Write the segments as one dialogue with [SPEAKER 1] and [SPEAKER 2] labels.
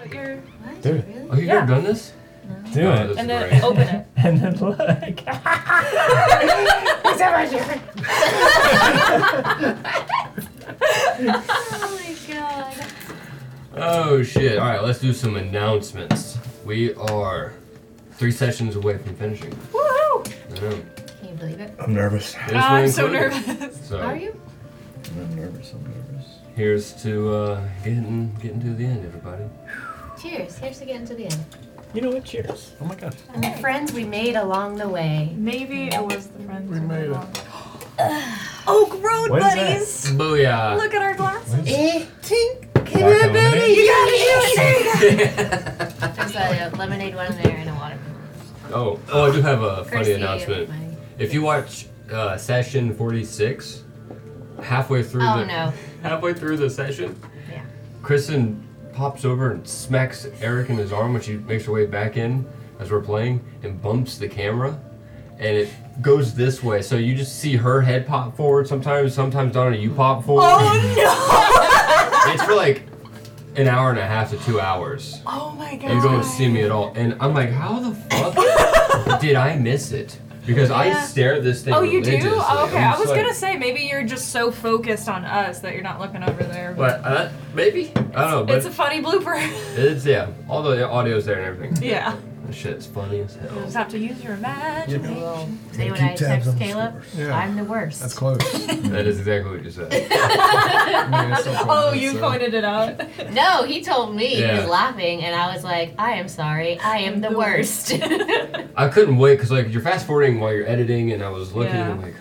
[SPEAKER 1] put your
[SPEAKER 2] Do it.
[SPEAKER 1] really?
[SPEAKER 3] Oh, you've
[SPEAKER 1] yeah.
[SPEAKER 3] never done this?
[SPEAKER 2] Do
[SPEAKER 3] Oh,
[SPEAKER 2] it.
[SPEAKER 3] this is
[SPEAKER 1] And then
[SPEAKER 3] great. Oh,
[SPEAKER 1] open it.
[SPEAKER 2] And then look.
[SPEAKER 1] Oh my god.
[SPEAKER 3] Oh shit! All right, let's do some announcements. We are three sessions away from finishing.
[SPEAKER 1] Woohoo!
[SPEAKER 3] I know.
[SPEAKER 1] Can you believe it?
[SPEAKER 4] I'm nervous.
[SPEAKER 3] This
[SPEAKER 1] I'm
[SPEAKER 3] one
[SPEAKER 1] so
[SPEAKER 3] included.
[SPEAKER 1] nervous.
[SPEAKER 3] So
[SPEAKER 1] Are you?
[SPEAKER 4] I'm nervous. I'm nervous.
[SPEAKER 3] here's to uh, getting getting to the end, everybody.
[SPEAKER 1] Cheers. Here's to getting to the end.
[SPEAKER 2] You know what? Cheers. Oh my gosh.
[SPEAKER 1] And the friends we made along the way.
[SPEAKER 5] Maybe it was the friends.
[SPEAKER 4] We made it.
[SPEAKER 5] Oak Road
[SPEAKER 2] What is that?
[SPEAKER 5] Buddies.
[SPEAKER 3] Booyah!
[SPEAKER 5] Look at our glasses.
[SPEAKER 1] Eh, tink.
[SPEAKER 2] Vodka lemonade?
[SPEAKER 1] There's a lemonade one in there and a water.
[SPEAKER 3] oh, oh! I do have a funny
[SPEAKER 1] Courtesy of
[SPEAKER 3] announcement.
[SPEAKER 1] my-
[SPEAKER 3] If you watch uh, session 46, halfway through
[SPEAKER 1] Oh
[SPEAKER 3] the
[SPEAKER 1] no.
[SPEAKER 3] halfway through the session,
[SPEAKER 1] Yeah.
[SPEAKER 3] Kristen pops over and smacks Eric in his arm when she makes her way back in as we're playing and bumps the camera and it goes this way. So you just see her head pop forward sometimes, sometimes Donna you pop forward.
[SPEAKER 5] Oh no!
[SPEAKER 3] It's for like an hour and a half to two hours.
[SPEAKER 5] oh my god.
[SPEAKER 3] And you don't see me at all. And I'm like, how the fuck did I miss it? Because I
[SPEAKER 5] Yeah.
[SPEAKER 3] stare at this thing.
[SPEAKER 5] Oh, you do?
[SPEAKER 3] religiously.
[SPEAKER 5] Oh, okay.
[SPEAKER 3] I'm
[SPEAKER 5] I
[SPEAKER 3] just
[SPEAKER 5] was
[SPEAKER 3] like-
[SPEAKER 5] gonna say maybe you're just so focused on us that you're not looking over there.
[SPEAKER 3] What? Uh, maybe? I don't know, but
[SPEAKER 5] It's
[SPEAKER 3] it's,
[SPEAKER 5] a funny blooper.
[SPEAKER 3] yeah. All the audio's there and everything.
[SPEAKER 5] yeah.
[SPEAKER 3] That shit's funny as
[SPEAKER 5] You
[SPEAKER 3] hell.
[SPEAKER 5] just have to use your imagination.
[SPEAKER 1] Well,
[SPEAKER 4] Yeah,
[SPEAKER 1] say what
[SPEAKER 4] keep
[SPEAKER 1] I
[SPEAKER 4] tabs
[SPEAKER 1] text
[SPEAKER 4] on the
[SPEAKER 1] Caleb.
[SPEAKER 4] scores. Yeah.
[SPEAKER 1] I'm the worst.
[SPEAKER 4] That's close.
[SPEAKER 3] That is exactly what you said.
[SPEAKER 4] Yeah, it's so close.
[SPEAKER 5] oh, you
[SPEAKER 4] So-
[SPEAKER 5] pointed it out.
[SPEAKER 1] No, he told me he
[SPEAKER 3] Yeah.
[SPEAKER 1] was laughing, and I was like, "I am sorry, I am the
[SPEAKER 5] The
[SPEAKER 1] worst." Oh,
[SPEAKER 3] I couldn't wait because like you're fast forwarding while you're editing, and I was looking
[SPEAKER 5] Yeah.
[SPEAKER 3] and I'm like,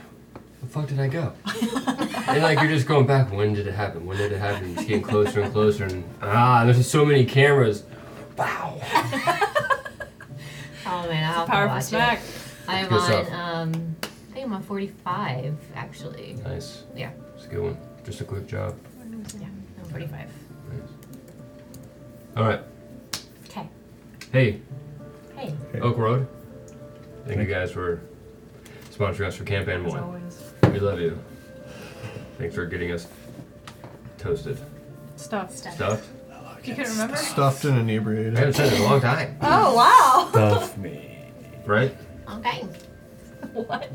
[SPEAKER 3] the fuck did I go? and like you're just going back. When did it happen? When did it happen? It's getting closer and closer, and ah, there's just so many cameras. Wow.
[SPEAKER 1] oh man, I'll have to
[SPEAKER 5] Powerful
[SPEAKER 1] watch
[SPEAKER 5] smack.
[SPEAKER 1] it. I'm
[SPEAKER 3] Good
[SPEAKER 1] on.
[SPEAKER 3] stuff.
[SPEAKER 1] Um, I think I'm on 45 actually.
[SPEAKER 3] Nice.
[SPEAKER 1] Yeah.
[SPEAKER 3] It's a good one. Just a quick job.
[SPEAKER 1] I'm 45.
[SPEAKER 3] Nice. All right.
[SPEAKER 1] Okay.
[SPEAKER 3] Hey,
[SPEAKER 1] Hey.
[SPEAKER 3] Oak Road. Thank you guys for sponsoring us for Camp
[SPEAKER 5] As
[SPEAKER 3] One.
[SPEAKER 5] always.
[SPEAKER 3] We love you. Thanks for getting us toasted.
[SPEAKER 5] Stuff.
[SPEAKER 3] Stuffed?
[SPEAKER 5] You can remember?
[SPEAKER 4] Stuffed and inebriated.
[SPEAKER 3] I haven't said it in a long time.
[SPEAKER 5] Oh wow.
[SPEAKER 2] Stuff me.
[SPEAKER 3] Right?
[SPEAKER 1] Okay.
[SPEAKER 5] what?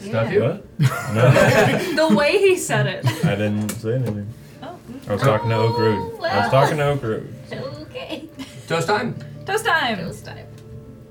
[SPEAKER 3] Stuff
[SPEAKER 1] Yeah.
[SPEAKER 3] you?
[SPEAKER 2] What? No,
[SPEAKER 5] The way he said it.
[SPEAKER 2] I didn't say anything.
[SPEAKER 5] Oh.
[SPEAKER 2] I was talking to Oak Road. I was talking to Oak Road.
[SPEAKER 1] Okay.
[SPEAKER 3] Toast time.
[SPEAKER 5] Toast time.
[SPEAKER 1] Toast time.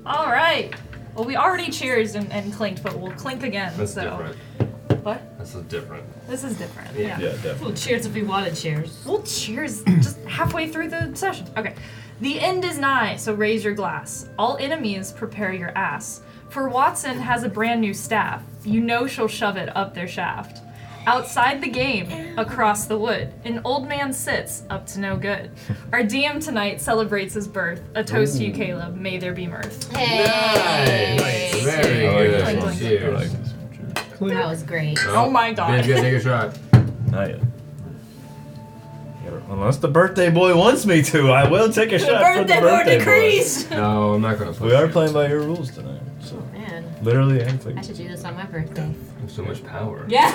[SPEAKER 5] All right. Well, we already cheers and, and clinked, but we'll clink again.
[SPEAKER 3] That's
[SPEAKER 5] so
[SPEAKER 3] different.
[SPEAKER 5] what?
[SPEAKER 3] That's a different.
[SPEAKER 5] This is different.
[SPEAKER 3] Yeah.
[SPEAKER 5] Yeah.
[SPEAKER 2] Yeah, definitely.
[SPEAKER 1] Well, cheers if we wanted cheers.
[SPEAKER 5] Well, cheers. just halfway through the session. Okay. The end is nigh, so raise your glass. All enemies, prepare your ass. For Watson has a brand new staff. You know she'll shove it up their shaft. Outside the game, across the wood, an old man sits, up to no good. Our DM tonight celebrates his birth. A toast to you, Caleb. May there be mirth.
[SPEAKER 1] Hey.
[SPEAKER 3] Nice. Very
[SPEAKER 2] I like
[SPEAKER 3] good.
[SPEAKER 2] this one. I
[SPEAKER 3] Cheers.
[SPEAKER 2] like this one. Cheers.
[SPEAKER 1] That was great.
[SPEAKER 5] Oh my God.
[SPEAKER 3] Ben's gonna take a shot.
[SPEAKER 2] Not yet. Yeah, Unless the birthday boy wants me to, I will take a shot for the birthday boy.
[SPEAKER 3] No, I'm not gonna play.
[SPEAKER 2] We are playing by your rules tonight, so
[SPEAKER 1] Man,
[SPEAKER 2] literally anything.
[SPEAKER 1] I should do this on my birthday.
[SPEAKER 3] I have so much power.
[SPEAKER 5] Yeah.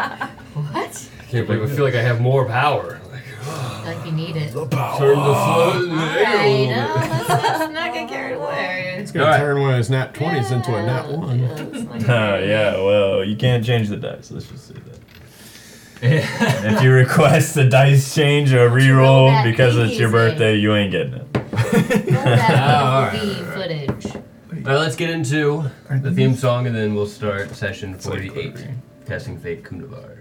[SPEAKER 1] What?
[SPEAKER 3] I can't believe I feel like I have more power. Like,
[SPEAKER 1] Like you need it.
[SPEAKER 3] turn the flow
[SPEAKER 5] Oh,
[SPEAKER 3] in the air a
[SPEAKER 1] Alright, oh,
[SPEAKER 3] little
[SPEAKER 1] no,
[SPEAKER 3] bit.
[SPEAKER 1] let's, let's not get carried away.
[SPEAKER 4] It's gonna
[SPEAKER 3] All right.
[SPEAKER 4] turn one of his nat twenties into a nat
[SPEAKER 1] Yeah,
[SPEAKER 4] one.
[SPEAKER 1] yeah, let's not get
[SPEAKER 2] Oh,
[SPEAKER 1] carried away.
[SPEAKER 2] yeah, well, you can't change the dice. Let's just say that. if you request a dice change or
[SPEAKER 1] roll
[SPEAKER 2] reroll
[SPEAKER 1] that
[SPEAKER 2] because it's your
[SPEAKER 1] PD's
[SPEAKER 2] birthday, you ain't getting
[SPEAKER 1] All that
[SPEAKER 3] Oh,
[SPEAKER 1] movie
[SPEAKER 3] alright,
[SPEAKER 1] footage.
[SPEAKER 3] All right, let's get into the theme song and then we'll start session
[SPEAKER 2] Mm-hmm. like
[SPEAKER 3] 48.
[SPEAKER 2] clever.
[SPEAKER 3] Testing Fate Kundabar.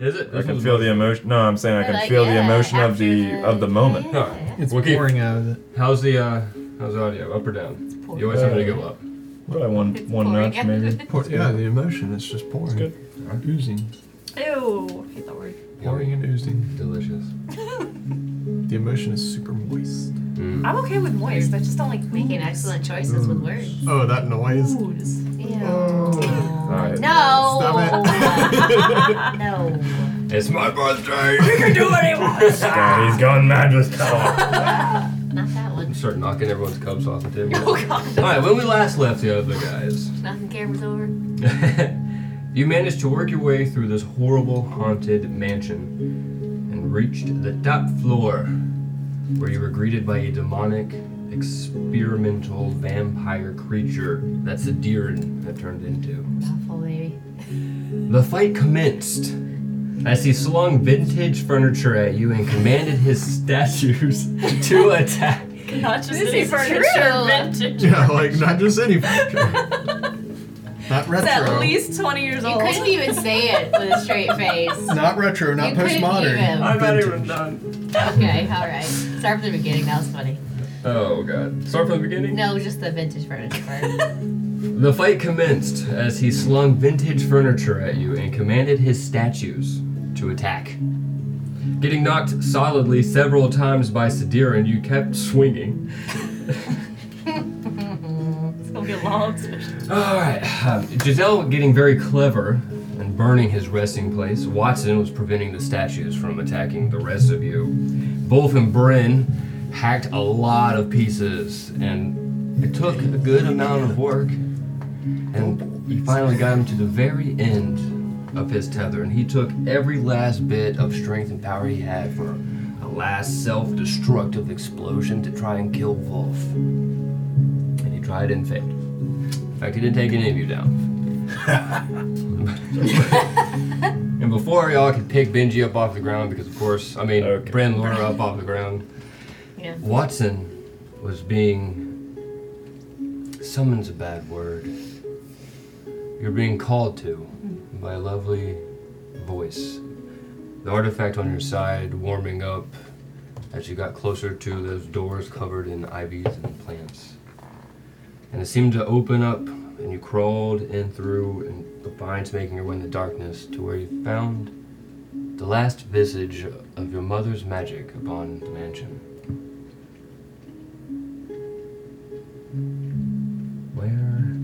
[SPEAKER 3] Is it?
[SPEAKER 2] I can feel the emotion. No, I'm saying I can feel the emotion of the of the moment.
[SPEAKER 3] No.
[SPEAKER 4] It's
[SPEAKER 3] We'll keep-
[SPEAKER 4] pouring out of it.
[SPEAKER 3] How's the uh, how's the audio? Up or down? You always have to go up.
[SPEAKER 2] Probably one
[SPEAKER 1] It's
[SPEAKER 2] one
[SPEAKER 1] pouring
[SPEAKER 2] notch
[SPEAKER 1] out.
[SPEAKER 2] maybe.
[SPEAKER 4] Pour, yeah, the emotion. It's just pouring.
[SPEAKER 2] good.
[SPEAKER 4] Oozing.
[SPEAKER 5] Ew, hate that word.
[SPEAKER 4] Pouring and oozing.
[SPEAKER 3] Delicious.
[SPEAKER 4] The emotion is super moist.
[SPEAKER 2] Mm.
[SPEAKER 5] I'm okay with moist. I just don't like
[SPEAKER 1] Making excellent choices with words.
[SPEAKER 4] Oh, that noise.
[SPEAKER 5] foods.
[SPEAKER 1] Yeah.
[SPEAKER 3] Alright.
[SPEAKER 1] No.
[SPEAKER 4] Stop
[SPEAKER 1] no.
[SPEAKER 3] It's my birthday.
[SPEAKER 5] Do what I want.
[SPEAKER 2] Yeah, he's gone mad with power.
[SPEAKER 1] Not that one.
[SPEAKER 3] Start knocking everyone's cups off the table.
[SPEAKER 5] Oh god.
[SPEAKER 3] All right, when we last left the other guys,
[SPEAKER 1] Nothing camera's over.
[SPEAKER 3] you managed to work your way through this horrible haunted mansion and reached the top floor where you were greeted by a demonic experimental vampire creature that's a deer that turned into.
[SPEAKER 1] Mouthful, baby.
[SPEAKER 3] The fight commenced as he slung vintage furniture at you and commanded his statues to attack.
[SPEAKER 5] Not just
[SPEAKER 1] This
[SPEAKER 5] any
[SPEAKER 1] is
[SPEAKER 5] furniture.
[SPEAKER 1] true.
[SPEAKER 5] Vintage.
[SPEAKER 4] Yeah, like not just any furniture. not
[SPEAKER 5] It's
[SPEAKER 4] retro.
[SPEAKER 5] at least 20 years
[SPEAKER 1] You
[SPEAKER 5] old.
[SPEAKER 1] couldn't even say it with a straight face.
[SPEAKER 4] not retro, not
[SPEAKER 1] You couldn't
[SPEAKER 4] postmodern.
[SPEAKER 1] even. I'm
[SPEAKER 3] done.
[SPEAKER 1] Okay, all right. Start from the beginning. That was funny.
[SPEAKER 3] Oh god. Start from the beginning?
[SPEAKER 1] No, just the vintage furniture part.
[SPEAKER 3] The fight commenced as he slung vintage furniture at you and commanded his statues to attack. Getting knocked solidly several times by Sadirin, you kept swinging.
[SPEAKER 5] It's gonna be a long discussion.
[SPEAKER 3] Alright, um, Giselle getting very clever and burning his resting place. Watson was preventing the statues from attacking the rest of you. Wolf and Bryn hacked a lot of pieces, and it took a good amount of work. And you finally got him to the very end of his tether, and he took every last bit of strength and power he had for a last self destructive explosion to try and kill Wolf. And he tried and failed. In fact, he didn't take any of you down. and before y'all could pick Benji up off the ground, because of course, I mean,
[SPEAKER 2] Okay.
[SPEAKER 3] Bren Laura up off the ground.
[SPEAKER 1] Yeah.
[SPEAKER 3] Watson was being summoned's a bad word. You're being called to by a lovely voice. The artifact on your side warming up as you got closer to those doors covered in ivies and plants. And it seemed to open up and you crawled in through and the vines making your way in the darkness to where you found the last visage of your mother's magic upon the mansion. Where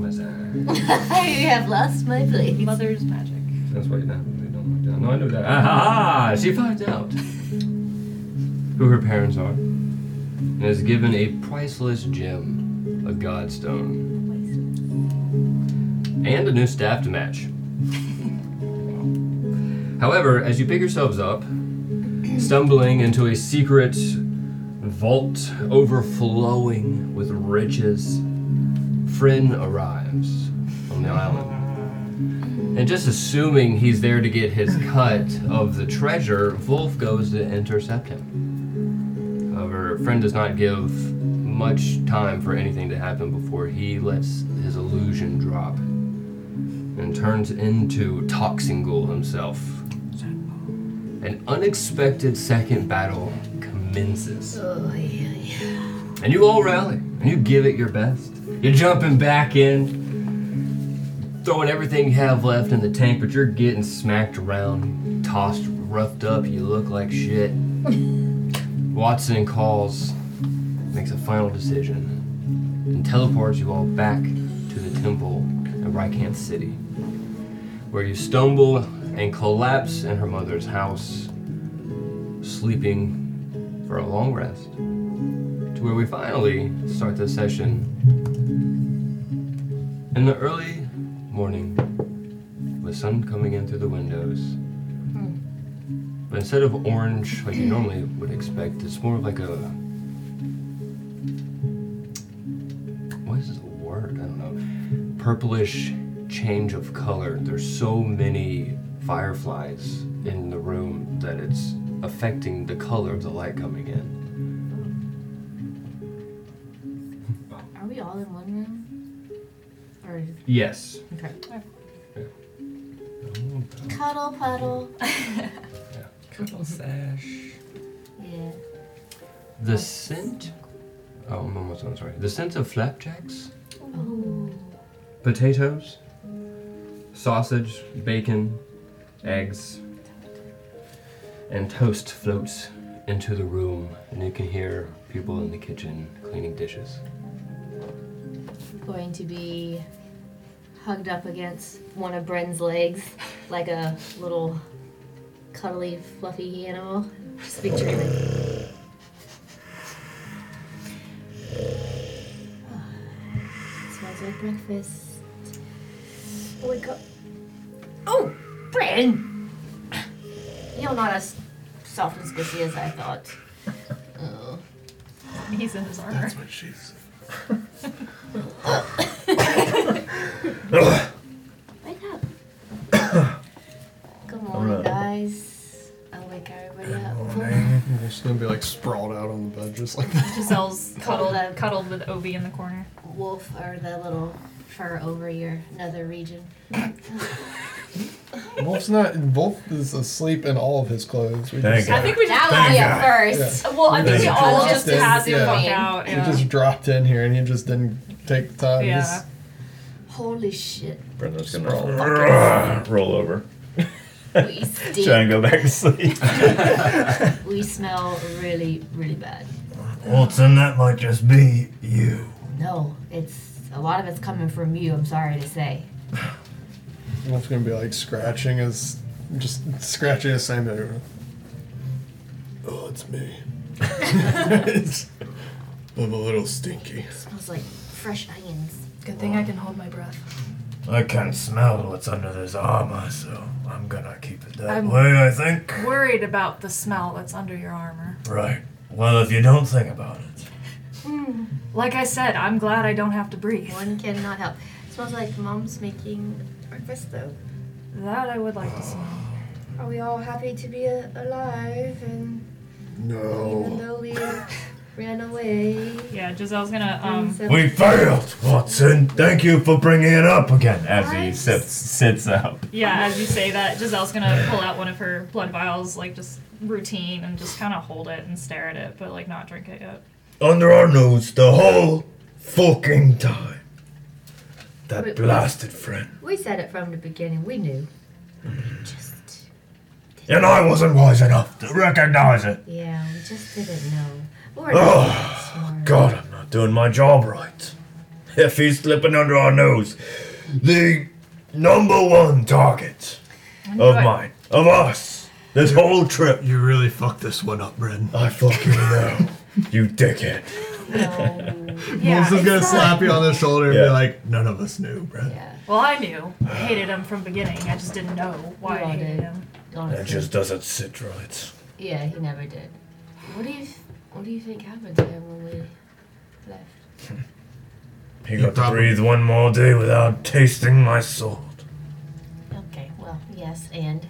[SPEAKER 3] was I?
[SPEAKER 1] I have lost my place.
[SPEAKER 5] Mother's magic.
[SPEAKER 3] That's why you don't, you don't like that. No, I know that. Ah, she finds out who her parents are and is given a priceless gem, a godstone, and a new staff to match. However, as you pick yourselves up, stumbling into a secret vault overflowing with riches, Fryn arrives on the island. And just assuming he's there to get his cut of the treasure, Wolf goes to intercept him. However, Friend does not give much time for anything to happen before he lets his illusion drop and turns into Toxingle himself. An unexpected second battle commences.
[SPEAKER 1] Oh, yeah, yeah.
[SPEAKER 3] And you all rally, and you give it your best. You're jumping back in, throwing everything you have left in the tank, but you're getting smacked around, tossed, roughed up. You look like shit. Watson calls, makes a final decision, and teleports you all back to the temple in Rykant City, where you stumble and collapse in her mother's house, sleeping for a long rest to where we finally start this session in the early morning with sun coming in through the windows. But instead of orange like you normally would expect, it's more of like a. What is the word? I don't know. Purplish change of color. There's so many fireflies in the room that it's affecting the color of the light coming in.
[SPEAKER 1] Are we all in one room? Or
[SPEAKER 3] Yes.
[SPEAKER 1] okay.
[SPEAKER 3] Oh,
[SPEAKER 1] Cuddle puddle.
[SPEAKER 3] Couple sash.
[SPEAKER 1] Yeah.
[SPEAKER 3] The scent. Oh, I'm almost done. Sorry. The scent of flapjacks, potatoes, sausage, bacon, eggs, and toast floats into the room, and you can hear people in the kitchen cleaning dishes.
[SPEAKER 1] Going to be hugged up against one of Bren's legs like a little cuddly, fluffy animal. Just picturing like. Smells like breakfast. Wake up. Oh, Bren! You're not as soft and squishy as I thought. Oh.
[SPEAKER 5] He's in his armor.
[SPEAKER 4] what she said.
[SPEAKER 1] Wake up. Good morning,
[SPEAKER 6] Alright.
[SPEAKER 1] guys. I'll wake everybody up.
[SPEAKER 4] Morning. We'll just gonna be like sprawled out on the bed, just like that.
[SPEAKER 5] Giselle's cuddled,
[SPEAKER 1] Cuddled up.
[SPEAKER 5] cuddled with Obi in the corner.
[SPEAKER 1] Wolf or the little fur over your nether region.
[SPEAKER 4] Wolf's not. Wolf is asleep in all of his clothes. We
[SPEAKER 6] Thank
[SPEAKER 4] just,
[SPEAKER 6] God.
[SPEAKER 5] I think we just.
[SPEAKER 1] That was you first.
[SPEAKER 5] well, I think we
[SPEAKER 4] Thank
[SPEAKER 5] all
[SPEAKER 4] you.
[SPEAKER 5] just
[SPEAKER 4] Just
[SPEAKER 5] passed the
[SPEAKER 4] did,
[SPEAKER 5] fuck
[SPEAKER 1] yeah.
[SPEAKER 5] out.
[SPEAKER 4] He
[SPEAKER 5] yeah.
[SPEAKER 4] just dropped in here and he just didn't take the time.
[SPEAKER 5] Yeah.
[SPEAKER 4] Just,
[SPEAKER 1] Holy shit.
[SPEAKER 6] Brenda's gonna roll over.
[SPEAKER 1] We
[SPEAKER 6] Try and
[SPEAKER 1] stink.
[SPEAKER 6] go back to sleep.
[SPEAKER 1] We smell really, really bad.
[SPEAKER 6] What's in that might just be you.
[SPEAKER 1] No, it's a lot of it's coming from you, I'm sorry to say.
[SPEAKER 4] Wolf's gonna be like scratching his, just scratching his same. Oh, it's me. It's- I'm a little stinky.
[SPEAKER 1] It smells like fresh onions.
[SPEAKER 7] Good thing I can hold my breath.
[SPEAKER 6] I can smell what's under this armor, so I'm gonna keep it that
[SPEAKER 5] I'm-
[SPEAKER 6] way, I think.
[SPEAKER 5] Worried about the smell that's under your armor.
[SPEAKER 6] Right. Well, if you don't think about it.
[SPEAKER 5] Like I said, I'm glad I don't have to breathe.
[SPEAKER 7] One cannot help. smells like mom's making breakfast though.
[SPEAKER 5] That I would like to smell.
[SPEAKER 7] Are we all happy to be a- alive? And even
[SPEAKER 4] No.
[SPEAKER 7] though we ran away,
[SPEAKER 5] Yeah, Giselle's gonna.
[SPEAKER 7] and
[SPEAKER 5] Um,
[SPEAKER 7] so-
[SPEAKER 6] We failed, Watson. Thank you for bringing it up again. As he
[SPEAKER 7] What?
[SPEAKER 6] sits, sits up.
[SPEAKER 5] yeah, as you say that, Giselle's gonna pull out one of her blood vials, like just routine, and just kind of hold it and stare at it, but like not drink it yet.
[SPEAKER 6] Under our nose the whole fucking time. That
[SPEAKER 1] Wait, what?
[SPEAKER 6] blasted friend.
[SPEAKER 1] We said it from the beginning, we knew. We just,
[SPEAKER 6] And I wasn't wise enough to recognize it.
[SPEAKER 1] yeah, we just didn't know. We were
[SPEAKER 6] Oh,
[SPEAKER 1] smart.
[SPEAKER 6] God, I'm not doing my job right. If he's slipping under our nose, the number one target of
[SPEAKER 5] I-
[SPEAKER 6] mine, of us, this whole trip.
[SPEAKER 4] You really fucked this one up, Bren.
[SPEAKER 6] I fucking know, you dickhead.
[SPEAKER 1] No.
[SPEAKER 5] Yeah,
[SPEAKER 4] Wolf's just gonna slap you on the shoulder and
[SPEAKER 6] Yeah.
[SPEAKER 4] be like, "None of us knew, Bren."
[SPEAKER 1] Yeah,
[SPEAKER 5] Well, I knew. I hated him from beginning. I just didn't know why
[SPEAKER 1] We
[SPEAKER 5] I
[SPEAKER 1] all
[SPEAKER 5] hated
[SPEAKER 1] did.
[SPEAKER 5] him.
[SPEAKER 1] honestly.
[SPEAKER 6] That just doesn't sit right.
[SPEAKER 1] Yeah, he never did. What do you What do you think happened to him when we left?
[SPEAKER 6] He
[SPEAKER 4] You
[SPEAKER 6] got to
[SPEAKER 4] probably-
[SPEAKER 6] breathe one more day without tasting my sword.
[SPEAKER 1] Okay, well, yes, and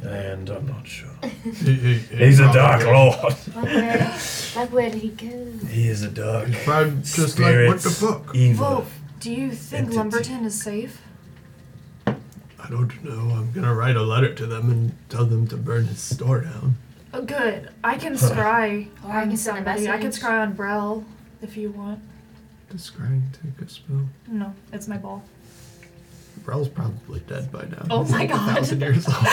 [SPEAKER 6] And I'm not sure.
[SPEAKER 4] He- he- he
[SPEAKER 6] He's a dark
[SPEAKER 4] probably-
[SPEAKER 6] lord.
[SPEAKER 1] like where, like where did he go?
[SPEAKER 6] He is a dark.
[SPEAKER 4] Probably just like, what the
[SPEAKER 6] Spirits,
[SPEAKER 4] fuck?
[SPEAKER 6] Evil.
[SPEAKER 5] Wolf, do you think
[SPEAKER 6] Entity.
[SPEAKER 5] Lumberton is safe?
[SPEAKER 4] I don't know. I'm gonna write a letter to them and tell them to burn his store down.
[SPEAKER 5] Oh, good. I can scry
[SPEAKER 7] Or I
[SPEAKER 5] on
[SPEAKER 7] can send a
[SPEAKER 5] somebody. I can
[SPEAKER 7] message.
[SPEAKER 5] scry on Brell if you want.
[SPEAKER 4] Does Scrying take a spell?
[SPEAKER 5] No, it's my ball.
[SPEAKER 4] Brell's probably dead by now.
[SPEAKER 5] Oh
[SPEAKER 4] He's
[SPEAKER 5] my
[SPEAKER 4] like
[SPEAKER 5] God.
[SPEAKER 4] A thousand years old.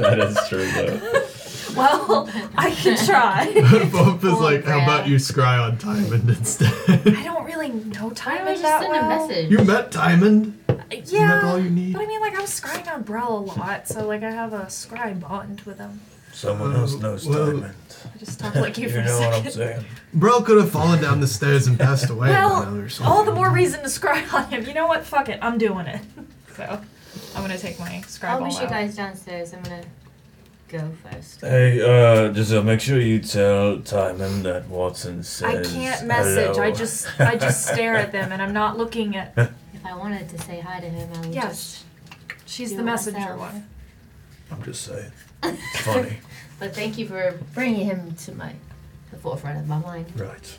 [SPEAKER 6] That is true, though.
[SPEAKER 5] Well, I can try.
[SPEAKER 4] Both is
[SPEAKER 1] Poor
[SPEAKER 4] like, how about
[SPEAKER 1] Brell.
[SPEAKER 4] you scry on Diamond instead?
[SPEAKER 5] I don't really know
[SPEAKER 1] I
[SPEAKER 5] Timon
[SPEAKER 1] was just
[SPEAKER 5] that
[SPEAKER 1] send
[SPEAKER 5] well.
[SPEAKER 1] a message.
[SPEAKER 4] you met Diamond?
[SPEAKER 5] Yeah.
[SPEAKER 4] that all you need?
[SPEAKER 5] But I mean, like, I'm scrying on Brell a lot, so like, I have a scry bond with him.
[SPEAKER 6] Someone else knows
[SPEAKER 4] Well-
[SPEAKER 6] Diamond.
[SPEAKER 5] I just talk like you for
[SPEAKER 6] You
[SPEAKER 5] a
[SPEAKER 6] know what I'm
[SPEAKER 5] second.
[SPEAKER 6] saying?
[SPEAKER 4] Brell could have fallen down the stairs and passed away. by now
[SPEAKER 5] Well,
[SPEAKER 4] or something.
[SPEAKER 5] all the more reason to scry on him. You know what? Fuck it. I'm doing it. So, I'm gonna take my scry
[SPEAKER 1] I'll
[SPEAKER 5] ball
[SPEAKER 1] meet you
[SPEAKER 5] out.
[SPEAKER 1] guys downstairs. I'm gonna go first.
[SPEAKER 6] Hey, uh, Giselle, make sure you tell Timon that Watson
[SPEAKER 5] I
[SPEAKER 6] says.
[SPEAKER 5] can't message. I
[SPEAKER 6] hello.
[SPEAKER 5] just I just stare at them, and I'm not looking at.
[SPEAKER 1] If I wanted to say hi to him, I would
[SPEAKER 5] Yes, she's
[SPEAKER 1] Do
[SPEAKER 5] the
[SPEAKER 1] it
[SPEAKER 5] messenger
[SPEAKER 1] myself.
[SPEAKER 5] one.
[SPEAKER 6] I'm just saying. It's funny.
[SPEAKER 1] just. But thank you for bringing him to my the forefront of my mind.
[SPEAKER 6] right.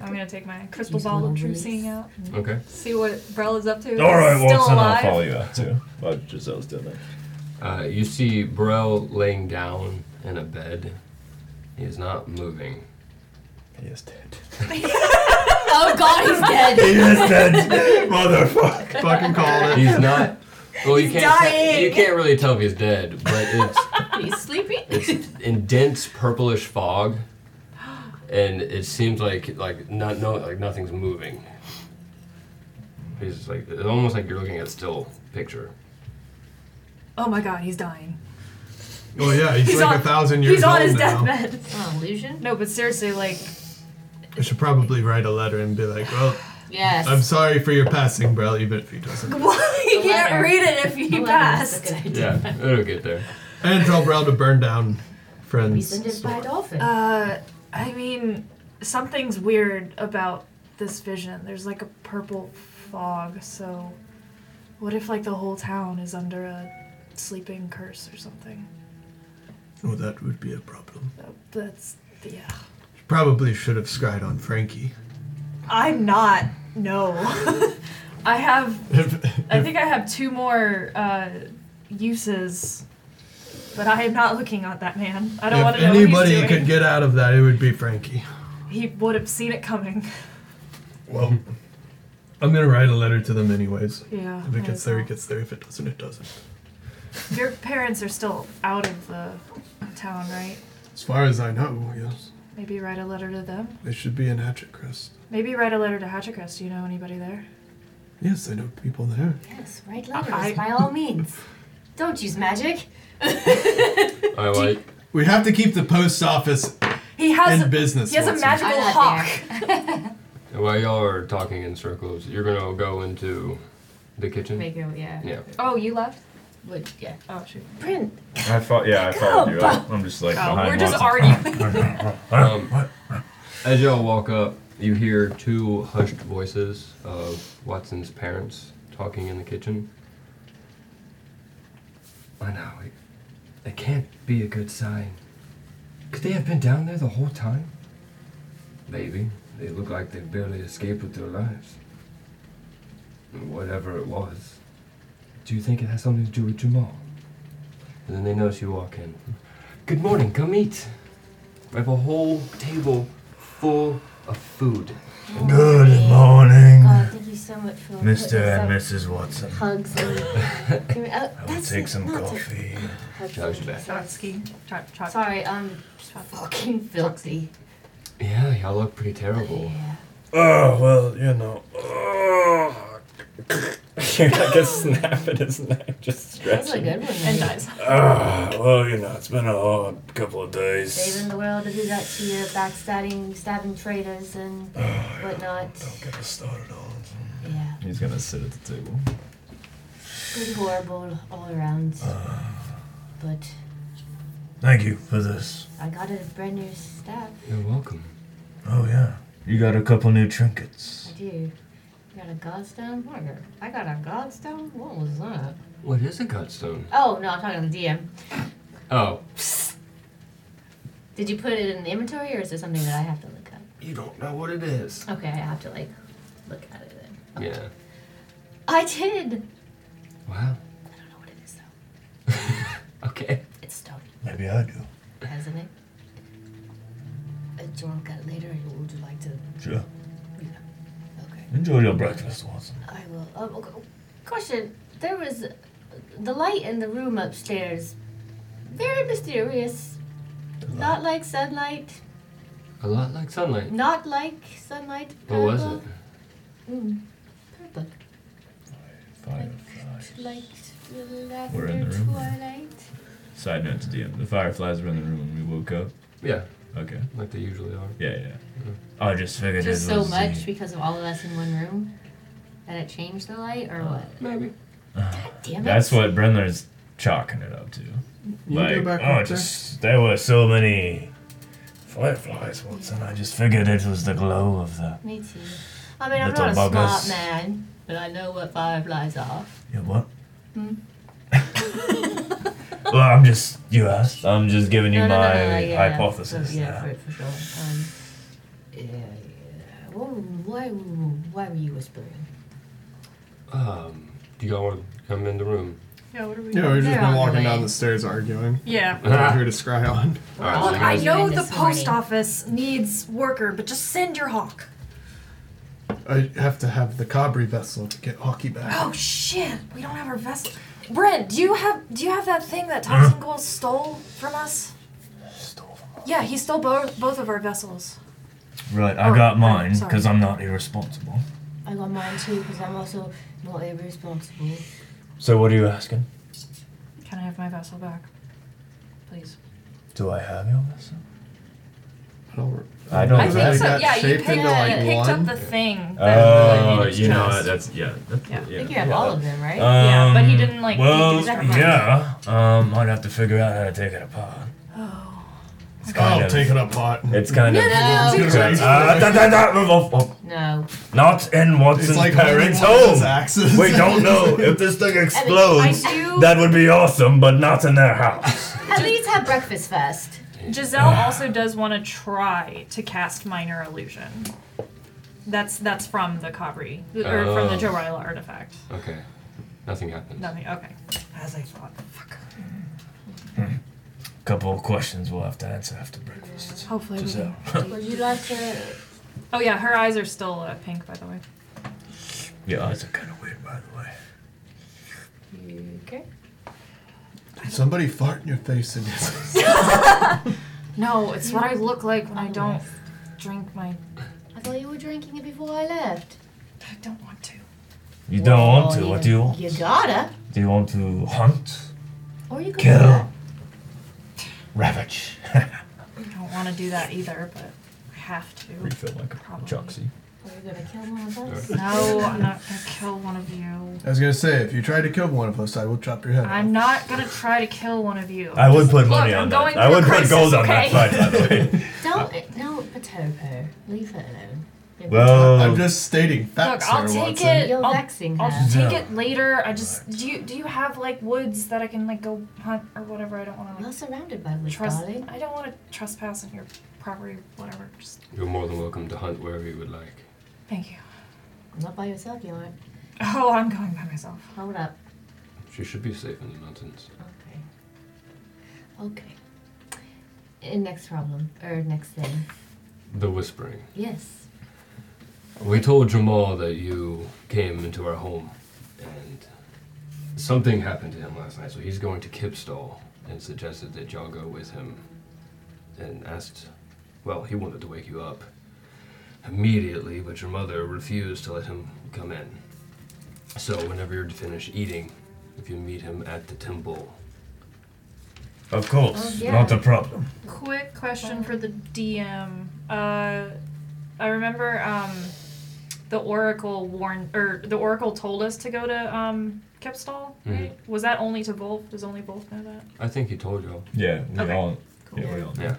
[SPEAKER 5] I'm gonna take my crystal
[SPEAKER 1] Use
[SPEAKER 5] ball
[SPEAKER 1] one
[SPEAKER 5] of
[SPEAKER 1] of
[SPEAKER 5] true
[SPEAKER 1] these.
[SPEAKER 5] seeing out. and
[SPEAKER 3] Okay.
[SPEAKER 5] See what Brella's up to.
[SPEAKER 6] All right,
[SPEAKER 5] Still
[SPEAKER 6] Watson, I'll
[SPEAKER 5] alive.
[SPEAKER 6] follow you out too. While Giselle's doing that.
[SPEAKER 3] Uh, you see Burrell laying down in a bed. He is not moving.
[SPEAKER 6] He is dead.
[SPEAKER 1] Oh God, he's dead.
[SPEAKER 6] He is dead, motherfucker.
[SPEAKER 4] Fucking called it.
[SPEAKER 3] He's not. Well, you
[SPEAKER 1] He's
[SPEAKER 3] can't. te-
[SPEAKER 1] dying.
[SPEAKER 3] you can't really tell if he's dead, but it's
[SPEAKER 1] He's sleeping.
[SPEAKER 3] it's in dense purplish fog, and it seems like like not no like nothing's moving. He's just like it's almost like you're looking at a still picture.
[SPEAKER 5] Oh my god, he's dying.
[SPEAKER 4] Well, yeah, he's,
[SPEAKER 5] He's
[SPEAKER 4] like
[SPEAKER 5] on-
[SPEAKER 4] a thousand years
[SPEAKER 5] He's on
[SPEAKER 4] old
[SPEAKER 5] his
[SPEAKER 4] now.
[SPEAKER 5] deathbed.
[SPEAKER 1] Oh, illusion.
[SPEAKER 5] No, but seriously, like,
[SPEAKER 4] I should probably write a letter and be like, well,
[SPEAKER 1] Yes.
[SPEAKER 4] I'm sorry for your passing, Brell, even if he doesn't.
[SPEAKER 5] why you
[SPEAKER 1] The
[SPEAKER 5] can't
[SPEAKER 1] letter.
[SPEAKER 5] read it if
[SPEAKER 1] The
[SPEAKER 5] he
[SPEAKER 1] letter is a
[SPEAKER 5] passed.
[SPEAKER 1] good idea.
[SPEAKER 3] Yeah, it'll get there.
[SPEAKER 4] And tell Brell to burn down
[SPEAKER 1] Be
[SPEAKER 4] friends.
[SPEAKER 1] sent in by a dolphin.
[SPEAKER 5] Uh, I mean, something's weird about this vision. There's like a purple fog, so what if like the whole town is under a sleeping curse or something?
[SPEAKER 4] Oh, that would be a problem.
[SPEAKER 5] Uh, That's yeah.
[SPEAKER 4] Probably should have scried on Frankie.
[SPEAKER 5] I'm not. No. I have. I think I have two more uh, uses, but I am not looking at that man. I don't want
[SPEAKER 4] if
[SPEAKER 5] to know what he's
[SPEAKER 4] anybody
[SPEAKER 5] doing.
[SPEAKER 4] could get out of that, it would be Frankie.
[SPEAKER 5] He would have seen it coming.
[SPEAKER 4] Well, I'm gonna write a letter to them anyways.
[SPEAKER 5] Yeah.
[SPEAKER 4] If it
[SPEAKER 5] might
[SPEAKER 4] gets
[SPEAKER 5] as
[SPEAKER 4] there, it
[SPEAKER 5] well.
[SPEAKER 4] gets there. If it doesn't, it doesn't.
[SPEAKER 5] Your parents are still out of the town, right?
[SPEAKER 4] As far as I know, yes.
[SPEAKER 5] Maybe write a letter to them.
[SPEAKER 4] They should be in Hatchet Crest.
[SPEAKER 5] Maybe write a letter to Hatchacrest. Do you know anybody there?
[SPEAKER 4] Yes, I know people there.
[SPEAKER 1] yes, write letters
[SPEAKER 5] I-
[SPEAKER 1] by all means. Don't use magic.
[SPEAKER 3] I like.
[SPEAKER 4] We have to keep the post office
[SPEAKER 5] He has.
[SPEAKER 4] in business.
[SPEAKER 5] he has a
[SPEAKER 4] Watson.
[SPEAKER 5] magical
[SPEAKER 1] I'm not
[SPEAKER 5] hawk.
[SPEAKER 3] And While y'all are talking in circles, you're gonna go into the kitchen.
[SPEAKER 1] Make it, yeah.
[SPEAKER 3] Yeah.
[SPEAKER 5] Oh, you left.
[SPEAKER 1] Would yeah.
[SPEAKER 5] Oh shoot.
[SPEAKER 1] Print.
[SPEAKER 6] I thought, yeah, I followed you. I, I'm just like
[SPEAKER 5] Oh,
[SPEAKER 6] behind
[SPEAKER 5] we're just
[SPEAKER 6] Watson.
[SPEAKER 5] arguing.
[SPEAKER 3] Um, as y'all walk up, you hear two hushed voices of Watson's parents talking in the kitchen. I know. It, it can't be a good sign. Could they have been down there the whole time? Maybe. They look like they barely escaped with their lives. Whatever it was. Do you think it has something to do with Jamal? And then they notice you walk in. Good morning, come eat. I have a whole table full of food.
[SPEAKER 6] Good
[SPEAKER 1] Oh,
[SPEAKER 5] Oh,
[SPEAKER 6] morning,
[SPEAKER 8] God, thank you so much for
[SPEAKER 6] Mr. and
[SPEAKER 8] putting us
[SPEAKER 6] Mrs. Watson.
[SPEAKER 8] up. Hugs and. oh,
[SPEAKER 6] I will
[SPEAKER 8] that's
[SPEAKER 6] take some
[SPEAKER 8] not a-
[SPEAKER 6] coffee.
[SPEAKER 8] hugs
[SPEAKER 3] That was
[SPEAKER 8] and
[SPEAKER 3] bad.
[SPEAKER 8] kisses.
[SPEAKER 5] Trotsky. Chop, chop.
[SPEAKER 1] Sorry, I'm fucking filthy.
[SPEAKER 3] Yeah, y'all look pretty terrible.
[SPEAKER 6] Oh well, you know. Oh. You're like a snap at his neck, just
[SPEAKER 1] That's a
[SPEAKER 6] stretching.
[SPEAKER 1] good one.
[SPEAKER 5] And
[SPEAKER 1] right?
[SPEAKER 5] dies.
[SPEAKER 6] Ah, well, you know, it's been a hard couple of days.
[SPEAKER 8] Saving the world to do that to your backstabbing, stabbing traitors and whatnot.
[SPEAKER 6] Ah, Get us started on.
[SPEAKER 1] Yeah,
[SPEAKER 9] He's gonna sit at the table.
[SPEAKER 8] Pretty horrible all around.
[SPEAKER 1] but
[SPEAKER 6] Thank you for this.
[SPEAKER 8] I got a brand new staff.
[SPEAKER 3] You're welcome.
[SPEAKER 6] Oh yeah, you got a couple new trinkets.
[SPEAKER 8] I do.
[SPEAKER 1] got a godstone. What are- I got a godstone. What was that?
[SPEAKER 3] What is a godstone?
[SPEAKER 1] Oh no, I'm talking to the DM.
[SPEAKER 3] Oh,
[SPEAKER 1] Did you put it in the inventory, or is it something that I have to look up?
[SPEAKER 3] you don't know what it is.
[SPEAKER 1] Okay, I have to like look at it then.
[SPEAKER 3] Yeah.
[SPEAKER 1] I did.
[SPEAKER 3] Wow.
[SPEAKER 1] I don't know what it is though.
[SPEAKER 3] Okay.
[SPEAKER 1] It's stone,
[SPEAKER 6] Maybe I do.
[SPEAKER 1] hasn't it? Uh, do you want to look at it later, or would you like to?
[SPEAKER 6] Sure.
[SPEAKER 1] Okay,
[SPEAKER 6] Enjoy your breakfast, Watson.
[SPEAKER 1] I will. Um, okay. Question: There was the light in the room upstairs. Very mysterious. Not like sunlight.
[SPEAKER 3] A lot like sunlight.
[SPEAKER 1] Not like sunlight.
[SPEAKER 3] What was
[SPEAKER 1] purple.
[SPEAKER 3] it?
[SPEAKER 1] Mm. Purple.
[SPEAKER 9] Fireflies.
[SPEAKER 8] Like
[SPEAKER 9] We're in
[SPEAKER 8] lavender
[SPEAKER 9] the room.
[SPEAKER 8] twilight.
[SPEAKER 9] Side note to DM: the fireflies were in the room when we woke up.
[SPEAKER 3] Yeah,
[SPEAKER 9] Okay.
[SPEAKER 3] like they usually are.
[SPEAKER 9] Yeah, yeah.
[SPEAKER 6] Mm.
[SPEAKER 9] I just figured
[SPEAKER 1] Just
[SPEAKER 9] it
[SPEAKER 1] so
[SPEAKER 9] was the-
[SPEAKER 1] much because of all of us in one room that it changed the light, or what?
[SPEAKER 3] Maybe.
[SPEAKER 1] Damn it.
[SPEAKER 9] That's what Brendler's chalking it up to.
[SPEAKER 4] You
[SPEAKER 9] like,
[SPEAKER 4] go back
[SPEAKER 6] oh,
[SPEAKER 4] up there.
[SPEAKER 6] just there were so many fireflies, Watson. I just figured it was the glow of the.
[SPEAKER 1] Me too. I mean, I'm
[SPEAKER 6] Little
[SPEAKER 1] not a smart
[SPEAKER 6] buggers.
[SPEAKER 1] man, but I know what fireflies are.
[SPEAKER 6] Yeah, what?
[SPEAKER 5] Hmm.
[SPEAKER 6] well, I'm just you asked. I'm just giving you my
[SPEAKER 1] yeah,
[SPEAKER 6] hypothesis.
[SPEAKER 1] For, yeah,
[SPEAKER 6] now.
[SPEAKER 1] for, for sure. Um, yeah, yeah. Why, why, why were you whispering?
[SPEAKER 3] Um, do y'all want to come in the room?
[SPEAKER 5] Yeah, what are we
[SPEAKER 4] Yeah, we've just
[SPEAKER 1] They're on
[SPEAKER 4] been
[SPEAKER 1] the
[SPEAKER 4] walking
[SPEAKER 1] way.
[SPEAKER 4] down the stairs arguing.
[SPEAKER 5] Yeah.
[SPEAKER 4] About who to scry on.
[SPEAKER 3] All right, so
[SPEAKER 5] Look,
[SPEAKER 3] you
[SPEAKER 5] I
[SPEAKER 3] guys-
[SPEAKER 5] know
[SPEAKER 1] This
[SPEAKER 5] the post
[SPEAKER 1] morning.
[SPEAKER 5] office needs worker, but just send your hawk.
[SPEAKER 4] I have to have the Cabri vessel to get hockey back.
[SPEAKER 5] Oh shit, we don't have our vessel. Brent, do you have do you have that thing that Thompson Gold stole from us?
[SPEAKER 10] Stole from
[SPEAKER 5] Yeah, he stole both both of our vessels.
[SPEAKER 6] Right, I
[SPEAKER 5] Oh,
[SPEAKER 6] got
[SPEAKER 5] right,
[SPEAKER 6] mine
[SPEAKER 5] sorry.
[SPEAKER 6] because I'm not irresponsible.
[SPEAKER 1] I got mine too because I'm also not irresponsible.
[SPEAKER 10] So what are you asking?
[SPEAKER 5] Can I have my vessel back? Please.
[SPEAKER 10] Do I have your vessel?
[SPEAKER 4] I don't-
[SPEAKER 10] I don't
[SPEAKER 5] I
[SPEAKER 4] They
[SPEAKER 5] think so.
[SPEAKER 4] Oh, got
[SPEAKER 5] Yeah, you
[SPEAKER 4] shaped
[SPEAKER 5] picked,
[SPEAKER 4] into, like,
[SPEAKER 5] you picked up
[SPEAKER 4] one? Uh.
[SPEAKER 5] the thing.
[SPEAKER 6] Oh,
[SPEAKER 5] that he
[SPEAKER 6] you know
[SPEAKER 5] just-
[SPEAKER 6] what? That's yeah. Uh. That's,
[SPEAKER 5] Yeah.
[SPEAKER 1] I think you have all of them, right?
[SPEAKER 5] Yeah, but he didn't, like,
[SPEAKER 6] Well,
[SPEAKER 5] deduce everything.
[SPEAKER 6] yeah. Um, I'd have to figure out how to take it apart.
[SPEAKER 5] Oh.
[SPEAKER 6] It's kind
[SPEAKER 4] I'll
[SPEAKER 6] of.
[SPEAKER 4] take it apart.
[SPEAKER 6] it's kind of.
[SPEAKER 1] No,
[SPEAKER 4] It's gonna-
[SPEAKER 6] Uh, da, da, da, oh, oh,
[SPEAKER 1] no.
[SPEAKER 6] not in Watson's
[SPEAKER 4] It's like
[SPEAKER 6] parents'
[SPEAKER 4] holding one of those
[SPEAKER 6] home.
[SPEAKER 4] axes.
[SPEAKER 6] We don't know if this thing explodes.
[SPEAKER 5] do-
[SPEAKER 6] That would be awesome, but not in their house.
[SPEAKER 1] At least have breakfast first.
[SPEAKER 5] Giselle also does want to try to cast minor illusion. That's that's from the Cabri or from the
[SPEAKER 3] Oh.
[SPEAKER 5] Jorila artifact.
[SPEAKER 3] Okay. Nothing happens.
[SPEAKER 5] Nothing. Okay. As I thought. Fuck.
[SPEAKER 6] Couple of questions we'll have to answer after breakfast.
[SPEAKER 5] Hopefully. We
[SPEAKER 6] Giselle.
[SPEAKER 5] can.
[SPEAKER 1] Would you like to?
[SPEAKER 5] Oh yeah, her eyes are still uh, pink, by the way.
[SPEAKER 6] Your eyes are kind of weird, by the way.
[SPEAKER 5] Okay.
[SPEAKER 4] Somebody fart in your face and it's
[SPEAKER 5] No, it's what I look like when I don't drink my.
[SPEAKER 1] I thought you were drinking it before I left.
[SPEAKER 5] I don't want to.
[SPEAKER 6] You don't want to. What do you want?
[SPEAKER 1] You gotta,
[SPEAKER 6] Do you want to hunt?
[SPEAKER 1] or you could
[SPEAKER 6] Kill? Ravage?
[SPEAKER 5] I don't want to do that either, but I have to.
[SPEAKER 6] Refill like
[SPEAKER 5] Probably.
[SPEAKER 6] Joxy.
[SPEAKER 1] Are you gonna kill one of us?
[SPEAKER 5] No, I'm not gonna kill one of you.
[SPEAKER 4] I was gonna say, if you try to kill one of us, I will chop your head
[SPEAKER 5] I'm not gonna try to kill one of you.
[SPEAKER 6] I would put
[SPEAKER 5] Look,
[SPEAKER 6] money
[SPEAKER 5] I'm
[SPEAKER 6] on
[SPEAKER 5] going
[SPEAKER 6] that. I
[SPEAKER 5] through a
[SPEAKER 6] would put
[SPEAKER 5] crisis,
[SPEAKER 6] gold on
[SPEAKER 5] okay?
[SPEAKER 6] that fight, by the way.
[SPEAKER 1] Don't, no, Patopo. Leave her alone. You're-
[SPEAKER 4] off. I'm
[SPEAKER 6] Well,
[SPEAKER 4] just stating
[SPEAKER 5] Look,
[SPEAKER 4] facts.
[SPEAKER 5] I'll
[SPEAKER 4] here,
[SPEAKER 5] take
[SPEAKER 4] Watson.
[SPEAKER 5] it.
[SPEAKER 1] You're
[SPEAKER 5] I'll,
[SPEAKER 1] vexing
[SPEAKER 5] I'll
[SPEAKER 1] her.
[SPEAKER 5] take
[SPEAKER 6] No.
[SPEAKER 5] it later. I just do you do you have like woods that I can like go hunt or whatever? I don't want to
[SPEAKER 1] You're
[SPEAKER 5] like
[SPEAKER 1] surrounded by woods,
[SPEAKER 5] trust.
[SPEAKER 1] darling.
[SPEAKER 5] I don't want to trespass on your property, whatever. Just
[SPEAKER 3] You're more than welcome to hunt wherever you would like.
[SPEAKER 5] thank you.
[SPEAKER 1] Not by yourself, you aren't.
[SPEAKER 5] Oh, I'm going by myself.
[SPEAKER 1] Hold up.
[SPEAKER 3] She should be safe in the mountains.
[SPEAKER 1] Okay. Okay. And next problem, or next thing.
[SPEAKER 3] The whispering.
[SPEAKER 1] Yes.
[SPEAKER 3] We told Jamal that you came into our home, and something happened to him last night, so he's going to Kipstall and suggested that y'all go with him. And asked, well, he wanted to wake you up immediately, but your mother refused to let him come in. So, whenever you're finished eating, if you meet him at the temple,
[SPEAKER 6] of
[SPEAKER 1] Oh,
[SPEAKER 6] course,
[SPEAKER 1] yeah.
[SPEAKER 6] not a problem.
[SPEAKER 5] Quick question for the DM. Uh, I remember um, the Oracle warned, or the Oracle told us to go to um, Kipstall. Right? Was that only to Volf? Does only Volf know that?
[SPEAKER 3] I think he told y'all.
[SPEAKER 6] Yeah, we
[SPEAKER 5] Okay.
[SPEAKER 6] all.
[SPEAKER 1] Cool.
[SPEAKER 6] Yeah, we all.
[SPEAKER 3] Yeah.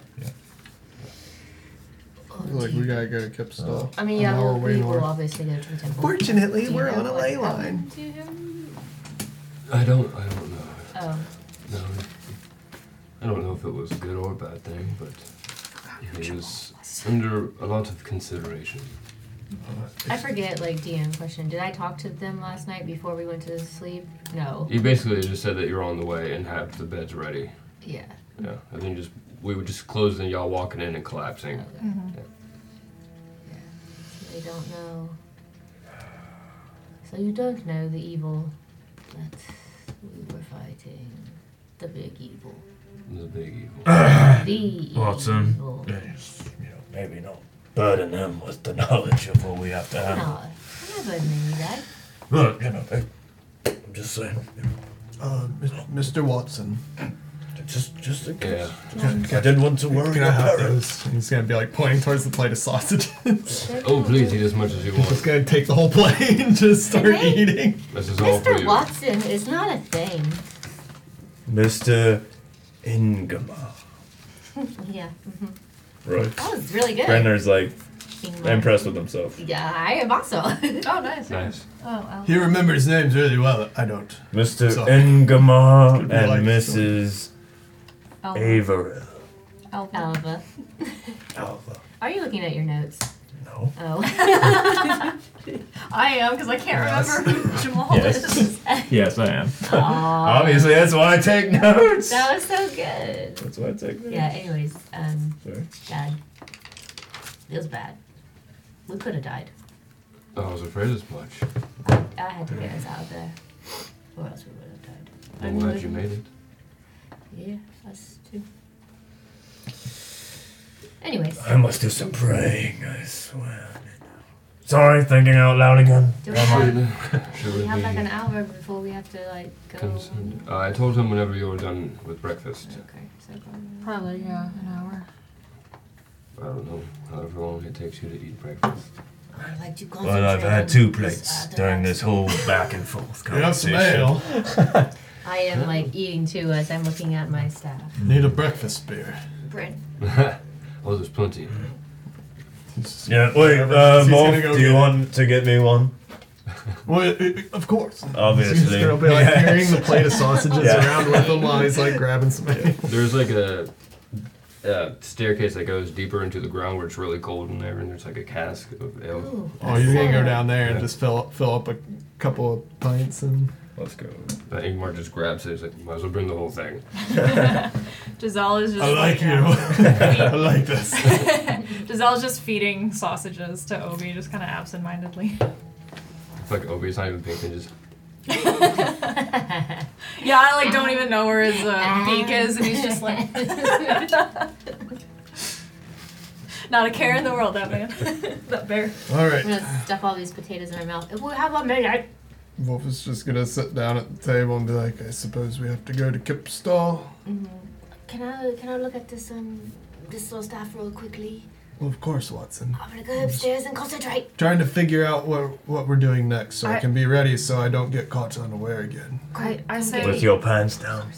[SPEAKER 1] Oh,
[SPEAKER 4] Like, we gotta go to Kipstall.
[SPEAKER 1] I mean,
[SPEAKER 4] Uh, An
[SPEAKER 1] yeah,
[SPEAKER 4] hour
[SPEAKER 1] we'll,
[SPEAKER 4] way
[SPEAKER 1] we will
[SPEAKER 4] north.
[SPEAKER 1] obviously go to the temple.
[SPEAKER 4] Fortunately,
[SPEAKER 1] Do you
[SPEAKER 4] we're
[SPEAKER 1] know
[SPEAKER 4] on a
[SPEAKER 1] what
[SPEAKER 4] ley
[SPEAKER 1] happened
[SPEAKER 4] line.
[SPEAKER 1] to him?
[SPEAKER 3] I don't, I don't know.
[SPEAKER 1] Oh,
[SPEAKER 3] No, I don't know if it was a good or a bad thing, but he was under a lot of consideration.
[SPEAKER 1] I forget. Like DM question. Did I talk to them last night before we went to sleep? No.
[SPEAKER 3] He basically just said that you're on the way and have the beds ready.
[SPEAKER 1] Yeah.
[SPEAKER 3] Yeah, and then just we would just close and y'all walking in and collapsing.
[SPEAKER 1] Oh,
[SPEAKER 5] Mm-hmm.
[SPEAKER 1] They don't know. So you don't know the evil that we were fighting. The big evil.
[SPEAKER 3] It was a big evil.
[SPEAKER 1] The
[SPEAKER 6] Watson.
[SPEAKER 1] evil.
[SPEAKER 6] Yes, You know, maybe not burden them with the knowledge of what we have to handle.
[SPEAKER 1] No, I never knew that.
[SPEAKER 6] Look, you know, hey, I'm just saying. you know,
[SPEAKER 4] Uh, Mis- Mr. Watson,
[SPEAKER 6] Just, just in case.
[SPEAKER 3] Yeah.
[SPEAKER 6] I didn't want to worry
[SPEAKER 4] can I have
[SPEAKER 6] about
[SPEAKER 4] those? He's gonna be like pointing towards the plate of sausages.
[SPEAKER 3] Oh, please eat as much as you
[SPEAKER 4] Just
[SPEAKER 3] want.
[SPEAKER 4] gonna take the whole plate and just start
[SPEAKER 1] Okay.
[SPEAKER 4] eating.
[SPEAKER 3] This is all for
[SPEAKER 1] Mr.
[SPEAKER 3] you.
[SPEAKER 1] Watson is not a thing.
[SPEAKER 6] Mr. Ingemar.
[SPEAKER 1] Yeah, mhm.
[SPEAKER 6] Right.
[SPEAKER 1] that was really good.
[SPEAKER 6] Brenner's like
[SPEAKER 1] Ingmar.
[SPEAKER 6] impressed with himself.
[SPEAKER 1] Yeah, I am also.
[SPEAKER 5] Oh, nice.
[SPEAKER 3] Nice.
[SPEAKER 5] Oh,
[SPEAKER 4] He remembers names really well. I don't.
[SPEAKER 6] Mr.
[SPEAKER 4] So-
[SPEAKER 6] Ingemar and
[SPEAKER 4] Could be like-
[SPEAKER 6] Mrs.
[SPEAKER 1] Oh,
[SPEAKER 6] Averill.
[SPEAKER 1] Alva,
[SPEAKER 6] Alva.
[SPEAKER 1] are you looking at your notes?
[SPEAKER 6] No.
[SPEAKER 2] No.
[SPEAKER 1] Oh.
[SPEAKER 5] I am because I can't
[SPEAKER 2] Yes.
[SPEAKER 5] remember who Jamal
[SPEAKER 6] Yes.
[SPEAKER 5] is.
[SPEAKER 6] Yes, I am.
[SPEAKER 2] Obviously, that's why I take notes.
[SPEAKER 1] that was so good.
[SPEAKER 6] That's why I take notes.
[SPEAKER 1] Yeah. Anyways, um,
[SPEAKER 6] Sorry.
[SPEAKER 1] God, it was bad. We could have died.
[SPEAKER 3] Oh, I was afraid as much.
[SPEAKER 1] I had to get us out of there, or else we would have died.
[SPEAKER 3] I'm glad you made it.
[SPEAKER 1] Yeah, us too. Anyways,
[SPEAKER 2] I must do some praying, I swear. Sorry, thinking out loud again.
[SPEAKER 1] do we have,
[SPEAKER 3] Should
[SPEAKER 1] we
[SPEAKER 3] we
[SPEAKER 1] have like
[SPEAKER 3] be
[SPEAKER 1] an hour before we have to like go?
[SPEAKER 3] concerned? Uh, I told him whenever you were done with breakfast.
[SPEAKER 1] Okay, so go on.
[SPEAKER 11] Probably, yeah, an hour.
[SPEAKER 3] I don't know, however long it takes you to eat breakfast.
[SPEAKER 1] I'd like to
[SPEAKER 12] But I've
[SPEAKER 1] concentrate
[SPEAKER 12] had
[SPEAKER 1] on
[SPEAKER 12] two
[SPEAKER 1] this
[SPEAKER 12] plates
[SPEAKER 1] other
[SPEAKER 12] during
[SPEAKER 1] aspect.
[SPEAKER 12] this whole back and forth
[SPEAKER 4] You have some
[SPEAKER 12] conversation.
[SPEAKER 4] ale.
[SPEAKER 1] I am like eating too as I'm looking at my staff.
[SPEAKER 4] Need a breakfast beer.
[SPEAKER 1] Brent,
[SPEAKER 3] Oh, there's plenty.
[SPEAKER 2] Yeah, wait, uh, Morph,
[SPEAKER 4] She's gonna go
[SPEAKER 2] do you
[SPEAKER 4] get it.
[SPEAKER 2] want to get me one?
[SPEAKER 4] Well, it- it- of course.
[SPEAKER 2] Obviously.
[SPEAKER 4] He's gonna be like
[SPEAKER 2] Yeah.
[SPEAKER 4] carrying the plate of sausages
[SPEAKER 2] Yeah.
[SPEAKER 4] around with him while he's like grabbing some.
[SPEAKER 3] There's like a, uh staircase that goes deeper into the ground where it's really cold in there, and there's like a cask of ale.
[SPEAKER 1] ooh,
[SPEAKER 4] Oh, you're gonna go
[SPEAKER 1] Sarah.
[SPEAKER 4] down there and just fill up, fill up a couple of pints and.
[SPEAKER 6] Let's go.
[SPEAKER 3] But Ingmar just grabs it. He's like, might as well bring the whole thing.
[SPEAKER 5] Giselle is just.
[SPEAKER 4] I like you.
[SPEAKER 5] yeah.
[SPEAKER 4] I like this.
[SPEAKER 5] Giselle's just feeding sausages to Obi, just kind of absentmindedly.
[SPEAKER 3] It's like Obi's not even picking. Just
[SPEAKER 5] Yeah, I like don't even know where his uh, beak is, and he's just like. Not a care in the world, that man. that bear.
[SPEAKER 4] All
[SPEAKER 1] I'm
[SPEAKER 4] right.
[SPEAKER 1] gonna stuff all these potatoes in my mouth. If we have a minute,
[SPEAKER 4] Wolf is just gonna sit down at the table and be like, I suppose we have to go to Kipstall.
[SPEAKER 13] Can I can I look at this um this little staff real quickly?
[SPEAKER 4] Well, of course, Watson.
[SPEAKER 13] I'm gonna go upstairs and concentrate.
[SPEAKER 4] Trying to figure out what what we're doing next so I,
[SPEAKER 5] I-
[SPEAKER 4] can be ready so I don't get caught unaware again.
[SPEAKER 5] I, I
[SPEAKER 2] With
[SPEAKER 5] say,
[SPEAKER 2] your pants down.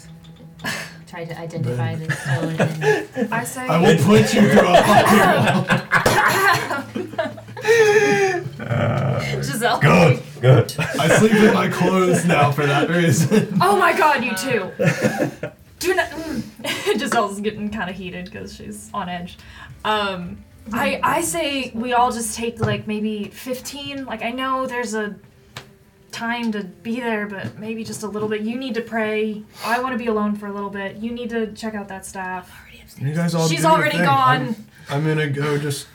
[SPEAKER 1] try to identify the stone. And
[SPEAKER 5] I say,
[SPEAKER 4] I will put you through a
[SPEAKER 5] Giselle.
[SPEAKER 2] Good, good.
[SPEAKER 4] I sleep in my clothes now for that reason.
[SPEAKER 5] Oh my god, you too! Do not. Mm. Giselle's getting kind of heated because she's on edge. Um, I I say we all just take like maybe fifteen. Like I know there's a time to be there, but maybe just a little bit. You need to pray. I want to be alone for a little bit. You need to check out that staff.
[SPEAKER 4] You guys all
[SPEAKER 5] She's
[SPEAKER 4] do your
[SPEAKER 5] already
[SPEAKER 4] thing.
[SPEAKER 5] gone.
[SPEAKER 4] I'm, I'm gonna go just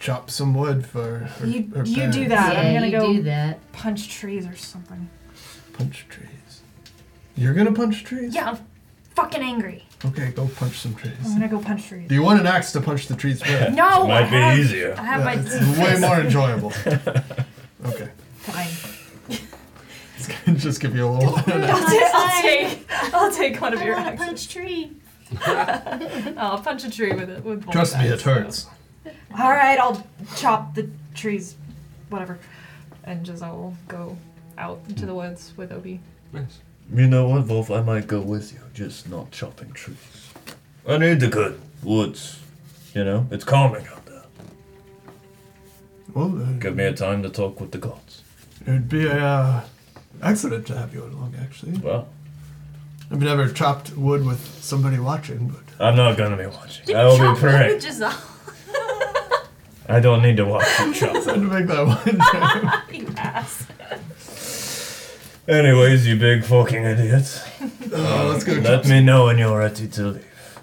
[SPEAKER 4] chop some wood for her,
[SPEAKER 5] You
[SPEAKER 4] her
[SPEAKER 5] you do
[SPEAKER 4] parents.
[SPEAKER 5] that. I'm
[SPEAKER 1] yeah,
[SPEAKER 5] gonna
[SPEAKER 1] you
[SPEAKER 5] go
[SPEAKER 1] do that.
[SPEAKER 5] punch trees or something.
[SPEAKER 4] Punch trees. You're gonna punch trees?
[SPEAKER 5] Yeah, I'm fucking angry.
[SPEAKER 4] Okay, go punch some trees.
[SPEAKER 5] I'm gonna go punch trees.
[SPEAKER 4] Do you want an axe to punch the trees with?
[SPEAKER 5] No, I
[SPEAKER 2] Might be
[SPEAKER 5] have,
[SPEAKER 2] easier.
[SPEAKER 5] I have my.
[SPEAKER 4] That's way more enjoyable. Okay.
[SPEAKER 5] Fine.
[SPEAKER 4] It's gonna just give you a little.
[SPEAKER 5] I'll, ta- I'll take. I'll take one of your
[SPEAKER 1] I want to
[SPEAKER 5] axes.
[SPEAKER 1] punch tree.
[SPEAKER 5] I'll punch a tree with it. With both
[SPEAKER 4] Trust me, it
[SPEAKER 5] axes.
[SPEAKER 4] hurts.
[SPEAKER 5] All right, I'll chop the trees, whatever, and Giselle will go out into the woods with Obi.
[SPEAKER 3] nice.
[SPEAKER 12] You know what, Wolf? I might go with you, just not chopping trees.
[SPEAKER 2] I need the good woods. You know, it's calming out there.
[SPEAKER 4] Well, uh,
[SPEAKER 2] Give me a time to talk with the gods.
[SPEAKER 4] it'd be a uh, accident to have you along. Actually,
[SPEAKER 2] Well,
[SPEAKER 4] I've never chopped wood with somebody watching, but
[SPEAKER 2] I'm not gonna be watching. I will be praying.
[SPEAKER 5] Giselle.
[SPEAKER 2] I don't need to watch you chop.
[SPEAKER 4] I had to make that one. joke.
[SPEAKER 5] you ass.
[SPEAKER 2] Anyways, you big fucking idiots.
[SPEAKER 4] Uh, let's go.
[SPEAKER 2] Let
[SPEAKER 4] chop
[SPEAKER 2] me know when you're ready to leave.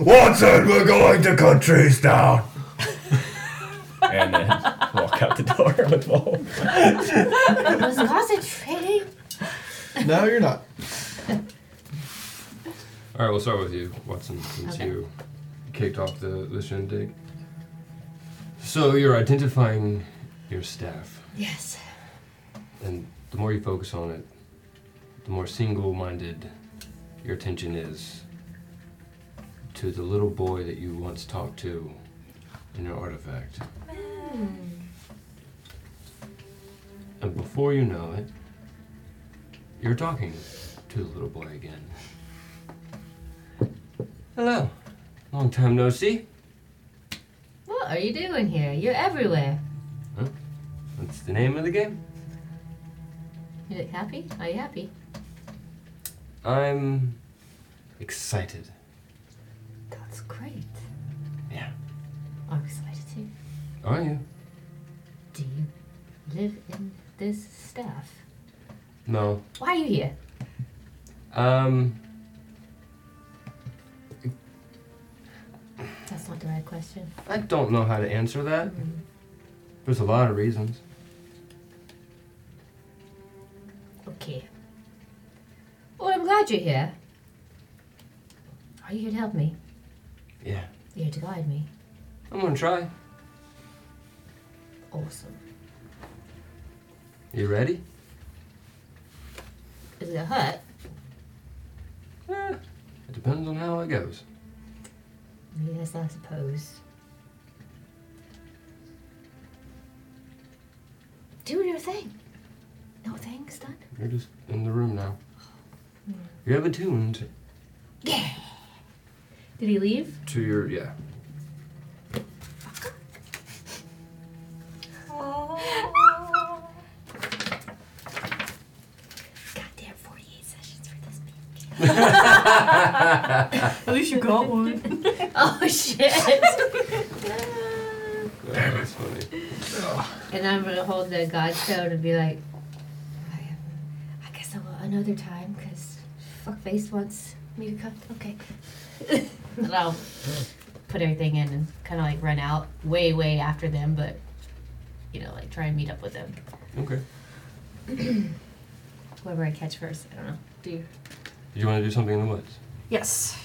[SPEAKER 2] Watson, we're going to cut trees down.
[SPEAKER 6] And then walk out the door with Vol.
[SPEAKER 1] I was concentrating.
[SPEAKER 4] some- No, you're not.
[SPEAKER 3] All right, we'll start with you, Watson, since
[SPEAKER 1] Okay.
[SPEAKER 3] you kicked off the, the shindig. So you're identifying your staff,
[SPEAKER 1] Yes.
[SPEAKER 3] and the more you focus on it, the more single-minded your attention is to the little boy that you once talked to in your artifact.
[SPEAKER 1] Hmm.
[SPEAKER 3] And before you know it, you're talking to the little boy again. Hello. Long time no see.
[SPEAKER 1] What are you doing here? You're everywhere.
[SPEAKER 3] What's the name of the game?
[SPEAKER 1] You look happy. Are you happy?
[SPEAKER 3] I'm excited.
[SPEAKER 1] That's great.
[SPEAKER 3] Yeah.
[SPEAKER 1] I'm Oh, excited too.
[SPEAKER 3] Are you?
[SPEAKER 1] Do you live in this stuff?
[SPEAKER 3] No.
[SPEAKER 1] Why are you here?
[SPEAKER 3] Um.
[SPEAKER 1] That's not the right question.
[SPEAKER 3] I don't know how to answer that. There's a lot of reasons.
[SPEAKER 1] Okay. Well, I'm glad you're here. Are you here to help me?
[SPEAKER 3] Yeah.
[SPEAKER 1] You're here to guide me.
[SPEAKER 3] I'm gonna try.
[SPEAKER 1] Awesome.
[SPEAKER 3] You ready?
[SPEAKER 1] Is it gonna hurt?
[SPEAKER 3] Eh, it depends on how it goes.
[SPEAKER 1] Yes, I suppose. Do your thing. No thanks, done.
[SPEAKER 3] You're just in the room now.
[SPEAKER 12] Hmm.
[SPEAKER 3] You have attuned
[SPEAKER 1] Yeah. Did he leave?
[SPEAKER 3] to your yeah.
[SPEAKER 1] Goddamn, 48 sessions for this man.
[SPEAKER 5] At least you got one.
[SPEAKER 1] Oh, shit.
[SPEAKER 3] Damn That's funny.
[SPEAKER 1] and I'm gonna hold the god stone and be like, I, I guess I will another time, because fuckface wants me to come. Okay. and I'll put everything in and kind of like run out way, way after them, but, you know, like try and meet up with them.
[SPEAKER 3] Okay.
[SPEAKER 1] Whoever I catch first, I don't know. Do you?
[SPEAKER 3] Did you want to do something in the woods?
[SPEAKER 5] Yes.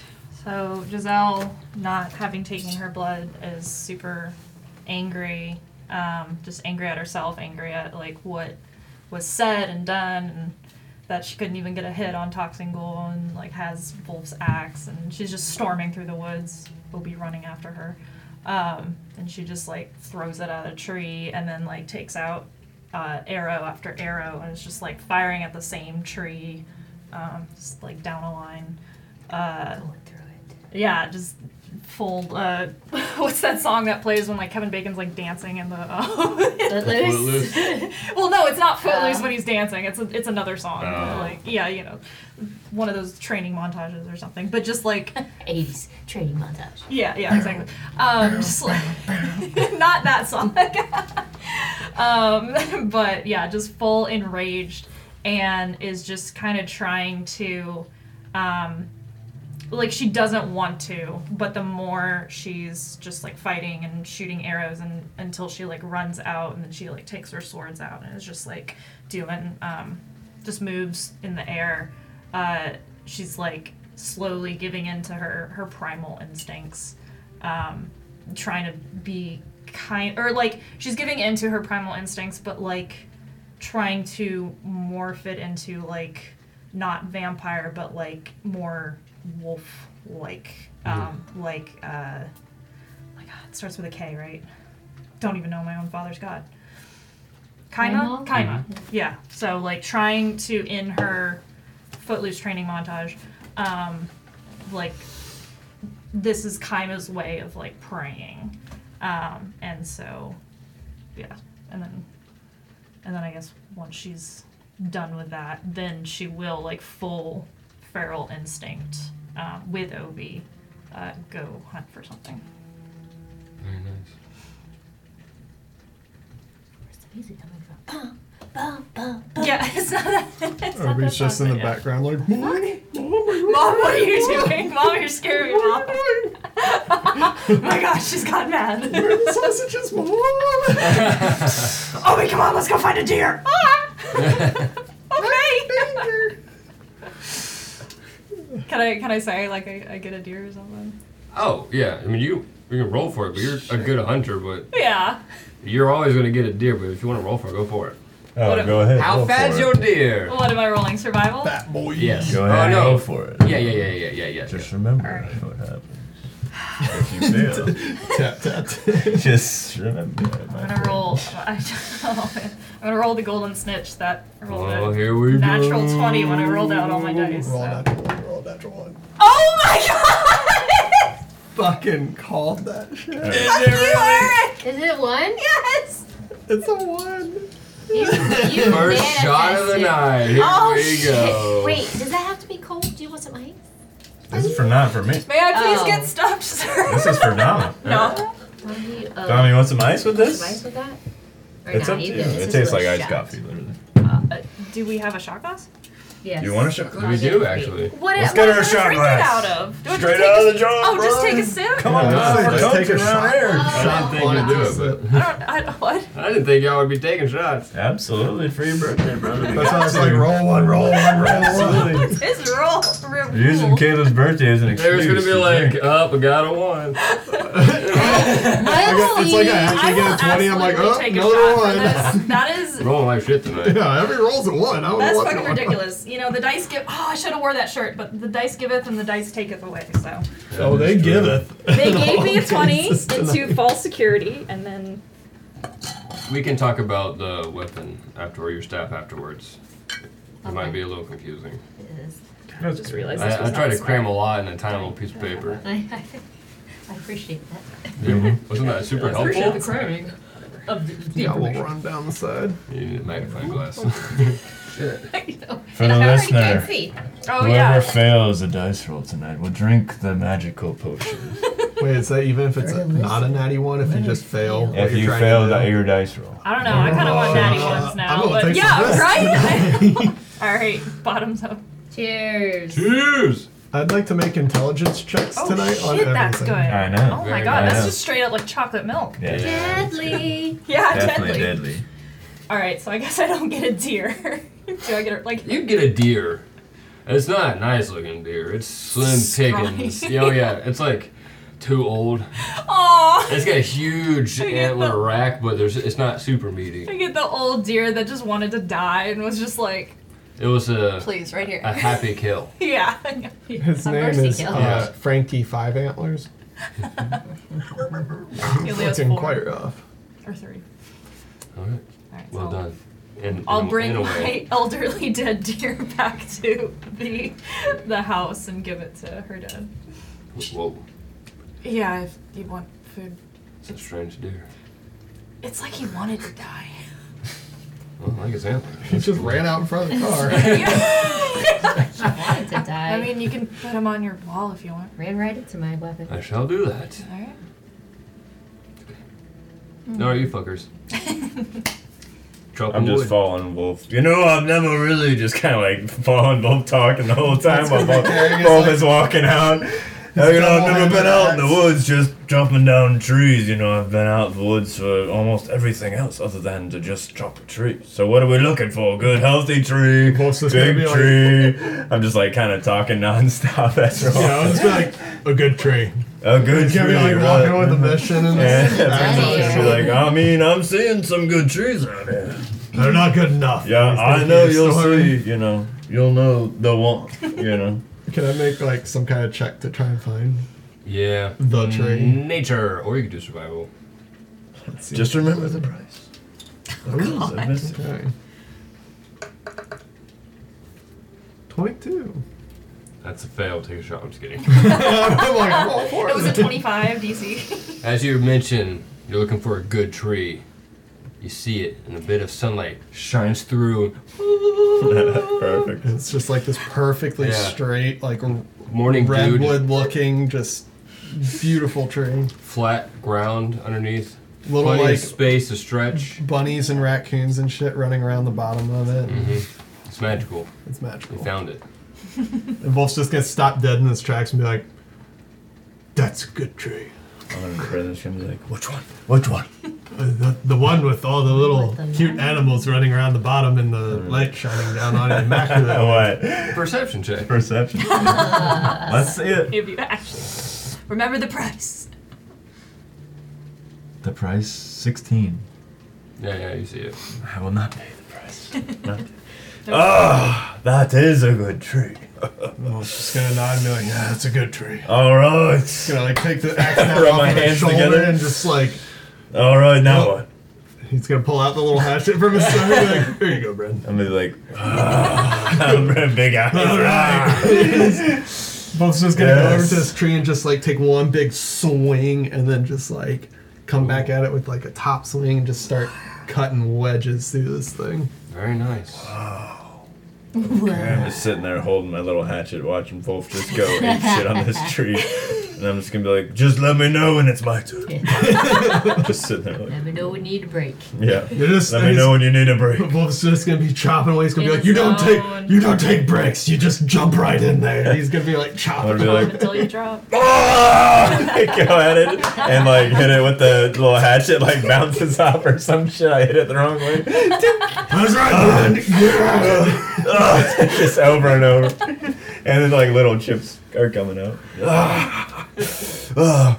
[SPEAKER 5] So Giselle, not having taken her blood, is super angry. Um, just angry at herself, angry at like what was said and done, and that she couldn't even get a hit on Toxin Ghoul, and like has Wolf's axe, and she's just storming through the woods. Will be running after her, um, and she just like throws it at a tree, and then like takes out uh, arrow after arrow, and it's just like firing at the same tree, um, just like down a line. Uh,
[SPEAKER 1] Going through it.
[SPEAKER 5] yeah, just full. Uh, what's that song that plays when like Kevin Bacon's like dancing in the? Uh,
[SPEAKER 1] Footloose.
[SPEAKER 5] well, no, it's not Footloose
[SPEAKER 1] Uh.
[SPEAKER 5] when he's dancing. It's a, it's another song.
[SPEAKER 3] Oh.
[SPEAKER 5] Like yeah, you know, one of those training montages or something. But just like
[SPEAKER 1] 80s training montage.
[SPEAKER 5] yeah, yeah, exactly. Um, just like, not that song. um, but yeah, just full enraged and is just kind of trying to, um, like she doesn't want to, but the more she's just like fighting and shooting arrows and until she like runs out and then she like takes her swords out and is just like doing um, just moves in the air. Uh, she's like slowly giving in to her her primal instincts, um, trying to be kind or like she's giving in to her primal instincts, but like trying to morph it into like not vampire but like more wolf like um, like uh, my God, it starts with a K, right? Don't even know my own father's god. Kaima,
[SPEAKER 1] Kaima?
[SPEAKER 5] Kaima, yeah. So like trying to in her footloose training montage, um, like this is Kaima's way of like praying, um, and so yeah, and then and then I guess once she's done with that, then she will like full feral instinct uh, with Obi uh, go hunt for something.
[SPEAKER 3] Very nice.
[SPEAKER 1] Where's the music coming from? Bum, bum, bum, bum.
[SPEAKER 5] Yeah, it's not that. It's not
[SPEAKER 4] Obi's
[SPEAKER 5] that
[SPEAKER 4] just
[SPEAKER 5] fun,
[SPEAKER 4] in the
[SPEAKER 5] but yeah.
[SPEAKER 4] background, like, "Mommy, mommy,
[SPEAKER 5] Mom, what are you doing? Mom, you're scaring me, Mom. oh my gosh, she's gotten mad.
[SPEAKER 4] where are the sausages, mom?"
[SPEAKER 5] Obi, come on, let's go find a deer. Ah! okay. can I can I say like I, I get a deer or something?
[SPEAKER 3] Oh yeah. I mean you you can roll for it, but you're a good hunter, but
[SPEAKER 5] Yeah.
[SPEAKER 3] you're always gonna get a deer. But if you want to roll for it, go for it.
[SPEAKER 12] Oh,
[SPEAKER 5] What-
[SPEAKER 12] go ahead.
[SPEAKER 3] How
[SPEAKER 12] go
[SPEAKER 3] fat's
[SPEAKER 12] for it.
[SPEAKER 3] your deer?
[SPEAKER 5] What am I rolling? Survival?
[SPEAKER 4] Fat boy.
[SPEAKER 3] Yes.
[SPEAKER 12] Go ahead.
[SPEAKER 3] Oh no.
[SPEAKER 12] Go for it.
[SPEAKER 3] Yeah yeah yeah yeah yeah yeah.
[SPEAKER 12] Just remember what happens. If you fail,
[SPEAKER 4] Tap, tap, tap.
[SPEAKER 12] just remember. it, my
[SPEAKER 5] I'm gonna
[SPEAKER 12] friend.
[SPEAKER 5] roll. I, am gonna roll the golden snitch that I rolled
[SPEAKER 3] Oh,
[SPEAKER 5] a
[SPEAKER 3] here we go.
[SPEAKER 5] natural twenty when I rolled out all my dice.
[SPEAKER 4] Roll
[SPEAKER 5] so-
[SPEAKER 4] natural one, roll natural one.
[SPEAKER 5] Oh my god!
[SPEAKER 4] Fucking called that shit.
[SPEAKER 5] Eric!
[SPEAKER 1] Is it one?
[SPEAKER 5] Yes!
[SPEAKER 4] It's a one.
[SPEAKER 1] You
[SPEAKER 3] First shot of the
[SPEAKER 1] manifested.
[SPEAKER 3] night. Here
[SPEAKER 1] Oh,
[SPEAKER 3] we
[SPEAKER 1] shit.
[SPEAKER 3] go.
[SPEAKER 1] Wait, does that have to be cold? Do you want some ice?
[SPEAKER 12] This is for not for me.
[SPEAKER 5] May I please
[SPEAKER 1] Oh.
[SPEAKER 5] get stuffed, sir?
[SPEAKER 12] This is for Donna.
[SPEAKER 5] no.
[SPEAKER 1] Tommy, uh,
[SPEAKER 6] Tommy, you want some ice with this?
[SPEAKER 1] some ice with that? Or
[SPEAKER 6] it's
[SPEAKER 1] not
[SPEAKER 6] up to you.
[SPEAKER 1] even, it's
[SPEAKER 6] It
[SPEAKER 1] just
[SPEAKER 6] tastes
[SPEAKER 1] a
[SPEAKER 6] like iced
[SPEAKER 1] shot.
[SPEAKER 6] coffee, literally.
[SPEAKER 5] Uh, uh, do we have a shot glass?
[SPEAKER 1] Yes.
[SPEAKER 6] You want a shot?
[SPEAKER 3] We do actually.
[SPEAKER 5] What
[SPEAKER 6] Let's
[SPEAKER 5] what
[SPEAKER 6] get
[SPEAKER 5] am
[SPEAKER 6] her
[SPEAKER 5] I
[SPEAKER 6] a shot
[SPEAKER 5] drinking out
[SPEAKER 6] glass.
[SPEAKER 5] of? Do I just
[SPEAKER 6] Straight
[SPEAKER 5] take
[SPEAKER 6] out
[SPEAKER 5] a-
[SPEAKER 6] of the jar,
[SPEAKER 5] Oh, just
[SPEAKER 6] bro.
[SPEAKER 5] take a sip.
[SPEAKER 6] Come on,
[SPEAKER 3] Yeah,
[SPEAKER 6] guys,
[SPEAKER 3] let's
[SPEAKER 6] we're
[SPEAKER 3] just
[SPEAKER 4] take a
[SPEAKER 6] coaching around here.
[SPEAKER 4] shot.
[SPEAKER 3] I didn't think you'd do it,
[SPEAKER 5] I don't. I, what?
[SPEAKER 3] but I didn't think y'all would be taking shots.
[SPEAKER 6] Absolutely, for your birthday, brother.
[SPEAKER 4] That's why I was like, roll one, roll one, roll one.
[SPEAKER 6] Absolutely.
[SPEAKER 5] This roll. real
[SPEAKER 6] Using
[SPEAKER 5] cool.
[SPEAKER 6] Caleb's birthday as an excuse.
[SPEAKER 3] There's gonna be
[SPEAKER 6] to
[SPEAKER 3] like,
[SPEAKER 6] drink.
[SPEAKER 3] up, I got a one.
[SPEAKER 4] I got, it's like I actually
[SPEAKER 5] will
[SPEAKER 4] get a 20, I'm like,
[SPEAKER 5] absolutely
[SPEAKER 4] oh,
[SPEAKER 5] take a
[SPEAKER 4] another
[SPEAKER 5] shot for
[SPEAKER 4] one.
[SPEAKER 5] this. That is
[SPEAKER 3] Rolling like shit tonight.
[SPEAKER 4] yeah, every roll's a one. I don't
[SPEAKER 5] that's
[SPEAKER 4] know what
[SPEAKER 5] fucking
[SPEAKER 4] the-
[SPEAKER 5] ridiculous. You know, the dice give. Oh, I should have wore that shirt, but the dice giveth and the dice taketh away. So
[SPEAKER 3] Oh,
[SPEAKER 4] So they giveth.
[SPEAKER 5] they gave me a twenty into false security, and then
[SPEAKER 3] We can talk about the weapon after or your staff afterwards. It might be a little confusing.
[SPEAKER 1] It is.
[SPEAKER 5] I just realized this
[SPEAKER 3] I, I
[SPEAKER 5] was
[SPEAKER 3] tried
[SPEAKER 5] not
[SPEAKER 3] to
[SPEAKER 5] smart.
[SPEAKER 3] cram a lot in a tiny little piece of paper.
[SPEAKER 1] I, I, I appreciate that.
[SPEAKER 3] Wasn't that super
[SPEAKER 5] I appreciate
[SPEAKER 3] helpful?
[SPEAKER 5] the cramming of the, the
[SPEAKER 4] Yeah, we'll
[SPEAKER 5] information.
[SPEAKER 4] run down the side.
[SPEAKER 3] You need a magnifying glass.
[SPEAKER 1] I know.
[SPEAKER 6] For the
[SPEAKER 1] I already
[SPEAKER 6] listener,
[SPEAKER 1] can't see.
[SPEAKER 5] Oh
[SPEAKER 6] whoever
[SPEAKER 5] yeah.
[SPEAKER 6] fails a dice roll tonight will drink the magical potion.
[SPEAKER 4] Wait, is that even if it's
[SPEAKER 1] Very
[SPEAKER 4] a, not a natty one, if you just fail? what
[SPEAKER 6] if
[SPEAKER 4] you're
[SPEAKER 6] you
[SPEAKER 4] trying to
[SPEAKER 6] fail
[SPEAKER 4] do?
[SPEAKER 6] that your dice roll.
[SPEAKER 5] I don't know. I kind of want natty
[SPEAKER 4] Uh,
[SPEAKER 5] ones
[SPEAKER 4] I'm
[SPEAKER 5] now,
[SPEAKER 4] gonna
[SPEAKER 5] but
[SPEAKER 4] take some
[SPEAKER 5] yeah,
[SPEAKER 4] risks.
[SPEAKER 5] right. All right, bottoms up.
[SPEAKER 1] Cheers.
[SPEAKER 3] Cheers!
[SPEAKER 4] I'd like to make intelligence checks
[SPEAKER 5] Oh
[SPEAKER 4] tonight on
[SPEAKER 5] shit,
[SPEAKER 4] everything.
[SPEAKER 5] that's good.
[SPEAKER 6] I know.
[SPEAKER 5] Oh my
[SPEAKER 3] Very
[SPEAKER 5] god,
[SPEAKER 6] nice.
[SPEAKER 5] that's just straight up like chocolate milk.
[SPEAKER 6] Yeah,
[SPEAKER 1] Deadly.
[SPEAKER 5] Yeah, deadly.
[SPEAKER 6] Definitely deadly.
[SPEAKER 5] All right, so I guess I don't get a deer. Do I get a, like?
[SPEAKER 3] You get a deer. And It's not a nice looking deer. It's slim pickings.
[SPEAKER 5] Scrawny.
[SPEAKER 3] Yeah, Oh yeah, it's like too old.
[SPEAKER 5] Aw.
[SPEAKER 3] It's got a huge
[SPEAKER 5] I get the-
[SPEAKER 3] antler rack, but there's it's not super meaty.
[SPEAKER 5] I get the old deer that just wanted to die and was just like,
[SPEAKER 3] It was a,
[SPEAKER 5] please, right here.
[SPEAKER 3] a happy kill.
[SPEAKER 5] yeah.
[SPEAKER 4] His
[SPEAKER 1] A
[SPEAKER 4] name
[SPEAKER 1] mercy
[SPEAKER 4] is
[SPEAKER 1] kill.
[SPEAKER 4] uh, Frankie Five Antlers.
[SPEAKER 5] He only has
[SPEAKER 4] Looking
[SPEAKER 5] four
[SPEAKER 4] quite rough.
[SPEAKER 5] or three.
[SPEAKER 3] All right,
[SPEAKER 5] All right,
[SPEAKER 3] well
[SPEAKER 5] so
[SPEAKER 3] done. In, in
[SPEAKER 5] I'll
[SPEAKER 3] a-
[SPEAKER 5] bring
[SPEAKER 3] in a way.
[SPEAKER 5] my elderly dead deer back to the the house and give it to her dad.
[SPEAKER 3] Whoa,
[SPEAKER 5] Yeah, if you want food.
[SPEAKER 3] it's a strange deer.
[SPEAKER 5] It's like he wanted to die.
[SPEAKER 3] Well, I like his antler.
[SPEAKER 4] He just ran out in front of the car.
[SPEAKER 1] I wanted to die.
[SPEAKER 5] I mean, you can put him on your wall if you want.
[SPEAKER 1] ran right into my weapon.
[SPEAKER 3] I shall do that.
[SPEAKER 5] All right. Mm-hmm.
[SPEAKER 3] No, you fuckers. Chop
[SPEAKER 6] I'm just falling wolf. You know, I've never really just kind of like fallen wolf talking the whole time while wolf, wolf is walking out. Now, you know, I've never been out in the woods just jumping down trees. You know, I've been out in the woods for almost everything else other than to just chop a tree. So what are we looking for? Good, healthy tree,
[SPEAKER 4] Wolf's just gonna
[SPEAKER 6] big
[SPEAKER 4] be like-
[SPEAKER 6] tree. I'm just like kind of talking nonstop. That's
[SPEAKER 4] you know,
[SPEAKER 6] wrong.
[SPEAKER 4] it's like a good tree.
[SPEAKER 6] A good
[SPEAKER 4] He's gonna
[SPEAKER 6] tree.
[SPEAKER 4] be like
[SPEAKER 6] right?
[SPEAKER 4] walking with a mission and
[SPEAKER 6] Yeah.
[SPEAKER 1] Yeah.
[SPEAKER 6] She's like, I mean, I'm seeing some good trees out here.
[SPEAKER 4] they're not good enough.
[SPEAKER 6] Yeah,
[SPEAKER 4] He's
[SPEAKER 6] I
[SPEAKER 4] gonna
[SPEAKER 6] know
[SPEAKER 4] be a
[SPEAKER 6] you'll
[SPEAKER 4] story.
[SPEAKER 6] see. You know, you'll know the one. You know,
[SPEAKER 4] Can I make like some kind of check to try and find?
[SPEAKER 3] Yeah.
[SPEAKER 4] The tree.
[SPEAKER 3] Nature, or you could do survival.
[SPEAKER 4] Let's see.
[SPEAKER 6] just remember the price. Oh,
[SPEAKER 4] Ooh,
[SPEAKER 6] I missed it.
[SPEAKER 4] Okay. Twenty-two.
[SPEAKER 3] That's a fail. Take a shot. I'm just kidding.
[SPEAKER 4] I'm like, I'm all for
[SPEAKER 5] It was a
[SPEAKER 4] it.
[SPEAKER 5] 25 DC.
[SPEAKER 3] As you mentioned, you're looking for a good tree. You see it, and a bit of sunlight shines through.
[SPEAKER 6] Perfect.
[SPEAKER 4] It's just like this perfectly
[SPEAKER 3] Yeah.
[SPEAKER 4] straight, like
[SPEAKER 3] Morning dew, just
[SPEAKER 4] redwood-looking, just beautiful tree.
[SPEAKER 3] flat ground underneath.
[SPEAKER 4] Little
[SPEAKER 3] Plenty
[SPEAKER 4] like
[SPEAKER 3] of space to stretch.
[SPEAKER 4] bunnies and raccoons and shit running around the bottom of it.
[SPEAKER 6] Mm-hmm.
[SPEAKER 3] It's magical.
[SPEAKER 4] It's
[SPEAKER 3] We
[SPEAKER 4] magical.
[SPEAKER 3] found it.
[SPEAKER 4] and Wolf's just gonna stop dead in his tracks and be like, "That's a good tree.
[SPEAKER 6] I'm gonna pray this. I'm like, which one?
[SPEAKER 12] Which one?
[SPEAKER 4] Uh, the, the one with all the little
[SPEAKER 1] With the
[SPEAKER 4] cute
[SPEAKER 1] light.
[SPEAKER 4] animals running around the bottom and the light shining down on it. Immaculate.
[SPEAKER 6] What?
[SPEAKER 3] Perception check.
[SPEAKER 6] Perception. Let's see it.
[SPEAKER 5] if you actually remember the price.
[SPEAKER 6] The price sixteen.
[SPEAKER 3] Yeah, yeah, you see it.
[SPEAKER 6] I will not pay the price. Not- Ah, that is a good tree.
[SPEAKER 4] Wolf's just gonna nod and be like, "Yeah, that's a good tree."
[SPEAKER 6] All right.
[SPEAKER 4] Gonna like take the axe knife
[SPEAKER 6] Rub
[SPEAKER 4] off
[SPEAKER 6] my
[SPEAKER 4] of his
[SPEAKER 6] hands
[SPEAKER 4] shoulder
[SPEAKER 6] together.
[SPEAKER 4] and just like
[SPEAKER 6] All right. Now what?
[SPEAKER 4] he's gonna pull out the little hatchet from his side. and be like, Here you go, Bren.
[SPEAKER 6] I'm gonna be like, ah, big eyes.
[SPEAKER 4] All right. Bump's just gonna go over
[SPEAKER 6] Yes.
[SPEAKER 4] to this tree and just like take one big swing and then just like come back at it with like a top swing and just start cutting wedges through this thing.
[SPEAKER 3] Very nice.
[SPEAKER 6] I'm just sitting there holding my little hatchet, watching Wolf just go and shit on this tree. and I'm just gonna be like, just let me know when it's my turn. just sitting there like,
[SPEAKER 1] Let me know we need a break.
[SPEAKER 6] yeah.
[SPEAKER 4] You're just,
[SPEAKER 6] Let me know when you need a break.
[SPEAKER 4] Wolf's just gonna be chopping away. He's gonna be
[SPEAKER 5] In
[SPEAKER 4] like, "You don't
[SPEAKER 5] his
[SPEAKER 4] take,
[SPEAKER 5] own-
[SPEAKER 4] you don't take breaks. You just jump right in there." He's gonna be like
[SPEAKER 6] I'd
[SPEAKER 4] chopping.
[SPEAKER 6] be like,
[SPEAKER 5] until you drop.
[SPEAKER 6] "Ah!" go at it and like hit it with the little hatchet, like bounces off or some shit. I hit it the wrong way.
[SPEAKER 4] That's right. man. Yeah.
[SPEAKER 6] Ugh, just over and over. And then like little chips are coming out. Ah. Ah.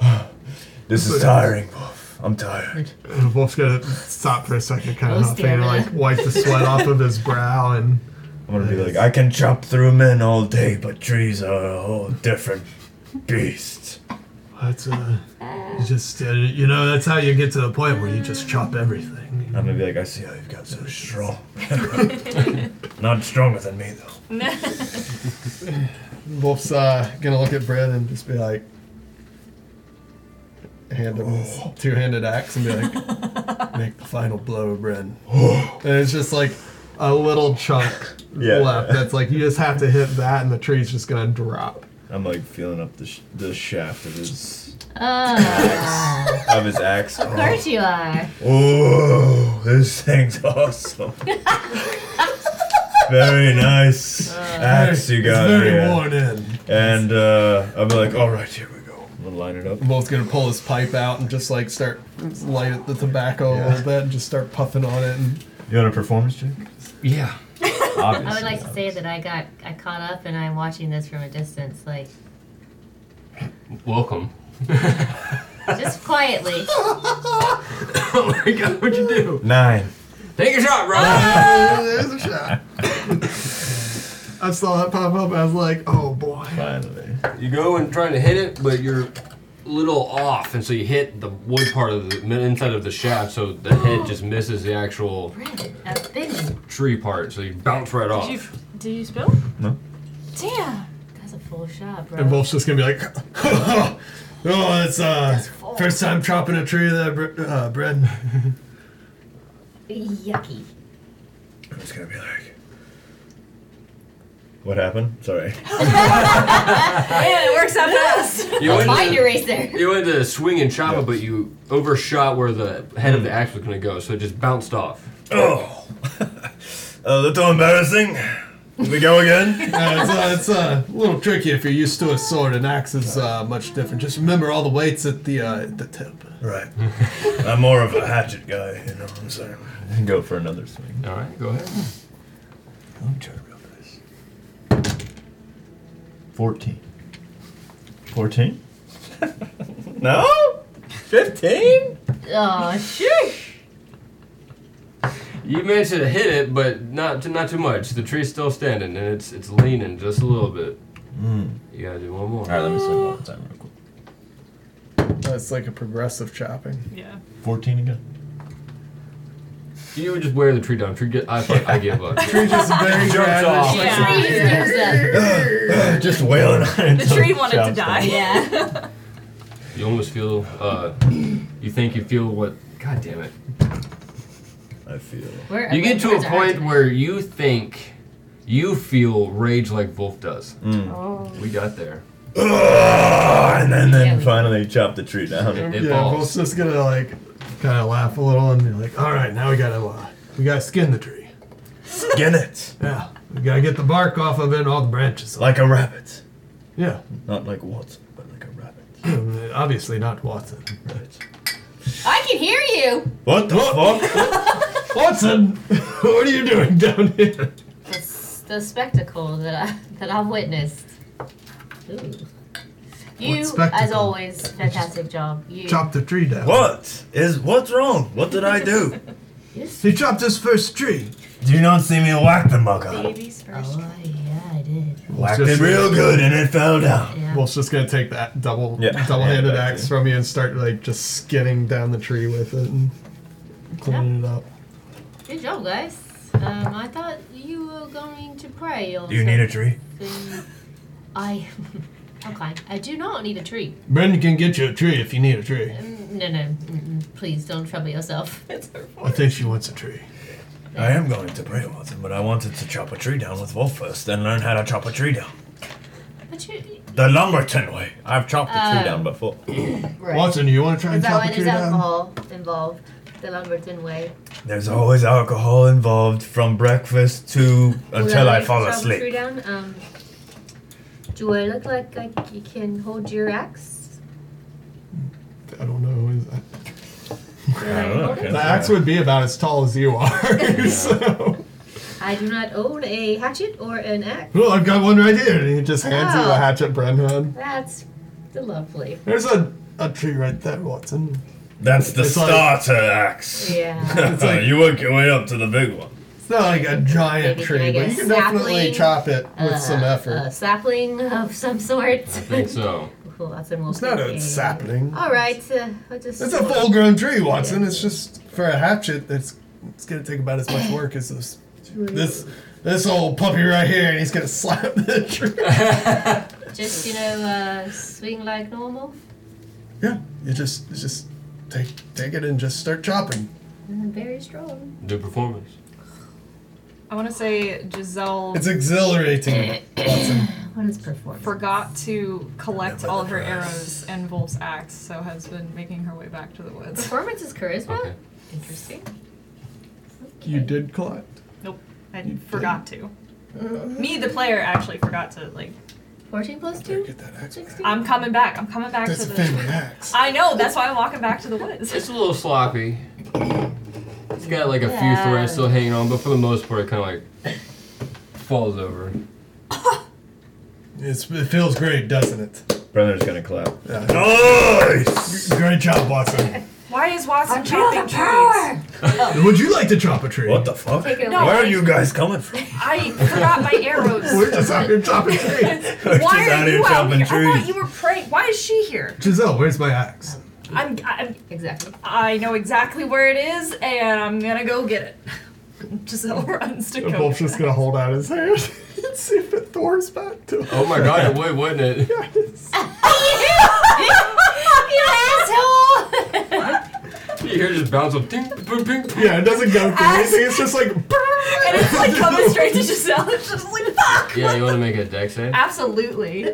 [SPEAKER 6] Ah. this is tiring, Wolf. I'm tired.
[SPEAKER 4] And Wolf's gonna stop for a second, kind
[SPEAKER 1] Oh,
[SPEAKER 4] of huffing and
[SPEAKER 1] stamina.
[SPEAKER 4] like wipe the sweat off of his brow. And
[SPEAKER 6] I'm gonna be like, I can chop through men all day, but trees are a whole different beast.
[SPEAKER 4] that's uh, you just uh, you know that's how you get to the point where you just chop everything.
[SPEAKER 6] I'm gonna be like, I see how you've got so strong.
[SPEAKER 12] Not stronger than me, though.
[SPEAKER 4] Wolf's uh, gonna look at Bryn and just be like, hand him his two-handed axe and be like, make the final blow, Bryn. and it's just like a little chunk
[SPEAKER 6] Yeah.
[SPEAKER 4] left. That's like you just have to hit that, and the tree's just gonna drop.
[SPEAKER 6] I'm like feeling up the, sh- the shaft of his
[SPEAKER 1] Ah,
[SPEAKER 6] of his axe.
[SPEAKER 1] of course you are.
[SPEAKER 6] Oh, this thing's awesome. very nice axe you got
[SPEAKER 4] it's very
[SPEAKER 6] here.
[SPEAKER 4] worn in.
[SPEAKER 6] And uh, I'll be like, all right, here we go. I'm gonna line it up.
[SPEAKER 4] Wolf's gonna pull his pipe out and just like start light the tobacco a little bit and just start puffing on it. And
[SPEAKER 6] You want a performance check?
[SPEAKER 3] Yeah.
[SPEAKER 6] Obviously.
[SPEAKER 1] I would like to say that I got I caught up and I'm watching this from a distance, like
[SPEAKER 3] Welcome.
[SPEAKER 1] just quietly.
[SPEAKER 3] Oh my god, what'd you do?
[SPEAKER 6] Nine.
[SPEAKER 3] Take a shot, bro.
[SPEAKER 4] there's a shot. I saw that pop up. I was like, oh boy.
[SPEAKER 6] Finally.
[SPEAKER 3] You go and trying to hit it, but you're a little off, and so you hit the wood part of the inside of the shaft, so the head just misses the actual
[SPEAKER 1] Brandon, a thing.
[SPEAKER 3] tree part, so you bounce right
[SPEAKER 5] Did
[SPEAKER 3] off.
[SPEAKER 5] you, did you spill?
[SPEAKER 6] No.
[SPEAKER 5] Damn.
[SPEAKER 1] That's a full shot, bro.
[SPEAKER 4] And Wolf's just gonna be like, oh, that's uh, first time chopping a tree that br- uh, bread.
[SPEAKER 1] Yucky.
[SPEAKER 6] I'm just gonna be like, what happened? Sorry.
[SPEAKER 5] Man, it works out fast.
[SPEAKER 3] You went,
[SPEAKER 1] Mind
[SPEAKER 3] to,
[SPEAKER 1] eraser.
[SPEAKER 3] you went to swing and chop it, but you overshot where the head of
[SPEAKER 4] Hmm.
[SPEAKER 3] the axe was going to go, so it just bounced off.
[SPEAKER 6] Oh, a little embarrassing. We go again.
[SPEAKER 4] Uh, it's, uh, it's uh, a little tricky if you're used to a sword. An axe is uh, much different. Just remember all the weights at the uh, at the tip.
[SPEAKER 6] right.
[SPEAKER 12] I'm more of a hatchet guy, you know what I'm saying?
[SPEAKER 6] Go for another swing.
[SPEAKER 3] All right, go ahead.
[SPEAKER 6] I'm trying real fast. 14. 14? no? 15?
[SPEAKER 1] Oh, shush.
[SPEAKER 3] You managed to hit it, but not too, not too much. The tree's still standing, and it's it's leaning just a little bit. You gotta do one more.
[SPEAKER 6] Alright, let me swing one time real quick.
[SPEAKER 4] That's like a progressive chopping.
[SPEAKER 5] Yeah.
[SPEAKER 6] 14 again.
[SPEAKER 3] You would just wear the tree down. Tree get, I, fuck- I give up.
[SPEAKER 4] Tree just very
[SPEAKER 3] Jumps
[SPEAKER 4] gradually-
[SPEAKER 3] off.
[SPEAKER 5] Yeah.
[SPEAKER 1] Please gives up.
[SPEAKER 6] Just wailing on it.
[SPEAKER 5] The tree wanted to die.
[SPEAKER 1] Yeah.
[SPEAKER 3] You almost feel. Uh, you think you feel what? God damn it!
[SPEAKER 6] I feel.
[SPEAKER 1] We're-
[SPEAKER 3] You get to a
[SPEAKER 1] words are hard
[SPEAKER 3] point
[SPEAKER 1] to-
[SPEAKER 3] where you think you feel rage like Wolf does.
[SPEAKER 1] Oh.
[SPEAKER 3] We got there.
[SPEAKER 6] Ah, and then,
[SPEAKER 1] Yeah,
[SPEAKER 6] then
[SPEAKER 1] we-
[SPEAKER 6] finally chop the tree down.
[SPEAKER 3] It
[SPEAKER 4] yeah,
[SPEAKER 3] falls.
[SPEAKER 4] Wolf's just gonna like kind of laugh a little and be like, all right, now we gotta uh, we gotta skin the tree.
[SPEAKER 6] Skin it.
[SPEAKER 4] Yeah, we gotta get the bark off of it and all the branches. off.
[SPEAKER 6] Like a rabbit.
[SPEAKER 4] yeah,
[SPEAKER 6] Not like what, but like a rabbit.
[SPEAKER 4] obviously not Watson.
[SPEAKER 6] Right.
[SPEAKER 1] I can hear you.
[SPEAKER 6] What the fuck?
[SPEAKER 4] Watson, what are you doing down here?
[SPEAKER 1] The, s- the spectacle that I that I've witnessed. Ooh. You, as
[SPEAKER 4] spectacle?
[SPEAKER 1] always, fantastic job. You.
[SPEAKER 4] Chop the tree down.
[SPEAKER 6] What is what's wrong? What did I do?
[SPEAKER 4] He chopped his first tree.
[SPEAKER 6] Do you not see me whack the mugger?
[SPEAKER 5] Babies first.
[SPEAKER 1] Oh yeah, I did.
[SPEAKER 6] Whacked it real good and it fell down.
[SPEAKER 1] Yeah.
[SPEAKER 4] Wolf's just gonna take that double
[SPEAKER 6] Yeah.
[SPEAKER 4] double-handed
[SPEAKER 6] Yeah,
[SPEAKER 4] axe from you and start like just skinning down the tree with it and cleaning it up.
[SPEAKER 1] Good job, guys. Um, I thought you were going to pray or
[SPEAKER 6] Do you need a tree?
[SPEAKER 1] something. I. Okay, I do not need a tree.
[SPEAKER 4] Brendan can get you a tree if you need a tree.
[SPEAKER 1] Mm, No, no, mm-mm, please don't trouble yourself.
[SPEAKER 4] I think she wants a tree.
[SPEAKER 6] I am going to pray Watson, but I wanted to chop a tree down with Wolf first, then learn how to chop a tree down.
[SPEAKER 1] But you,
[SPEAKER 6] The Lumberton way. I've chopped a tree down
[SPEAKER 1] Um,
[SPEAKER 6] before.
[SPEAKER 1] Right.
[SPEAKER 4] Watson, you want to try
[SPEAKER 1] Is
[SPEAKER 4] and
[SPEAKER 1] that
[SPEAKER 4] chop
[SPEAKER 1] when
[SPEAKER 4] a tree
[SPEAKER 1] there's
[SPEAKER 4] down?
[SPEAKER 1] alcohol involved? The Lumberton way.
[SPEAKER 6] There's always alcohol involved from breakfast to until
[SPEAKER 1] Will
[SPEAKER 6] I
[SPEAKER 1] like
[SPEAKER 6] fall
[SPEAKER 1] to chop a tree
[SPEAKER 6] asleep.
[SPEAKER 1] down? Um, do I look like I c- can hold your axe?
[SPEAKER 4] I don't know. Is that-
[SPEAKER 1] Do I
[SPEAKER 6] don't know,
[SPEAKER 1] hold it?
[SPEAKER 6] okay.
[SPEAKER 4] The axe would be about as tall as you are. so.
[SPEAKER 1] I do not own a hatchet or an axe.
[SPEAKER 4] Well, I've got one right here. And he just hands you
[SPEAKER 1] Wow.
[SPEAKER 4] a hatchet, Brendan.
[SPEAKER 1] That's lovely.
[SPEAKER 4] There's a, a tree right there, Watson.
[SPEAKER 6] That's the
[SPEAKER 4] It's like-
[SPEAKER 6] starter axe.
[SPEAKER 1] Yeah.
[SPEAKER 6] you work your way up to the big one.
[SPEAKER 4] It's not like a giant
[SPEAKER 1] Maybe can I
[SPEAKER 4] tree,
[SPEAKER 1] get
[SPEAKER 4] but
[SPEAKER 1] a
[SPEAKER 4] you can definitely
[SPEAKER 1] sapling?
[SPEAKER 4] chop it with
[SPEAKER 1] Uh,
[SPEAKER 4] some
[SPEAKER 1] A
[SPEAKER 4] effort.
[SPEAKER 1] sapling of some sort.
[SPEAKER 3] I think so.
[SPEAKER 1] Well, that's a most
[SPEAKER 4] it's not a sapling.
[SPEAKER 1] All right, uh, I'll just.
[SPEAKER 4] It's a full-grown tree, Watson. It's just for a hatchet. It's it's gonna take about as much work as this this this old puppy right here, and he's gonna slap the tree.
[SPEAKER 1] Just you know, uh, swing like normal.
[SPEAKER 4] yeah, you just you just take take it and just start chopping.
[SPEAKER 1] Mm, Very strong.
[SPEAKER 3] Do performance.
[SPEAKER 5] I want to say Giselle
[SPEAKER 4] It's exhilarating.
[SPEAKER 1] What is performance?
[SPEAKER 5] forgot to collect all of her arrows and Wolf's axe, so has been making her way back to the woods.
[SPEAKER 1] Performance is charisma.
[SPEAKER 3] Okay.
[SPEAKER 1] Interesting. Okay.
[SPEAKER 4] you did collect.
[SPEAKER 5] I forgot to. Me, the player, actually forgot to like.
[SPEAKER 1] Fourteen plus two.
[SPEAKER 4] Get that axe.
[SPEAKER 1] 16?
[SPEAKER 5] I'm coming back. I'm coming back
[SPEAKER 4] That's
[SPEAKER 5] to
[SPEAKER 4] a
[SPEAKER 5] the.
[SPEAKER 4] favorite axe.
[SPEAKER 5] I know. That's why I'm walking back to the woods.
[SPEAKER 3] It's a little sloppy. It's got like a
[SPEAKER 1] Yeah.
[SPEAKER 3] few threads still hanging on, but for the most part, it kind of like falls over.
[SPEAKER 4] It's, it feels great, doesn't it?
[SPEAKER 6] Brother's gonna clap.
[SPEAKER 4] Yeah.
[SPEAKER 6] Nice!
[SPEAKER 4] Great job, Watson.
[SPEAKER 5] Why is Watson chopping trees?
[SPEAKER 4] Would you like to chop a tree?
[SPEAKER 6] What the fuck?
[SPEAKER 1] Take it
[SPEAKER 5] No.
[SPEAKER 6] Where are you guys coming from?
[SPEAKER 5] I forgot my arrows.
[SPEAKER 4] We're just out here chopping trees.
[SPEAKER 6] We're
[SPEAKER 5] Why
[SPEAKER 6] just out
[SPEAKER 5] are
[SPEAKER 6] here
[SPEAKER 5] you out
[SPEAKER 6] chopping
[SPEAKER 5] here? I
[SPEAKER 6] trees.
[SPEAKER 5] thought you were praying. Why is she here?
[SPEAKER 4] Giselle, where's my axe?
[SPEAKER 5] I'm, I'm.
[SPEAKER 1] Exactly.
[SPEAKER 5] I know exactly where it is, and I'm gonna go get it. Giselle runs to
[SPEAKER 4] The
[SPEAKER 5] go.
[SPEAKER 4] wolf's just gonna hold out his hand and see if it throws back to him.
[SPEAKER 3] Oh my god, it would, wouldn't it?
[SPEAKER 5] Oh,
[SPEAKER 1] you asshole!
[SPEAKER 3] You hear it just bounce up. Ding, ping, ping, ping.
[SPEAKER 4] Yeah, it doesn't go through anything. It's just like.
[SPEAKER 5] And it's like coming straight to Giselle. It's just like fuck.
[SPEAKER 3] Yeah, you want to make a deck save?
[SPEAKER 5] Absolutely.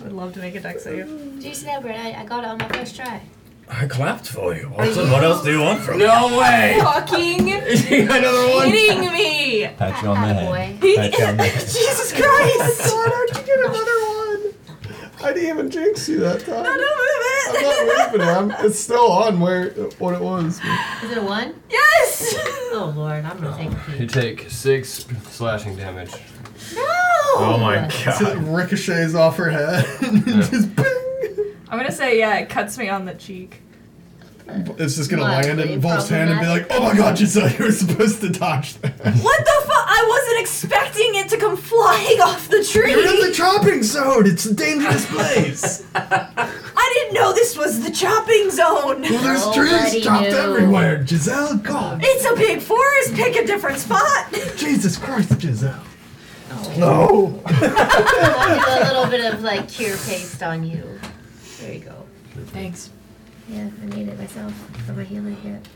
[SPEAKER 5] Would love to make a deck save.
[SPEAKER 1] Do you see that, Brett? I, I got it on my first try.
[SPEAKER 6] I clapped for you. Watson, what else do you want from me?
[SPEAKER 3] No way!
[SPEAKER 5] Fucking
[SPEAKER 3] you got another one?
[SPEAKER 5] kidding me!
[SPEAKER 12] Pat you on the
[SPEAKER 1] Ah,
[SPEAKER 12] head.
[SPEAKER 1] boy.
[SPEAKER 6] Pat you on the head.
[SPEAKER 5] Jesus Christ!
[SPEAKER 4] Why don't you get another one? I didn't even jinx you that time.
[SPEAKER 5] No, don't
[SPEAKER 4] I'm
[SPEAKER 5] move it!
[SPEAKER 4] not leaving him. It's still on where what it was.
[SPEAKER 1] Is it a one?
[SPEAKER 5] Yes!
[SPEAKER 1] Oh lord, I'm gonna take a
[SPEAKER 3] You
[SPEAKER 1] peek.
[SPEAKER 3] take six slashing damage.
[SPEAKER 6] Oh my
[SPEAKER 4] So it
[SPEAKER 6] god.
[SPEAKER 4] ricochets off her head. and just bing.
[SPEAKER 5] I'm gonna say, yeah, it cuts me on the cheek.
[SPEAKER 4] It's just gonna
[SPEAKER 1] Mildly
[SPEAKER 4] land in Wolf's hand and be like, "Oh my God, Giselle, you were supposed to dodge that.
[SPEAKER 5] What the fuck? I wasn't expecting it to come flying off the
[SPEAKER 4] You're in the
[SPEAKER 5] tree!
[SPEAKER 4] chopping zone. It's a dangerous place.
[SPEAKER 5] I didn't know this was the chopping
[SPEAKER 4] Well,
[SPEAKER 5] zone!
[SPEAKER 4] there's
[SPEAKER 1] Nobody
[SPEAKER 4] trees chopped
[SPEAKER 1] knew.
[SPEAKER 4] everywhere. Giselle, God,
[SPEAKER 5] It's a big forest, pick a different spot!
[SPEAKER 4] Jesus Christ, Giselle. No.
[SPEAKER 1] I'll do a little bit of like cure paste on you. There you go.
[SPEAKER 5] Thanks.
[SPEAKER 1] Yeah, I made it myself for my healing hit.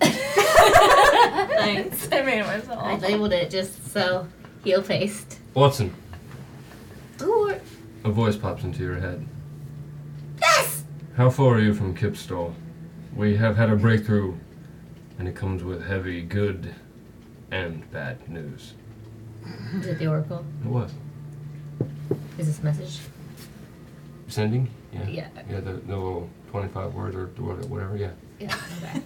[SPEAKER 5] Thanks. I made it
[SPEAKER 1] I
[SPEAKER 5] myself.
[SPEAKER 1] labeled it just so heal paste.
[SPEAKER 3] Watson,
[SPEAKER 1] Ooh,
[SPEAKER 3] a voice pops into your head.
[SPEAKER 1] yes!
[SPEAKER 3] How far are you from Kipstall? We have had a breakthrough, and it comes with heavy good and bad news.
[SPEAKER 1] Is it the oracle?
[SPEAKER 3] What?
[SPEAKER 1] Is this message?
[SPEAKER 3] Sending? Yeah.
[SPEAKER 1] Yeah.
[SPEAKER 3] Yeah, the, the little 25 words or what- whatever, yeah.
[SPEAKER 1] Yeah. okay.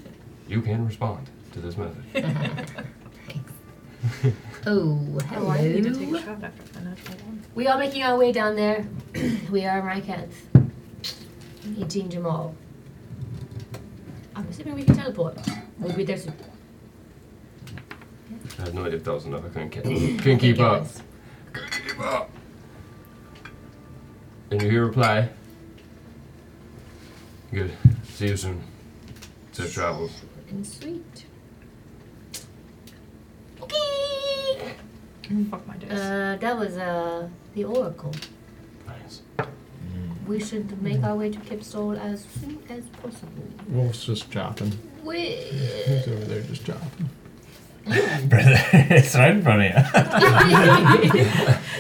[SPEAKER 3] You can respond to this message.
[SPEAKER 1] Oh,
[SPEAKER 5] Oh, I need to take a
[SPEAKER 1] hello.
[SPEAKER 5] shot after the natural one.
[SPEAKER 1] We are making our way down there. we are Rykans. Eugene Jamal. I'm assuming we can teleport. We'll be there soon.
[SPEAKER 3] I had no idea if that was enough. I couldn't, ke- couldn't keep
[SPEAKER 1] it
[SPEAKER 3] up.
[SPEAKER 1] was.
[SPEAKER 3] Couldn't keep up. And you hear a reply. Good. See you soon. Safe travels.
[SPEAKER 1] And sweet. Okay.
[SPEAKER 5] Fuck my dice.
[SPEAKER 1] Uh, that was uh the oracle.
[SPEAKER 3] Nice.
[SPEAKER 1] We should make our way to Kipstall as soon as possible.
[SPEAKER 4] Wolf's just chopping.
[SPEAKER 1] We.
[SPEAKER 4] He's over there just chopping.
[SPEAKER 12] Brother, it's right in front of you.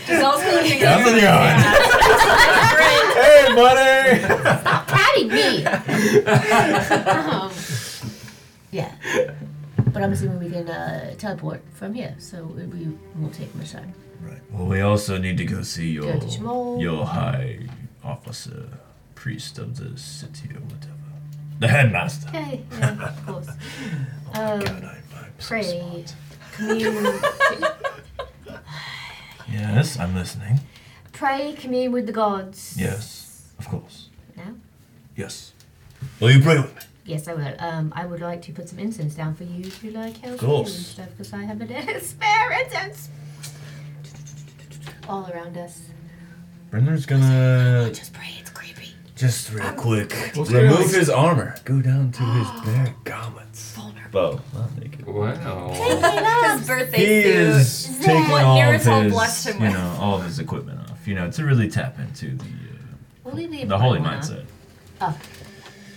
[SPEAKER 5] Giselle's looking
[SPEAKER 12] Nothing
[SPEAKER 5] at
[SPEAKER 12] on.
[SPEAKER 6] buddy.
[SPEAKER 1] Patty me. um, yeah, but I'm assuming we can uh, teleport from here, so it- we won't take much time.
[SPEAKER 6] Well, we also need to go see
[SPEAKER 1] Go
[SPEAKER 6] your
[SPEAKER 1] to Shmuel.
[SPEAKER 6] your high officer, priest of the city or whatever, the headmaster.
[SPEAKER 1] Yeah, yeah, of course.
[SPEAKER 6] Oh God,
[SPEAKER 1] Um,
[SPEAKER 6] I'm- I'm so
[SPEAKER 1] pray,
[SPEAKER 6] smart.
[SPEAKER 1] commune,
[SPEAKER 6] Yes, I'm listening.
[SPEAKER 1] pray, commune with the gods.
[SPEAKER 6] Yes, of course.
[SPEAKER 1] Now?
[SPEAKER 6] Yes. Will you pray with me?
[SPEAKER 1] Yes, I will. Um, I would like to put some incense down for you to like help
[SPEAKER 6] course.
[SPEAKER 1] you and stuff because I have a spare incense all around us.
[SPEAKER 6] Brenner's gonna
[SPEAKER 1] Oh, Just pray, it's creepy.
[SPEAKER 6] just real quick
[SPEAKER 4] What's
[SPEAKER 6] remove
[SPEAKER 4] going on?
[SPEAKER 6] his armor. Go down to his bare garments. Bo, not naked.
[SPEAKER 3] Wow.
[SPEAKER 5] His birthday
[SPEAKER 6] He is taking
[SPEAKER 5] What
[SPEAKER 6] all of
[SPEAKER 5] Naruto
[SPEAKER 6] his,
[SPEAKER 5] blessed him
[SPEAKER 6] you
[SPEAKER 5] with.
[SPEAKER 6] know, all of his equipment off. You know, to really tap into the uh,
[SPEAKER 1] Only the,
[SPEAKER 6] the holy
[SPEAKER 1] Iwana.
[SPEAKER 6] mindset.
[SPEAKER 1] Oh,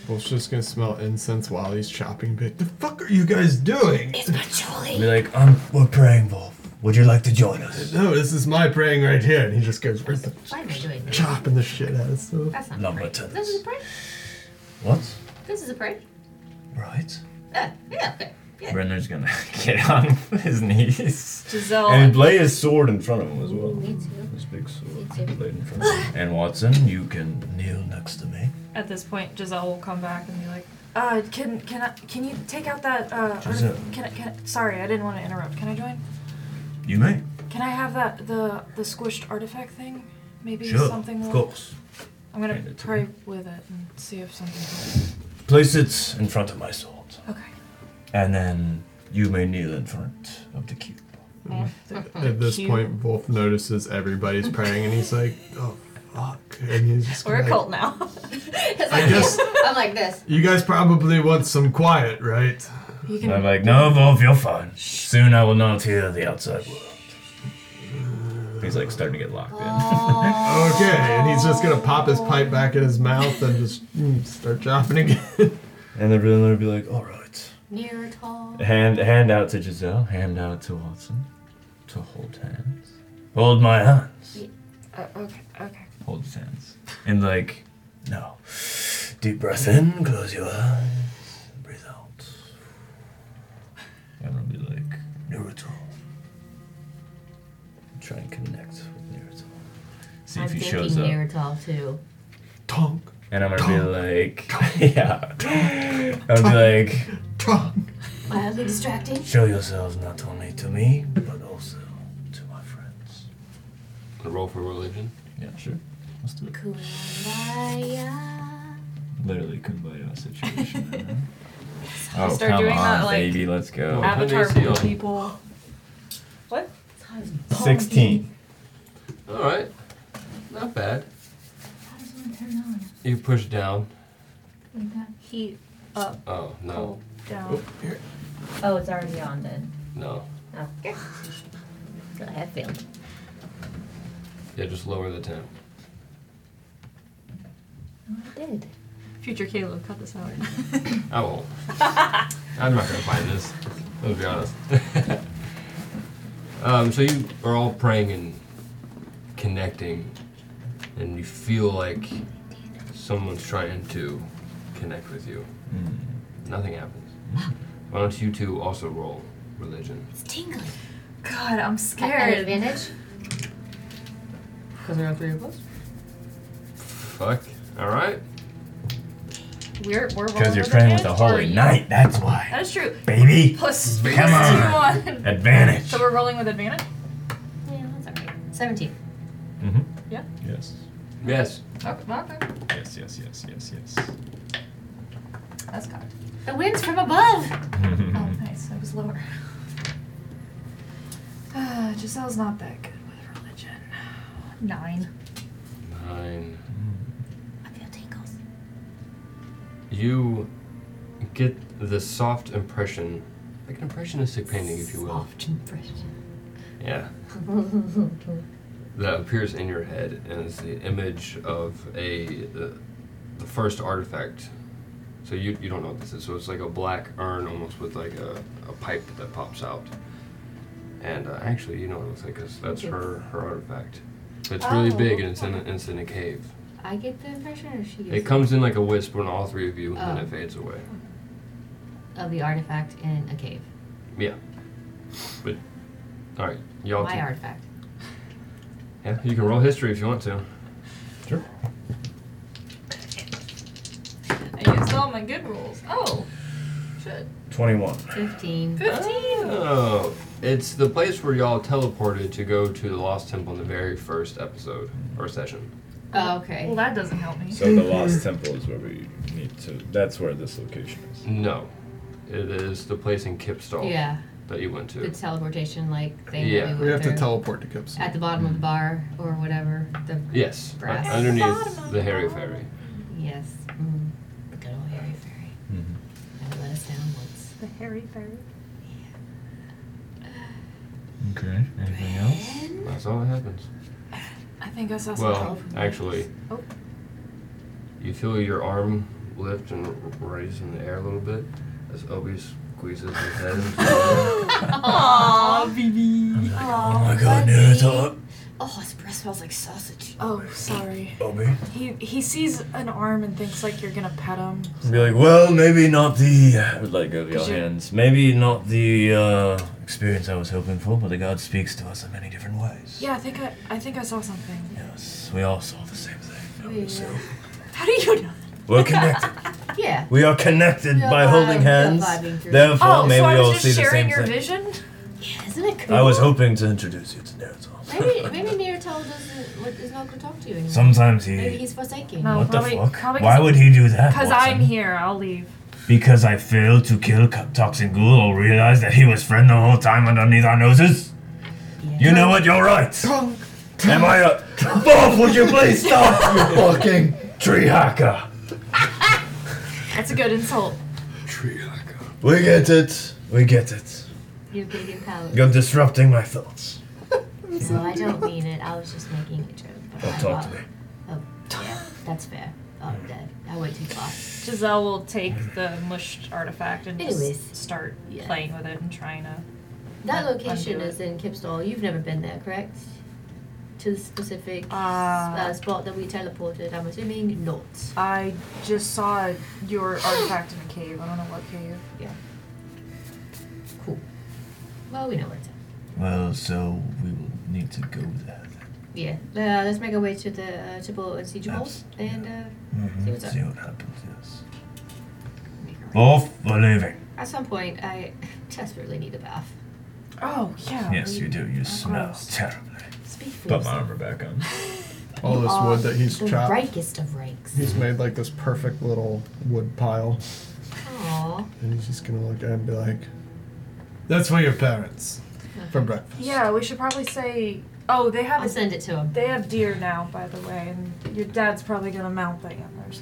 [SPEAKER 4] Wolf's just gonna smell incense while he's chopping. But the fuck are you guys doing?
[SPEAKER 1] it's patchouli.
[SPEAKER 6] Be like, um,
[SPEAKER 12] We're praying, Wolf. Would you like to join us?
[SPEAKER 4] No, this is my praying right here, and he just goes "Where's the
[SPEAKER 1] Why am I doing this?
[SPEAKER 4] chopping the shit out of stuff.
[SPEAKER 1] That's not
[SPEAKER 12] Lumber
[SPEAKER 1] a pray. This is a pray.
[SPEAKER 6] what?
[SPEAKER 1] This is a pray.
[SPEAKER 12] Right.
[SPEAKER 1] Uh, yeah, okay. Yeah.
[SPEAKER 6] Brenner's gonna get on his knees
[SPEAKER 5] Giselle.
[SPEAKER 6] and lay his sword in front of him as well.
[SPEAKER 1] Me too.
[SPEAKER 6] This big sword
[SPEAKER 1] Me too.
[SPEAKER 6] laid in front of him. And Watson, you can
[SPEAKER 12] Kneel next to me.
[SPEAKER 5] At this point, Giselle will come back and be like, "Uh, can can I, can you take out that uh? or-
[SPEAKER 12] Giselle.
[SPEAKER 5] Can I, can I, sorry, I didn't want to interrupt. Can I join?
[SPEAKER 12] You may.
[SPEAKER 5] Can I have that the the squished artifact thing? Maybe
[SPEAKER 12] Sure.
[SPEAKER 5] something.
[SPEAKER 12] Of
[SPEAKER 5] will-
[SPEAKER 12] course.
[SPEAKER 5] I'm gonna
[SPEAKER 6] Hand it to
[SPEAKER 5] pray with it and see if something. Helps.
[SPEAKER 12] Place it in front of my sword.
[SPEAKER 5] Okay.
[SPEAKER 12] And then you may kneel in front of the cube.
[SPEAKER 5] Mm-hmm.
[SPEAKER 4] At this
[SPEAKER 5] Cute.
[SPEAKER 4] point, Wolf notices everybody's praying, and he's like, "Oh fuck!" And he's just
[SPEAKER 5] We're a
[SPEAKER 4] like,
[SPEAKER 5] cult now.
[SPEAKER 1] It's
[SPEAKER 4] I
[SPEAKER 1] like,
[SPEAKER 4] guess
[SPEAKER 1] I'm like this.
[SPEAKER 4] you guys probably want some quiet, right?
[SPEAKER 5] you
[SPEAKER 6] I'm
[SPEAKER 5] can.
[SPEAKER 6] like, no, Wolf, you're fine.
[SPEAKER 12] Soon I will not hear the outside world.
[SPEAKER 6] He's like starting to get locked
[SPEAKER 5] Ah.
[SPEAKER 6] in.
[SPEAKER 1] Oh,
[SPEAKER 4] Okay, and he's just gonna pop his pipe back in his mouth and just mm, start chopping again.
[SPEAKER 6] And the Brenner will be like, all right.
[SPEAKER 1] near tall.
[SPEAKER 6] Hand hand out to Giselle, hand out to Watson to hold hands.
[SPEAKER 12] Hold my hands.
[SPEAKER 5] Uh, okay. Okay.
[SPEAKER 6] Hold his hands. And like,
[SPEAKER 12] No. Deep breath in, close your eyes, breathe out.
[SPEAKER 6] and I'll be like,
[SPEAKER 12] Naruto.
[SPEAKER 6] try and connect with Naruto. See
[SPEAKER 1] I'm
[SPEAKER 6] if he
[SPEAKER 1] thinking
[SPEAKER 6] shows up.
[SPEAKER 1] near tall too.
[SPEAKER 4] Tonk,
[SPEAKER 6] And I'm gonna be like, yeah. I'll be like,
[SPEAKER 4] tonk.
[SPEAKER 1] Wildly distracting.
[SPEAKER 12] Show yourselves not only to me, but also to my friends.
[SPEAKER 3] Roll for religion.
[SPEAKER 6] yeah, sure. Let's do it.
[SPEAKER 1] Kumbaya.
[SPEAKER 6] Literally kumbaya situation. man.
[SPEAKER 5] You
[SPEAKER 6] oh,
[SPEAKER 5] start
[SPEAKER 6] come
[SPEAKER 5] doing
[SPEAKER 6] on,
[SPEAKER 5] that, like-
[SPEAKER 6] baby, let's go.
[SPEAKER 3] Ab-
[SPEAKER 5] Avatar
[SPEAKER 3] Hunter Seal.
[SPEAKER 5] people. What?
[SPEAKER 6] Sixteen.
[SPEAKER 3] All right. Not bad. You push down.
[SPEAKER 5] Heat up,
[SPEAKER 3] Oh no,
[SPEAKER 5] cold, down.
[SPEAKER 1] Oh, it's already on then.
[SPEAKER 3] no.
[SPEAKER 1] Okay. I have failed.
[SPEAKER 3] Yeah, just lower the temp.
[SPEAKER 1] Oh, I did.
[SPEAKER 5] Future Caleb, cut this out.
[SPEAKER 3] I won't. I'm not gonna find this. Let's be honest. um, so you are all praying and connecting, and you feel like someone's trying to connect with you. Nothing happens. Why don't you two also roll religion?
[SPEAKER 1] It's tingling.
[SPEAKER 5] God, I'm
[SPEAKER 1] At an
[SPEAKER 5] scared.
[SPEAKER 1] advantage. Because there are three of us.
[SPEAKER 3] Fuck. All right.
[SPEAKER 5] We're we're
[SPEAKER 6] Because
[SPEAKER 5] rolling
[SPEAKER 6] you're praying with the
[SPEAKER 5] advantage, or
[SPEAKER 6] holy
[SPEAKER 5] you-
[SPEAKER 6] knight, that's why.
[SPEAKER 5] That is true.
[SPEAKER 6] Baby,
[SPEAKER 5] Plus,
[SPEAKER 6] Come
[SPEAKER 5] plus two on.
[SPEAKER 6] advantage.
[SPEAKER 5] So we're rolling with advantage.
[SPEAKER 1] Yeah, that's alright. Seventeen.
[SPEAKER 6] Mm-hmm.
[SPEAKER 5] Yeah.
[SPEAKER 6] Yes.
[SPEAKER 3] Yes.
[SPEAKER 5] Oh, Okay, okay.
[SPEAKER 6] Yes, yes, yes, yes, yes.
[SPEAKER 5] that's cocked.
[SPEAKER 1] The wind's from above.
[SPEAKER 5] Oh,
[SPEAKER 6] Mm-hmm.
[SPEAKER 5] nice. I was lower. Uh, Giselle's not that good with religion. Nine.
[SPEAKER 3] Nine.
[SPEAKER 1] I feel tingles.
[SPEAKER 3] You get the soft impression, like an impressionistic painting, if you will.
[SPEAKER 1] Soft impression.
[SPEAKER 3] Yeah. that appears in your head and it's the image of a the, the first artifact so you, you don't know what this is so it's like a black urn almost with like a, a pipe that pops out and uh,
[SPEAKER 1] Oh.
[SPEAKER 3] actually you know what it looks like because that's her her artifact it's really big and it's in a, it's in a cave
[SPEAKER 1] I get the impression, or she
[SPEAKER 3] It
[SPEAKER 1] gets
[SPEAKER 3] comes in like a wisp on all three of you, and then
[SPEAKER 1] Oh.
[SPEAKER 3] it fades away.
[SPEAKER 1] of the artifact in a cave.
[SPEAKER 3] Yeah. But all right, y'all.
[SPEAKER 1] My
[SPEAKER 3] can-
[SPEAKER 1] artifact.
[SPEAKER 3] Yeah, you can roll history if you want to.
[SPEAKER 5] I used all my good rules. Oh, shit.
[SPEAKER 6] 21.
[SPEAKER 1] Fifteen.
[SPEAKER 5] Fifteen.
[SPEAKER 3] Oh, it's the place where y'all teleported to go to the Lost Temple in the very first episode or session.
[SPEAKER 1] Oh,
[SPEAKER 5] Well,
[SPEAKER 1] okay.
[SPEAKER 5] that doesn't help me.
[SPEAKER 6] So the Lost Temple is where we need to. That's where this location is.
[SPEAKER 3] No, it is the place in Kipstall
[SPEAKER 1] Yeah,
[SPEAKER 3] that you went
[SPEAKER 1] the
[SPEAKER 3] to.
[SPEAKER 1] teleportation like thing.
[SPEAKER 3] Yeah.
[SPEAKER 1] that we, went
[SPEAKER 4] We have to
[SPEAKER 1] through.
[SPEAKER 4] teleport to Gibson.
[SPEAKER 1] at the bottom of the bar or whatever. The
[SPEAKER 3] Yes, un-
[SPEAKER 1] Brass.
[SPEAKER 3] underneath the Harry Ferry.
[SPEAKER 1] yes, mm, the good old Harry Fairy.
[SPEAKER 12] Mm-hmm.
[SPEAKER 1] Never let us down once.
[SPEAKER 11] The hairy fairy.
[SPEAKER 12] Okay. Anything else?
[SPEAKER 3] That's all that happens.
[SPEAKER 5] I think I saw some
[SPEAKER 3] Well,
[SPEAKER 5] telephone
[SPEAKER 3] actually,
[SPEAKER 11] Oh.
[SPEAKER 3] you feel your arm lift and raise in the air a little bit as Obi squeezes his head. into
[SPEAKER 12] Oh my god, dude, it's all
[SPEAKER 1] Oh, his breath smells like sausage.
[SPEAKER 11] Oh, sorry.
[SPEAKER 12] Obi.
[SPEAKER 11] He he sees an arm and thinks like you're gonna pet him.
[SPEAKER 6] Be like, well, maybe not the. I would let go of your
[SPEAKER 11] Could you-
[SPEAKER 6] hands.
[SPEAKER 12] Maybe not the uh, experience I was hoping for, but the god speaks to us in many different ways.
[SPEAKER 11] Yeah, I think I I think I saw something.
[SPEAKER 12] Yes, we all saw the same thing. don't we? Oh, So
[SPEAKER 11] How do you know?
[SPEAKER 6] We're connected.
[SPEAKER 1] Yeah.
[SPEAKER 6] We are connected
[SPEAKER 1] We are
[SPEAKER 6] by holding
[SPEAKER 1] vibing-
[SPEAKER 6] hands.
[SPEAKER 1] we are vibing through.
[SPEAKER 6] Therefore,
[SPEAKER 5] Oh,
[SPEAKER 6] may
[SPEAKER 5] so
[SPEAKER 6] we
[SPEAKER 5] I
[SPEAKER 6] all
[SPEAKER 5] was
[SPEAKER 6] see
[SPEAKER 5] just
[SPEAKER 6] the
[SPEAKER 5] sharing
[SPEAKER 6] same
[SPEAKER 5] your
[SPEAKER 6] thing.
[SPEAKER 5] vision?
[SPEAKER 1] Yeah, isn't it cool?
[SPEAKER 6] I was hoping to introduce you to Naruto.
[SPEAKER 1] Maybe maybe Naruto doesn't what, is not going to talk to you anymore.
[SPEAKER 12] sometimes
[SPEAKER 1] maybe
[SPEAKER 12] he.
[SPEAKER 1] he's forsaking.
[SPEAKER 11] No,
[SPEAKER 12] What the
[SPEAKER 11] probably-
[SPEAKER 12] fuck?
[SPEAKER 11] probably
[SPEAKER 12] Why
[SPEAKER 11] 'cause-
[SPEAKER 12] would he do that?
[SPEAKER 11] Cause
[SPEAKER 12] Watson?
[SPEAKER 11] I'm here. I'll leave.
[SPEAKER 12] Because I failed to kill Ca- Toxin Ghoul or realize that he was friend the whole time underneath our noses? You know what? You're right. Am I a. Bob, would you please stop, you fucking tree hacker?
[SPEAKER 11] That's a good insult.
[SPEAKER 6] We get it. We get it.
[SPEAKER 1] You're big and powerful.
[SPEAKER 6] You're disrupting my thoughts.
[SPEAKER 1] No, I don't mean it. I was just making a joke.
[SPEAKER 6] Don't talk to me.
[SPEAKER 1] Oh, Yeah, that's fair. Oh, I'm dead. I went too far.
[SPEAKER 5] Giselle will take the mushed artifact and just
[SPEAKER 1] Anyways.
[SPEAKER 5] start
[SPEAKER 1] Yeah.
[SPEAKER 5] playing with it and trying to. Un-
[SPEAKER 1] That location
[SPEAKER 5] undo it.
[SPEAKER 1] is in Kipstall. You've never been there, correct? To the specific uh,
[SPEAKER 11] Uh,
[SPEAKER 1] spot that we teleported. I'm assuming not.
[SPEAKER 11] I just saw your artifact in a cave. I don't know what cave.
[SPEAKER 1] Cool. Well, we know where it's at.
[SPEAKER 12] Well, so we will need to go there.
[SPEAKER 1] Yeah. Uh, let's make our way to the uh, Chippewa and Siege Holes and uh, see what's up.
[SPEAKER 12] Mm-hmm. See what happens, yes.
[SPEAKER 1] Make our way.
[SPEAKER 12] Both are leaving.
[SPEAKER 1] At some point, I desperately need a bath.
[SPEAKER 11] Oh yeah.
[SPEAKER 12] Yes, you do. You smell
[SPEAKER 11] gross.
[SPEAKER 12] terribly.
[SPEAKER 1] Speak for
[SPEAKER 6] Put my
[SPEAKER 1] yourself.
[SPEAKER 6] armor back on.
[SPEAKER 4] All this
[SPEAKER 1] are
[SPEAKER 4] wood that he's
[SPEAKER 1] the
[SPEAKER 4] chopped.
[SPEAKER 1] rakest of rakes.
[SPEAKER 4] He's made like this perfect little wood pile,
[SPEAKER 1] Aww.
[SPEAKER 4] and he's just gonna look at it and be like, "That's for your parents for breakfast."
[SPEAKER 11] Yeah, we should probably say. Oh, they have
[SPEAKER 1] I'll
[SPEAKER 11] a
[SPEAKER 1] send it to him.
[SPEAKER 11] They have deer now, by the way, and your dad's probably gonna mount the antlers.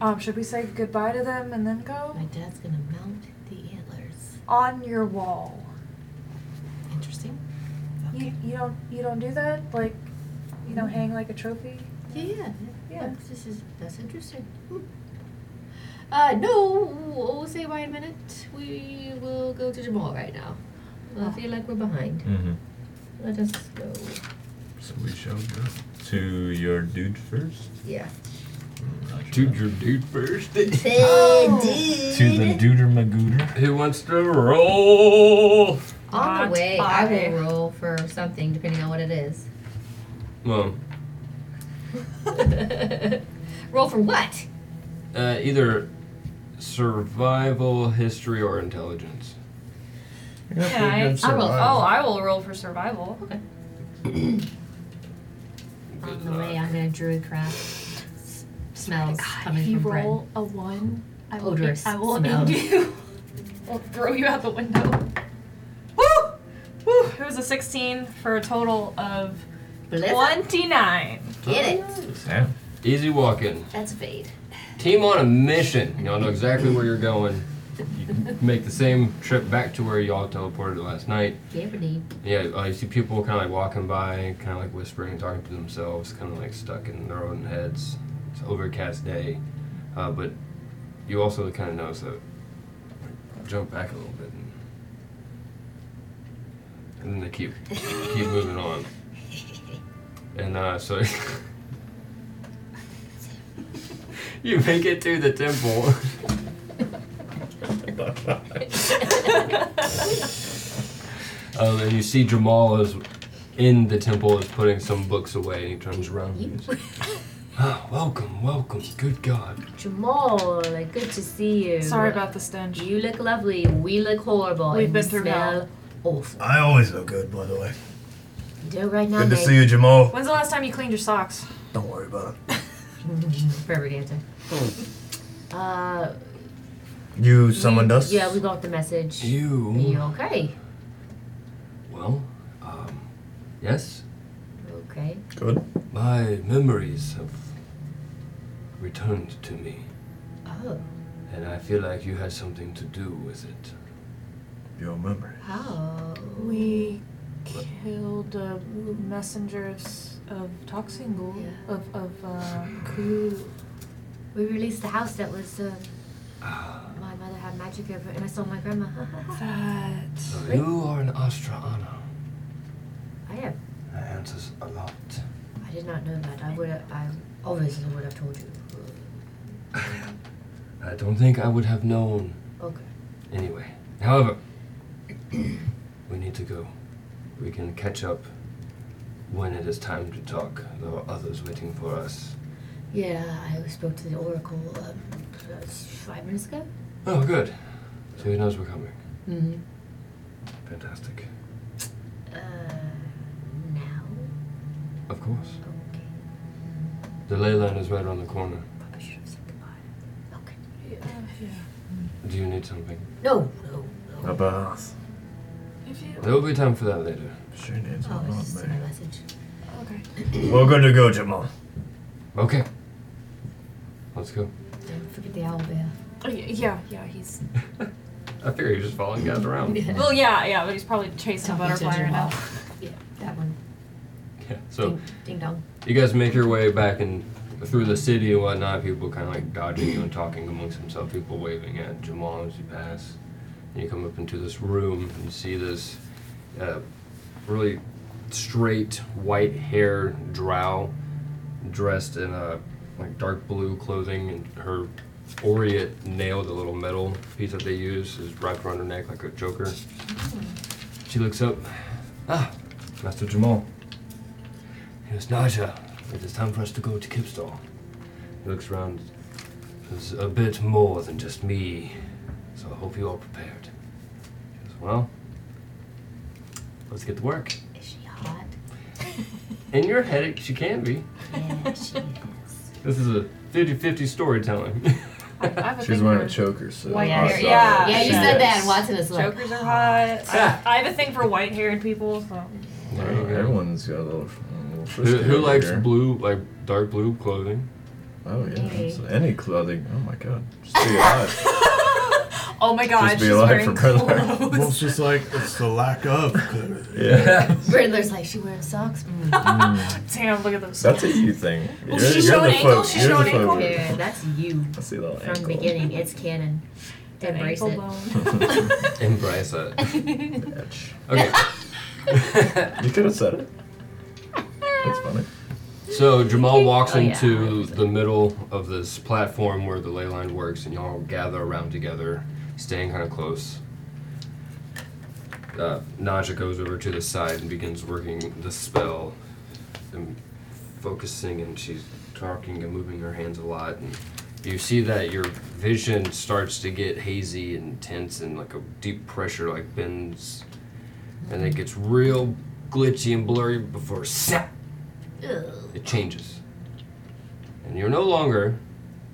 [SPEAKER 11] Um, should we say goodbye to them and then go
[SPEAKER 1] My dad's gonna mount the antlers.
[SPEAKER 11] on your wall?
[SPEAKER 1] Interesting.
[SPEAKER 11] You, you don't you don't do that like you don't hang like a trophy.
[SPEAKER 1] Yeah, yeah,
[SPEAKER 11] Yeah.
[SPEAKER 1] Look, This is that's interesting. Hmm. Uh, no, we'll say why in a minute. We will go to Jamal right now. I feel like we're behind.
[SPEAKER 6] Mm-hmm.
[SPEAKER 1] Let us go.
[SPEAKER 6] So we shall go to your dude first.
[SPEAKER 1] Yeah.
[SPEAKER 3] Dude, your dude first.
[SPEAKER 12] To the Duder Magooder.
[SPEAKER 3] Who wants to roll?
[SPEAKER 1] On
[SPEAKER 5] Not
[SPEAKER 1] the way, I
[SPEAKER 5] I.
[SPEAKER 1] will roll for something depending on what it is.
[SPEAKER 3] Well,
[SPEAKER 1] roll for what?
[SPEAKER 3] uh, either survival, history, or intelligence.
[SPEAKER 4] You're gonna have to
[SPEAKER 5] Yeah,
[SPEAKER 4] be
[SPEAKER 5] I-
[SPEAKER 4] good
[SPEAKER 1] I will-
[SPEAKER 5] Oh,
[SPEAKER 4] survival.
[SPEAKER 5] I will roll for survival.
[SPEAKER 1] On
[SPEAKER 3] Good
[SPEAKER 1] the way,
[SPEAKER 3] luck.
[SPEAKER 1] I'm gonna druid craft. S- Smells coming
[SPEAKER 11] if you
[SPEAKER 1] from bread.
[SPEAKER 11] roll a one, I will
[SPEAKER 1] Odorous
[SPEAKER 11] I will
[SPEAKER 1] smell.
[SPEAKER 11] end you.
[SPEAKER 5] I'll throw you out the window. Woo! Woo! It was a 16 for a total of
[SPEAKER 1] Bless
[SPEAKER 5] 29.
[SPEAKER 1] Get it.
[SPEAKER 12] Damn.
[SPEAKER 3] Easy walking.
[SPEAKER 1] That's fade.
[SPEAKER 3] Team on a mission. Y'all know exactly where you're going. You make the same trip back to where y'all teleported last night.
[SPEAKER 1] Gabardine.
[SPEAKER 3] Yeah, uh, you see people kind of like walking by, kind of like whispering, talking to themselves, kind of like stuck in their own heads. It's overcast day, uh, but you also kind of notice that. Jump back a little bit, and, and then they keep keep moving on. And uh, so, You make it to the temple. um, and you see Jamal is in the temple, is putting some books away, and he turns around. and he says, "Ah, welcome, welcome, good God.
[SPEAKER 1] Jamal, good to see you.
[SPEAKER 5] Sorry about the stench.
[SPEAKER 1] You look lovely. We look horrible.
[SPEAKER 5] We've
[SPEAKER 1] and
[SPEAKER 5] been
[SPEAKER 1] you
[SPEAKER 5] through
[SPEAKER 1] smell
[SPEAKER 5] hell.
[SPEAKER 1] awful.
[SPEAKER 14] I always look good, by the way.
[SPEAKER 1] You do right now,
[SPEAKER 14] Good to
[SPEAKER 1] babe.
[SPEAKER 14] see you, Jamal.
[SPEAKER 5] When's the last time you cleaned your socks?
[SPEAKER 14] Don't worry about it.
[SPEAKER 1] Perfect answer.
[SPEAKER 14] Hmm.
[SPEAKER 1] Uh,
[SPEAKER 14] You summoned
[SPEAKER 1] we-
[SPEAKER 14] us?
[SPEAKER 1] Yeah, we got the message.
[SPEAKER 3] You.
[SPEAKER 1] You okay?
[SPEAKER 3] Well, um, yes,
[SPEAKER 1] Okay.
[SPEAKER 14] Good.
[SPEAKER 3] my memories have returned to me,
[SPEAKER 1] Oh,
[SPEAKER 3] and I feel like you had something to do with it.
[SPEAKER 14] Your memory.
[SPEAKER 1] how?
[SPEAKER 5] We killed a messenger of, s- of toxin ghoul
[SPEAKER 1] Yeah.
[SPEAKER 5] of of uh, Ku.
[SPEAKER 1] We released the house that was. Uh,
[SPEAKER 3] Ah.
[SPEAKER 1] my mother had magic over it, and I saw my grandma.
[SPEAKER 5] That
[SPEAKER 3] So you are an Astra Ana.
[SPEAKER 1] I am.
[SPEAKER 3] That answers a lot.
[SPEAKER 1] I did not know that. I would. I obviously would have told you.
[SPEAKER 3] I don't think I would have known
[SPEAKER 1] Okay.
[SPEAKER 3] anyway. However, we need to go. We can catch up when it is time to talk. There are others waiting for us.
[SPEAKER 1] Yeah, I spoke to the oracle um, uh, five minutes ago.
[SPEAKER 3] Oh, good. So he knows we're coming.
[SPEAKER 1] Mm-hmm.
[SPEAKER 3] Fantastic.
[SPEAKER 1] Uh, now.
[SPEAKER 3] Of course.
[SPEAKER 1] Okay.
[SPEAKER 3] The ley line is right around the corner.
[SPEAKER 1] Probably should have said goodbye. Okay.
[SPEAKER 3] Do you need something?
[SPEAKER 1] No, no, no.
[SPEAKER 14] A bath.
[SPEAKER 3] There will be time for that later.
[SPEAKER 14] She needs
[SPEAKER 1] Oh,
[SPEAKER 14] one,
[SPEAKER 1] it's just
[SPEAKER 14] not
[SPEAKER 1] a
[SPEAKER 14] me.
[SPEAKER 1] message.
[SPEAKER 14] We're good to go, Jamal.
[SPEAKER 3] Okay. Let's go.
[SPEAKER 1] Don't forget the owl bear.
[SPEAKER 5] Oh, y- yeah, yeah, he's.
[SPEAKER 3] I figure you're just following guys around.
[SPEAKER 5] Well, yeah, yeah, but he's probably chasing a
[SPEAKER 1] Talking to
[SPEAKER 5] butterfly right now.
[SPEAKER 1] Jamal. Yeah, that one.
[SPEAKER 3] Yeah. So
[SPEAKER 1] Ding, ding dong.
[SPEAKER 3] You guys make your way back and through the city and whatnot. People kind of like dodging you and talking amongst themselves. People waving at Jamal as you pass. And you come up into this room and you see this uh, really straight white hair drow dressed in a like dark blue clothing and her orient nail, the little metal piece that they use, is wrapped around her neck like a choker. She looks up. Ah, Master Jamal. Yes, Naja, it is time for us to go to Kipstor. He looks around. There's a bit more than just me, so I hope you are prepared. She goes, well, let's get to work.
[SPEAKER 1] Is she hot?
[SPEAKER 3] In your head, she can be.
[SPEAKER 1] Yeah, she is.
[SPEAKER 3] This is a 50 50 storytelling.
[SPEAKER 5] I, I have a
[SPEAKER 14] She's
[SPEAKER 5] thing
[SPEAKER 14] wearing
[SPEAKER 5] for
[SPEAKER 14] a choker, so.
[SPEAKER 5] White
[SPEAKER 1] Yeah.
[SPEAKER 5] hair.
[SPEAKER 1] Yeah.
[SPEAKER 5] Yeah,
[SPEAKER 1] Yeah, you
[SPEAKER 5] yeah.
[SPEAKER 1] said that, and Watson is like,
[SPEAKER 5] Jokers are hot. I, I have a thing for white-haired people. So
[SPEAKER 6] Oh,
[SPEAKER 3] There you go.
[SPEAKER 14] Everyone's got a little. a little
[SPEAKER 3] who,
[SPEAKER 14] frisky
[SPEAKER 3] who
[SPEAKER 14] over
[SPEAKER 3] likes
[SPEAKER 14] here.
[SPEAKER 3] blue, like dark blue clothing?
[SPEAKER 14] Oh yeah,
[SPEAKER 1] Maybe.
[SPEAKER 14] so any clothing. Oh my god, just be alive.
[SPEAKER 5] oh my God,
[SPEAKER 14] just be
[SPEAKER 5] she's
[SPEAKER 14] alive for
[SPEAKER 5] wearing
[SPEAKER 14] brother.
[SPEAKER 15] Well,
[SPEAKER 5] clothes.
[SPEAKER 15] it's just like it's the lack of. clearly.
[SPEAKER 14] Yeah,
[SPEAKER 1] Riddler's like, she wearing socks? Mm.
[SPEAKER 5] Damn, look at those.
[SPEAKER 14] that's a you thing. You're,
[SPEAKER 5] she
[SPEAKER 14] you're
[SPEAKER 5] showed
[SPEAKER 14] the
[SPEAKER 5] ankle?
[SPEAKER 14] folk-
[SPEAKER 5] She
[SPEAKER 14] you're
[SPEAKER 5] showed
[SPEAKER 14] the folk-
[SPEAKER 5] ankle?
[SPEAKER 1] Yeah, that's you
[SPEAKER 14] I see that
[SPEAKER 1] from
[SPEAKER 14] ankle.
[SPEAKER 1] beginning. It's canon.
[SPEAKER 5] That
[SPEAKER 1] Embrace
[SPEAKER 5] ankle
[SPEAKER 1] it.
[SPEAKER 5] bone.
[SPEAKER 3] Embrace it.
[SPEAKER 14] Bitch.
[SPEAKER 3] Okay.
[SPEAKER 14] You could have said it. That's funny.
[SPEAKER 3] So Jamal walks
[SPEAKER 1] Oh, yeah.
[SPEAKER 3] into the middle of this platform where the ley line works, and y'all gather around together, staying kind of close. Uh, Naja goes over to the side and begins working the spell, and focusing, and she's talking and moving her hands a lot. And you see that your vision starts to get hazy and tense, and like a deep pressure like bends, and it gets real glitchy and blurry before snap
[SPEAKER 1] Ugh.
[SPEAKER 3] it changes. And you're no longer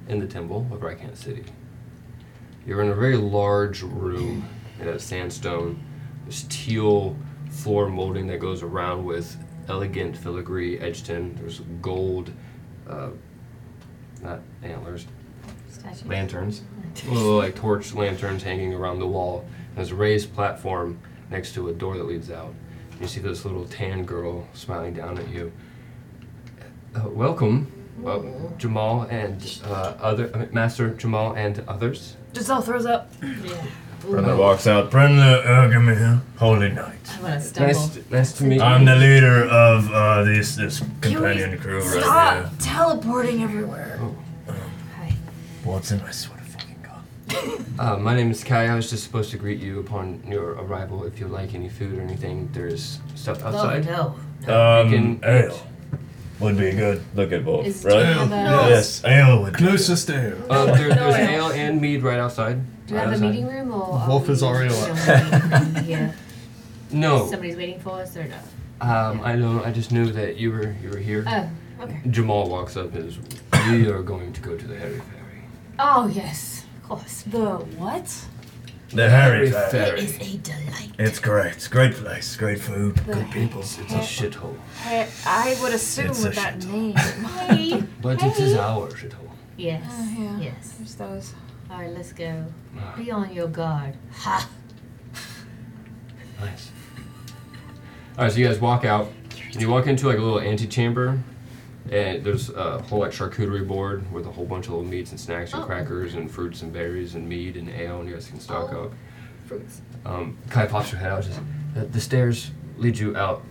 [SPEAKER 3] in the temple of Rykant City. You're in a very large room made out of sandstone. There's teal floor molding that goes around with elegant filigree edged in. There's gold, uh, not antlers,
[SPEAKER 1] Statue.
[SPEAKER 3] lanterns, little like torch lanterns hanging around the wall. And there's a raised platform next to a door that leads out. You see this little tan girl smiling down at you. Uh, welcome, uh, Jamal and uh, other I mean, Master Jamal and others.
[SPEAKER 5] Giselle throws up.
[SPEAKER 1] Yeah.
[SPEAKER 6] Uh,
[SPEAKER 14] Brenda
[SPEAKER 1] Ooh,
[SPEAKER 14] walks out.
[SPEAKER 6] Brenda Ergamir, Holy Knight.
[SPEAKER 1] I want to stumble.
[SPEAKER 3] Nice, to, nice to meet you.
[SPEAKER 6] I'm the leader of uh, this this companion crew right
[SPEAKER 5] Stop
[SPEAKER 6] here.
[SPEAKER 5] teleporting everywhere.
[SPEAKER 1] Hi.
[SPEAKER 12] Watson, I swear to fucking God.
[SPEAKER 3] Uh, my name is Kai. I was just supposed to greet you upon your arrival. If you'd like any food or anything, there's stuff outside.
[SPEAKER 1] no.
[SPEAKER 3] You
[SPEAKER 6] Um,
[SPEAKER 3] can-
[SPEAKER 6] ale would be good. Look at both,
[SPEAKER 1] Is
[SPEAKER 6] right?
[SPEAKER 1] do you have a,
[SPEAKER 6] Yes, ale would.
[SPEAKER 4] Closest to.
[SPEAKER 3] Uh, there,
[SPEAKER 5] No
[SPEAKER 3] there's
[SPEAKER 5] ale.
[SPEAKER 3] ale and mead right outside.
[SPEAKER 1] do you have
[SPEAKER 3] Right
[SPEAKER 1] a
[SPEAKER 3] outside.
[SPEAKER 1] meeting room or are
[SPEAKER 4] Wolf
[SPEAKER 1] we
[SPEAKER 4] is already
[SPEAKER 1] still waiting? yeah.
[SPEAKER 3] No,
[SPEAKER 1] Somebody's waiting for us or no?
[SPEAKER 3] um, I don't. I just knew that you were you were here.
[SPEAKER 1] Oh, okay.
[SPEAKER 3] Jamal walks up and is, we are going to go to the Harry Ferry.
[SPEAKER 1] Oh yes, of course.
[SPEAKER 11] The what?
[SPEAKER 6] The Harry
[SPEAKER 3] Harry
[SPEAKER 6] Fair.
[SPEAKER 1] It
[SPEAKER 3] Ferry.
[SPEAKER 1] is a delight.
[SPEAKER 6] It's great. It's a great place. Great food.
[SPEAKER 11] The
[SPEAKER 6] Good people.
[SPEAKER 3] It's, it's a shithole,
[SPEAKER 11] Hey, I would assume
[SPEAKER 6] It's a
[SPEAKER 11] with that
[SPEAKER 6] shit.
[SPEAKER 11] name.
[SPEAKER 1] Hey.
[SPEAKER 3] but it is our shithole.
[SPEAKER 1] Yes.
[SPEAKER 11] Oh, yeah.
[SPEAKER 1] Yes.
[SPEAKER 11] There's those.
[SPEAKER 1] All right, let's go. Be on your guard. Ha.
[SPEAKER 3] Nice. All right, so you guys walk out, and you walk into like a little antechamber, and there's a whole like charcuterie board with a whole bunch of little meats and snacks and
[SPEAKER 1] Oh.
[SPEAKER 3] crackers and fruits and berries and mead and ale, and you guys can stock
[SPEAKER 1] Oh.
[SPEAKER 3] up.
[SPEAKER 1] Fruits.
[SPEAKER 3] Um, Kai pops her head out. Just the, the stairs lead you out.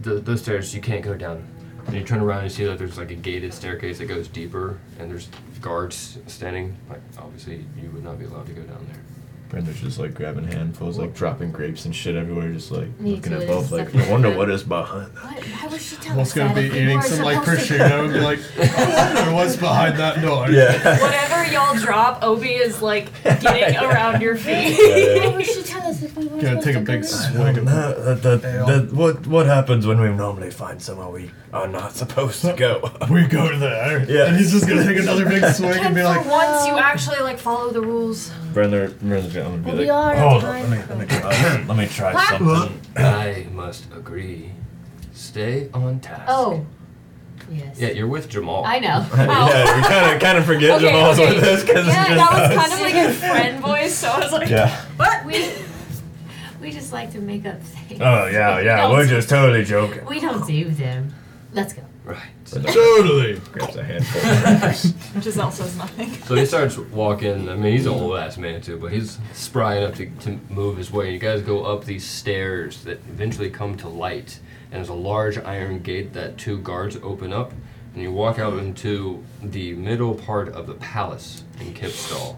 [SPEAKER 3] The, those stairs you can't go down. And you turn around and you see that there's like a gated staircase that goes deeper, and there's guards standing. Like obviously you would not be allowed to go down there.
[SPEAKER 14] Brenda's just like grabbing handfuls, like dropping grapes and shit everywhere, just like
[SPEAKER 1] Me
[SPEAKER 14] looking
[SPEAKER 1] too,
[SPEAKER 14] at
[SPEAKER 1] it
[SPEAKER 14] both.
[SPEAKER 1] is
[SPEAKER 14] Like,
[SPEAKER 1] definitely
[SPEAKER 14] I wonder
[SPEAKER 1] good.
[SPEAKER 14] what is behind that.
[SPEAKER 1] What? Why would she tell
[SPEAKER 4] Wolf's
[SPEAKER 1] us
[SPEAKER 4] gonna
[SPEAKER 1] that
[SPEAKER 4] be
[SPEAKER 1] if we
[SPEAKER 4] eating
[SPEAKER 1] weren't
[SPEAKER 4] some like
[SPEAKER 1] supposed to-
[SPEAKER 4] prosciutto and be like, I wonder what's behind that door.
[SPEAKER 14] Yeah.
[SPEAKER 5] Whatever y'all drop, Obi is like getting around your feet.
[SPEAKER 1] Why would she tell us if we weren't
[SPEAKER 4] Gonna
[SPEAKER 1] supposed
[SPEAKER 4] take a
[SPEAKER 1] to
[SPEAKER 4] big
[SPEAKER 1] go in?
[SPEAKER 4] swig of
[SPEAKER 6] No, that, that,
[SPEAKER 4] Ale.
[SPEAKER 6] that, what what happens when we normally find somewhere we are not supposed to go?
[SPEAKER 4] We go to there.
[SPEAKER 6] Yeah.
[SPEAKER 4] And he's just gonna take another big swig and
[SPEAKER 11] And
[SPEAKER 4] be
[SPEAKER 11] for
[SPEAKER 4] like,
[SPEAKER 11] once, you actually like follow the rules.
[SPEAKER 14] Brenda, Brenda's gonna, I'm gonna be
[SPEAKER 13] We
[SPEAKER 14] like,
[SPEAKER 13] are
[SPEAKER 12] Hold
[SPEAKER 13] on
[SPEAKER 12] on, let me, let me, try, let me try something.
[SPEAKER 3] I must agree. Stay on task.
[SPEAKER 1] Oh. Yes.
[SPEAKER 3] Yeah, you're with Jamal.
[SPEAKER 1] I know.
[SPEAKER 6] yeah, we kind of kind of forget
[SPEAKER 5] Okay,
[SPEAKER 6] Jamal's
[SPEAKER 5] okay.
[SPEAKER 6] with us because
[SPEAKER 1] Yeah,
[SPEAKER 6] it's
[SPEAKER 5] That
[SPEAKER 6] just
[SPEAKER 5] was
[SPEAKER 6] us.
[SPEAKER 5] kind of like a friend voice, so I was like,
[SPEAKER 14] yeah.
[SPEAKER 5] what?
[SPEAKER 1] We we just like to make up things.
[SPEAKER 6] Oh yeah, yeah,
[SPEAKER 1] No.
[SPEAKER 6] we're just totally joking.
[SPEAKER 1] We don't do them. Let's go.
[SPEAKER 3] Right.
[SPEAKER 14] Totally. Grabs a handful.
[SPEAKER 5] Giselle says nothing.
[SPEAKER 3] So he starts walking. I mean, he's an old ass man too, but he's spry enough to, to move his way. You guys go up these stairs that eventually come to light, and there's a large iron gate that two guards open up, and you walk out into the middle part of the palace in Kipstall.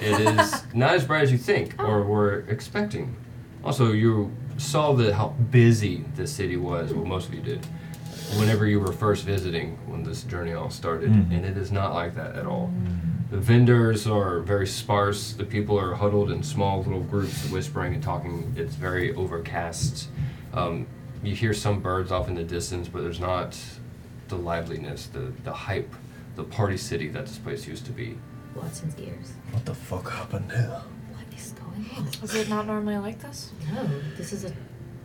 [SPEAKER 3] It is not as bright as you think or were expecting. Also, you saw the how busy the city was. Well, most of you did. Whenever you were first visiting, when this journey all started, and it is not like that at all. The vendors are very sparse. The people are huddled in small little groups, whispering and talking. It's very overcast. Um, you hear some birds off in the distance, but there's not the liveliness, the the hype, the party city that this place used to be.
[SPEAKER 1] Watson's ears.
[SPEAKER 6] What the fuck happened here?
[SPEAKER 1] What is going on?
[SPEAKER 11] Is it not normally like this?
[SPEAKER 1] No, this is a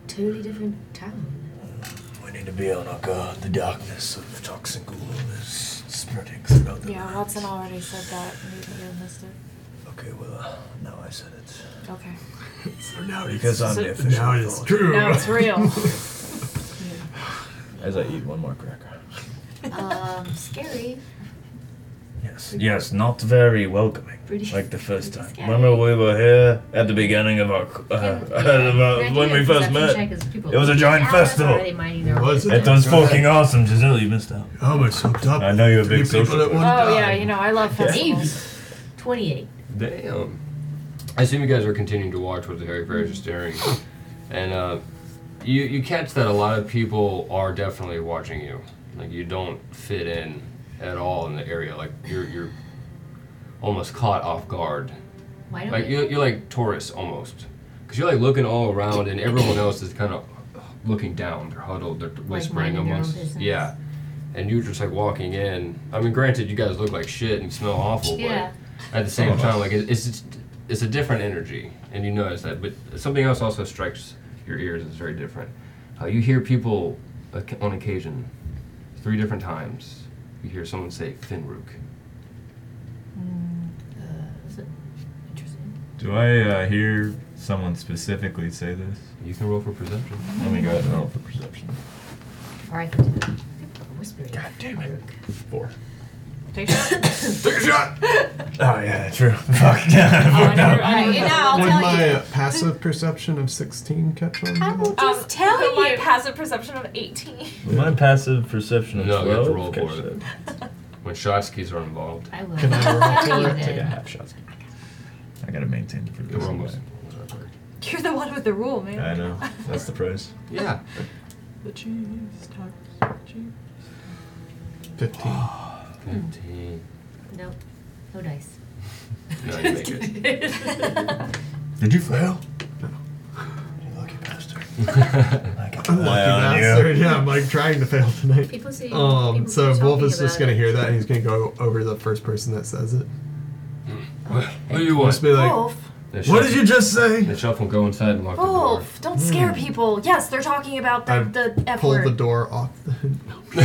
[SPEAKER 1] totally different town.
[SPEAKER 6] We need to be on our guard. The darkness of toxic ghoul is spreading throughout the
[SPEAKER 11] Yeah,
[SPEAKER 6] land.
[SPEAKER 11] Watson already said that. You, you missed it.
[SPEAKER 6] Okay, well, uh, now I said it.
[SPEAKER 11] Okay.
[SPEAKER 4] now
[SPEAKER 6] Because I'm the official. Now it's true.
[SPEAKER 5] No, it's real.
[SPEAKER 14] As I eat one more cracker.
[SPEAKER 1] Um, scary.
[SPEAKER 6] Yes, yes, not very welcoming.
[SPEAKER 1] Pretty-
[SPEAKER 6] Like the first time.
[SPEAKER 1] pretty scary.
[SPEAKER 6] Remember we were here at the beginning of our uh, of our- when we first met. It was a giant festival.
[SPEAKER 4] Was
[SPEAKER 6] It was fucking awesome, Giselle. You missed out.
[SPEAKER 4] How much hooked up?
[SPEAKER 6] I know you're a big
[SPEAKER 4] Three people
[SPEAKER 6] social
[SPEAKER 4] at
[SPEAKER 6] person.
[SPEAKER 4] one
[SPEAKER 11] Oh yeah,
[SPEAKER 4] time.
[SPEAKER 11] you know I love
[SPEAKER 1] Maybe.
[SPEAKER 11] festivals.
[SPEAKER 1] 28.
[SPEAKER 3] Damn. I assume you guys are continuing to walk towards the Harry Ferris you're staring. And uh, you, you catch that a lot of people are definitely watching you. Like, you don't fit in at all in the area. Like, you're, you're almost caught off guard.
[SPEAKER 1] Why don't
[SPEAKER 3] Like,
[SPEAKER 1] we?
[SPEAKER 3] you're, you're like tourists almost. Because you're like looking all around, and everyone else is kind of looking down. They're huddled, they're whispering
[SPEAKER 1] minding their own
[SPEAKER 3] amongst.
[SPEAKER 1] business.
[SPEAKER 3] Yeah. And you're just like walking in. I mean, granted, you guys look like shit and smell awful, but
[SPEAKER 1] Yeah.
[SPEAKER 3] at the same time, like it, it's it's- it's a different energy, and you notice that. But something else also strikes your ears; it's very different. Uh, you hear people oc- on occasion, three different times. You hear someone say Finruk.
[SPEAKER 1] Uh, is it interesting?
[SPEAKER 14] Do I uh, hear someone specifically say this?
[SPEAKER 3] You can roll for perception.
[SPEAKER 14] Let me go ahead and roll for perception.
[SPEAKER 1] Or I can do it. Whispering. God damn it.
[SPEAKER 14] Four.
[SPEAKER 5] Take a shot.
[SPEAKER 6] Oh yeah, true. Fuck yeah.
[SPEAKER 5] Oh, I never- I
[SPEAKER 1] Right,
[SPEAKER 5] never
[SPEAKER 1] you know,
[SPEAKER 5] thought
[SPEAKER 1] I'll
[SPEAKER 5] about
[SPEAKER 4] Would
[SPEAKER 1] tell
[SPEAKER 4] my
[SPEAKER 1] you.
[SPEAKER 4] uh, passive perception of 16 catch on?
[SPEAKER 1] I will
[SPEAKER 4] to
[SPEAKER 5] that.
[SPEAKER 1] just
[SPEAKER 5] Um,
[SPEAKER 1] tell
[SPEAKER 5] but
[SPEAKER 1] you.
[SPEAKER 5] My passive perception of 18.
[SPEAKER 14] My passive perception
[SPEAKER 3] No,
[SPEAKER 14] of
[SPEAKER 3] you have to
[SPEAKER 14] 12?
[SPEAKER 3] roll
[SPEAKER 14] Catch
[SPEAKER 3] for it.
[SPEAKER 14] that.
[SPEAKER 3] when shotskis are involved.
[SPEAKER 1] I will.
[SPEAKER 14] Can I roll for it?
[SPEAKER 1] Take
[SPEAKER 14] Take
[SPEAKER 1] a
[SPEAKER 14] a
[SPEAKER 1] then.
[SPEAKER 14] half shot. I gotta maintain for
[SPEAKER 3] You're almost.
[SPEAKER 14] this.
[SPEAKER 11] You're the one with the rule, man.
[SPEAKER 14] I know. That's the price.
[SPEAKER 3] Yeah.
[SPEAKER 11] The cheese cheese.
[SPEAKER 14] 15.
[SPEAKER 3] Fifteen.
[SPEAKER 1] Nope. No dice.
[SPEAKER 3] No, you make it.
[SPEAKER 14] Did you fail?
[SPEAKER 4] Lucky
[SPEAKER 14] Yeah,
[SPEAKER 4] bastard. Yeah. I'm like trying to fail tonight.
[SPEAKER 1] People see-
[SPEAKER 4] Um,
[SPEAKER 1] people
[SPEAKER 4] so
[SPEAKER 1] keep
[SPEAKER 4] Wolf
[SPEAKER 1] talking
[SPEAKER 4] is just
[SPEAKER 1] about
[SPEAKER 4] gonna
[SPEAKER 1] it.
[SPEAKER 4] hear that, and he's gonna go over the first person that says it.
[SPEAKER 3] What do you want?
[SPEAKER 4] Just be like,
[SPEAKER 1] Oh.
[SPEAKER 11] Wolf,
[SPEAKER 4] "What did you just say?"
[SPEAKER 3] The shuffle go inside and lock the
[SPEAKER 5] Oh,
[SPEAKER 3] door.
[SPEAKER 11] Wolf, don't scare people. Yes, they're talking about the,
[SPEAKER 4] I
[SPEAKER 11] the F
[SPEAKER 4] pull
[SPEAKER 11] word.
[SPEAKER 4] the door off. The,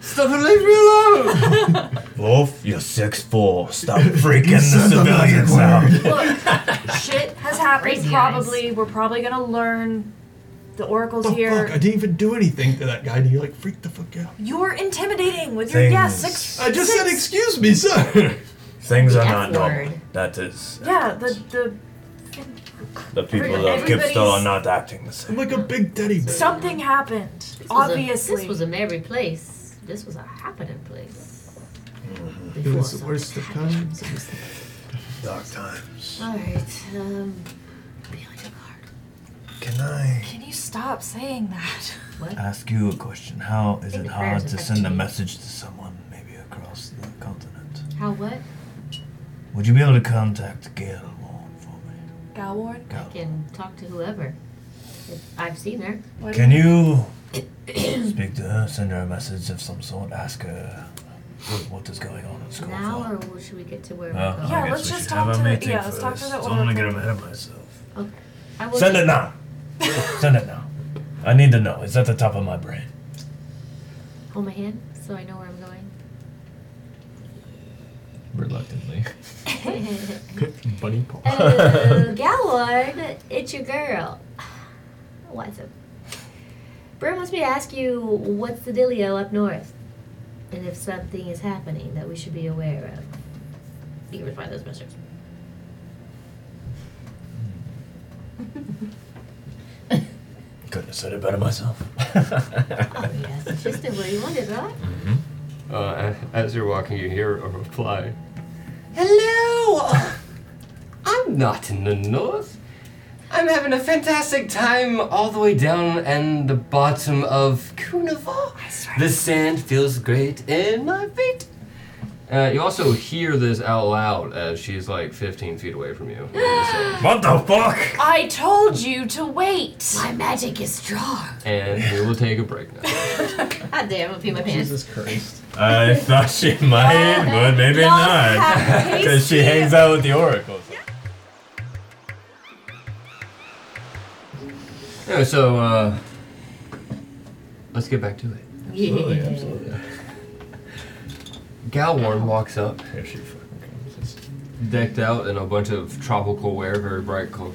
[SPEAKER 3] Stop and leave me alone!
[SPEAKER 6] Wolf, you're six four. Stop freaking the civilians out.
[SPEAKER 11] Look, shit has happened.
[SPEAKER 1] Crazy eyes.
[SPEAKER 11] probably, we're probably gonna learn. The oracle's here.
[SPEAKER 4] Fuck! I didn't even do anything to that guy, and you like freaked the fuck out.
[SPEAKER 11] You're intimidating with your yes
[SPEAKER 6] Things.
[SPEAKER 11] six.
[SPEAKER 4] I just said,
[SPEAKER 11] six-
[SPEAKER 4] "Excuse me, sir."
[SPEAKER 6] Things are
[SPEAKER 1] The
[SPEAKER 6] not
[SPEAKER 1] F
[SPEAKER 6] normal.
[SPEAKER 1] word.
[SPEAKER 6] That is,
[SPEAKER 11] Yeah, the
[SPEAKER 6] the people of
[SPEAKER 11] Everybody's-
[SPEAKER 6] Kipstar are not acting the
[SPEAKER 4] I'm
[SPEAKER 6] same.
[SPEAKER 4] like a big teddy
[SPEAKER 11] the
[SPEAKER 4] bear.
[SPEAKER 11] something happened.
[SPEAKER 1] This was a-
[SPEAKER 11] obviously,
[SPEAKER 1] this was a merry place. This was a happening place.
[SPEAKER 4] It
[SPEAKER 1] Before
[SPEAKER 4] was the
[SPEAKER 1] something
[SPEAKER 4] worst of
[SPEAKER 1] happened.
[SPEAKER 4] times. It was the
[SPEAKER 2] Dark times.
[SPEAKER 1] All right. Um, be on your guard.
[SPEAKER 6] Can I
[SPEAKER 11] Can you stop saying that?
[SPEAKER 1] What?
[SPEAKER 6] ask you a question? How is
[SPEAKER 1] Think
[SPEAKER 6] it
[SPEAKER 1] the prayers
[SPEAKER 6] hard to
[SPEAKER 1] affect
[SPEAKER 6] send a
[SPEAKER 1] me.
[SPEAKER 6] message to someone, maybe across the continent?
[SPEAKER 1] How what?
[SPEAKER 6] Would you be able to contact Gail Warren for me?
[SPEAKER 11] Galwarn?
[SPEAKER 1] I
[SPEAKER 6] Gail.
[SPEAKER 1] can talk to whoever. If I've seen her.
[SPEAKER 11] Why
[SPEAKER 6] Can you speak to her, send her a message of some sort, ask her what is going on at school?
[SPEAKER 1] Now,
[SPEAKER 6] for?
[SPEAKER 1] or will- should we get to where
[SPEAKER 6] Well,
[SPEAKER 1] we
[SPEAKER 6] I
[SPEAKER 1] go?
[SPEAKER 11] Yeah,
[SPEAKER 6] guess
[SPEAKER 11] let's
[SPEAKER 6] we
[SPEAKER 11] just
[SPEAKER 6] should
[SPEAKER 11] talk
[SPEAKER 6] have a
[SPEAKER 11] to the-
[SPEAKER 6] meeting
[SPEAKER 11] yeah, let's talk to
[SPEAKER 6] first.
[SPEAKER 11] the
[SPEAKER 6] I'm gonna get
[SPEAKER 11] Oracle.
[SPEAKER 6] ahead of myself.
[SPEAKER 1] Okay. I will
[SPEAKER 6] Send
[SPEAKER 1] do-
[SPEAKER 6] it now. Send it now. I need to know. It's at the top of my brain.
[SPEAKER 1] Hold my hand so I know where I'm going.
[SPEAKER 14] Reluctantly.
[SPEAKER 4] bunny paw.
[SPEAKER 1] Oh, Gallard, it's your girl. What's up? Brim wants me to ask you what's the dealio up north? And if something is happening that we should be aware of. You can respond to those messages.
[SPEAKER 6] Couldn't have said it better myself.
[SPEAKER 1] Oh, yes. It's just the way you want it, right?
[SPEAKER 3] Uh, a- as you're walking, you hear a reply. Hello! I'm not in the north. I'm having a fantastic time all the way down and the bottom of Kunavar. The sand feels great in my feet. Uh, you also hear this out loud as she's like 15 feet away from you. in the sand.
[SPEAKER 6] What the fuck?
[SPEAKER 11] I told you to wait.
[SPEAKER 1] My magic is strong.
[SPEAKER 3] and we will take a break now.
[SPEAKER 1] God damn, I'll pee my pants.
[SPEAKER 4] Jesus Christ.
[SPEAKER 14] Uh,
[SPEAKER 6] I thought she might, but maybe
[SPEAKER 11] Y'all
[SPEAKER 6] not.
[SPEAKER 11] have
[SPEAKER 6] Because she hangs out with the oracles.
[SPEAKER 3] Anyway, so uh, let's get back to it.
[SPEAKER 1] Yeah.
[SPEAKER 3] Galwarn walks up
[SPEAKER 14] Here she fucking comes. It's-
[SPEAKER 3] decked out in a bunch of tropical wear, very bright, col-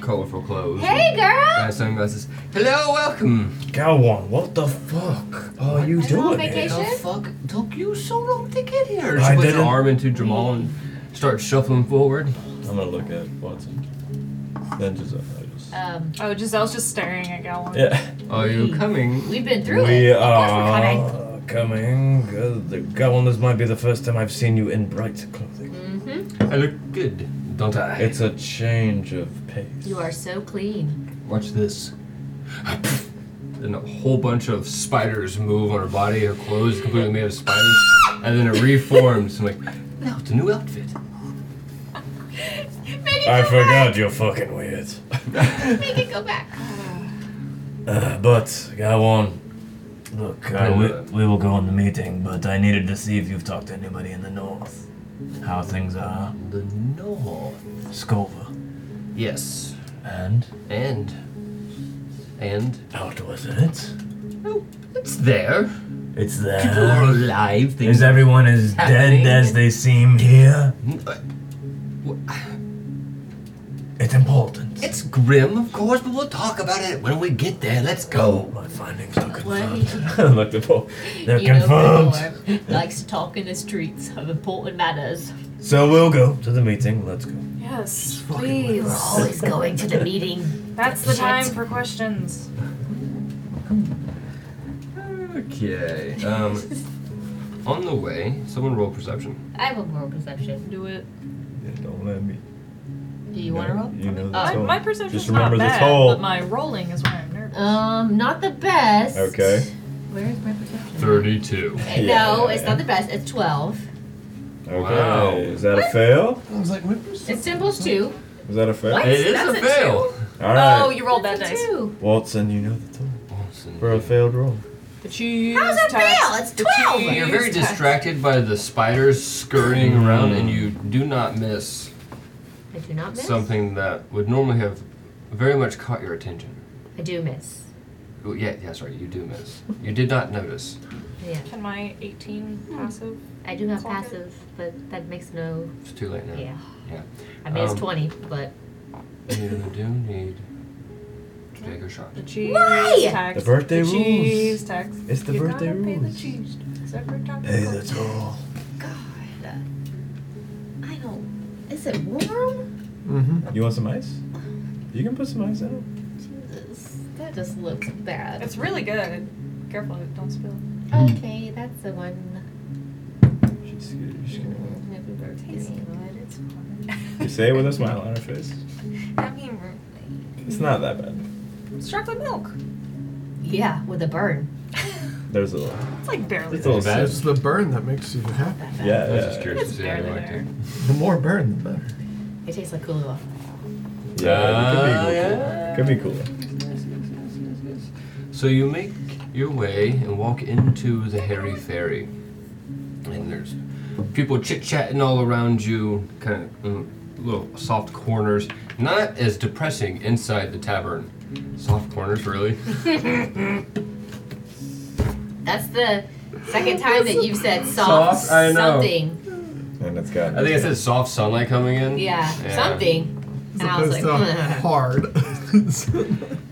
[SPEAKER 3] colorful clothes.
[SPEAKER 1] Hey, girl!
[SPEAKER 3] And sunglasses. Hello, welcome.
[SPEAKER 6] Galwan, what the fuck are you
[SPEAKER 1] I'm on
[SPEAKER 6] doing? here?
[SPEAKER 1] vacation.
[SPEAKER 3] fuck took you so long to get here?
[SPEAKER 6] I
[SPEAKER 3] She puts an
[SPEAKER 6] didn't-
[SPEAKER 3] arm into Jamal and starts shuffling forward.
[SPEAKER 14] I'm gonna look at Watson. Then just, uh, I just.
[SPEAKER 1] Um,
[SPEAKER 5] Oh, Giselle's just staring at Galwan.
[SPEAKER 14] Yeah.
[SPEAKER 3] Are you coming?
[SPEAKER 1] we've been through
[SPEAKER 6] We uh,
[SPEAKER 1] it. Of course we're coming.
[SPEAKER 6] are coming. Good. The Galwan, this might be the first time I've seen you in bright clothing.
[SPEAKER 11] Mm.
[SPEAKER 3] I look good, don't I?
[SPEAKER 14] It's a change of pace.
[SPEAKER 1] You are so clean.
[SPEAKER 3] Watch this. And a whole bunch of spiders move on her body. Her clothes are completely made of spiders, and then it reforms. I'm like, now it's a new outfit.
[SPEAKER 6] I forgot you're fucking weird.
[SPEAKER 1] Make it go back.
[SPEAKER 6] Uh, but, Galwan, look, I, we, we will go in the meeting, but I needed to see if you've talked to anybody in the north. How things are.
[SPEAKER 3] The north.
[SPEAKER 6] Skova.
[SPEAKER 3] Yes.
[SPEAKER 6] And?
[SPEAKER 3] And. And.
[SPEAKER 6] Out was it?
[SPEAKER 3] Oh, it's there.
[SPEAKER 6] It's
[SPEAKER 3] People are
[SPEAKER 6] there.
[SPEAKER 3] alive. Things
[SPEAKER 6] Is everyone as dead
[SPEAKER 3] happening.
[SPEAKER 6] as they seem here? It's important.
[SPEAKER 3] It's grim, of course, but we'll talk about it when we get there. Let's go.
[SPEAKER 6] My findings are
[SPEAKER 1] What?
[SPEAKER 6] confirmed. Look, the poll. They're
[SPEAKER 1] You know,
[SPEAKER 6] confirmed.
[SPEAKER 1] Gregor likes to talk in the streets of important matters.
[SPEAKER 6] So we'll go to the meeting. Let's go.
[SPEAKER 11] Yes,
[SPEAKER 6] fucking with
[SPEAKER 11] please.
[SPEAKER 1] Always going to the meeting.
[SPEAKER 11] That's the time
[SPEAKER 1] Shit.
[SPEAKER 11] for questions.
[SPEAKER 3] Okay. Um, on the way, someone roll perception.
[SPEAKER 1] I will roll perception.
[SPEAKER 5] Do it.
[SPEAKER 14] Don't let me.
[SPEAKER 1] Do you want to roll?
[SPEAKER 14] You know
[SPEAKER 5] My,
[SPEAKER 14] this whole-
[SPEAKER 5] Uh, my perception's
[SPEAKER 14] Just
[SPEAKER 5] not
[SPEAKER 14] remember this
[SPEAKER 5] bad,
[SPEAKER 14] whole.
[SPEAKER 5] but my rolling is why I'm nervous.
[SPEAKER 1] Um, not the best.
[SPEAKER 14] Okay.
[SPEAKER 1] Where is my perception?
[SPEAKER 3] Thirty-two.
[SPEAKER 1] No, it's not the best. It's 12.
[SPEAKER 14] Okay.
[SPEAKER 3] Wow.
[SPEAKER 14] Is that a fail?
[SPEAKER 4] I was like, what?
[SPEAKER 1] It's symbols 2.
[SPEAKER 14] Is that a fail?
[SPEAKER 5] What?
[SPEAKER 3] It is
[SPEAKER 5] That's
[SPEAKER 3] a
[SPEAKER 5] a
[SPEAKER 3] fail.
[SPEAKER 14] All right.
[SPEAKER 5] Oh, you rolled that
[SPEAKER 1] It's a
[SPEAKER 5] dice.
[SPEAKER 1] 2.
[SPEAKER 14] Walton, you know the tool.
[SPEAKER 3] Awesome.
[SPEAKER 14] For a failed roll.
[SPEAKER 16] The cheese.
[SPEAKER 1] How's that fail? It's 12.
[SPEAKER 3] You're very distracted by the spiders scurrying around, and you do not miss
[SPEAKER 1] I do not miss.
[SPEAKER 3] something that would normally have very much caught your attention.
[SPEAKER 1] I do miss.
[SPEAKER 3] Oh, yeah, yeah, sorry, you do miss. You did not notice.
[SPEAKER 1] Yeah.
[SPEAKER 5] Can my 18
[SPEAKER 1] Hmm.
[SPEAKER 5] passive?
[SPEAKER 1] I do have
[SPEAKER 5] It's all good.
[SPEAKER 1] passive, but that makes no.
[SPEAKER 3] It's too late now.
[SPEAKER 1] Yeah.
[SPEAKER 3] Yeah.
[SPEAKER 1] I mean, it's
[SPEAKER 3] Um,
[SPEAKER 1] 20, but.
[SPEAKER 3] You do need to take a shot.
[SPEAKER 16] The cheese
[SPEAKER 1] Why?
[SPEAKER 16] tax.
[SPEAKER 14] The birthday
[SPEAKER 16] the
[SPEAKER 14] rules.
[SPEAKER 16] Cheese tax.
[SPEAKER 14] It's the
[SPEAKER 16] you
[SPEAKER 14] birthday
[SPEAKER 16] gotta Pay the
[SPEAKER 14] rules.
[SPEAKER 16] cheese tax every time.
[SPEAKER 14] Hey,
[SPEAKER 16] you go.
[SPEAKER 14] the toll.
[SPEAKER 1] God. I don't. Is it warm?
[SPEAKER 4] Mm-hmm.
[SPEAKER 14] You want some ice? You can put some ice in
[SPEAKER 1] Jesus. That just looks bad.
[SPEAKER 5] It's really good. Careful, don't spill.
[SPEAKER 1] Okay, that's the one. Mm,
[SPEAKER 14] it. She's- she's gonna-
[SPEAKER 1] Happy birthday.
[SPEAKER 16] It's fine.
[SPEAKER 14] You say it with a smile on her face.
[SPEAKER 5] I mean,
[SPEAKER 14] It's not that bad.
[SPEAKER 5] it's chocolate milk.
[SPEAKER 1] Yeah, with a burn.
[SPEAKER 14] There's a little.
[SPEAKER 5] It's like barely.
[SPEAKER 14] It's a little
[SPEAKER 3] Is that-
[SPEAKER 14] sip.
[SPEAKER 4] It's the burn that makes you happy.
[SPEAKER 14] Yeah,
[SPEAKER 3] I was just
[SPEAKER 14] yeah.
[SPEAKER 3] curious to see how you
[SPEAKER 5] barely
[SPEAKER 3] liked it.
[SPEAKER 4] The more burn, the better.
[SPEAKER 1] It tastes like Kahlua.
[SPEAKER 14] Yeah,
[SPEAKER 3] Ah,
[SPEAKER 14] it could be cool. Could be cool.
[SPEAKER 3] So you make your way and walk into the Harry Ferry, and there's people chit chatting all around you, kind of mm, little soft corners. Not as depressing inside the tavern. Soft corners, really.
[SPEAKER 1] That's the second time that you've said soft,
[SPEAKER 3] Soft, I know.
[SPEAKER 1] something.
[SPEAKER 14] And it's got.
[SPEAKER 3] I think I said soft sunlight coming in.
[SPEAKER 1] Yeah, something. And I was like, "Ugh."
[SPEAKER 4] hard.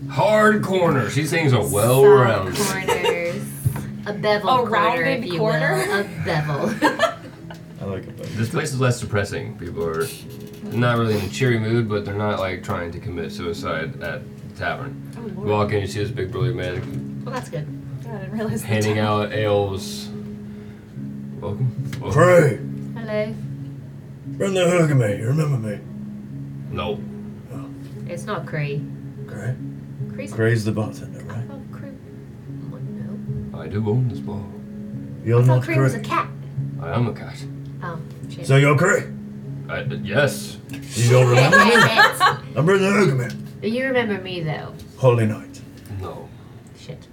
[SPEAKER 3] Hard corners. These things are well
[SPEAKER 1] Soft
[SPEAKER 3] rounded.
[SPEAKER 1] corners. A bevel
[SPEAKER 5] A
[SPEAKER 1] corner,
[SPEAKER 5] rounded
[SPEAKER 1] if you
[SPEAKER 5] corner?
[SPEAKER 1] will. A bevel.
[SPEAKER 14] I like it. better.
[SPEAKER 3] This place is less depressing. People are not really in a cheery mood, but they're not like trying to commit suicide at the tavern.
[SPEAKER 5] Oh,
[SPEAKER 3] You walk in, you see this big burly man
[SPEAKER 1] well, that's good.
[SPEAKER 5] I didn't realize
[SPEAKER 3] handing out ales. Welcome. Welcome.
[SPEAKER 6] Pray,
[SPEAKER 1] Hello.
[SPEAKER 6] run the hook of me. You remember me?
[SPEAKER 3] No.
[SPEAKER 1] It's not Cree.
[SPEAKER 6] Okay.
[SPEAKER 1] Cree's
[SPEAKER 6] Gray's the bartender,
[SPEAKER 1] I
[SPEAKER 6] right?
[SPEAKER 1] thought Cree. Oh, no.
[SPEAKER 3] I do own this bar.
[SPEAKER 6] You're
[SPEAKER 1] I thought
[SPEAKER 6] not
[SPEAKER 1] Cree was a
[SPEAKER 6] Gray.
[SPEAKER 1] cat.
[SPEAKER 3] I am a cat.
[SPEAKER 1] Oh, shit.
[SPEAKER 6] So you're Gray.
[SPEAKER 3] I, yes.
[SPEAKER 6] You don't remember? I'm running the hook of me.
[SPEAKER 1] you remember me, though.
[SPEAKER 6] Holy night.
[SPEAKER 3] No.
[SPEAKER 1] Shit.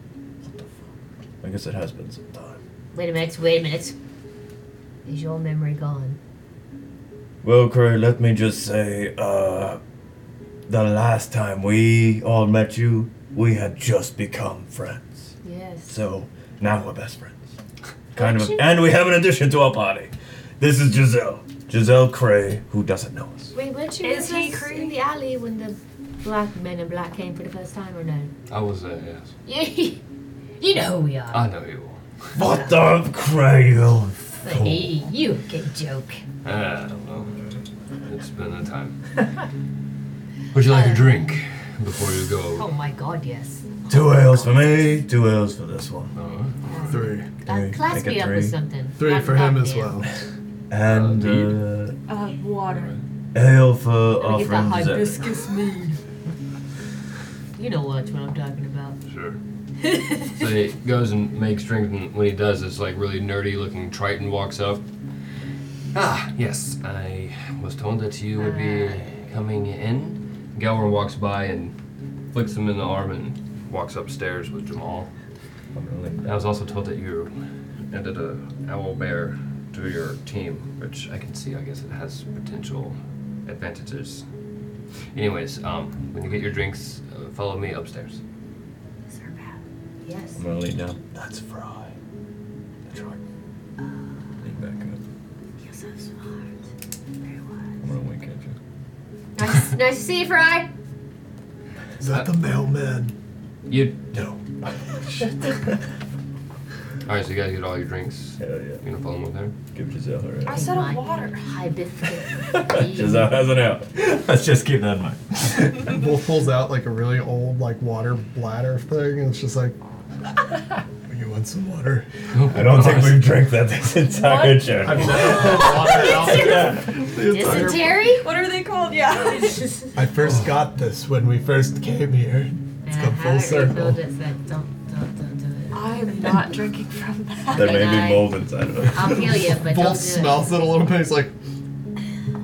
[SPEAKER 6] I guess it has been some time.
[SPEAKER 1] Wait a minute, wait a minute. Is your memory gone?
[SPEAKER 6] Well, Gray, let me just say, uh, the last time we all met you, we had just become friends.
[SPEAKER 1] Yes.
[SPEAKER 6] So now we're best friends. Kind of.
[SPEAKER 1] Aren't you-
[SPEAKER 6] And we have an addition to our party. This is Giselle. Giselle Cray, who doesn't know us.
[SPEAKER 1] Wait, weren't you
[SPEAKER 5] Is
[SPEAKER 1] with
[SPEAKER 5] he
[SPEAKER 1] us
[SPEAKER 5] Cree?
[SPEAKER 1] in the alley when the black men in black came for the first time, or no?
[SPEAKER 3] I was there, yes.
[SPEAKER 1] you know who we are.
[SPEAKER 3] I know you are.
[SPEAKER 6] What the Cray? you-
[SPEAKER 1] hey, you can joke.
[SPEAKER 3] Ah, well, it's been a time. Would you like a drink before you go?
[SPEAKER 1] Oh my god, yes.
[SPEAKER 6] Two ales for me, two ales for this one.
[SPEAKER 3] Uh,
[SPEAKER 4] Three.
[SPEAKER 1] Uh,
[SPEAKER 6] Three.
[SPEAKER 1] class
[SPEAKER 6] Take a
[SPEAKER 1] me up with
[SPEAKER 6] three.
[SPEAKER 1] something.
[SPEAKER 4] Three
[SPEAKER 1] Not
[SPEAKER 4] for him
[SPEAKER 1] goddamn.
[SPEAKER 4] as well.
[SPEAKER 6] And
[SPEAKER 3] Uh, mead?
[SPEAKER 6] uh,
[SPEAKER 16] Uh, water.
[SPEAKER 6] ale for
[SPEAKER 1] Let
[SPEAKER 6] uh,
[SPEAKER 1] me
[SPEAKER 6] our
[SPEAKER 1] get that
[SPEAKER 6] friend Giselle.
[SPEAKER 1] hibiscus mead. You know what, what I'm talking about.
[SPEAKER 3] Sure. so he goes and makes drinks, and when he does, this like really nerdy looking Triton walks up. Ah, yes, I was told that you would be coming in. Galvin walks by and flicks him in the arm and walks upstairs with Jamal. I was also told that you added a owl bear to your team, which I can see. I guess it has potential advantages. Anyways, um, when you get your drinks, uh, follow me upstairs.
[SPEAKER 1] Sir Pat. Yes.
[SPEAKER 14] I'm gonna lean down.
[SPEAKER 6] That's Fry. That's right.
[SPEAKER 14] Lean back up.
[SPEAKER 1] You're so smart. Very
[SPEAKER 14] I'm
[SPEAKER 1] wise.
[SPEAKER 14] gonna wink at you.
[SPEAKER 1] Nice, nice to see you, Fry.
[SPEAKER 4] Is that the mailman?
[SPEAKER 3] You
[SPEAKER 6] No.
[SPEAKER 3] All right, so you guys get all your drinks.
[SPEAKER 14] Hell yeah.
[SPEAKER 3] You gonna follow them up there?
[SPEAKER 14] Give Giselle her
[SPEAKER 16] I
[SPEAKER 14] out.
[SPEAKER 16] said
[SPEAKER 1] Mine.
[SPEAKER 16] a water.
[SPEAKER 1] Hibiscus.
[SPEAKER 14] Giselle has an out. Let's just keep that in mind.
[SPEAKER 4] Wolf pulls out like a really old like water bladder thing, and it's just like. "Will You want some water?
[SPEAKER 6] I don't think we've drank that this entire
[SPEAKER 5] What?
[SPEAKER 6] journey.
[SPEAKER 4] I've
[SPEAKER 1] Dysentery?
[SPEAKER 5] What are they called? Yeah.
[SPEAKER 4] I first got this when we first came here. It's come full circle.
[SPEAKER 1] Don't, don't, don't do it.
[SPEAKER 11] I'm not drinking from that.
[SPEAKER 6] There may
[SPEAKER 1] Can I-
[SPEAKER 6] be mold inside of it.
[SPEAKER 1] I'll heal you, but
[SPEAKER 4] Wolf
[SPEAKER 1] don't do it.
[SPEAKER 4] smells it a little bit. He's like,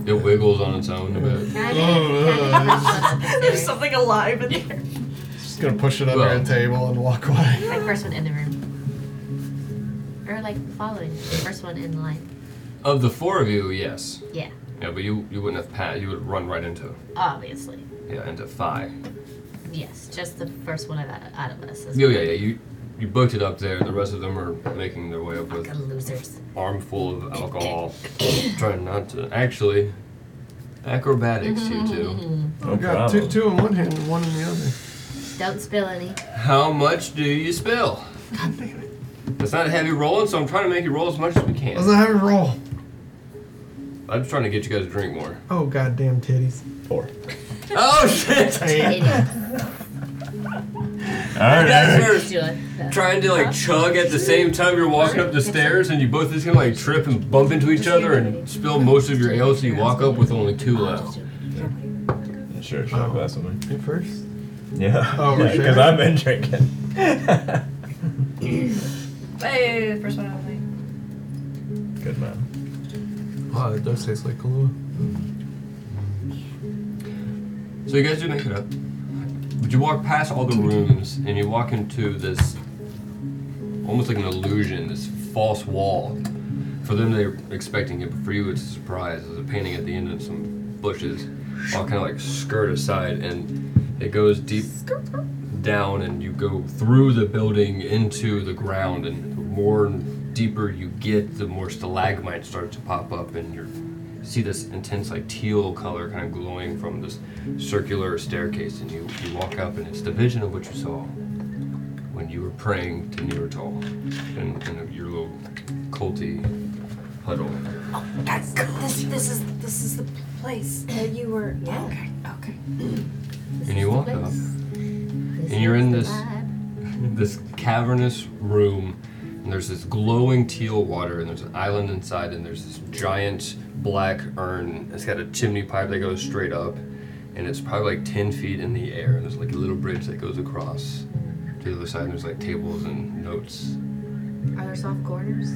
[SPEAKER 3] It wiggles on its own a bit.
[SPEAKER 1] Can I
[SPEAKER 4] "Ugh."
[SPEAKER 1] make- can I make
[SPEAKER 5] There's
[SPEAKER 1] first one up
[SPEAKER 5] something alive in there.
[SPEAKER 4] just gonna push it under
[SPEAKER 3] Well.
[SPEAKER 4] a table and walk
[SPEAKER 1] in
[SPEAKER 4] away.
[SPEAKER 1] the room? Like first one in the room. Or like following. First one in line.
[SPEAKER 3] Of the four of you, yes.
[SPEAKER 1] Yeah,
[SPEAKER 3] Yeah, but you you wouldn't have passed. You would run right into
[SPEAKER 1] obviously.
[SPEAKER 3] yeah into Phi.
[SPEAKER 1] Yes, just the first one of out, out of us. is
[SPEAKER 3] Oh, Yeah, yeah, yeah. You you booked it up there, and the rest of them are making their way up with
[SPEAKER 1] Fucking losers.
[SPEAKER 3] armful of alcohol, trying not to. Actually, acrobatics, you two.
[SPEAKER 6] No
[SPEAKER 4] I got
[SPEAKER 6] problem.
[SPEAKER 4] two, two in one hand and one in the other.
[SPEAKER 1] Don't spill any.
[SPEAKER 3] How much do you spill? It's not heavy rolling, so I'm trying to make you roll as much as we can.
[SPEAKER 4] Let's not have a roll.
[SPEAKER 3] I'm just trying to get you guys to drink more.
[SPEAKER 4] Oh, goddamn titties.
[SPEAKER 6] Four.
[SPEAKER 3] Oh shit!
[SPEAKER 1] Idiot.
[SPEAKER 6] All right,
[SPEAKER 3] Guys
[SPEAKER 6] Eric.
[SPEAKER 3] are
[SPEAKER 1] Just do it.
[SPEAKER 3] trying to like chug at the same time you're walking up the stairs, and you both just gonna like trip and bump into each other and spill most of your ale, so you walk up with only two left.
[SPEAKER 14] Sure, sure. Glass of wine.
[SPEAKER 4] You first?
[SPEAKER 6] Yeah.
[SPEAKER 4] Oh, we're
[SPEAKER 6] Because
[SPEAKER 4] sharing?
[SPEAKER 6] I've been drinking.
[SPEAKER 5] Hey, first one out of the way.
[SPEAKER 6] Good man.
[SPEAKER 4] Wow, that does taste like Kahlua.
[SPEAKER 3] So you guys do make it up. But you walk past all the rooms and you walk into this almost like an illusion, this false wall. For them, they're expecting it, but for you, it's a surprise. There's a painting at the end of some bushes, all kind of like skirt aside, and it goes deep down, and you go through the building into the ground. And the more deeper you get, the more stalagmites start to pop up, and you're see this intense like teal color kind of glowing from this circular staircase and you, you walk up and it's the vision of what you saw when you were praying to Neurotol in, in your little culty huddle.
[SPEAKER 11] Guys, this this is this is the place that you were. Okay, okay.
[SPEAKER 3] And you walk up and you're in this this cavernous room and there's this glowing teal water and there's an island inside and there's this giant black urn it's got a chimney pipe that goes straight up and it's probably like 10 feet in the air and there's like a little bridge that goes across to the other side and there's like tables and notes
[SPEAKER 1] Are there soft corners?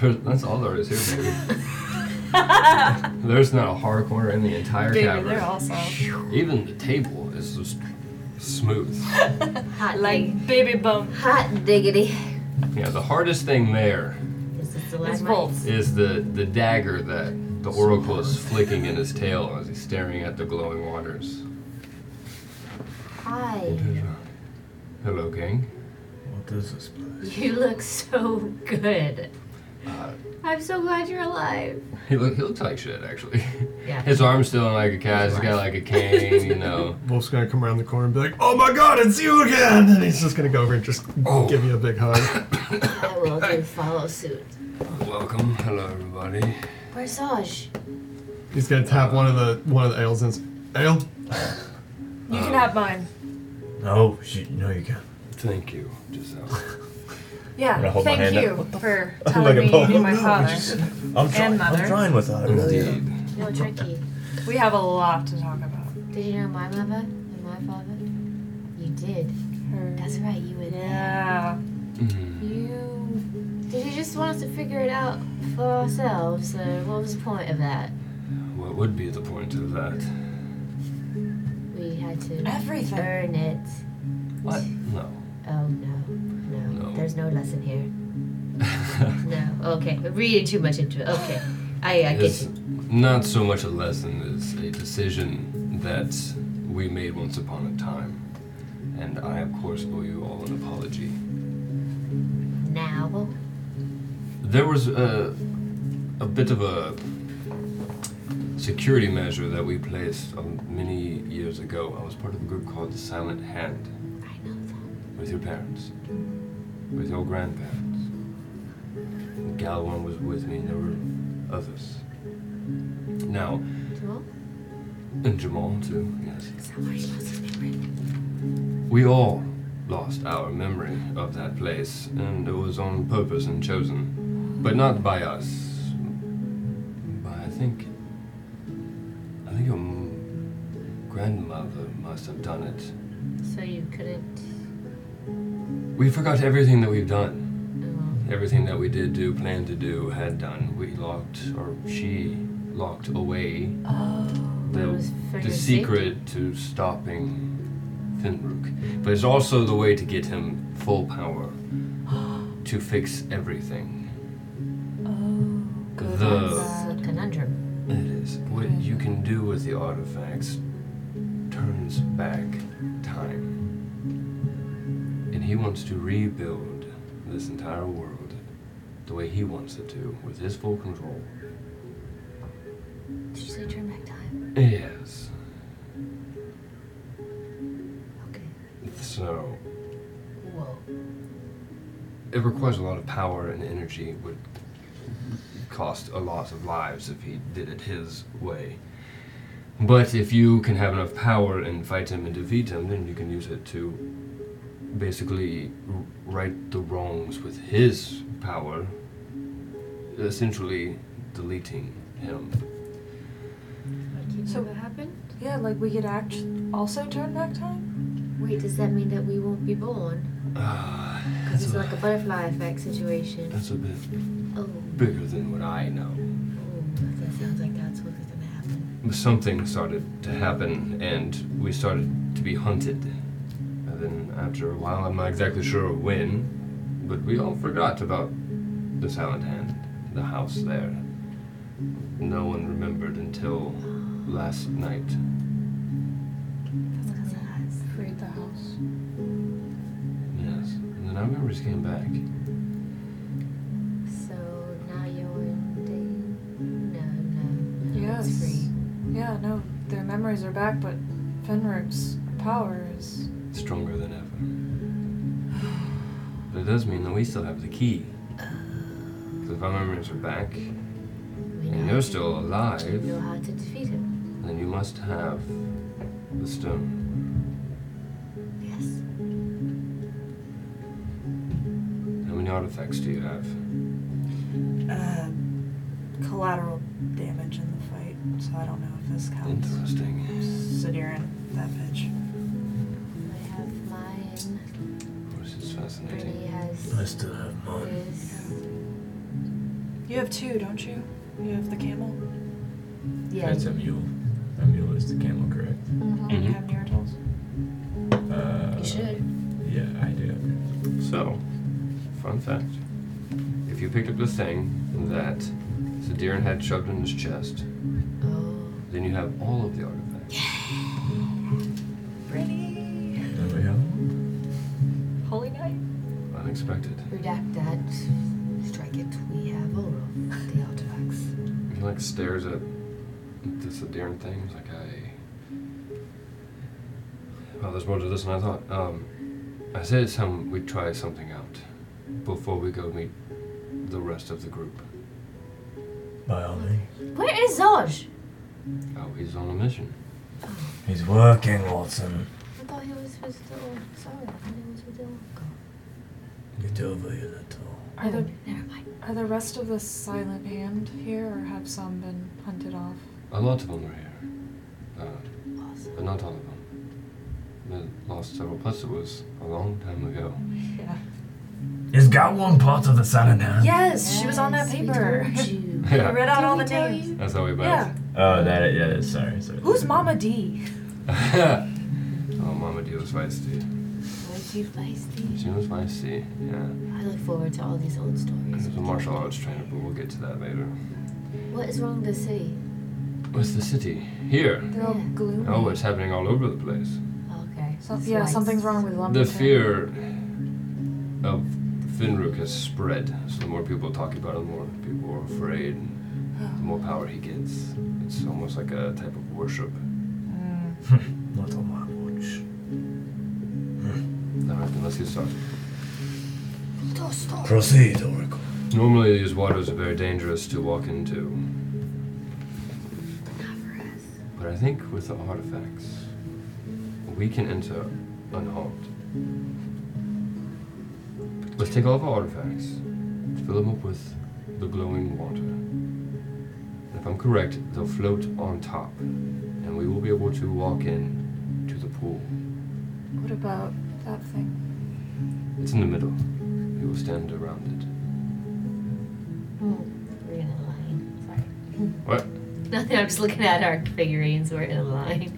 [SPEAKER 3] There- that's all there is here baby there's not a hard corner in the entire
[SPEAKER 5] Baby,
[SPEAKER 3] cavern
[SPEAKER 5] they're also
[SPEAKER 3] even the table is just smooth
[SPEAKER 1] Hot like
[SPEAKER 5] like baby bump.
[SPEAKER 1] hot diggity.
[SPEAKER 3] yeah the hardest thing there
[SPEAKER 1] Is this the
[SPEAKER 5] It's
[SPEAKER 1] last
[SPEAKER 5] bolts.
[SPEAKER 3] is the the dagger that the oracle is flicking in his tail as he's staring at the glowing waters.
[SPEAKER 1] Hi.
[SPEAKER 3] Hello, gang.
[SPEAKER 6] What is this place?
[SPEAKER 1] You look so good.
[SPEAKER 3] Uh,
[SPEAKER 1] I'm so glad you're alive.
[SPEAKER 3] He, look, he looks like shit, actually.
[SPEAKER 1] Yeah.
[SPEAKER 3] His arm's still in like a cast. He's got like a cane, you know.
[SPEAKER 4] Wolf's gonna come around the corner and be like, "Oh my God, it's you again!" And he's just gonna go over and just
[SPEAKER 3] Oh.
[SPEAKER 4] give you a big hug.
[SPEAKER 1] I will then follow suit.
[SPEAKER 3] Welcome. Hello, everybody.
[SPEAKER 1] Where's Saj?
[SPEAKER 4] He's gonna tap one of the one of the ales and ale.
[SPEAKER 11] You
[SPEAKER 6] Uh,
[SPEAKER 11] can have mine.
[SPEAKER 6] No, she, no, you can't.
[SPEAKER 3] Thank you, Giselle.
[SPEAKER 6] I'm
[SPEAKER 11] Yeah.
[SPEAKER 6] gonna hold my
[SPEAKER 11] Thank
[SPEAKER 6] hand
[SPEAKER 11] you for
[SPEAKER 6] Like
[SPEAKER 11] telling
[SPEAKER 6] a
[SPEAKER 11] me
[SPEAKER 6] poem.
[SPEAKER 11] you're my
[SPEAKER 6] No,
[SPEAKER 11] father.
[SPEAKER 6] I'm trying.
[SPEAKER 11] mother.
[SPEAKER 6] I'm trying without it.
[SPEAKER 3] Indeed.
[SPEAKER 1] No tricky.
[SPEAKER 11] We have a lot to talk about.
[SPEAKER 1] Did you know my mother and my father? You did. That's right, you were there.
[SPEAKER 11] Yeah.
[SPEAKER 3] Mm.
[SPEAKER 1] You did you just want us to figure it out for ourselves? So what was the point of that?
[SPEAKER 3] What would be the point of that?
[SPEAKER 1] We had to
[SPEAKER 11] Everything.
[SPEAKER 1] earn it.
[SPEAKER 3] What? No.
[SPEAKER 1] Oh no. No.
[SPEAKER 3] No.
[SPEAKER 1] There's no lesson here. No. Okay. We're reading too much into it. Okay. I, I get
[SPEAKER 3] It's
[SPEAKER 1] you.
[SPEAKER 3] not so much a lesson as a decision that we made once upon a time. And I, of course, owe you all an apology.
[SPEAKER 1] Now
[SPEAKER 3] There was a, a bit of a security measure that we placed um, many years ago. I was part of a group called the Silent Hand
[SPEAKER 1] I know that.
[SPEAKER 3] with your parents, with your grandparents. Galwan was with me, and there were others. Now,
[SPEAKER 1] Jamal?
[SPEAKER 3] and Jamal too, yes.
[SPEAKER 1] Is that where you're supposed to be written?
[SPEAKER 3] We all lost our memory of that place, and it was on purpose and chosen, but not by us. By I think, I think your m- grandmother must have done it.
[SPEAKER 1] So you couldn't.
[SPEAKER 3] We forgot everything that we've
[SPEAKER 1] Oh.
[SPEAKER 3] done. Everything that we did do, planned to do, had done. We locked, or she locked away
[SPEAKER 1] it
[SPEAKER 3] the,
[SPEAKER 1] um, was for
[SPEAKER 3] the
[SPEAKER 1] your
[SPEAKER 3] secret to stopping Finruk. But it's also the way to get him full power to fix everything.
[SPEAKER 11] Oh,
[SPEAKER 3] The,
[SPEAKER 1] It's a conundrum.
[SPEAKER 3] it is. What you can do with the artifacts turns back time. And he wants to rebuild this entire world the way he wants it to, with his full control.
[SPEAKER 1] Did you say turn back time?
[SPEAKER 3] Yes.
[SPEAKER 1] Okay.
[SPEAKER 3] So,
[SPEAKER 1] Whoa.
[SPEAKER 3] it requires a lot of power and energy. It would cost a lot of lives if he did it his way. But if you can have enough power and fight him and defeat him, then you can use it to basically r- right the wrongs with his power, essentially deleting him.
[SPEAKER 5] So what happened? Yeah, like we could act also turn back time.
[SPEAKER 1] Wait, does that mean that we won't be born?
[SPEAKER 3] Ah,
[SPEAKER 1] Because it's like a butterfly effect situation.
[SPEAKER 3] that's a bit
[SPEAKER 1] Oh,
[SPEAKER 3] bigger than what I know.
[SPEAKER 1] oh, that sounds like that's what's gonna happen.
[SPEAKER 3] something started to happen and we started to be hunted. And then after a while, I'm not exactly sure when, but we all forgot about the Silent Hand, the house there. No one remembered until last night.
[SPEAKER 5] Create the house.
[SPEAKER 3] Yes. And then our memories came back.
[SPEAKER 1] So now you're in the. No, no, no.
[SPEAKER 5] Yes.
[SPEAKER 1] It's free.
[SPEAKER 5] Yeah, no, their memories are back, but Fenric's power is.
[SPEAKER 3] stronger than ever. But it does mean that we still have the key. Because if our memories are back,
[SPEAKER 1] Uh, We
[SPEAKER 3] and
[SPEAKER 1] know,
[SPEAKER 3] you're still alive,
[SPEAKER 1] know how to defeat him.
[SPEAKER 3] then you must have the stone.
[SPEAKER 1] Yes.
[SPEAKER 3] How many artifacts do you have?
[SPEAKER 5] Uh, collateral damage in the fight, so I don't know if this counts.
[SPEAKER 3] Interesting.
[SPEAKER 5] Sidiran, that bitch.
[SPEAKER 1] I have mine.
[SPEAKER 3] This is
[SPEAKER 1] Brittany
[SPEAKER 3] fascinating.
[SPEAKER 1] has.
[SPEAKER 6] I still have mine.
[SPEAKER 1] his.
[SPEAKER 5] You have two, don't you? You have the camel.
[SPEAKER 1] Yeah.
[SPEAKER 14] That's a mule. A mule is the camel, correct?
[SPEAKER 5] And you
[SPEAKER 3] Mhm.
[SPEAKER 5] have Neurotol's.
[SPEAKER 14] Uh,
[SPEAKER 1] Mm-hmm. You should.
[SPEAKER 14] Yeah, I do.
[SPEAKER 3] So, fun fact. If you picked up the thing that Sadiran had shoved in his chest,
[SPEAKER 1] Oh.
[SPEAKER 3] then you have all of the artifacts.
[SPEAKER 5] Pretty.
[SPEAKER 14] There we go.
[SPEAKER 5] Holy Knight.
[SPEAKER 3] Unexpected.
[SPEAKER 1] Redact that. Strike it. We have all of the artifacts.
[SPEAKER 3] He like stares at this Sadiran thing. He's like, I. Well, there's more to this than I thought. Um, I said it's time we try something out before we go meet the rest of the group.
[SPEAKER 6] By all means.
[SPEAKER 1] Where is Zoj?
[SPEAKER 3] Oh, he's on a mission.
[SPEAKER 6] He's working, Watson.
[SPEAKER 1] I thought he was with the. Sorry, I thought he was with the.
[SPEAKER 6] Get over here, little.
[SPEAKER 5] Are the,
[SPEAKER 1] Oh, Never mind.
[SPEAKER 5] are the rest of the silent hand here, or have some been hunted off?
[SPEAKER 3] A lot of them are here, uh,
[SPEAKER 1] Awesome.
[SPEAKER 3] but not all of them. They lost several. Plus, it was a long time ago.
[SPEAKER 5] Yeah.
[SPEAKER 6] Is got one part of the silent hand?
[SPEAKER 5] Yes, she was on that
[SPEAKER 1] Yes, we
[SPEAKER 5] paper.
[SPEAKER 1] told you.
[SPEAKER 5] We
[SPEAKER 3] Yeah,
[SPEAKER 5] read out
[SPEAKER 1] Did
[SPEAKER 5] all
[SPEAKER 1] we
[SPEAKER 5] the
[SPEAKER 1] tell
[SPEAKER 5] names.
[SPEAKER 1] you?
[SPEAKER 3] that's how we met.
[SPEAKER 5] Yeah.
[SPEAKER 14] Oh, that, yeah, that's- sorry, sorry.
[SPEAKER 5] Who's Mama D?
[SPEAKER 3] oh, Mama D was feisty.
[SPEAKER 1] Was she feisty?
[SPEAKER 3] She was feisty. Yeah.
[SPEAKER 1] I look forward to all these old
[SPEAKER 3] She
[SPEAKER 1] stories.
[SPEAKER 3] was a martial arts trainer, but we'll get to that later.
[SPEAKER 1] What is wrong with the city?
[SPEAKER 3] What's the city? Here.
[SPEAKER 5] They're all
[SPEAKER 1] Yeah.
[SPEAKER 5] gloomy.
[SPEAKER 3] Oh, it's happening all over the place.
[SPEAKER 1] Okay.
[SPEAKER 5] Some-
[SPEAKER 1] It's
[SPEAKER 5] Oh, yeah,
[SPEAKER 1] like-
[SPEAKER 5] something's wrong with Lumberton.
[SPEAKER 3] The fear of Finruk has spread. So the more people talk about it, the more people are afraid. The more power he gets. It's almost like a type of worship.
[SPEAKER 6] Not on my watch.
[SPEAKER 3] All right, then let's get started.
[SPEAKER 6] Proceed, Oracle.
[SPEAKER 3] Normally, these waters are very dangerous to walk into. But I think with the artifacts, we can enter unharmed. Let's take all of our artifacts, fill them up with the glowing water. If I'm correct, they'll float on top, and we will be able to walk in to the pool.
[SPEAKER 11] What about that thing?
[SPEAKER 3] It's in the middle. We will stand around
[SPEAKER 1] Hmm, we're in a line. Sorry.
[SPEAKER 3] it. What?
[SPEAKER 1] Nothing. I'm just looking at our figurines. We're in a line.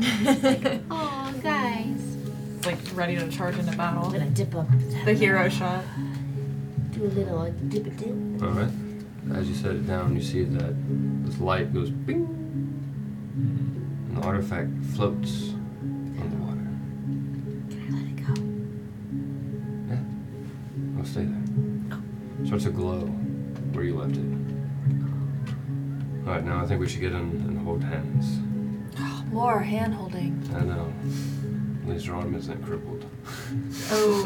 [SPEAKER 1] Oh, guys.
[SPEAKER 5] It's like ready to charge into battle.
[SPEAKER 1] I'm gonna dip up.
[SPEAKER 5] The hero shot.
[SPEAKER 1] Do a little dip a dip.
[SPEAKER 3] All right. As you set it down, you see that this light goes bing, and the artifact floats on the water.
[SPEAKER 1] Can I let it go?
[SPEAKER 3] I'll stay there. Starts to glow where you left it. All right, now I think we should get in and hold hands.
[SPEAKER 11] More hand holding.
[SPEAKER 3] I know. At least your arm um, isn't crippled.
[SPEAKER 11] Oh,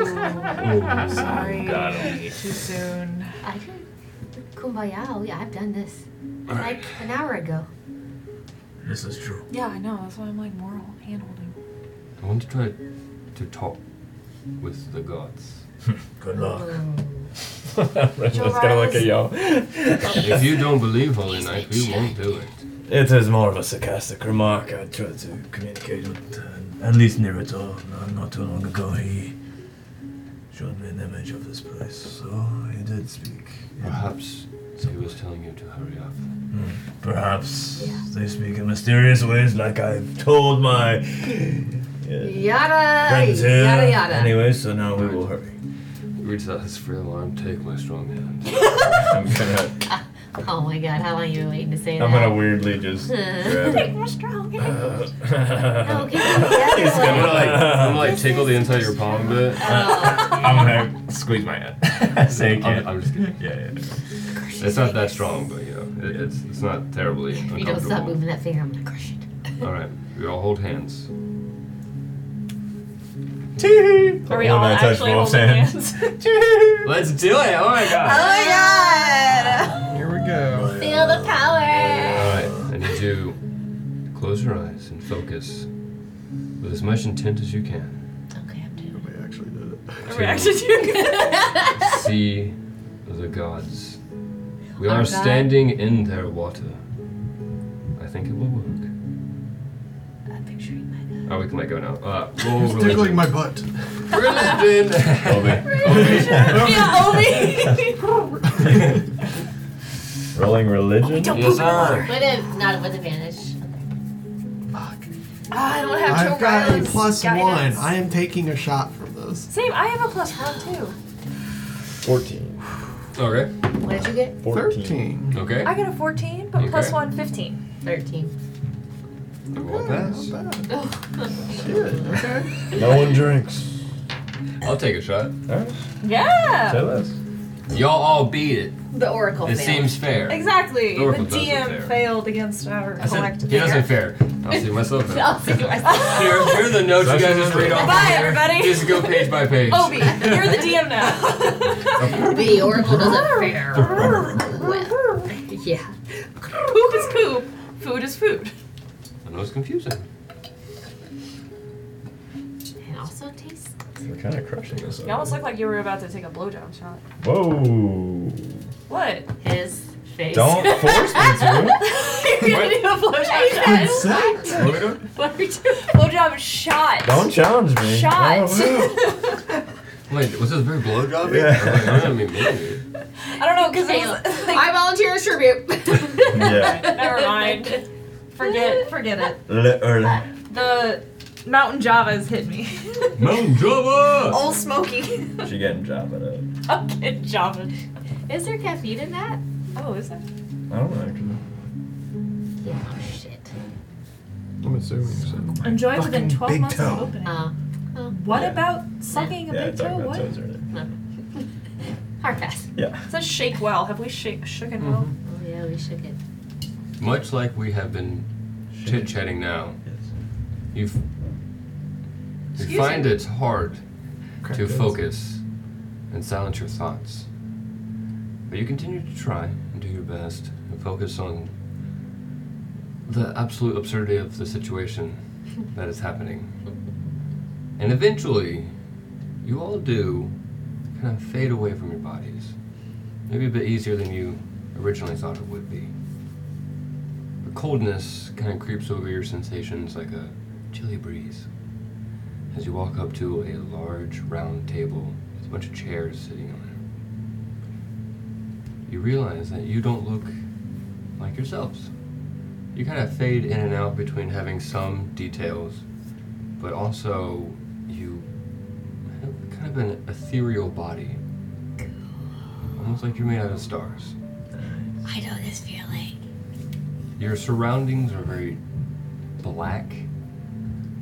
[SPEAKER 11] sorry.
[SPEAKER 3] got him.
[SPEAKER 11] Too soon.
[SPEAKER 1] I did. Kumbaya. Oh, yeah, I've done this.
[SPEAKER 3] All right.
[SPEAKER 1] Like an hour ago.
[SPEAKER 12] This is true.
[SPEAKER 11] Yeah, I know. That's why I'm like more hand holding.
[SPEAKER 3] I want to try to talk with the gods.
[SPEAKER 12] Good luck.
[SPEAKER 14] Just gonna look at y'all.
[SPEAKER 3] if you don't believe Holy Night, we won't do it.
[SPEAKER 2] It is more of a sarcastic remark. I tried to communicate with, uh, at least Naruto. Not, not too long ago, he showed me an image of this place, so he did speak.
[SPEAKER 3] Perhaps he was telling you to hurry up.
[SPEAKER 2] Hmm. Perhaps they speak in mysterious ways, like I've told my uh,
[SPEAKER 1] Yada.
[SPEAKER 2] friends here.
[SPEAKER 1] Yada yada.
[SPEAKER 2] Anyway, so now we will hurry.
[SPEAKER 3] Reach out his frail arm, take my strong hand.
[SPEAKER 14] I'm gonna,
[SPEAKER 1] Oh my god, how long you been waiting to say
[SPEAKER 14] I'm
[SPEAKER 1] that?
[SPEAKER 14] gonna weirdly just grab it.
[SPEAKER 1] We're strong.
[SPEAKER 4] Uh,
[SPEAKER 14] I'm
[SPEAKER 1] No, give me the other one.
[SPEAKER 3] I'm gonna like, I'm gonna like tickle the inside of your palm a bit.
[SPEAKER 1] Oh,
[SPEAKER 14] gonna squeeze my hand. Say
[SPEAKER 3] I'm,
[SPEAKER 14] again.
[SPEAKER 3] I'm just kidding.
[SPEAKER 14] Yeah, yeah.
[SPEAKER 3] It's not that strong, but you know, it, it's it's not terribly
[SPEAKER 1] if Oh, you don't stop
[SPEAKER 3] uncomfortable.
[SPEAKER 1] moving that finger, I'm gonna crush it.
[SPEAKER 3] All right, we all hold hands.
[SPEAKER 5] Are we
[SPEAKER 14] When
[SPEAKER 5] all
[SPEAKER 14] I touch
[SPEAKER 5] actually
[SPEAKER 14] Wolf's
[SPEAKER 5] holding
[SPEAKER 14] hands.
[SPEAKER 5] hands?
[SPEAKER 3] Let's do it! Oh my god!
[SPEAKER 1] my god!
[SPEAKER 4] Here we go.
[SPEAKER 1] Feel the power!
[SPEAKER 3] All right, I need you to close your eyes and focus with as much intent as you can
[SPEAKER 1] Okay, I'm doing
[SPEAKER 14] Nobody actually did it.
[SPEAKER 5] Are we actually doing
[SPEAKER 3] to see the gods. We
[SPEAKER 1] Our
[SPEAKER 3] are
[SPEAKER 1] god.
[SPEAKER 3] standing in their water. I think it will work.
[SPEAKER 1] it. I'm picturing my god.
[SPEAKER 3] Oh, we can let go now. Uh, roll
[SPEAKER 4] It's
[SPEAKER 3] religion.
[SPEAKER 4] tickling
[SPEAKER 3] Oh,
[SPEAKER 4] my butt.
[SPEAKER 3] religion.
[SPEAKER 5] Yeah, Obi!
[SPEAKER 14] Rolling religion.
[SPEAKER 3] yes, sir.
[SPEAKER 1] With a, not with advantage.
[SPEAKER 5] Ah, I don't have Joe
[SPEAKER 4] I've got a
[SPEAKER 5] Rylan's
[SPEAKER 4] plus one.
[SPEAKER 5] guidance.
[SPEAKER 4] I am taking a shot from this.
[SPEAKER 5] Same, I have a plus one too.
[SPEAKER 14] 14.
[SPEAKER 3] Okay.
[SPEAKER 1] What did you get?
[SPEAKER 14] 14.
[SPEAKER 4] Thirteen.
[SPEAKER 3] Okay.
[SPEAKER 5] I got a 14, but
[SPEAKER 3] Okay.
[SPEAKER 5] plus one, 15.
[SPEAKER 1] 13.
[SPEAKER 3] You all pass.
[SPEAKER 4] Not bad. Shit. Okay.
[SPEAKER 14] No one drinks.
[SPEAKER 3] I'll take a shot.
[SPEAKER 14] Alright,
[SPEAKER 5] Yeah!
[SPEAKER 14] say less.
[SPEAKER 3] Y'all all beat it.
[SPEAKER 1] The oracle
[SPEAKER 3] It
[SPEAKER 1] failed.
[SPEAKER 3] seems fair.
[SPEAKER 5] Exactly.
[SPEAKER 3] Or
[SPEAKER 5] The
[SPEAKER 3] if it doesn't
[SPEAKER 5] DM
[SPEAKER 3] fail.
[SPEAKER 5] failed against our
[SPEAKER 3] I said,
[SPEAKER 5] collective.
[SPEAKER 3] he doesn't fair. I'll see myself there.
[SPEAKER 1] I'll see myself.
[SPEAKER 3] Here, here are the notes you guys just read off.
[SPEAKER 5] Bye,
[SPEAKER 3] here.
[SPEAKER 5] everybody.
[SPEAKER 3] Just go page by page.
[SPEAKER 5] Obi, you're the DM now.
[SPEAKER 1] the oracle doesn't fair. well, yeah.
[SPEAKER 5] poop is poop. Food is food.
[SPEAKER 3] I know it's confusing.
[SPEAKER 1] And also tastes.
[SPEAKER 14] We're kind of crushing this.
[SPEAKER 5] You almost look like you were about to take a blowjob shot.
[SPEAKER 14] Whoa.
[SPEAKER 5] What?
[SPEAKER 1] His face.
[SPEAKER 14] Don't force me to.
[SPEAKER 5] You're gonna do a blowjob shot.
[SPEAKER 1] What are we doing?
[SPEAKER 5] Blowjob shot.
[SPEAKER 14] Don't challenge me.
[SPEAKER 5] Shot.
[SPEAKER 14] Oh,
[SPEAKER 3] Wait, was this very blowjob?
[SPEAKER 14] Yeah.
[SPEAKER 3] I don't mean mean.
[SPEAKER 5] I don't know, because it
[SPEAKER 1] Taylor.
[SPEAKER 5] was. Like,
[SPEAKER 1] I volunteer as tribute.
[SPEAKER 14] wow. yeah.
[SPEAKER 5] never mind. Forget, forget it.
[SPEAKER 2] Le- or le-
[SPEAKER 5] The mountain java's hit me.
[SPEAKER 3] Mount Java!
[SPEAKER 5] Old Smoky.
[SPEAKER 14] She getting job at it.
[SPEAKER 5] I'm getting java.
[SPEAKER 1] Is there caffeine in that?
[SPEAKER 5] Oh, is it?
[SPEAKER 14] I don't know, actually.
[SPEAKER 1] Yeah. Oh, shit.
[SPEAKER 4] I'm assuming so.
[SPEAKER 5] Enjoy within
[SPEAKER 4] Fucking
[SPEAKER 5] 12
[SPEAKER 4] big
[SPEAKER 5] months of
[SPEAKER 4] toe.
[SPEAKER 5] opening.
[SPEAKER 1] Uh,
[SPEAKER 5] What
[SPEAKER 14] Yeah.
[SPEAKER 5] about sucking a
[SPEAKER 14] yeah,
[SPEAKER 5] big
[SPEAKER 14] talking
[SPEAKER 5] toe?
[SPEAKER 14] about
[SPEAKER 5] What?
[SPEAKER 14] toes earlier.
[SPEAKER 1] hard pass.
[SPEAKER 14] Yeah.
[SPEAKER 5] It says shake well. Have we shake, shaken well?
[SPEAKER 1] Oh, yeah, we shook it.
[SPEAKER 3] Much like we have been chit chatting now, you f- you
[SPEAKER 5] Excuse
[SPEAKER 3] find
[SPEAKER 5] me.
[SPEAKER 3] it's hard
[SPEAKER 14] Crack
[SPEAKER 3] to
[SPEAKER 14] those.
[SPEAKER 3] focus and silence your thoughts. But you continue to try and do your best and focus on the absolute absurdity of the situation that is happening. And eventually, you all do kind of fade away from your bodies. Maybe a bit easier than you originally thought it would be. The coldness kind of creeps over your sensations like a chilly breeze. As you walk up to a large round table with a bunch of chairs sitting on it, you realize that you don't look like yourselves. You kind of fade in and out between having some details, but also you have kind of an ethereal body. Almost like you're made out of stars.
[SPEAKER 1] I know this feeling.
[SPEAKER 3] Your surroundings are very black,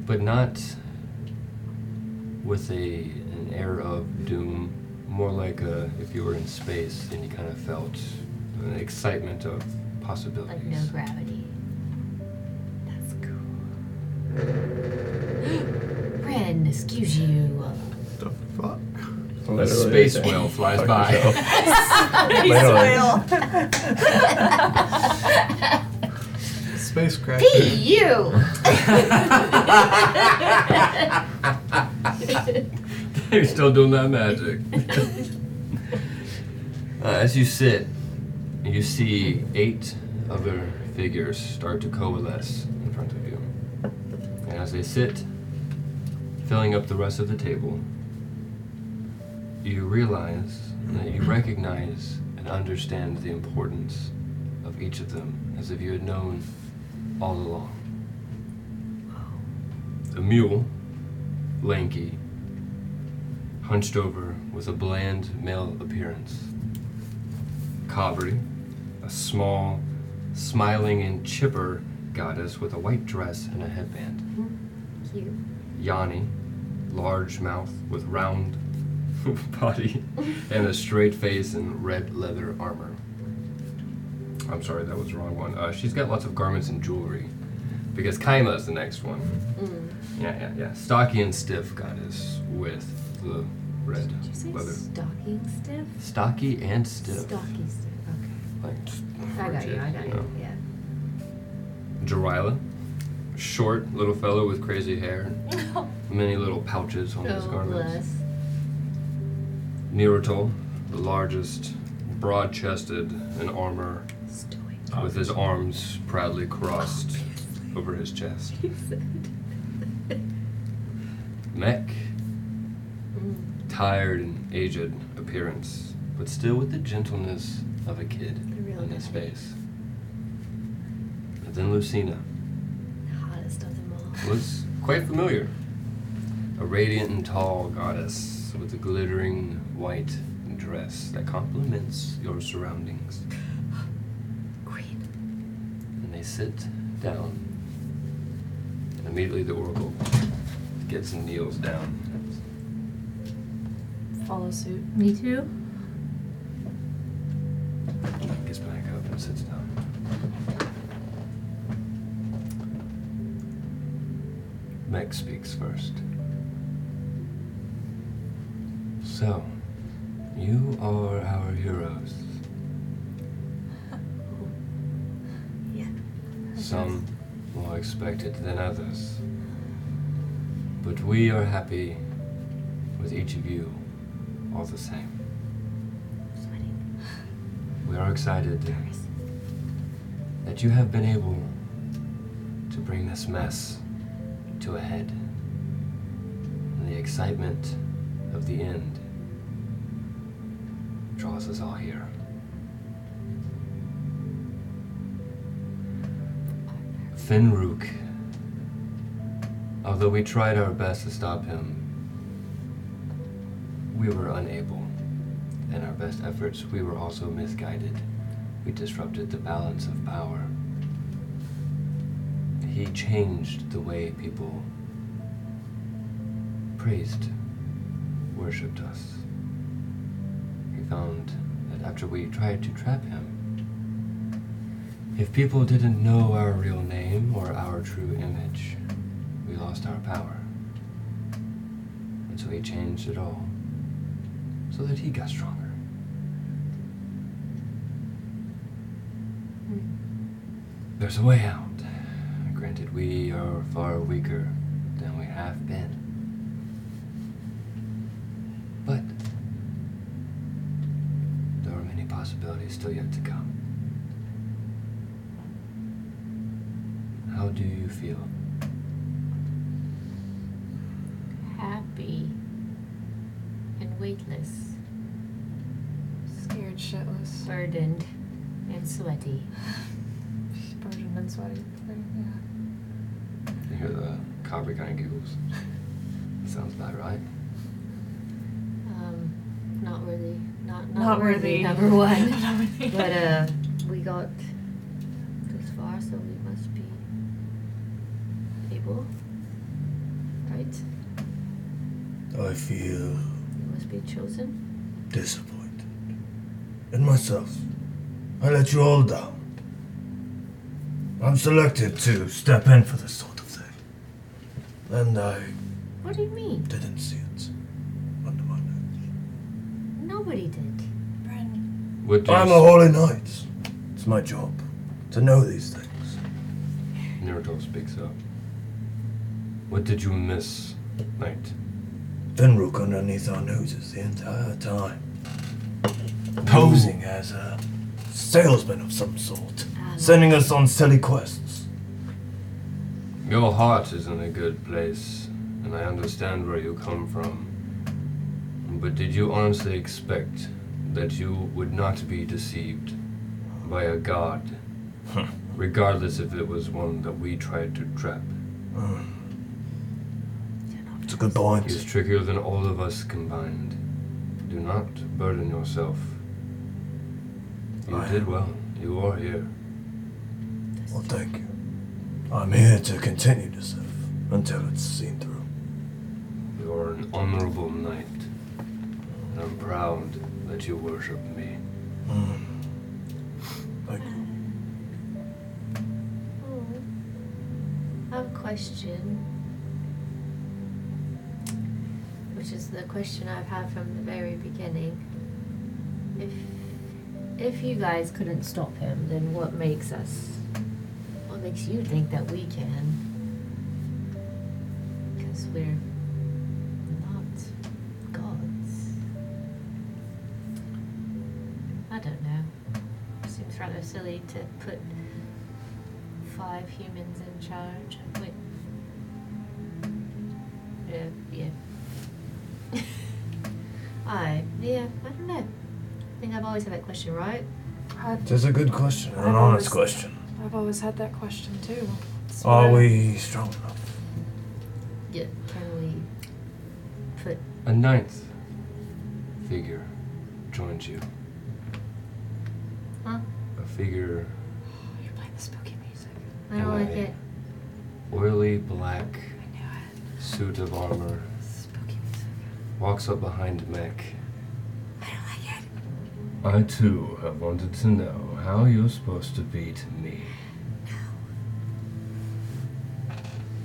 [SPEAKER 3] but not with a an air of doom. More like a, if you were in space and you kind of felt an excitement of possibilities.
[SPEAKER 1] Like no gravity. That's cool. Ren, excuse you.
[SPEAKER 3] A space whale flies by.
[SPEAKER 4] Space crash.
[SPEAKER 1] P you.
[SPEAKER 3] You're still doing that magic. uh, as you sit, you see eight other figures start to coalesce in front of you. And as they sit, filling up the rest of the table, you realize that you recognize and understand the importance of each of them as if you had known all along. A mule, lanky, hunched over with a bland male appearance. Cabri, a small, smiling and chipper goddess with a white dress and a headband.
[SPEAKER 1] Cute.
[SPEAKER 3] Yanni, large mouth with round body and a straight face and red leather armor. I'm sorry, that was the wrong one. Uh, she's got lots of garments and jewelry because Kaima is the next one.
[SPEAKER 1] Mm.
[SPEAKER 3] Yeah, yeah, yeah. Stocky and stiff goddess with the red
[SPEAKER 1] Did you say
[SPEAKER 3] leather.
[SPEAKER 1] stocking stiff?
[SPEAKER 3] Stocky and stiff.
[SPEAKER 1] Stocking stiff.
[SPEAKER 3] Like,
[SPEAKER 1] Okay. I got you. I got you. Yeah.
[SPEAKER 3] Jarila, short little fellow with crazy hair,
[SPEAKER 4] Mm-hmm.
[SPEAKER 3] many little pouches on his
[SPEAKER 1] Oh,
[SPEAKER 3] garments.
[SPEAKER 1] bless.
[SPEAKER 3] Nirotol, the largest, broad chested in armor, with his arms proudly crossed over his chest.
[SPEAKER 1] Mm.
[SPEAKER 3] Mech, tired and aged appearance, but still with the gentleness of a kid in his face. And then Lucina
[SPEAKER 1] Hottest of them all.
[SPEAKER 3] was quite familiar. A radiant and tall goddess with a glittering white dress that complements your surroundings.
[SPEAKER 1] Queen.
[SPEAKER 3] And they sit down. And immediately the oracle gets and kneels down.
[SPEAKER 11] Follow suit.
[SPEAKER 5] Me too.
[SPEAKER 3] Gets back up and sits down. Meg speaks first. So, you are our heroes.
[SPEAKER 1] Yeah.
[SPEAKER 3] Some more expected than others. But we are happy with each of you all the same.
[SPEAKER 1] Sweating.
[SPEAKER 3] We are excited
[SPEAKER 1] Nervous.
[SPEAKER 3] that you have been able to bring this mess to a head. And the excitement of the end draws us all here. Finrook, although we tried our best to stop him, we were unable. In our best efforts, we were also misguided. We disrupted the balance of power. He changed the way people praised, worshipped us. He found that after we tried to trap him, if people didn't know our real name or our true image, we lost our power. And so he changed it all so that he got stronger. There's a way out. Granted, we are far weaker than we have been. But many possibilities still yet to come. How do you feel?
[SPEAKER 1] Happy and weightless.
[SPEAKER 5] Scared shitless.
[SPEAKER 1] Burdened and sweaty.
[SPEAKER 5] Burdened and sweaty. Yeah.
[SPEAKER 3] You hear the cobra kind of giggles. Sounds about right.
[SPEAKER 1] Um, not worthy. Not not,
[SPEAKER 17] Not worthy.
[SPEAKER 1] Number one.
[SPEAKER 17] Not worthy.
[SPEAKER 1] But uh, we got this far, so we must be able, right?
[SPEAKER 6] I feel
[SPEAKER 1] We must be chosen.
[SPEAKER 6] disappointed in myself. I let you all down. I'm selected to step in for this sort of thing. And I
[SPEAKER 1] What do you mean?
[SPEAKER 6] didn't see it.
[SPEAKER 1] Nobody did.
[SPEAKER 3] What do you
[SPEAKER 6] I'm a
[SPEAKER 3] s-
[SPEAKER 6] holy knight. It's my job to know these things.
[SPEAKER 3] Naruto speaks up. What did you miss, Knight?
[SPEAKER 6] Been rook underneath our noses the entire time. Posing as a salesman of some sort. Sending us on silly quests.
[SPEAKER 3] Your heart is in a good place, and I understand where you come from. But did you honestly expect that you would not be deceived by a god, regardless if it was one that we tried to trap?
[SPEAKER 6] It's a good point.
[SPEAKER 3] He is trickier than all of us combined. Do not burden yourself. You
[SPEAKER 6] I-
[SPEAKER 3] did well. You are here.
[SPEAKER 6] Well, thank you. I'm here to continue to serve until it's seen through.
[SPEAKER 3] You are an honorable knight. And I'm proud that you worship me.
[SPEAKER 6] Hmm.
[SPEAKER 1] Oh, I have a question, which is the question I've had from the very beginning. If if you guys couldn't stop him, then what makes us? What makes you think that we can? Because we're not gods. I don't know. Seems rather silly to put five humans in charge. Wait. uh, Yeah, yeah. I, yeah, I don't know. I think I've always had that question, right?
[SPEAKER 5] I've,
[SPEAKER 6] It's a good question, an
[SPEAKER 5] I've always-
[SPEAKER 6] honest question.
[SPEAKER 5] I've always had that question too. It's what
[SPEAKER 6] Are
[SPEAKER 5] I-
[SPEAKER 6] we strong enough?
[SPEAKER 1] Yeah. Can we put
[SPEAKER 3] A ninth figure joins you.
[SPEAKER 1] Huh?
[SPEAKER 3] A figure
[SPEAKER 5] You're playing the spooky music.
[SPEAKER 1] I don't like it.
[SPEAKER 3] oily black
[SPEAKER 5] I knew it.
[SPEAKER 3] suit of armor
[SPEAKER 5] Spooky music.
[SPEAKER 3] walks up behind Mech.
[SPEAKER 5] I don't like it.
[SPEAKER 3] I too have wanted to know how you're supposed to be to me.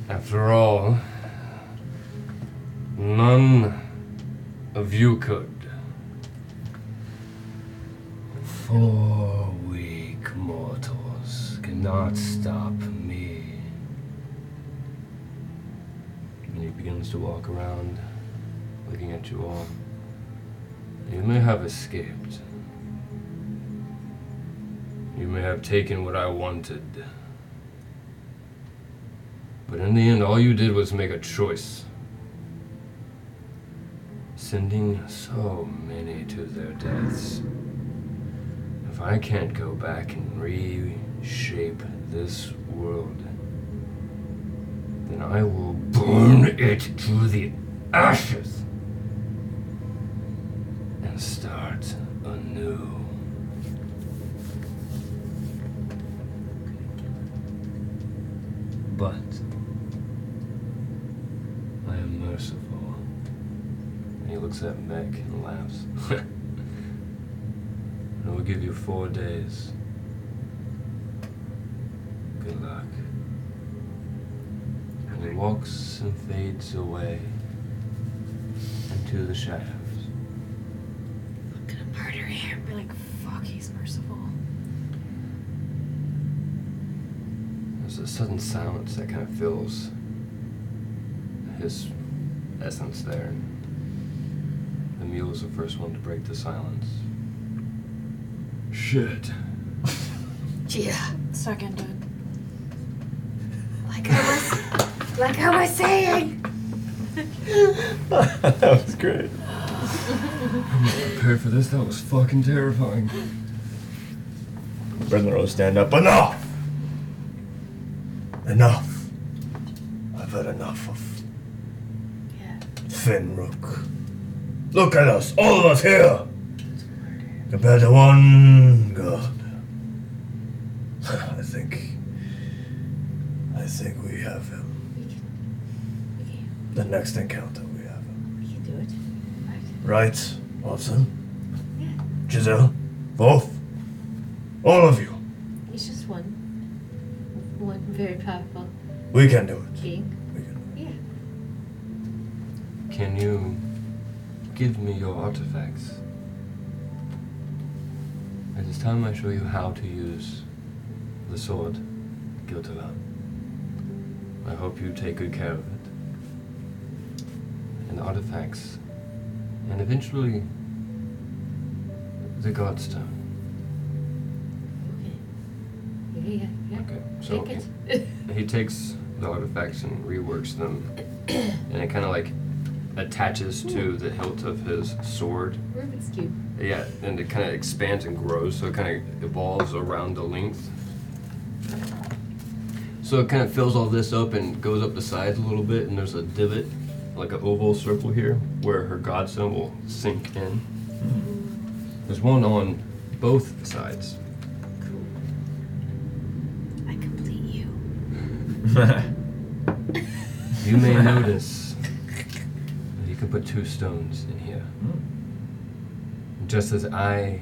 [SPEAKER 3] After all, none of you could. Four weak mortals cannot stop me. And he begins to walk around, looking at you all. You may have escaped. You may have taken what I wanted. But in the end, all you did was make a choice. Sending so many to their deaths. If I can't go back and reshape this world, then I will burn it to the ashes and start anew. But I am merciful. And he looks at Meg and laughs. and I will give you four days. Good luck. And he walks and fades away into the shadows.
[SPEAKER 5] I'm gonna murder him. Be like, fuck, he's merciful.
[SPEAKER 3] There's a sudden silence that kind of fills his essence there. And the mule is the first one to break the silence.
[SPEAKER 14] Shit.
[SPEAKER 1] Yeah.
[SPEAKER 11] Seconded.
[SPEAKER 5] uh,
[SPEAKER 13] Like I was, like I was saying.
[SPEAKER 14] that was great.
[SPEAKER 3] I'm not prepared for this. That was fucking terrifying.
[SPEAKER 6] Brethren will stand up. Enough! Enough. I've had enough of Fenrook. Look at us, all of us here! Compared to one god. I think. I think we have him. The next encounter we have him.
[SPEAKER 1] We can do it.
[SPEAKER 6] Right, Watson? Giselle? Both? All of you.
[SPEAKER 1] It's just one, one very powerful
[SPEAKER 6] We can do it.
[SPEAKER 1] being.
[SPEAKER 3] Can you give me your artifacts? It is time I show you how to use the sword, Gilderan. I hope you take good care of it. And the artifacts. And eventually, the Godstone.
[SPEAKER 1] Yeah, yeah, yeah.
[SPEAKER 3] Okay, so
[SPEAKER 1] Take
[SPEAKER 3] he,
[SPEAKER 1] it.
[SPEAKER 3] he takes the artifacts and reworks them, and it kind of like attaches
[SPEAKER 1] Hmm.
[SPEAKER 3] to the hilt of his sword.
[SPEAKER 1] Rubik's cube.
[SPEAKER 3] Yeah, and it kind of expands and grows, so it kind of evolves around the length. So it kind of fills all this up and goes up the sides a little bit, and there's a divot, like an oval circle here, where her godson will sink in. There's one on both sides.
[SPEAKER 1] I complete you.
[SPEAKER 3] You may notice that you can put two stones in here. Just as I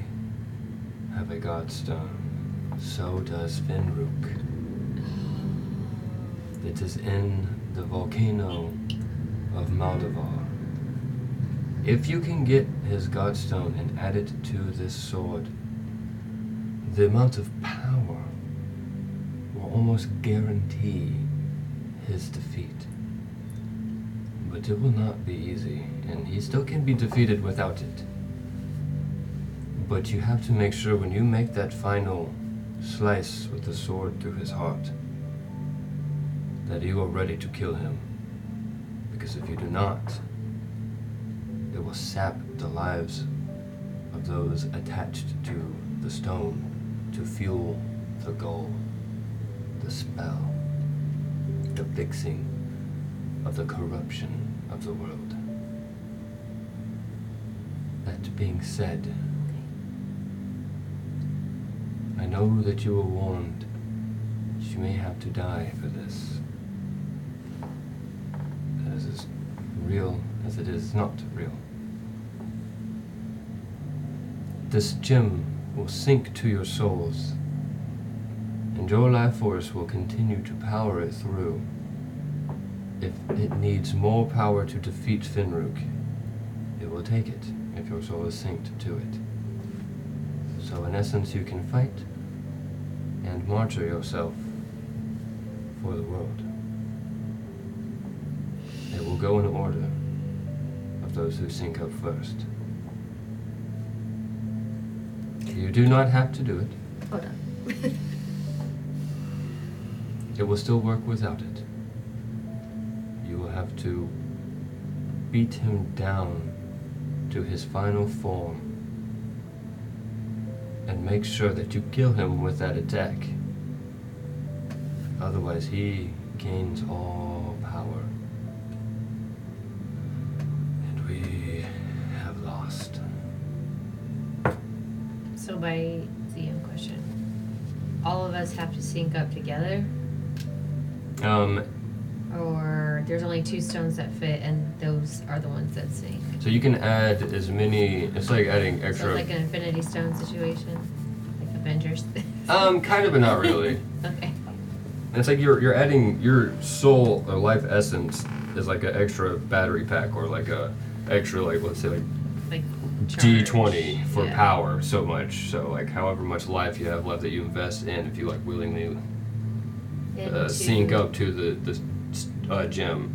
[SPEAKER 3] have a godstone, so does Fenruk. It is in the volcano of Maldavar. If you can get his godstone and add it to this sword, the amount of power will almost guarantee his defeat. But it will not be easy, and he still can be defeated without it. But you have to make sure when you make that final slice with the sword through his heart that you are ready to kill him. Because if you do not, it will sap the lives of those attached to the stone to fuel the goal, the spell, the fixing of the corruption of the world. That being said, I know that you were warned that you may have to die for this. That is as real as it is not real. This gem will sink to your souls, and your life force will continue to power it through. If it needs more power to defeat Finruk, it will take it if your soul is synced to it. So, in essence, you can fight and martyr yourself for the world. It will go in order of those who sink up first. You do not have to do it,
[SPEAKER 1] Hold on.
[SPEAKER 3] it will still work without it. You will have to beat him down to his final form and make sure that you kill him with that attack. Otherwise, he gains all power. And we have lost.
[SPEAKER 1] So my DM question: All of us have to sync up together,
[SPEAKER 3] Um,
[SPEAKER 1] or there's only two stones that fit, and those are the ones that sync.
[SPEAKER 3] so you can add as many. It's like adding
[SPEAKER 1] So
[SPEAKER 3] extra.
[SPEAKER 1] it's like an Infinity Stone situation, like Avengers.
[SPEAKER 3] um, kind of, but not really.
[SPEAKER 1] okay.
[SPEAKER 3] And it's like you're you're adding your soul or life essence is like an extra battery pack or like a extra like let's say like
[SPEAKER 1] Like.
[SPEAKER 3] D twenty for
[SPEAKER 1] Yeah.
[SPEAKER 3] power so much so like however much life you have left that you invest in if you like willingly uh,
[SPEAKER 1] into-
[SPEAKER 3] sync up to the the s- uh, gem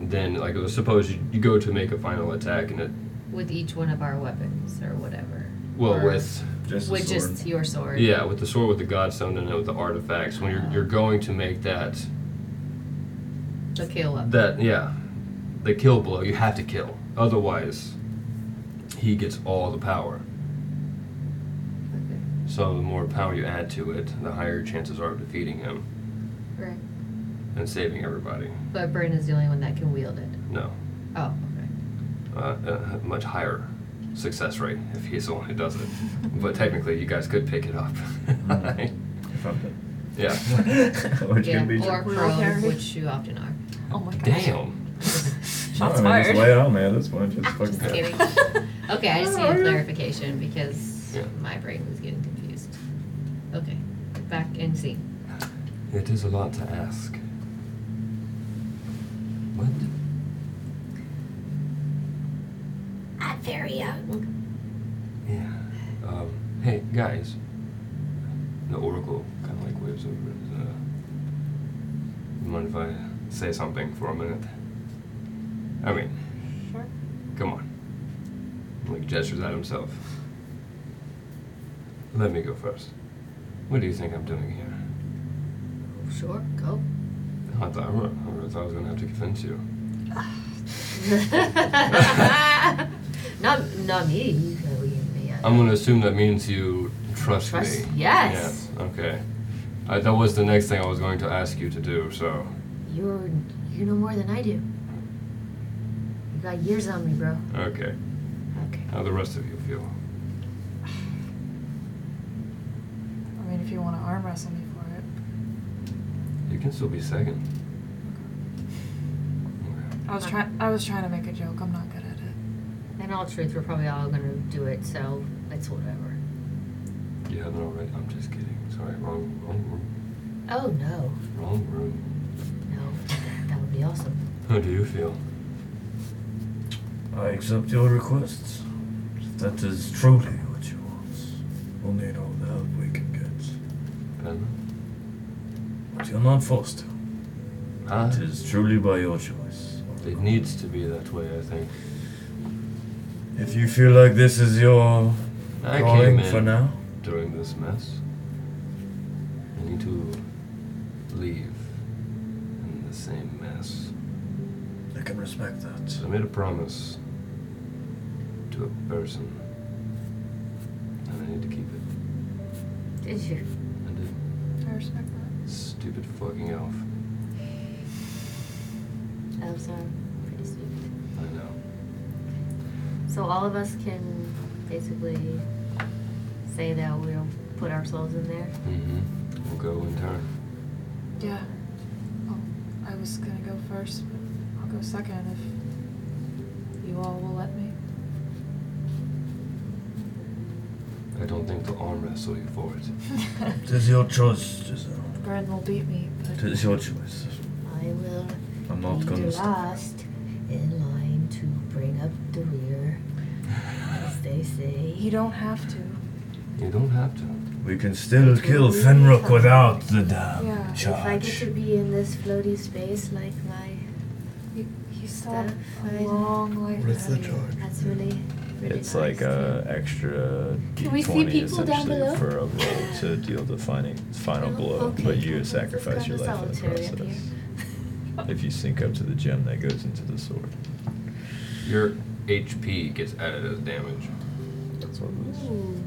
[SPEAKER 3] then like suppose you, you go to make a final attack and it
[SPEAKER 1] With each one of our weapons or whatever.
[SPEAKER 3] Well,
[SPEAKER 1] Or
[SPEAKER 3] with
[SPEAKER 1] Just the with just sword. your sword.
[SPEAKER 3] Yeah, with the sword, with the godstone, and then with the artifacts. When you're you're going to make that
[SPEAKER 1] The kill up.
[SPEAKER 3] that yeah, the kill blow. You have to kill, otherwise, he gets all the power. So the more power you add to it, the higher your chances are of defeating him
[SPEAKER 1] Right.
[SPEAKER 3] and saving everybody.
[SPEAKER 1] But Bryn is the only one that can wield it.
[SPEAKER 3] No,
[SPEAKER 1] Oh,
[SPEAKER 3] uh, uh, much higher success rate if he's the one who does it. but technically, you guys could pick it up. Yeah.
[SPEAKER 6] Which
[SPEAKER 1] yeah.
[SPEAKER 6] can be
[SPEAKER 1] or
[SPEAKER 6] true.
[SPEAKER 1] prone, which you often are.
[SPEAKER 5] Oh my
[SPEAKER 3] Damn.
[SPEAKER 5] Shots
[SPEAKER 6] I mean,
[SPEAKER 5] fired.
[SPEAKER 6] just lay on there at this point. Just fucking
[SPEAKER 1] Just kidding. okay, I just need a clarification because my brain was getting confused. Okay, back and see.
[SPEAKER 3] It is a lot to ask. What?
[SPEAKER 13] I'm very young.
[SPEAKER 3] Yeah. Um, hey, guys. The Oracle kind of like waves over. and, Uh, you mind if I say something for a minute? I mean,
[SPEAKER 11] Sure.
[SPEAKER 3] come on. Like gestures at himself. Let me go first. What do you think I'm doing here?
[SPEAKER 1] Sure, go.
[SPEAKER 3] I thought I really thought I was gonna have to convince you.
[SPEAKER 1] not, not me. You go, you me. I-
[SPEAKER 3] I'm gonna assume that means you trust,
[SPEAKER 1] Trust-
[SPEAKER 3] me.
[SPEAKER 1] yes.
[SPEAKER 3] Yeah, Okay. I, that was the next thing I was going to ask you to do. So
[SPEAKER 1] You're you know more than I do. You got years on me, bro.
[SPEAKER 3] okay.
[SPEAKER 1] Okay.
[SPEAKER 3] How the rest of you feel?
[SPEAKER 11] I mean, if you want to arm wrestle me for it.
[SPEAKER 3] You can still be second.
[SPEAKER 11] I was trying. I was trying to make a joke. I'm not good at it.
[SPEAKER 1] In all truth, we're probably all gonna do it, so it's whatever.
[SPEAKER 3] You haven't already. I'm just kidding. Sorry. Wrong. Wrong room.
[SPEAKER 1] Oh no,
[SPEAKER 3] Wrong room.
[SPEAKER 1] no, that would be awesome.
[SPEAKER 3] How do you feel?
[SPEAKER 2] I accept your requests. If that is truly what you want, we'll need all the help we can get.
[SPEAKER 3] Ben?
[SPEAKER 2] But you're not forced to.
[SPEAKER 3] Huh?
[SPEAKER 2] It is truly by your choice.
[SPEAKER 3] It needs to be that way. I think.
[SPEAKER 2] If you feel like this is your
[SPEAKER 3] I
[SPEAKER 2] calling
[SPEAKER 3] came in
[SPEAKER 2] for now,
[SPEAKER 3] during this mess. I need to leave in the same mess.
[SPEAKER 2] I can respect that.
[SPEAKER 3] I made a promise to a person, and I need to keep it.
[SPEAKER 1] Did you?
[SPEAKER 3] I did.
[SPEAKER 11] I respect that.
[SPEAKER 3] Stupid fucking elf.
[SPEAKER 1] Oh, sorry. Pretty stupid.
[SPEAKER 3] I know.
[SPEAKER 1] So all of us can basically say that we'll put ourselves in there.
[SPEAKER 3] Mm-hmm. We'll go in turn.
[SPEAKER 11] Yeah. Oh, I was gonna go first, but I'll go second if you all will let me.
[SPEAKER 3] I don't think they'll arm wrestle you for it.
[SPEAKER 2] It is your choice, Giselle.
[SPEAKER 11] Bryn will beat me, but
[SPEAKER 2] It is your choice.
[SPEAKER 1] I will
[SPEAKER 2] I'm not
[SPEAKER 1] be
[SPEAKER 2] gonna
[SPEAKER 1] the
[SPEAKER 2] stop.
[SPEAKER 1] last in line to bring up the rear, as they say.
[SPEAKER 11] you don't have to.
[SPEAKER 3] You don't have to.
[SPEAKER 2] We can still kill Fenrook without the damn
[SPEAKER 11] Yeah, if I get
[SPEAKER 13] If I get
[SPEAKER 2] charge.
[SPEAKER 13] to be in this floaty space like my
[SPEAKER 11] You, you still have a
[SPEAKER 13] Fine.
[SPEAKER 11] long life
[SPEAKER 4] Where's the
[SPEAKER 11] ahead of you.
[SPEAKER 4] charge?
[SPEAKER 13] that's really, really
[SPEAKER 14] It's
[SPEAKER 13] nice.
[SPEAKER 14] like uh, a extra
[SPEAKER 13] Can we see
[SPEAKER 14] d20
[SPEAKER 13] people down
[SPEAKER 14] essentially
[SPEAKER 13] below?
[SPEAKER 14] for a roll to deal the final, final
[SPEAKER 13] Oh,
[SPEAKER 14] blow,
[SPEAKER 13] okay,
[SPEAKER 14] but
[SPEAKER 13] cool,
[SPEAKER 14] you
[SPEAKER 13] cool.
[SPEAKER 14] sacrifice
[SPEAKER 13] It's
[SPEAKER 14] your
[SPEAKER 13] kinda
[SPEAKER 14] life in the
[SPEAKER 13] solitary up
[SPEAKER 14] process.
[SPEAKER 5] here.
[SPEAKER 14] If you sync up to the gem that goes into the sword,
[SPEAKER 3] Your HP gets added as damage.
[SPEAKER 14] that's what it is.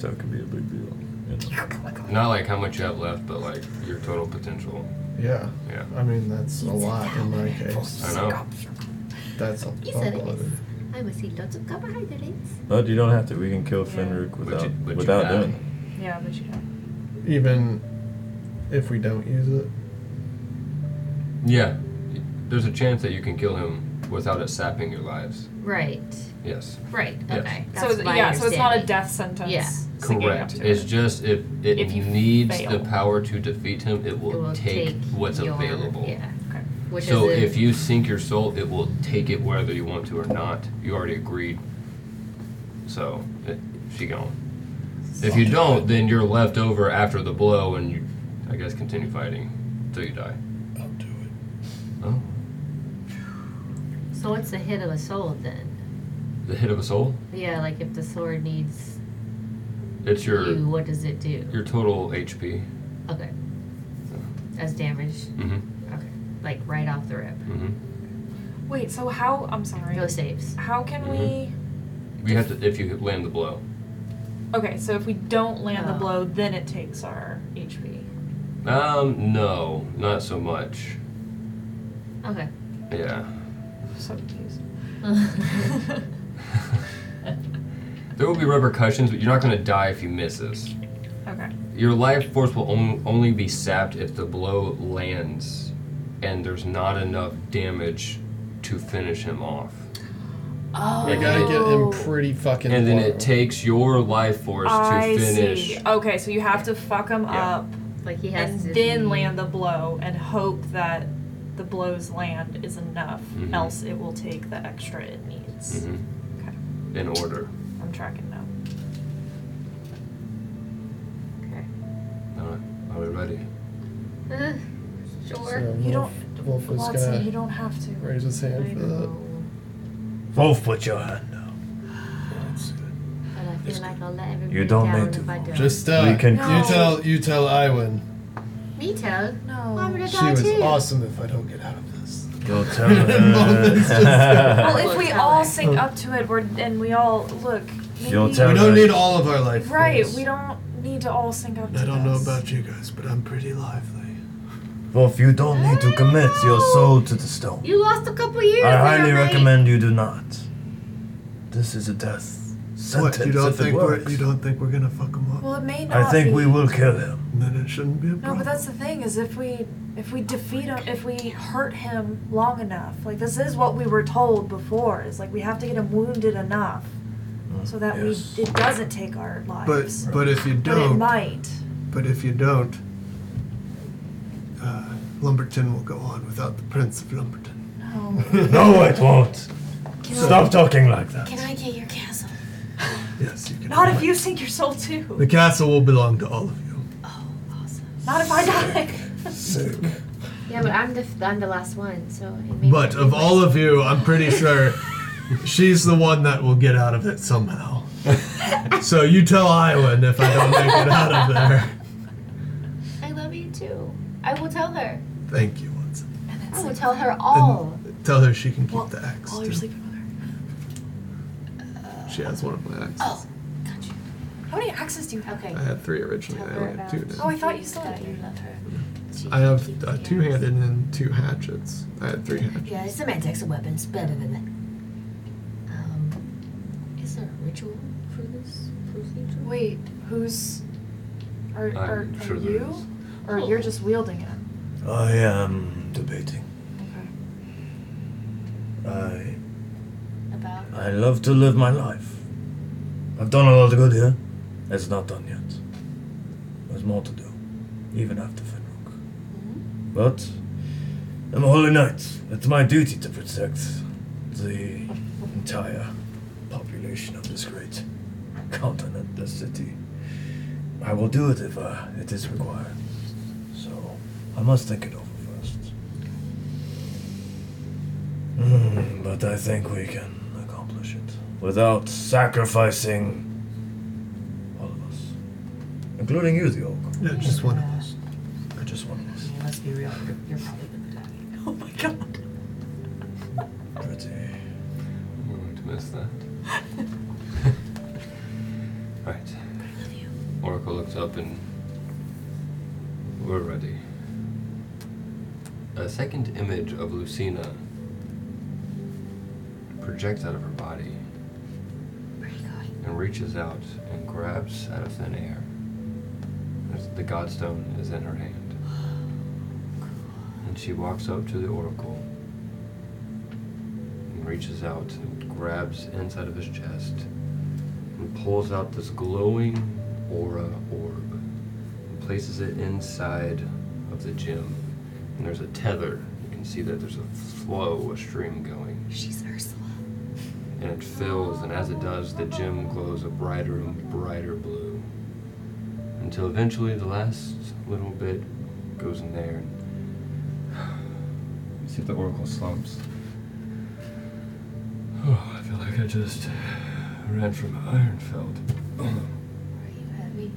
[SPEAKER 14] So it can be a big deal. you know.
[SPEAKER 3] Not like how much you have left, but like your total potential.
[SPEAKER 4] Yeah.
[SPEAKER 3] Yeah.
[SPEAKER 4] I mean, that's a lot in my case.
[SPEAKER 3] I know.
[SPEAKER 4] That's a
[SPEAKER 1] He said it
[SPEAKER 4] lot.
[SPEAKER 1] is. I must eat lots of carbohydrates.
[SPEAKER 14] But you don't have to. We can kill
[SPEAKER 11] Yeah.
[SPEAKER 14] Fenric
[SPEAKER 3] But
[SPEAKER 14] without
[SPEAKER 3] you- but you
[SPEAKER 14] without
[SPEAKER 3] die.
[SPEAKER 14] doing. it.
[SPEAKER 11] Yeah, but you don't.
[SPEAKER 4] Even if we don't use it.
[SPEAKER 3] Yeah. Y- There's a chance that you can kill him without it sapping your lives.
[SPEAKER 1] Right,
[SPEAKER 3] Yes.
[SPEAKER 1] right,
[SPEAKER 3] Yes.
[SPEAKER 1] okay.
[SPEAKER 5] So
[SPEAKER 1] That's
[SPEAKER 5] th-
[SPEAKER 1] my
[SPEAKER 5] yeah, so it's not
[SPEAKER 1] understanding.
[SPEAKER 5] a death sentence.
[SPEAKER 1] Yeah.
[SPEAKER 5] sticking up
[SPEAKER 3] Correct.
[SPEAKER 5] to
[SPEAKER 3] It's
[SPEAKER 5] it.
[SPEAKER 3] just if it
[SPEAKER 5] If you
[SPEAKER 3] needs
[SPEAKER 5] fail.
[SPEAKER 3] the power to defeat him, it will,
[SPEAKER 1] It will
[SPEAKER 3] take, what's
[SPEAKER 1] your-
[SPEAKER 3] available.
[SPEAKER 1] Yeah.
[SPEAKER 5] Okay.
[SPEAKER 1] Which
[SPEAKER 3] so
[SPEAKER 1] is a-
[SPEAKER 3] if you sink your soul, it will take it whether you want to or not. You already agreed. So it, she gone. If you don't, then you're left over after the blow, and you, I guess, continue fighting till you die.
[SPEAKER 4] I'll do it.
[SPEAKER 3] Oh,
[SPEAKER 1] so it's the hit of a soul then.
[SPEAKER 3] The hit of a soul?
[SPEAKER 1] Yeah, like if the sword needs
[SPEAKER 3] It's your
[SPEAKER 1] you, what does it do?
[SPEAKER 3] your total HP.
[SPEAKER 1] Okay. As damage.
[SPEAKER 3] Mm-hmm.
[SPEAKER 1] Okay. Like right off the rip.
[SPEAKER 3] Mm-hmm.
[SPEAKER 5] Wait, so how? I'm sorry.
[SPEAKER 1] No saves.
[SPEAKER 5] How can
[SPEAKER 3] Mm-hmm. You have to if you land the blow.
[SPEAKER 5] we? Okay, so if we don't land the
[SPEAKER 1] Oh.
[SPEAKER 5] blow, then it takes our HP.
[SPEAKER 3] Um, no, not so much.
[SPEAKER 1] Okay.
[SPEAKER 3] Yeah.
[SPEAKER 18] So confused.
[SPEAKER 3] There will be repercussions, but you're not going to die if you miss this.
[SPEAKER 5] Okay.
[SPEAKER 3] Your life force will on- only be sapped if the blow lands and there's not enough damage to finish him off.
[SPEAKER 5] Oh.
[SPEAKER 4] I gotta get him pretty fucking.
[SPEAKER 3] and then
[SPEAKER 4] low.
[SPEAKER 3] it takes your life force
[SPEAKER 5] I
[SPEAKER 3] to finish.
[SPEAKER 5] see. Okay, so you have to fuck him
[SPEAKER 3] Yeah.
[SPEAKER 5] up
[SPEAKER 1] Like he has
[SPEAKER 5] and
[SPEAKER 1] to
[SPEAKER 5] then land the blow and hope that the blow's land is enough.
[SPEAKER 3] Mhm.
[SPEAKER 5] Else, it will take the extra it needs.
[SPEAKER 3] Mhm. In order.
[SPEAKER 5] I'm tracking now.
[SPEAKER 1] Okay.
[SPEAKER 3] Alright, are we ready?
[SPEAKER 1] Uh,
[SPEAKER 4] So
[SPEAKER 1] sure.
[SPEAKER 4] Wolf,
[SPEAKER 5] You don't-
[SPEAKER 4] Wolf is
[SPEAKER 5] Watson, you
[SPEAKER 4] gonna
[SPEAKER 5] don't have to.
[SPEAKER 4] raise his hand for that.
[SPEAKER 6] Wolf, put your hand down.
[SPEAKER 1] But I feel like I'll let everybody
[SPEAKER 6] You don't
[SPEAKER 1] down
[SPEAKER 6] need to
[SPEAKER 1] if I don't.
[SPEAKER 4] Just uh,
[SPEAKER 6] We can-
[SPEAKER 4] you
[SPEAKER 5] No.
[SPEAKER 4] tell you tell Iwin
[SPEAKER 1] Me tell.
[SPEAKER 18] No.
[SPEAKER 1] Well, I'm gonna
[SPEAKER 4] she
[SPEAKER 1] die
[SPEAKER 4] was
[SPEAKER 1] too.
[SPEAKER 4] awesome if I don't get out of this.
[SPEAKER 6] Go tell
[SPEAKER 4] Moments just-
[SPEAKER 6] her.
[SPEAKER 5] Well, if we
[SPEAKER 1] Tell
[SPEAKER 5] all
[SPEAKER 1] her.
[SPEAKER 5] sync up to it, we're and we all look.
[SPEAKER 6] She'll
[SPEAKER 5] maybe-
[SPEAKER 6] tell
[SPEAKER 4] we
[SPEAKER 6] her.
[SPEAKER 4] don't need all of our life.
[SPEAKER 5] Right,
[SPEAKER 4] force.
[SPEAKER 5] we don't need to all sync up. To
[SPEAKER 4] I don't know
[SPEAKER 5] this.
[SPEAKER 4] about you guys, but I'm pretty lively.
[SPEAKER 6] Wolf, you don't need to commit your soul to the stone.
[SPEAKER 1] You lost a couple years.
[SPEAKER 6] I highly
[SPEAKER 1] there, right?
[SPEAKER 6] recommend you do not. This is a death sentence
[SPEAKER 4] what you don't
[SPEAKER 6] if it
[SPEAKER 4] think we're,
[SPEAKER 6] works.
[SPEAKER 4] you don't think we're gonna fuck him up?
[SPEAKER 5] Well, it may not.
[SPEAKER 6] I think
[SPEAKER 5] be.
[SPEAKER 6] we will kill him.
[SPEAKER 4] then it shouldn't be a
[SPEAKER 5] No,
[SPEAKER 4] problem.
[SPEAKER 5] but that's the thing is if we if we defeat him, if we hurt him long enough, like this is what we were told before. Is like we have to get him wounded enough so that
[SPEAKER 6] yes.
[SPEAKER 5] we it doesn't take our lives.
[SPEAKER 4] but but if you
[SPEAKER 5] But it
[SPEAKER 4] don't,
[SPEAKER 5] might.
[SPEAKER 4] but if you don't, uh, Lumberton will go on without the Prince of Lumberton.
[SPEAKER 5] No.
[SPEAKER 6] no, it won't. Stop talking like that.
[SPEAKER 1] Can I get your castle?
[SPEAKER 4] Yes, you can.
[SPEAKER 5] Not
[SPEAKER 4] have
[SPEAKER 5] if
[SPEAKER 4] it.
[SPEAKER 5] you sink your soul too.
[SPEAKER 4] The castle will belong to all of you.
[SPEAKER 5] Not if I die.
[SPEAKER 1] Yeah, but I'm the f- I'm the last one, so. It may
[SPEAKER 4] But of all of you, I'm pretty sure she's the one that will get out of it somehow. so you tell Iwan if I don't make it out of there.
[SPEAKER 1] I love you too. I will tell her.
[SPEAKER 4] Thank you, Watson.
[SPEAKER 1] I will tell her all.
[SPEAKER 4] Tell her she can keep
[SPEAKER 5] Well,
[SPEAKER 4] the axe.
[SPEAKER 5] While you're
[SPEAKER 4] too.
[SPEAKER 5] sleeping with her.
[SPEAKER 19] She has one of my axes.
[SPEAKER 1] Oh, got you.
[SPEAKER 5] How many axes do you have?
[SPEAKER 1] Okay.
[SPEAKER 19] I had three originally.
[SPEAKER 1] Tell
[SPEAKER 19] I
[SPEAKER 1] her
[SPEAKER 19] only have
[SPEAKER 1] about
[SPEAKER 19] two now.
[SPEAKER 5] Oh, I thought you still
[SPEAKER 1] that
[SPEAKER 5] had
[SPEAKER 1] you love her. She
[SPEAKER 19] I
[SPEAKER 1] can
[SPEAKER 19] have
[SPEAKER 1] keep
[SPEAKER 19] uh,
[SPEAKER 1] the
[SPEAKER 19] two handed and then two hatchets. I had three
[SPEAKER 1] axe.
[SPEAKER 19] hatchets.
[SPEAKER 1] Yeah, semantics of weapons. Blah, blah, blah, blah. Um, is there a ritual for this procedure?
[SPEAKER 5] Wait, who's are
[SPEAKER 3] I'm
[SPEAKER 5] are, are
[SPEAKER 3] sure there
[SPEAKER 5] you?
[SPEAKER 3] is.
[SPEAKER 5] Or you're just wielding it?
[SPEAKER 6] I am debating.
[SPEAKER 5] Okay.
[SPEAKER 6] I
[SPEAKER 1] About
[SPEAKER 19] Uh,
[SPEAKER 6] I love to live my life. I've done a lot of good here. It's not done yet. There's more to do, even after Fenrook.
[SPEAKER 1] hmm?
[SPEAKER 6] But I'm a holy knight. It's my duty to protect the entire population of this great continent, this city. I will do it if uh, it is required. So I must think it over first. Hmm, but I think we can accomplish it without sacrificing all of us, including you, the orc.
[SPEAKER 4] Yeah, just one of us.
[SPEAKER 6] I just want of us.
[SPEAKER 1] Yeah, uh, let's be real. You're, you're probably gonna die.
[SPEAKER 5] Oh my god.
[SPEAKER 6] Pretty.
[SPEAKER 3] I'm going to miss that. right. Oracle looks up and we're ready. A second image of Lucina projects out of her body
[SPEAKER 1] Where are you going?
[SPEAKER 3] and reaches out and grabs out of thin air. There's- The godstone is in her hand. And she walks up to the oracle and reaches out and grabs inside of his chest and pulls out this glowing aura orb and places it inside of the gem. And there's a tether. You can see that there's a flow, a stream going
[SPEAKER 1] She's Ursula.
[SPEAKER 3] and it fills, and as it does, the gem glows a brighter and brighter blue. Until eventually the last little bit goes in there. And you see if the oracle slumps. Oh, I feel like
[SPEAKER 2] think I just ran from Ironfeld.
[SPEAKER 1] Heavy.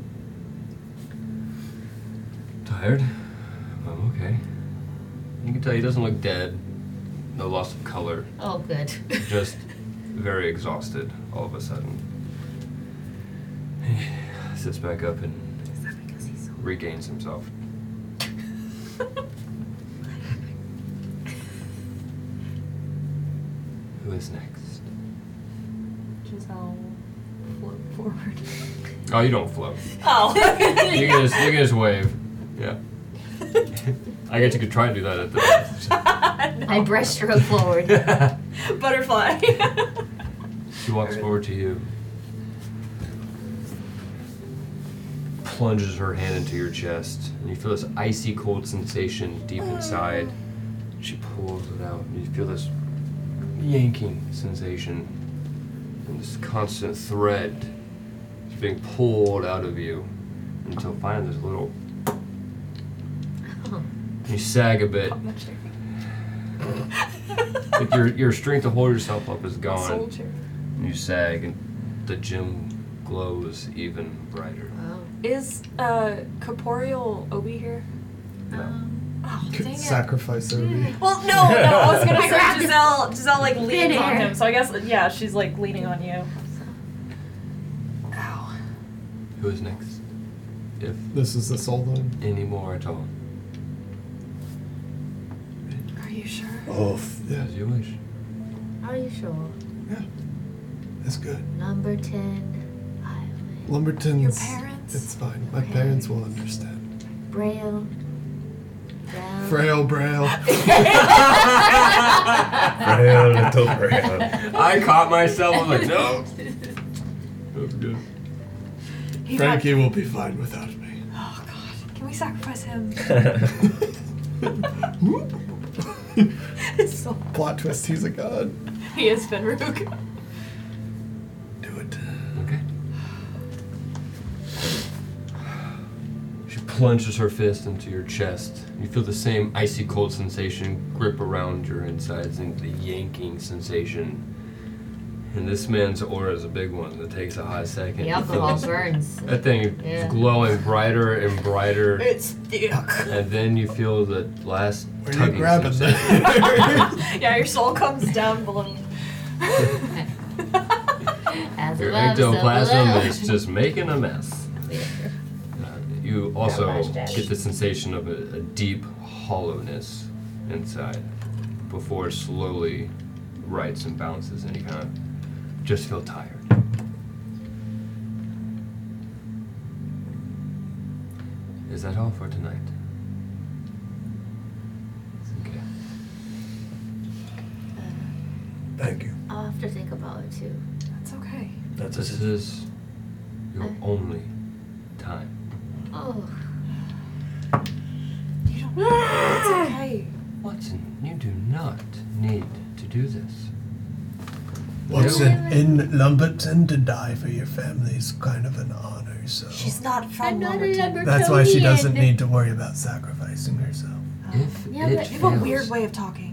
[SPEAKER 3] Tired? I'm okay. You can tell he doesn't look dead. No loss of color.
[SPEAKER 1] Oh, good.
[SPEAKER 3] Just very exhausted all of a sudden. He sits back up and regains himself. Who is next?
[SPEAKER 11] Giselle float forward.
[SPEAKER 3] Oh, you don't float.
[SPEAKER 5] Oh.
[SPEAKER 3] you can just you can just wave. Yeah. I guess you could try and do that at the
[SPEAKER 1] I breaststroke forward.
[SPEAKER 5] Butterfly.
[SPEAKER 3] She walks forward to you. Plunges her hand into your chest, and you feel this icy cold sensation deep inside. She pulls it out, and you feel this yanking sensation, and this constant thread is being pulled out of you until finally there's a little. You sag a bit. Like your, your strength to hold yourself up is gone.
[SPEAKER 11] Soldier.
[SPEAKER 3] And You sag, and the gym glows even brighter.
[SPEAKER 11] Is uh, corporeal Obi here?
[SPEAKER 3] No.
[SPEAKER 1] Um,
[SPEAKER 11] Oh, dang it.
[SPEAKER 4] Sacrifice Obi.
[SPEAKER 5] Well, no, no. I was gonna
[SPEAKER 1] Grab
[SPEAKER 5] say
[SPEAKER 1] him.
[SPEAKER 5] Giselle. Giselle like leaned on
[SPEAKER 1] air.
[SPEAKER 5] him, so I guess yeah, she's like leaning on you. Ow.
[SPEAKER 3] Who is next? If
[SPEAKER 4] This is the soul one.
[SPEAKER 3] any more at all.
[SPEAKER 11] Are you sure?
[SPEAKER 2] Oh, f- yeah,
[SPEAKER 3] As you wish.
[SPEAKER 1] Are you sure?
[SPEAKER 4] that's good.
[SPEAKER 1] Number 10, Island.
[SPEAKER 4] Lumberton's.
[SPEAKER 11] Your parents?
[SPEAKER 4] It's fine. My parents will understand.
[SPEAKER 1] Braille. Braille.
[SPEAKER 4] Frail, braille.
[SPEAKER 6] Frail little frail.
[SPEAKER 3] I caught myself. I was like, no. That's good.
[SPEAKER 11] He got-
[SPEAKER 4] Frankie will be fine without me.
[SPEAKER 11] oh god. Can we sacrifice him?
[SPEAKER 5] So,
[SPEAKER 4] Plot twist. He's a god.
[SPEAKER 5] he is Fenrook.
[SPEAKER 4] Do it.
[SPEAKER 3] Okay. She plunges her fist into your chest. You feel the same icy cold sensation grip around your insides and the yanking sensation. And this man's aura is a big one that takes a hot second.
[SPEAKER 1] The
[SPEAKER 3] You feel
[SPEAKER 1] alcohol
[SPEAKER 3] this-
[SPEAKER 1] burns.
[SPEAKER 3] That thing
[SPEAKER 1] Yeah.
[SPEAKER 3] is glowing brighter and brighter,
[SPEAKER 5] It's thick.
[SPEAKER 3] and then you feel the last
[SPEAKER 4] Where are you
[SPEAKER 3] tugging
[SPEAKER 4] grabbing
[SPEAKER 3] sensation.
[SPEAKER 4] that?
[SPEAKER 5] yeah, your soul comes down below.
[SPEAKER 1] As
[SPEAKER 3] Your
[SPEAKER 1] above, so
[SPEAKER 3] ectoplasm
[SPEAKER 1] below.
[SPEAKER 3] is just making a mess. Uh, you also
[SPEAKER 1] mustache.
[SPEAKER 3] get the sensation of a, a deep hollowness inside before it slowly rights and bounces and you kind of just feel tired. Is that all for tonight? Okay.
[SPEAKER 2] thank you.
[SPEAKER 1] I'll have to think about it too.
[SPEAKER 11] That's okay.
[SPEAKER 2] That's
[SPEAKER 3] This
[SPEAKER 2] it.
[SPEAKER 3] is your only time.
[SPEAKER 1] Oh,
[SPEAKER 11] You don't. it's okay.
[SPEAKER 3] Watson, you do not need to do this.
[SPEAKER 4] Watson, in Lumberton to die for your family is kind of an honor, so.
[SPEAKER 11] She's not
[SPEAKER 1] I'm
[SPEAKER 11] from
[SPEAKER 1] not a
[SPEAKER 11] Lumberton.
[SPEAKER 1] Lumbertonian.
[SPEAKER 4] That's why she doesn't need to worry about sacrificing herself.
[SPEAKER 3] If
[SPEAKER 1] Yeah,
[SPEAKER 3] it
[SPEAKER 1] but
[SPEAKER 11] Ah. You have a
[SPEAKER 3] fails,
[SPEAKER 11] weird way of talking.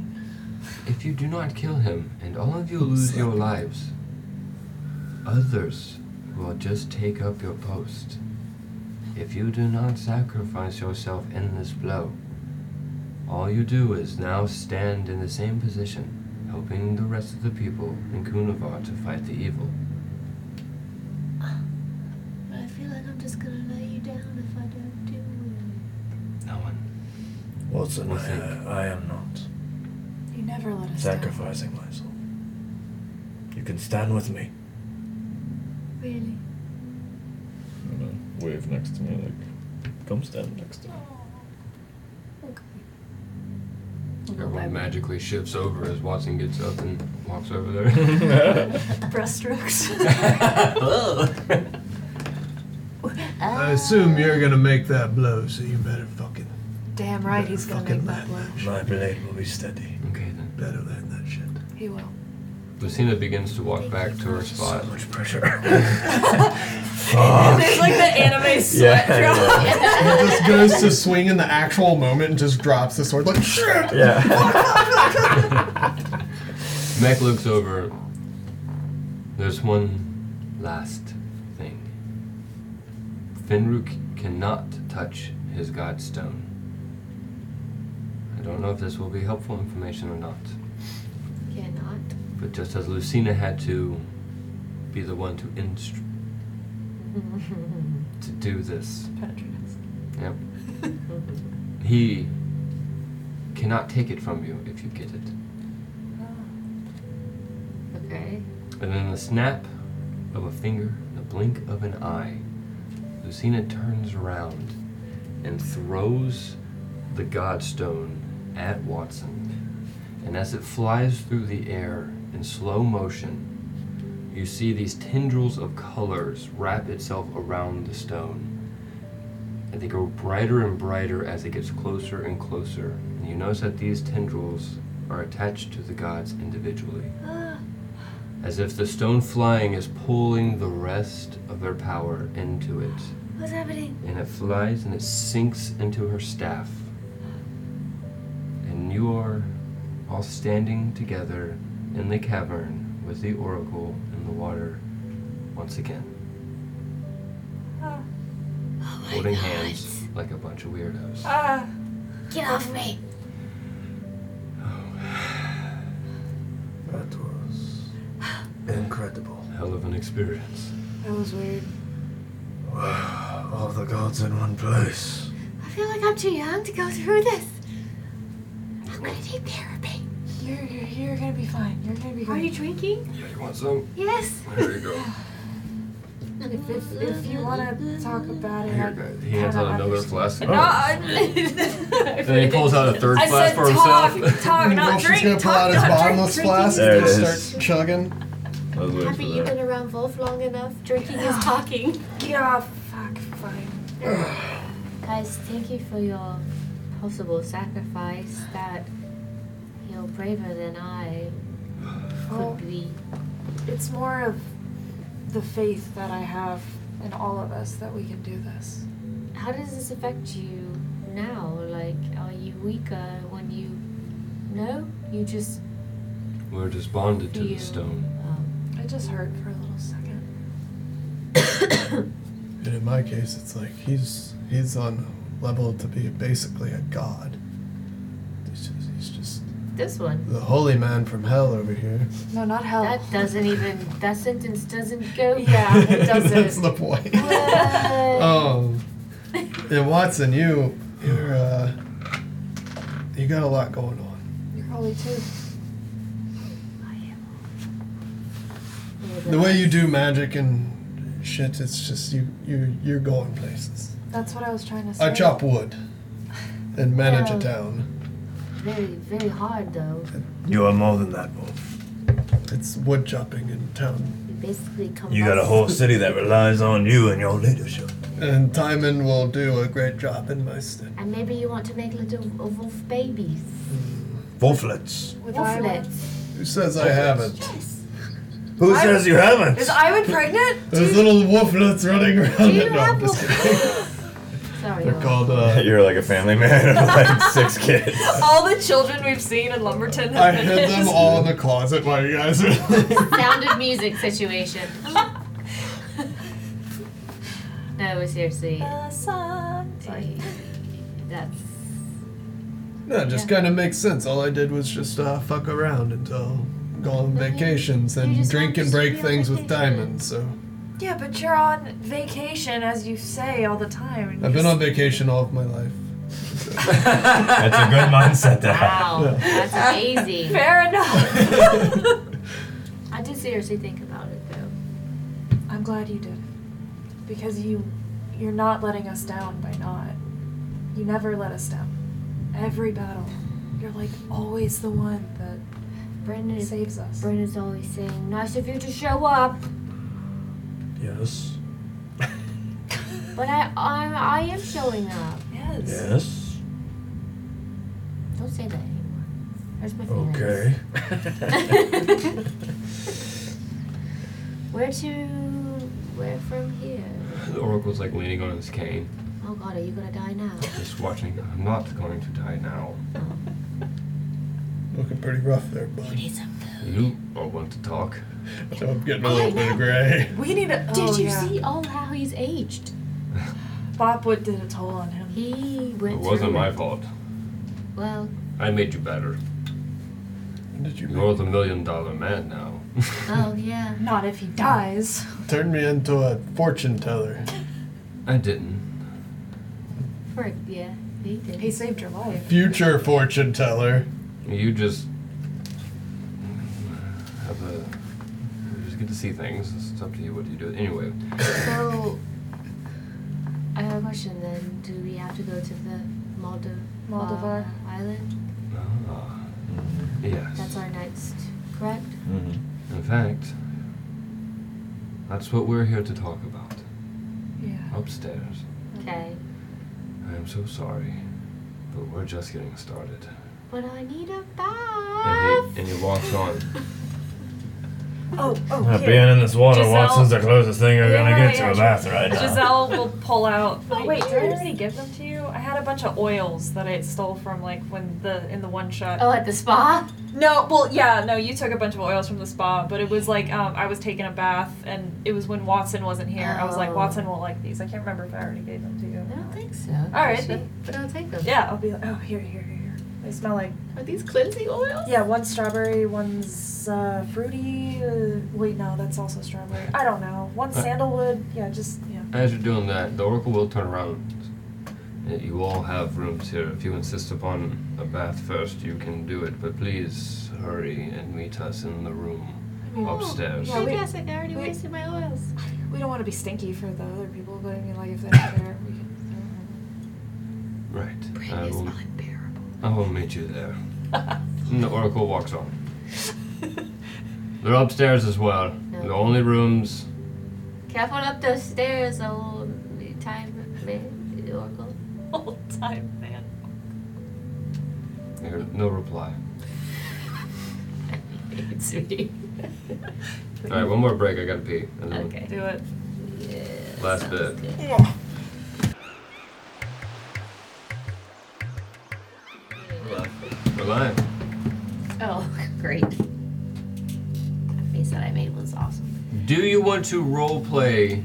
[SPEAKER 3] if you do not kill him and all of you lose your lives, others will just take up your post. If you do not sacrifice yourself in this blow, all you do is now stand in the same position, helping the rest of the people in Kunavar to fight the evil.
[SPEAKER 1] but I feel like I'm just gonna let you down if I don't do it.
[SPEAKER 3] No one.
[SPEAKER 2] Watson,
[SPEAKER 3] Well,
[SPEAKER 2] I,
[SPEAKER 3] thank
[SPEAKER 2] uh, I am not
[SPEAKER 11] You never let us down.
[SPEAKER 2] sacrificing myself. You can stand with me.
[SPEAKER 1] Really?
[SPEAKER 14] And I wave next to me, like, come stand next to me.
[SPEAKER 3] Everyone magically shifts over as Watson gets up and walks over there.
[SPEAKER 5] Breaststrokes.
[SPEAKER 4] I assume you're gonna make that blow, so you better fucking
[SPEAKER 11] Damn right, he's gonna
[SPEAKER 4] Fucking
[SPEAKER 11] make that blow.
[SPEAKER 4] man.
[SPEAKER 2] My blade will be steady.
[SPEAKER 3] okay then.
[SPEAKER 4] better learn that shit.
[SPEAKER 11] He will.
[SPEAKER 3] Lucina begins to walk back to her spot.
[SPEAKER 2] So much pressure.
[SPEAKER 3] Oh,
[SPEAKER 2] Fuck.
[SPEAKER 5] There's like the anime sweat
[SPEAKER 2] I
[SPEAKER 5] drop.
[SPEAKER 2] know.
[SPEAKER 4] He just goes to swing in the actual moment and just drops the sword like shit.
[SPEAKER 2] Yeah.
[SPEAKER 3] Mech looks over, There's one last thing. Finruk cannot touch his godstone. I don't know if this will be helpful information or not,
[SPEAKER 1] Cannot.
[SPEAKER 3] but just as Lucina had to be the one to instru- to do this,
[SPEAKER 5] Penetrance.
[SPEAKER 3] yep. he cannot take it from you if you get it.
[SPEAKER 1] Okay.
[SPEAKER 3] And in the snap of a finger, the blink of an eye, Lucina turns around and throws the godstone at Watson. And as it flies through the air in slow motion, you see these tendrils of colors wrap itself around the stone. And they go brighter and brighter as it gets closer and closer. And you notice that these tendrils are attached to the gods individually
[SPEAKER 1] Ah,
[SPEAKER 3] as if the stone flying is pulling the rest of their power into it.
[SPEAKER 13] What's happening?
[SPEAKER 3] And it flies and it sinks into her staff. And you are all standing together in the cavern with the oracle in the water once again,
[SPEAKER 5] Ah.
[SPEAKER 1] Oh
[SPEAKER 3] holding hands like a bunch of weirdos.
[SPEAKER 5] Ah.
[SPEAKER 13] Get off me!
[SPEAKER 2] That was incredible.
[SPEAKER 3] Hell of an experience.
[SPEAKER 11] That was weird.
[SPEAKER 2] Wow, all the gods in one place.
[SPEAKER 13] I feel like I'm too young to go through this. I'm gonna need therapy.
[SPEAKER 11] You're, you're, you're gonna be fine. You're gonna be good.
[SPEAKER 1] Are you drinking?
[SPEAKER 3] Yeah, you want some?
[SPEAKER 13] Yes.
[SPEAKER 3] There you go.
[SPEAKER 11] If, if, if you wanna talk about it, I
[SPEAKER 3] Here, he hands out another flask.
[SPEAKER 5] No, I-
[SPEAKER 3] Oh. And he pulls out a third
[SPEAKER 5] I
[SPEAKER 3] flask
[SPEAKER 5] said
[SPEAKER 3] for
[SPEAKER 5] talk,
[SPEAKER 3] himself.
[SPEAKER 11] Oh,
[SPEAKER 5] talk, not
[SPEAKER 4] Wilson's gonna
[SPEAKER 5] drink.
[SPEAKER 4] pull out
[SPEAKER 5] Talk,
[SPEAKER 4] his
[SPEAKER 5] not drink.
[SPEAKER 4] bottomless flask
[SPEAKER 6] There
[SPEAKER 4] and
[SPEAKER 6] it is.
[SPEAKER 4] start chugging.
[SPEAKER 14] I was waiting
[SPEAKER 1] Haven't
[SPEAKER 14] for
[SPEAKER 1] you
[SPEAKER 14] that.
[SPEAKER 1] been around Wolf long enough? Drinking is talking.
[SPEAKER 11] get off. Fuck, fine.
[SPEAKER 1] Guys, thank you for your possible sacrifice that you're braver than I
[SPEAKER 11] Oh.
[SPEAKER 1] could be.
[SPEAKER 11] It's more of the faith that I have in all of us that we can do this.
[SPEAKER 1] How does this affect you now? Like, are you weaker when you. No? You just.
[SPEAKER 3] We're just bonded to
[SPEAKER 1] You.
[SPEAKER 3] the stone.
[SPEAKER 1] Um,
[SPEAKER 11] It just hurt for a little second.
[SPEAKER 4] And in my case, it's like he's he's on a level to be basically a god. He's just, he's just
[SPEAKER 1] this one.
[SPEAKER 4] the holy man from hell over here.
[SPEAKER 11] No, not
[SPEAKER 4] Oh.
[SPEAKER 11] hell.
[SPEAKER 1] That doesn't even. That sentence doesn't go.
[SPEAKER 11] yeah, it
[SPEAKER 4] That's
[SPEAKER 11] doesn't.
[SPEAKER 4] the point.
[SPEAKER 1] What?
[SPEAKER 4] um, and Watson, you you're uh, you got a lot going on.
[SPEAKER 11] You're holy too.
[SPEAKER 4] The way you do magic and shit, it's just you you you're going places.
[SPEAKER 11] That's what I was trying to say.
[SPEAKER 4] I chop wood and manage
[SPEAKER 1] Yeah.
[SPEAKER 4] a town.
[SPEAKER 1] Very, very hard though.
[SPEAKER 12] You are more than that, Wolf.
[SPEAKER 4] It's wood chopping in town.
[SPEAKER 1] You basically come.
[SPEAKER 12] You got a whole city that relies on you and your leadership.
[SPEAKER 4] And Timon will do a great job in my stead.
[SPEAKER 1] And maybe you want to make little uh, wolf babies.
[SPEAKER 12] Wolflets.
[SPEAKER 11] With Iwan.
[SPEAKER 1] Wolflets.
[SPEAKER 4] Who says I haven't?
[SPEAKER 1] Yes.
[SPEAKER 12] Who
[SPEAKER 5] I-
[SPEAKER 12] says you haven't?
[SPEAKER 5] Is Iwood pregnant?
[SPEAKER 4] There's little wolflets running
[SPEAKER 1] Do
[SPEAKER 4] around.
[SPEAKER 1] you
[SPEAKER 4] No, I'm
[SPEAKER 1] have
[SPEAKER 4] just
[SPEAKER 1] wolf
[SPEAKER 4] kidding.
[SPEAKER 1] Sorry.
[SPEAKER 4] They're
[SPEAKER 1] Owen.
[SPEAKER 4] called. Uh,
[SPEAKER 6] You're like a family man of like six kids.
[SPEAKER 5] All the children we've seen in Lumberton
[SPEAKER 4] I
[SPEAKER 5] have been
[SPEAKER 4] hid them
[SPEAKER 5] his.
[SPEAKER 4] all in the closet while you guys were.
[SPEAKER 1] Sound of music situation. no, seriously.
[SPEAKER 5] The sun. Sorry.
[SPEAKER 1] That's.
[SPEAKER 4] no, it just kind of makes sense. All I did was just uh, fuck around until go on
[SPEAKER 1] But you-
[SPEAKER 4] vacations
[SPEAKER 1] you
[SPEAKER 4] and
[SPEAKER 1] just
[SPEAKER 4] drink
[SPEAKER 1] wanted
[SPEAKER 4] and
[SPEAKER 1] to
[SPEAKER 4] break
[SPEAKER 1] be on
[SPEAKER 4] things with
[SPEAKER 1] vacation.
[SPEAKER 4] diamonds. So
[SPEAKER 5] Yeah, but you're on vacation, as you say all the time. and
[SPEAKER 4] I've been
[SPEAKER 5] just-
[SPEAKER 4] on vacation all of my life.
[SPEAKER 12] That's a good mindset to have.
[SPEAKER 1] Wow. That's amazing.
[SPEAKER 5] Fair enough.
[SPEAKER 1] I did seriously think about it though.
[SPEAKER 11] I'm glad you did. Because you you're not letting us down by not. You never let us down. Every battle. You're like always the one that
[SPEAKER 1] Brendan is,
[SPEAKER 11] saves us.
[SPEAKER 1] Brendan's always saying, nice of you to show up.
[SPEAKER 12] Yes.
[SPEAKER 1] But I, I, I am showing up.
[SPEAKER 5] yes.
[SPEAKER 12] Yes.
[SPEAKER 1] Don't say that anymore. Where's my feelings?
[SPEAKER 12] Okay.
[SPEAKER 1] Where to? Where from here?
[SPEAKER 3] The oracle's like leaning on his cane.
[SPEAKER 1] Oh God, are you gonna die now?
[SPEAKER 3] Just watching. I'm not going to die now.
[SPEAKER 1] Oh.
[SPEAKER 4] Looking pretty rough there, bud.
[SPEAKER 1] need some food.
[SPEAKER 3] You all want to talk.
[SPEAKER 4] So I'm getting a little bit of gray.
[SPEAKER 11] We need a.
[SPEAKER 1] Did
[SPEAKER 11] oh,
[SPEAKER 1] you
[SPEAKER 11] yeah.
[SPEAKER 1] see all how he's aged?
[SPEAKER 11] Bopwood did a toll on him.
[SPEAKER 1] He went.
[SPEAKER 3] It wasn't
[SPEAKER 1] through
[SPEAKER 3] my
[SPEAKER 1] it.
[SPEAKER 3] fault.
[SPEAKER 1] Well,
[SPEAKER 3] I made you better.
[SPEAKER 4] Did you
[SPEAKER 3] You're worth a million dollar man now.
[SPEAKER 1] oh yeah.
[SPEAKER 11] Not if he dies.
[SPEAKER 4] Turned me into a fortune teller.
[SPEAKER 3] I didn't.
[SPEAKER 1] For, yeah, he did.
[SPEAKER 11] He saved your life.
[SPEAKER 4] Future fortune teller.
[SPEAKER 3] You just have a. You just get to see things. It's up to you what you do. Anyway,
[SPEAKER 1] So, I have a question then. Do we have to go to the Maldiv-
[SPEAKER 11] Maldivar.
[SPEAKER 1] Island?
[SPEAKER 3] ah, yes.
[SPEAKER 1] That's our next, correct?
[SPEAKER 3] Hmm. In fact, that's what we're here to talk about.
[SPEAKER 11] Yeah.
[SPEAKER 3] Upstairs.
[SPEAKER 1] Okay.
[SPEAKER 3] I am so sorry, but we're just getting started.
[SPEAKER 1] But I need a bath.
[SPEAKER 3] And he, and he walks on.
[SPEAKER 11] Oh, oh.
[SPEAKER 6] Uh,
[SPEAKER 11] here.
[SPEAKER 6] being in this water,
[SPEAKER 5] Giselle-
[SPEAKER 6] Watson's the closest thing you're gonna
[SPEAKER 5] Yeah,
[SPEAKER 6] get to
[SPEAKER 5] yeah.
[SPEAKER 6] a bath right now.
[SPEAKER 5] Giselle will pull out.
[SPEAKER 11] Oh wait, did I already give them to you? I had a bunch of oils that I stole from like when the in the one shot.
[SPEAKER 1] Oh, at the spa?
[SPEAKER 5] No, well, yeah, no, you took a bunch of oils from the spa, but it was like um, I was taking a bath, and it was when Watson wasn't here. I was like,
[SPEAKER 1] Oh.
[SPEAKER 5] Watson won't like these. I can't remember if I already gave them to you.
[SPEAKER 1] I don't think so.
[SPEAKER 5] All right,
[SPEAKER 1] She-
[SPEAKER 5] then.
[SPEAKER 1] But I'll take them.
[SPEAKER 5] Yeah, I'll be like, oh, here, here, here, here. They smell like
[SPEAKER 1] Are these cleansing oils?
[SPEAKER 11] Yeah, one's strawberry, one's uh, fruity. Uh, wait, no, that's also strawberry. I don't know. One's
[SPEAKER 3] Uh,
[SPEAKER 11] sandalwood. Yeah, just yeah.
[SPEAKER 3] As you're doing that, the oracle will turn around. Uh, You all have rooms here. If you insist upon a bath first, you can do it, but please hurry and meet us in the room upstairs.
[SPEAKER 11] yeah, we-
[SPEAKER 1] Fantastic, I already
[SPEAKER 11] we-
[SPEAKER 1] wasted my oils.
[SPEAKER 11] We don't want to be stinky for the other people, but I mean, like if they're not there, we can.
[SPEAKER 3] Right. I
[SPEAKER 1] It's
[SPEAKER 3] will,
[SPEAKER 1] unbearable.
[SPEAKER 3] I will meet you there. and the oracle walks on. They're upstairs as well.
[SPEAKER 1] No.
[SPEAKER 3] The only rooms.
[SPEAKER 1] Careful up those stairs, old time man, Oracle.
[SPEAKER 5] old time man.
[SPEAKER 3] there- No reply.
[SPEAKER 1] Sweetie.
[SPEAKER 3] All right, one more break. I gotta pee. And then
[SPEAKER 1] Okay.
[SPEAKER 5] Do it.
[SPEAKER 1] Yeah,
[SPEAKER 3] Last bit.
[SPEAKER 1] sounds good.
[SPEAKER 3] We're live.
[SPEAKER 1] Oh, great. That face that I made was awesome.
[SPEAKER 3] Do you want to role play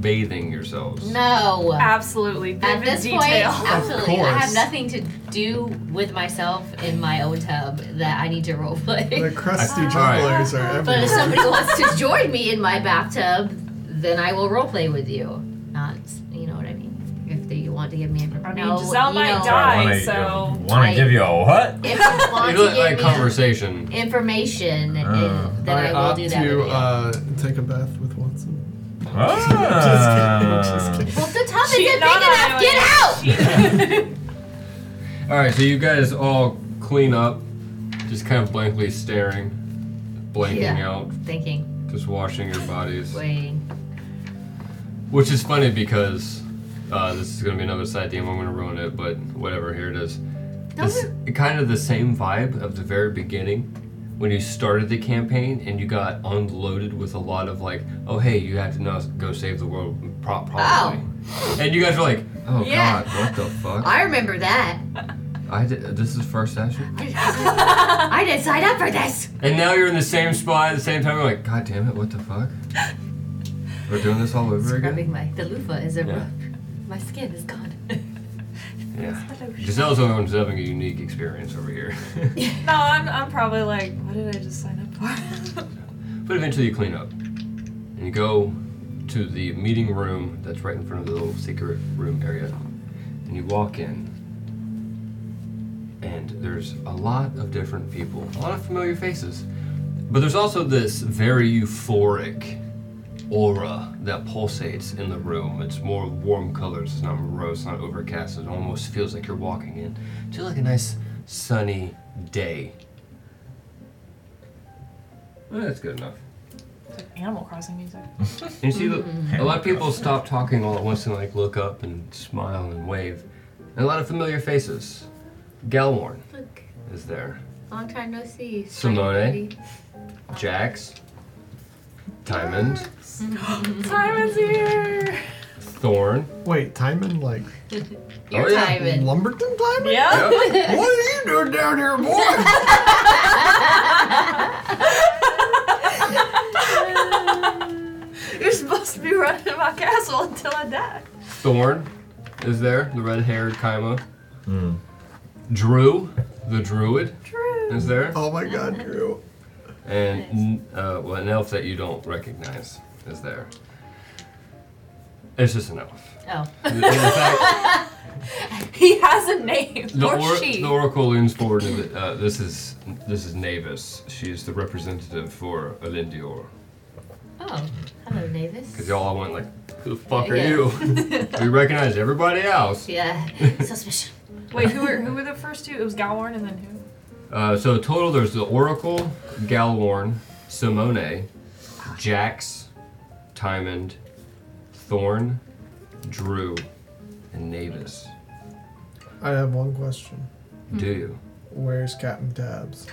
[SPEAKER 3] bathing yourselves?
[SPEAKER 1] No.
[SPEAKER 5] Absolutely.
[SPEAKER 1] At
[SPEAKER 5] Vivid
[SPEAKER 1] this
[SPEAKER 5] detail.
[SPEAKER 1] point, absolutely. I
[SPEAKER 4] course.
[SPEAKER 1] have nothing to do with myself in my own tub that I need to
[SPEAKER 4] The
[SPEAKER 1] roleplay.
[SPEAKER 4] crusty
[SPEAKER 3] I-
[SPEAKER 4] jugglers are
[SPEAKER 1] Uh, But if
[SPEAKER 4] everywhere.
[SPEAKER 1] somebody wants to join me in my bathtub, then I will roleplay with you. Not, you know what I mean? If they want to give me a
[SPEAKER 5] I mean,
[SPEAKER 1] no,
[SPEAKER 5] Giselle
[SPEAKER 1] you
[SPEAKER 5] might
[SPEAKER 1] know,
[SPEAKER 5] die.
[SPEAKER 6] I wanna,
[SPEAKER 5] so-
[SPEAKER 6] wanna
[SPEAKER 1] I-
[SPEAKER 6] give you a what?
[SPEAKER 1] If you want
[SPEAKER 3] You
[SPEAKER 1] to
[SPEAKER 3] look
[SPEAKER 1] give
[SPEAKER 3] like
[SPEAKER 1] me
[SPEAKER 3] conversation.
[SPEAKER 1] information,
[SPEAKER 6] Uh,
[SPEAKER 1] it, then
[SPEAKER 4] I
[SPEAKER 1] I, will
[SPEAKER 4] opt
[SPEAKER 1] do that.
[SPEAKER 4] to
[SPEAKER 1] with you.
[SPEAKER 4] uh, take a bath with Watson.
[SPEAKER 6] Ah. Uh,
[SPEAKER 4] Just kidding, just
[SPEAKER 1] well,
[SPEAKER 4] kidding.
[SPEAKER 1] if the tub isn't
[SPEAKER 5] She-
[SPEAKER 1] big
[SPEAKER 5] no, no,
[SPEAKER 1] enough.
[SPEAKER 5] no, no.
[SPEAKER 1] Get out!
[SPEAKER 3] All right, so you guys all clean up, just kind of blankly staring, blanking
[SPEAKER 1] Yeah.
[SPEAKER 3] out,
[SPEAKER 1] Thinking,
[SPEAKER 3] just washing your bodies.
[SPEAKER 1] waiting.
[SPEAKER 3] Which is funny because uh, this is gonna be another side DM. I'm gonna ruin it, but whatever. Here it is. It's kind of the same vibe of the very beginning when you started the campaign and you got unloaded with a lot of like, oh hey, you have to now go save the world, pro- probably. And you guys were like, oh
[SPEAKER 1] Yeah.
[SPEAKER 3] god, what the fuck?
[SPEAKER 1] I remember that.
[SPEAKER 3] I did, this is first session.
[SPEAKER 1] I didn't, I didn't sign up for this.
[SPEAKER 3] And now you're in the same spot at the same time. You're like, God damn it, what the fuck? We're doing this all over again.
[SPEAKER 1] Rubbing my the loofah is a
[SPEAKER 3] Yeah.
[SPEAKER 1] rug. My skin is gone.
[SPEAKER 3] Yeah. Giselle's the only one's having a unique experience over here.
[SPEAKER 5] No, I'm, I'm probably like,
[SPEAKER 11] What did I just sign up for?
[SPEAKER 3] but eventually you clean up and you go to the meeting room that's right in front of the little secret room area, and you walk in. And there's a lot of different people, a lot of familiar faces, but there's also this very euphoric aura that pulsates in the room. It's more warm colors. It's not morose. It's not overcast. It almost feels like you're walking in to like a nice sunny day. Well, that's good enough.
[SPEAKER 5] Animal Crossing music.
[SPEAKER 3] And you see, the, a lot of people stop talking all at once and like look up and smile and wave. And a lot of familiar faces. Galworn
[SPEAKER 1] Look,
[SPEAKER 3] is there.
[SPEAKER 1] long time no see.
[SPEAKER 3] Simone. Jax. Diamond.
[SPEAKER 5] Simon's here.
[SPEAKER 3] Thorn.
[SPEAKER 4] Wait, Timon like
[SPEAKER 1] Your
[SPEAKER 3] Oh, yeah.
[SPEAKER 1] time in.
[SPEAKER 4] Lumberton Timon?
[SPEAKER 5] Yeah.
[SPEAKER 3] Yep.
[SPEAKER 4] What are you doing down here, boy?
[SPEAKER 5] be running my castle until I die.
[SPEAKER 3] Thorn is there, the red haired Kaima. Drew, the druid, is there.
[SPEAKER 4] Oh my god, Drew.
[SPEAKER 3] And uh, well, an elf that you don't recognize is there. It's just an elf.
[SPEAKER 1] Oh.
[SPEAKER 3] In fact-
[SPEAKER 5] he has a name.
[SPEAKER 3] The,
[SPEAKER 5] or
[SPEAKER 3] or-
[SPEAKER 5] she.
[SPEAKER 3] the oracle leans forward. And, uh, this is this is Navis. She is the representative for Elindior.
[SPEAKER 1] Oh, hello, Navis.
[SPEAKER 3] Because y'all all went like, who the fuck are
[SPEAKER 1] Yeah.
[SPEAKER 3] you? we recognize everybody else.
[SPEAKER 1] Yeah, suspicion.
[SPEAKER 5] Wait, who were who were the first two? It was Galwarn and then who?
[SPEAKER 3] Uh, so total, there's the Oracle, Galworn, Simone, Jax, Timond, Thorn, Drew, and Navis.
[SPEAKER 4] I have one question.
[SPEAKER 3] Do
[SPEAKER 5] Hmm.
[SPEAKER 3] you?
[SPEAKER 4] Where's Captain Tabs?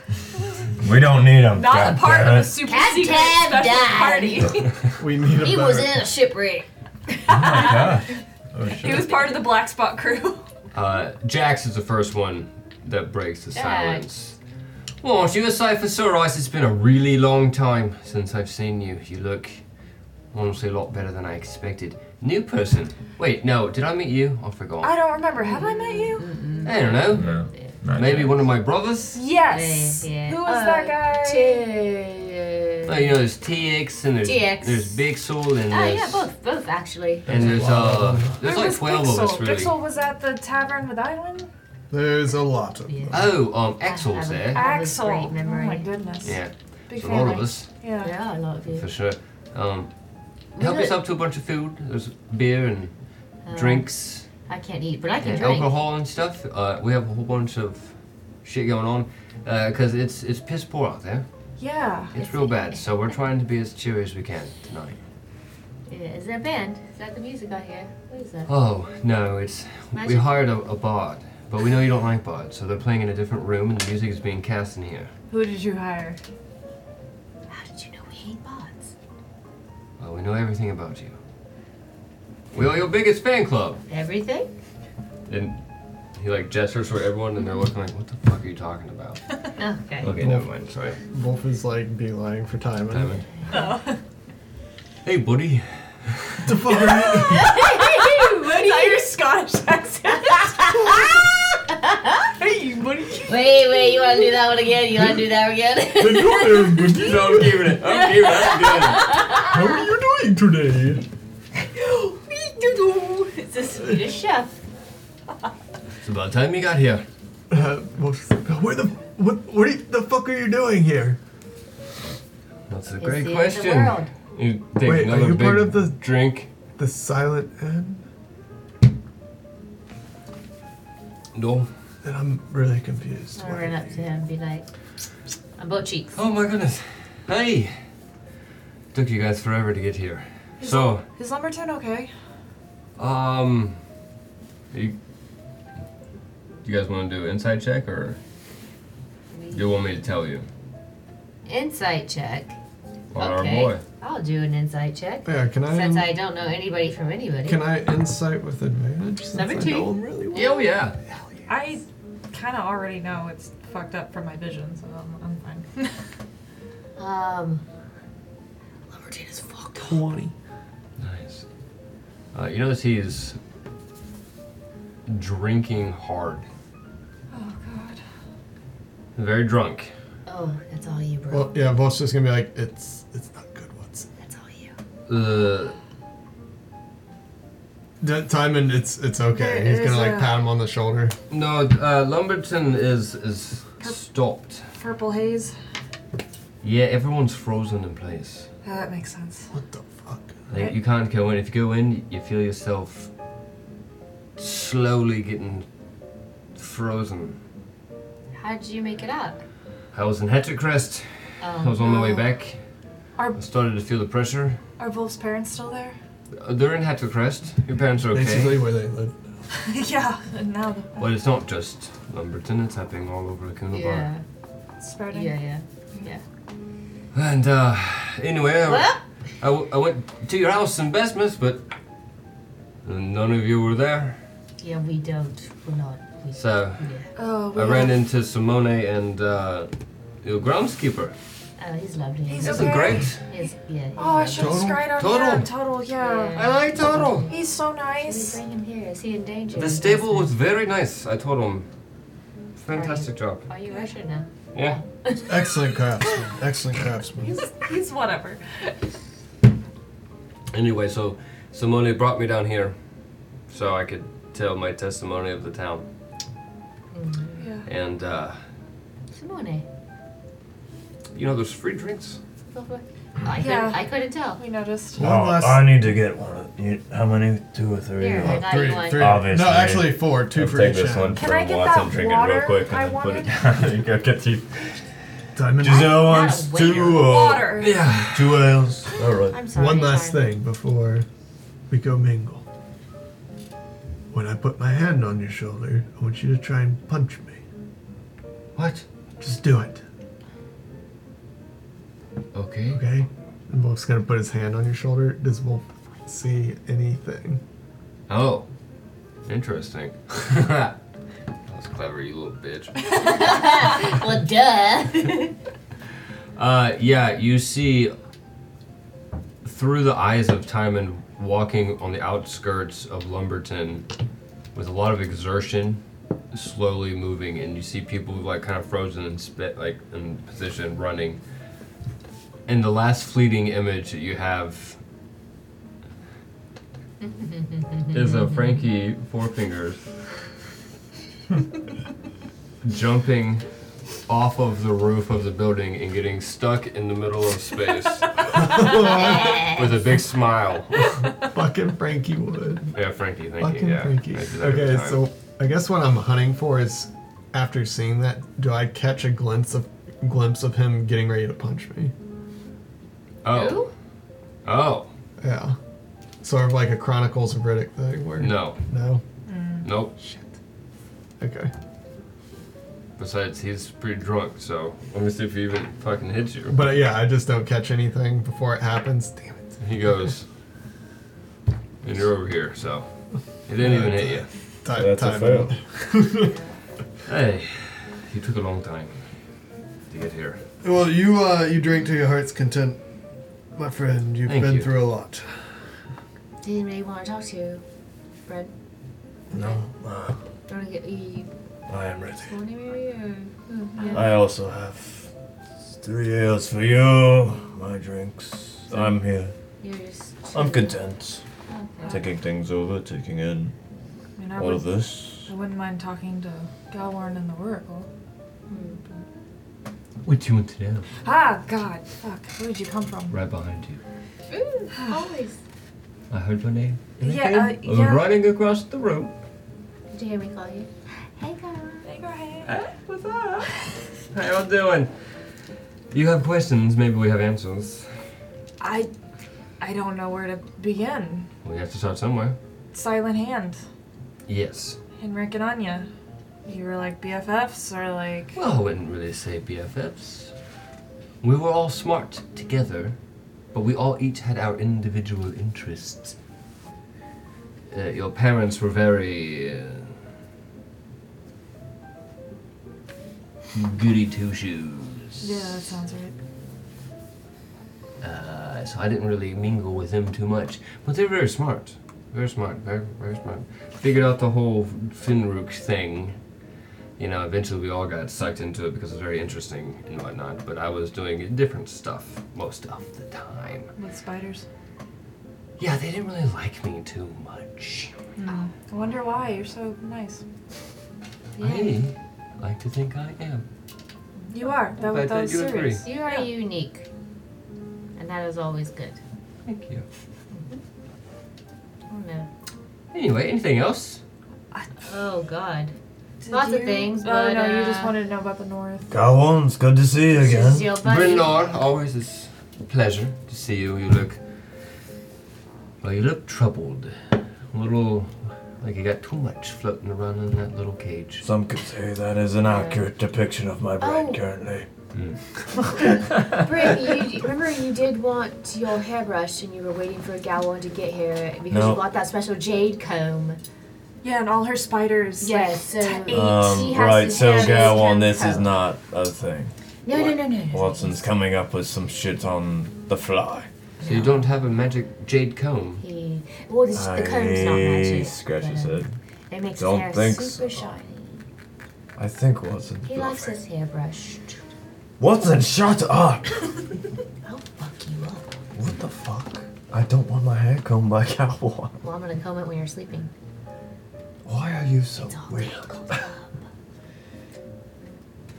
[SPEAKER 12] We don't need him.
[SPEAKER 5] Not a part of a super
[SPEAKER 1] Cat
[SPEAKER 5] secret
[SPEAKER 1] Tab
[SPEAKER 5] special
[SPEAKER 1] died.
[SPEAKER 5] party.
[SPEAKER 4] We need a
[SPEAKER 1] He was
[SPEAKER 4] better-
[SPEAKER 1] in a shipwreck.
[SPEAKER 5] he was part of the Black Spot crew.
[SPEAKER 3] Uh, Jax is the first one that breaks the
[SPEAKER 1] Jax.
[SPEAKER 3] silence. Well, you were safe for Sir Ice. It's been a really long time since I've seen you. You look honestly a lot better than I expected. New person. Wait, no, did I meet you? I forgot.
[SPEAKER 11] I don't remember. Have I met you?
[SPEAKER 3] I don't know.
[SPEAKER 14] No.
[SPEAKER 3] Maybe one of my brothers?
[SPEAKER 11] Yes.
[SPEAKER 1] Yeah, yeah.
[SPEAKER 11] Who was
[SPEAKER 1] Oh,
[SPEAKER 11] that guy?
[SPEAKER 3] Oh, you know, there's TX and there's
[SPEAKER 1] TX.
[SPEAKER 3] there's Big Soul and
[SPEAKER 1] Oh
[SPEAKER 3] there's
[SPEAKER 1] yeah, both, both actually.
[SPEAKER 3] and there's uh there's
[SPEAKER 11] Where
[SPEAKER 3] like
[SPEAKER 11] was
[SPEAKER 3] twelve
[SPEAKER 11] Pixel?
[SPEAKER 3] of us really.
[SPEAKER 11] Pixel was at the tavern with Iwin.
[SPEAKER 4] There's a lot of
[SPEAKER 1] Yeah.
[SPEAKER 3] Oh, um,
[SPEAKER 1] I have
[SPEAKER 3] Axel's
[SPEAKER 1] a-
[SPEAKER 3] there.
[SPEAKER 1] I have a
[SPEAKER 11] Axel.
[SPEAKER 1] great
[SPEAKER 11] Oh my
[SPEAKER 1] memory.
[SPEAKER 11] goodness.
[SPEAKER 3] Yeah,
[SPEAKER 11] Big
[SPEAKER 3] so a lot of
[SPEAKER 11] family.
[SPEAKER 3] us
[SPEAKER 11] Yeah.
[SPEAKER 1] There are a lot of you.
[SPEAKER 3] for sure. Um,
[SPEAKER 1] We
[SPEAKER 3] help
[SPEAKER 1] don't-
[SPEAKER 3] yourself to a bunch of food. There's beer and
[SPEAKER 1] Um,
[SPEAKER 3] drinks
[SPEAKER 1] I can't eat, but I can
[SPEAKER 3] and
[SPEAKER 1] drink.
[SPEAKER 3] alcohol and stuff. Uh, we have a whole bunch of shit going on because it's it's piss poor out there.
[SPEAKER 11] Yeah.
[SPEAKER 3] It's real bad. So we're trying to be as cheery as we can tonight.
[SPEAKER 1] Yeah, is there a band? Is that the music I hear? What is that?
[SPEAKER 3] Oh no, it's we
[SPEAKER 1] Magic?
[SPEAKER 3] hired a, a bard, but we know you don't like bards, so they're playing in a different room and the music is being cast in here.
[SPEAKER 11] Who did you hire?
[SPEAKER 1] How did you know we hate bots?
[SPEAKER 3] Well, we know everything about you. We are your biggest fan club.
[SPEAKER 1] Everything?
[SPEAKER 3] And he like gestures for everyone, and they're looking like, "What the fuck are you talking about?"
[SPEAKER 1] Okay.
[SPEAKER 3] okay, never mind. Sorry.
[SPEAKER 4] Wolf is like lying for time.
[SPEAKER 3] Diamond. Hey, buddy.
[SPEAKER 4] The fuck are you?
[SPEAKER 5] Is that your Scottish accent? hey, buddy.
[SPEAKER 1] Wait, wait, you wanna do that one again? You wanna do that again?
[SPEAKER 3] no, I'm giving it. I'm giving it. I'm
[SPEAKER 4] How are you doing today?
[SPEAKER 1] it's a Swedish chef.
[SPEAKER 3] good. It's about time you got here.
[SPEAKER 4] Uh, Wolf is like, where the what? What are you, the fuck are you doing here?
[SPEAKER 3] That's a
[SPEAKER 1] It's
[SPEAKER 3] great
[SPEAKER 1] the end of the
[SPEAKER 3] question.
[SPEAKER 1] world.
[SPEAKER 3] You take
[SPEAKER 4] Wait, are
[SPEAKER 3] another
[SPEAKER 4] you
[SPEAKER 3] big
[SPEAKER 4] part of the-
[SPEAKER 3] drink.
[SPEAKER 4] The silent end.
[SPEAKER 3] No.
[SPEAKER 4] And I'm really confused.
[SPEAKER 1] I'll run up to him and be like, I'm butt cheeks.
[SPEAKER 3] Oh my goodness. Hey. Took you guys forever to get here. So,
[SPEAKER 11] Is Lumberton okay?
[SPEAKER 3] um, you, you guys want to do inside check or you want me to tell you
[SPEAKER 1] Insight check.
[SPEAKER 3] on
[SPEAKER 1] okay.
[SPEAKER 3] our boy? um,
[SPEAKER 1] I'll do an insight check.
[SPEAKER 4] Yeah, can I
[SPEAKER 1] Since I don't know anybody from anybody.
[SPEAKER 4] can I insight with advantage? since I know
[SPEAKER 1] 17.
[SPEAKER 4] him really well?
[SPEAKER 3] Yeah, oh yeah.
[SPEAKER 5] I kind of already know it's fucked up from my vision, so I'm, I'm fine.
[SPEAKER 1] um,
[SPEAKER 4] Twenty.
[SPEAKER 3] Nice. Uh, you notice he is drinking hard,
[SPEAKER 5] oh god.
[SPEAKER 3] very drunk.
[SPEAKER 1] oh, that's all you, bro.
[SPEAKER 4] Well, yeah, Wolf's just gonna be like, it's it's not good. What's
[SPEAKER 1] that's all you.
[SPEAKER 3] Uh,
[SPEAKER 4] that time? And it's it's okay.
[SPEAKER 11] There
[SPEAKER 4] He's gonna
[SPEAKER 11] is
[SPEAKER 4] like
[SPEAKER 11] a-
[SPEAKER 4] pat him on the shoulder.
[SPEAKER 3] no, uh, Lumberton is is stopped.
[SPEAKER 11] Purple haze.
[SPEAKER 3] Yeah, everyone's frozen in place.
[SPEAKER 11] Yeah, that makes sense.
[SPEAKER 4] What the fuck?
[SPEAKER 3] Like, you can't go in. If you go in, you feel yourself slowly getting frozen.
[SPEAKER 1] How did you make it out?
[SPEAKER 3] I was in Hatchercrest. I was
[SPEAKER 1] Um,
[SPEAKER 3] on my way back.
[SPEAKER 11] Are-
[SPEAKER 3] I started to feel the pressure.
[SPEAKER 11] Are Wolf's parents still there?
[SPEAKER 3] Uh, They're in Hatchercrest. Your parents are okay.
[SPEAKER 4] Basically, where they live.
[SPEAKER 11] yeah. And now the
[SPEAKER 3] Well, it's not just Lumberton. It's happening all over Lacuna
[SPEAKER 1] yeah, yeah,
[SPEAKER 11] spreading.
[SPEAKER 1] yeah.
[SPEAKER 3] Bar. And uh, anyway, I,
[SPEAKER 1] Well,
[SPEAKER 3] I w- I went to your house in Bestmas, but none of you were there.
[SPEAKER 1] yeah, we don't. We're not. We,
[SPEAKER 3] So
[SPEAKER 1] yeah.
[SPEAKER 11] Oh, we
[SPEAKER 3] I ran
[SPEAKER 11] have-
[SPEAKER 3] into Simone and uh, your groundskeeper.
[SPEAKER 1] Oh, he's lovely.
[SPEAKER 5] He's He's okay. great.
[SPEAKER 1] He's, yeah, he's
[SPEAKER 5] Oh, I
[SPEAKER 1] lovely.
[SPEAKER 5] should have scryed on
[SPEAKER 3] Total.
[SPEAKER 5] him. Total, yeah.
[SPEAKER 3] I like Total.
[SPEAKER 5] He's so
[SPEAKER 1] Should
[SPEAKER 5] nice.
[SPEAKER 1] we bring him here? Is he in danger?
[SPEAKER 3] The stable was very nice. I told him. Fantastic job.
[SPEAKER 1] Are you Russian now?
[SPEAKER 3] Yeah.
[SPEAKER 4] Excellent craftsman. Excellent craftsman.
[SPEAKER 20] He's, he's whatever.
[SPEAKER 3] Anyway, so Simone brought me down here so I could tell my testimony of the town.
[SPEAKER 5] Yeah.
[SPEAKER 3] And, uh,
[SPEAKER 1] Simone.
[SPEAKER 3] you know, there's free drinks.
[SPEAKER 1] I,
[SPEAKER 5] Yeah.
[SPEAKER 1] couldn't, I couldn't tell.
[SPEAKER 5] We noticed.
[SPEAKER 4] One
[SPEAKER 21] oh,
[SPEAKER 4] last-
[SPEAKER 21] I need to get one. of- You, how many? Two or three?
[SPEAKER 1] Here, I
[SPEAKER 21] or-
[SPEAKER 1] got you
[SPEAKER 4] Three,
[SPEAKER 1] one.
[SPEAKER 4] three.
[SPEAKER 21] Obviously.
[SPEAKER 4] No, actually four. Two
[SPEAKER 14] I'll
[SPEAKER 4] for
[SPEAKER 14] take
[SPEAKER 4] each.
[SPEAKER 14] this
[SPEAKER 4] end.
[SPEAKER 14] one
[SPEAKER 5] Can
[SPEAKER 14] from
[SPEAKER 5] I get
[SPEAKER 14] Watson,
[SPEAKER 5] that
[SPEAKER 14] drink it
[SPEAKER 5] water
[SPEAKER 14] real quick, and
[SPEAKER 5] I
[SPEAKER 14] then put it
[SPEAKER 5] wanted?
[SPEAKER 14] down. Go get you.
[SPEAKER 4] Diamond.
[SPEAKER 21] Giselle
[SPEAKER 1] not a
[SPEAKER 21] wants two.
[SPEAKER 1] waiter.
[SPEAKER 21] uh,
[SPEAKER 5] Water.
[SPEAKER 3] Yeah.
[SPEAKER 21] Two ales.
[SPEAKER 14] All right.
[SPEAKER 1] I'm sorry.
[SPEAKER 4] One last
[SPEAKER 1] Tyler.
[SPEAKER 4] thing before we go mingle. When I put my hand on your shoulder, I want you to try and punch me.
[SPEAKER 3] What?
[SPEAKER 4] Just do it,
[SPEAKER 3] Okay.
[SPEAKER 4] okay? And Wolf's gonna put his hand on your shoulder. Does Wolf see anything?
[SPEAKER 3] Oh. Interesting. that was clever, you little bitch.
[SPEAKER 1] Well, duh.
[SPEAKER 3] Uh, yeah, you see through the eyes of Timon walking on the outskirts of Lumberton with a lot of exertion, slowly moving, and you see people like kind of frozen and spit like in position running. And the last fleeting image that you have is of Frankie Four Fingers jumping off of the roof of the building and getting stuck in the middle of space with a big smile.
[SPEAKER 4] Fucking Frankie would.
[SPEAKER 3] yeah, Frankie, thank
[SPEAKER 4] Fucking
[SPEAKER 3] you. Yeah,
[SPEAKER 4] Frankie.
[SPEAKER 3] I do that every
[SPEAKER 4] Okay,
[SPEAKER 3] time.
[SPEAKER 4] so I guess what I'm hunting for is after seeing that, do I catch a glimpse of glimpse of him getting ready to punch me?
[SPEAKER 3] oh, oh,
[SPEAKER 4] Yeah. Sort of like a Chronicles of Riddick thing where
[SPEAKER 3] no,
[SPEAKER 4] No?
[SPEAKER 3] nope.
[SPEAKER 4] Shit. Okay.
[SPEAKER 3] Besides, he's pretty drunk, so let me see if he even fucking hits you.
[SPEAKER 4] But uh, yeah, I just don't catch anything before it happens. Damn it.
[SPEAKER 3] He goes, and you're over here, so he didn't even hit you.
[SPEAKER 4] Time,
[SPEAKER 14] That's a
[SPEAKER 4] time.
[SPEAKER 14] fail.
[SPEAKER 3] Hey, he took a long time to get here.
[SPEAKER 4] Well, you uh, you drink to your heart's content, my friend. You've
[SPEAKER 3] Thank
[SPEAKER 4] been
[SPEAKER 3] you.
[SPEAKER 4] through a lot.
[SPEAKER 1] Does anybody want to talk to you, Fred?
[SPEAKER 6] No, uh,
[SPEAKER 1] Do you want to get you
[SPEAKER 6] I am ready.
[SPEAKER 1] want to marry or? Oh, yeah.
[SPEAKER 6] I also have three ales for you. My drinks. I'm here.
[SPEAKER 1] You're just.
[SPEAKER 6] I'm content.
[SPEAKER 1] Okay.
[SPEAKER 22] Taking things over, taking in
[SPEAKER 5] I mean, I,
[SPEAKER 22] all of
[SPEAKER 5] would,
[SPEAKER 22] this.
[SPEAKER 5] I wouldn't mind talking to Galwarn and the Oracle.
[SPEAKER 1] Hmm.
[SPEAKER 3] What you want to do?
[SPEAKER 5] Ah, God. Fuck. Where did you come from?
[SPEAKER 3] Right behind you.
[SPEAKER 1] Ooh, always.
[SPEAKER 3] I heard your name.
[SPEAKER 5] Yeah, uh, yeah.
[SPEAKER 3] Running across the room.
[SPEAKER 1] Did you hear me call you? Hey, guys.
[SPEAKER 5] Hey, go ahead.
[SPEAKER 3] What's up? How y'all doing? You have questions, maybe we have answers.
[SPEAKER 5] I, I don't know where to begin.
[SPEAKER 3] We have to start somewhere.
[SPEAKER 5] Silent Hand,
[SPEAKER 3] Yes.
[SPEAKER 5] Henrik and Anya. You were like BFFs or like.
[SPEAKER 3] Well, I wouldn't really say BFFs. We were all smart together, but we all each had our individual interests. Uh, your parents were very. Uh, goody two shoes.
[SPEAKER 5] Yeah, that sounds right.
[SPEAKER 3] uh, so I didn't really mingle with them too much. But they're very smart, very smart, very very smart. Figured out the whole Finrook thing. You know, eventually we all got sucked into it because it's very interesting and whatnot. But I was doing different stuff most of the time.
[SPEAKER 5] With spiders.
[SPEAKER 3] Yeah, they didn't really like me too much.
[SPEAKER 5] I wonder why. You're so nice.
[SPEAKER 3] I like to think I am.
[SPEAKER 5] You are. That, that
[SPEAKER 3] Glad that
[SPEAKER 5] was
[SPEAKER 3] you agree.
[SPEAKER 5] serious.
[SPEAKER 1] You are
[SPEAKER 5] Yeah.
[SPEAKER 1] unique, and that is always good.
[SPEAKER 3] Thank you.
[SPEAKER 1] Oh no.
[SPEAKER 3] Anyway, anything else?
[SPEAKER 1] Oh God.
[SPEAKER 5] Did
[SPEAKER 1] Lots of
[SPEAKER 5] you-
[SPEAKER 1] things,
[SPEAKER 5] Oh
[SPEAKER 1] but,
[SPEAKER 5] no, you just
[SPEAKER 1] uh,
[SPEAKER 5] wanted to know about the north.
[SPEAKER 21] Galwan, it's good to see you
[SPEAKER 1] This is
[SPEAKER 21] again.
[SPEAKER 1] your buddy.
[SPEAKER 3] always is a pleasure to see you. You look. Well, you look troubled. A little. Like you got too much floating around in that little cage.
[SPEAKER 6] Some could say that is an accurate depiction of my brain
[SPEAKER 1] Oh.
[SPEAKER 6] currently.
[SPEAKER 1] Britt, you, remember you did want your hair brushed, and you were waiting for Galwan to get here because
[SPEAKER 6] No.
[SPEAKER 1] you bought that special jade comb.
[SPEAKER 5] Yeah, and all her spiders. like,
[SPEAKER 1] Yes, so-
[SPEAKER 5] to eight.
[SPEAKER 1] Uh, He
[SPEAKER 6] Um,
[SPEAKER 1] has
[SPEAKER 6] right,
[SPEAKER 1] his
[SPEAKER 6] so
[SPEAKER 1] hair in his
[SPEAKER 6] Galwan, this is
[SPEAKER 1] coat.
[SPEAKER 6] not a thing.
[SPEAKER 1] No, no, no, no.
[SPEAKER 6] Watson's coming up with some shit on the fly.
[SPEAKER 3] So you don't have a magic jade comb?
[SPEAKER 1] He, well, the, the comb's not magic.
[SPEAKER 6] scratches
[SPEAKER 1] but,
[SPEAKER 6] it.
[SPEAKER 1] um, It makes
[SPEAKER 6] Don't
[SPEAKER 1] his hair
[SPEAKER 6] think
[SPEAKER 1] super shiny.
[SPEAKER 6] I think Watson.
[SPEAKER 1] He likes his hair brushed.
[SPEAKER 6] Watson, shut up!
[SPEAKER 1] I'll fuck you up.
[SPEAKER 6] What the fuck? I don't want my hair combed by cowboy.
[SPEAKER 1] Well, I'm gonna comb it when you're sleeping.
[SPEAKER 6] Why are you so weird?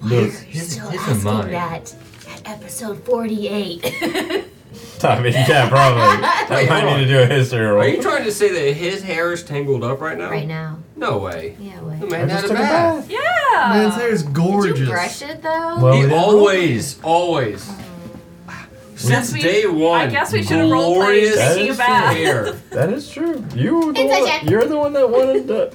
[SPEAKER 1] Look,
[SPEAKER 6] his,
[SPEAKER 1] Still asking that at episode 48.
[SPEAKER 6] I mean, yeah, probably. That
[SPEAKER 3] Wait,
[SPEAKER 6] might
[SPEAKER 3] hold
[SPEAKER 6] need
[SPEAKER 3] on.
[SPEAKER 6] to do a history roll.
[SPEAKER 3] Are you trying to say that his hair is tangled up right now?
[SPEAKER 1] right now.
[SPEAKER 3] No way.
[SPEAKER 1] Yeah, wait.
[SPEAKER 3] The
[SPEAKER 4] I
[SPEAKER 3] man
[SPEAKER 4] just
[SPEAKER 3] had a
[SPEAKER 4] took a
[SPEAKER 3] bath.
[SPEAKER 4] bath.
[SPEAKER 5] Yeah.
[SPEAKER 4] Man's hair is gorgeous.
[SPEAKER 1] Uh, Did you brush it though?
[SPEAKER 6] Well,
[SPEAKER 3] He
[SPEAKER 6] we-
[SPEAKER 3] always, always.
[SPEAKER 5] Guess
[SPEAKER 3] Since
[SPEAKER 5] Uh-huh. we-
[SPEAKER 3] day one.
[SPEAKER 5] I guess we should have role played
[SPEAKER 3] glorious
[SPEAKER 5] taking a bath.
[SPEAKER 3] hair.
[SPEAKER 6] That is true. You were the
[SPEAKER 1] It's a
[SPEAKER 6] one,
[SPEAKER 1] check.
[SPEAKER 6] you're the one that wanted to.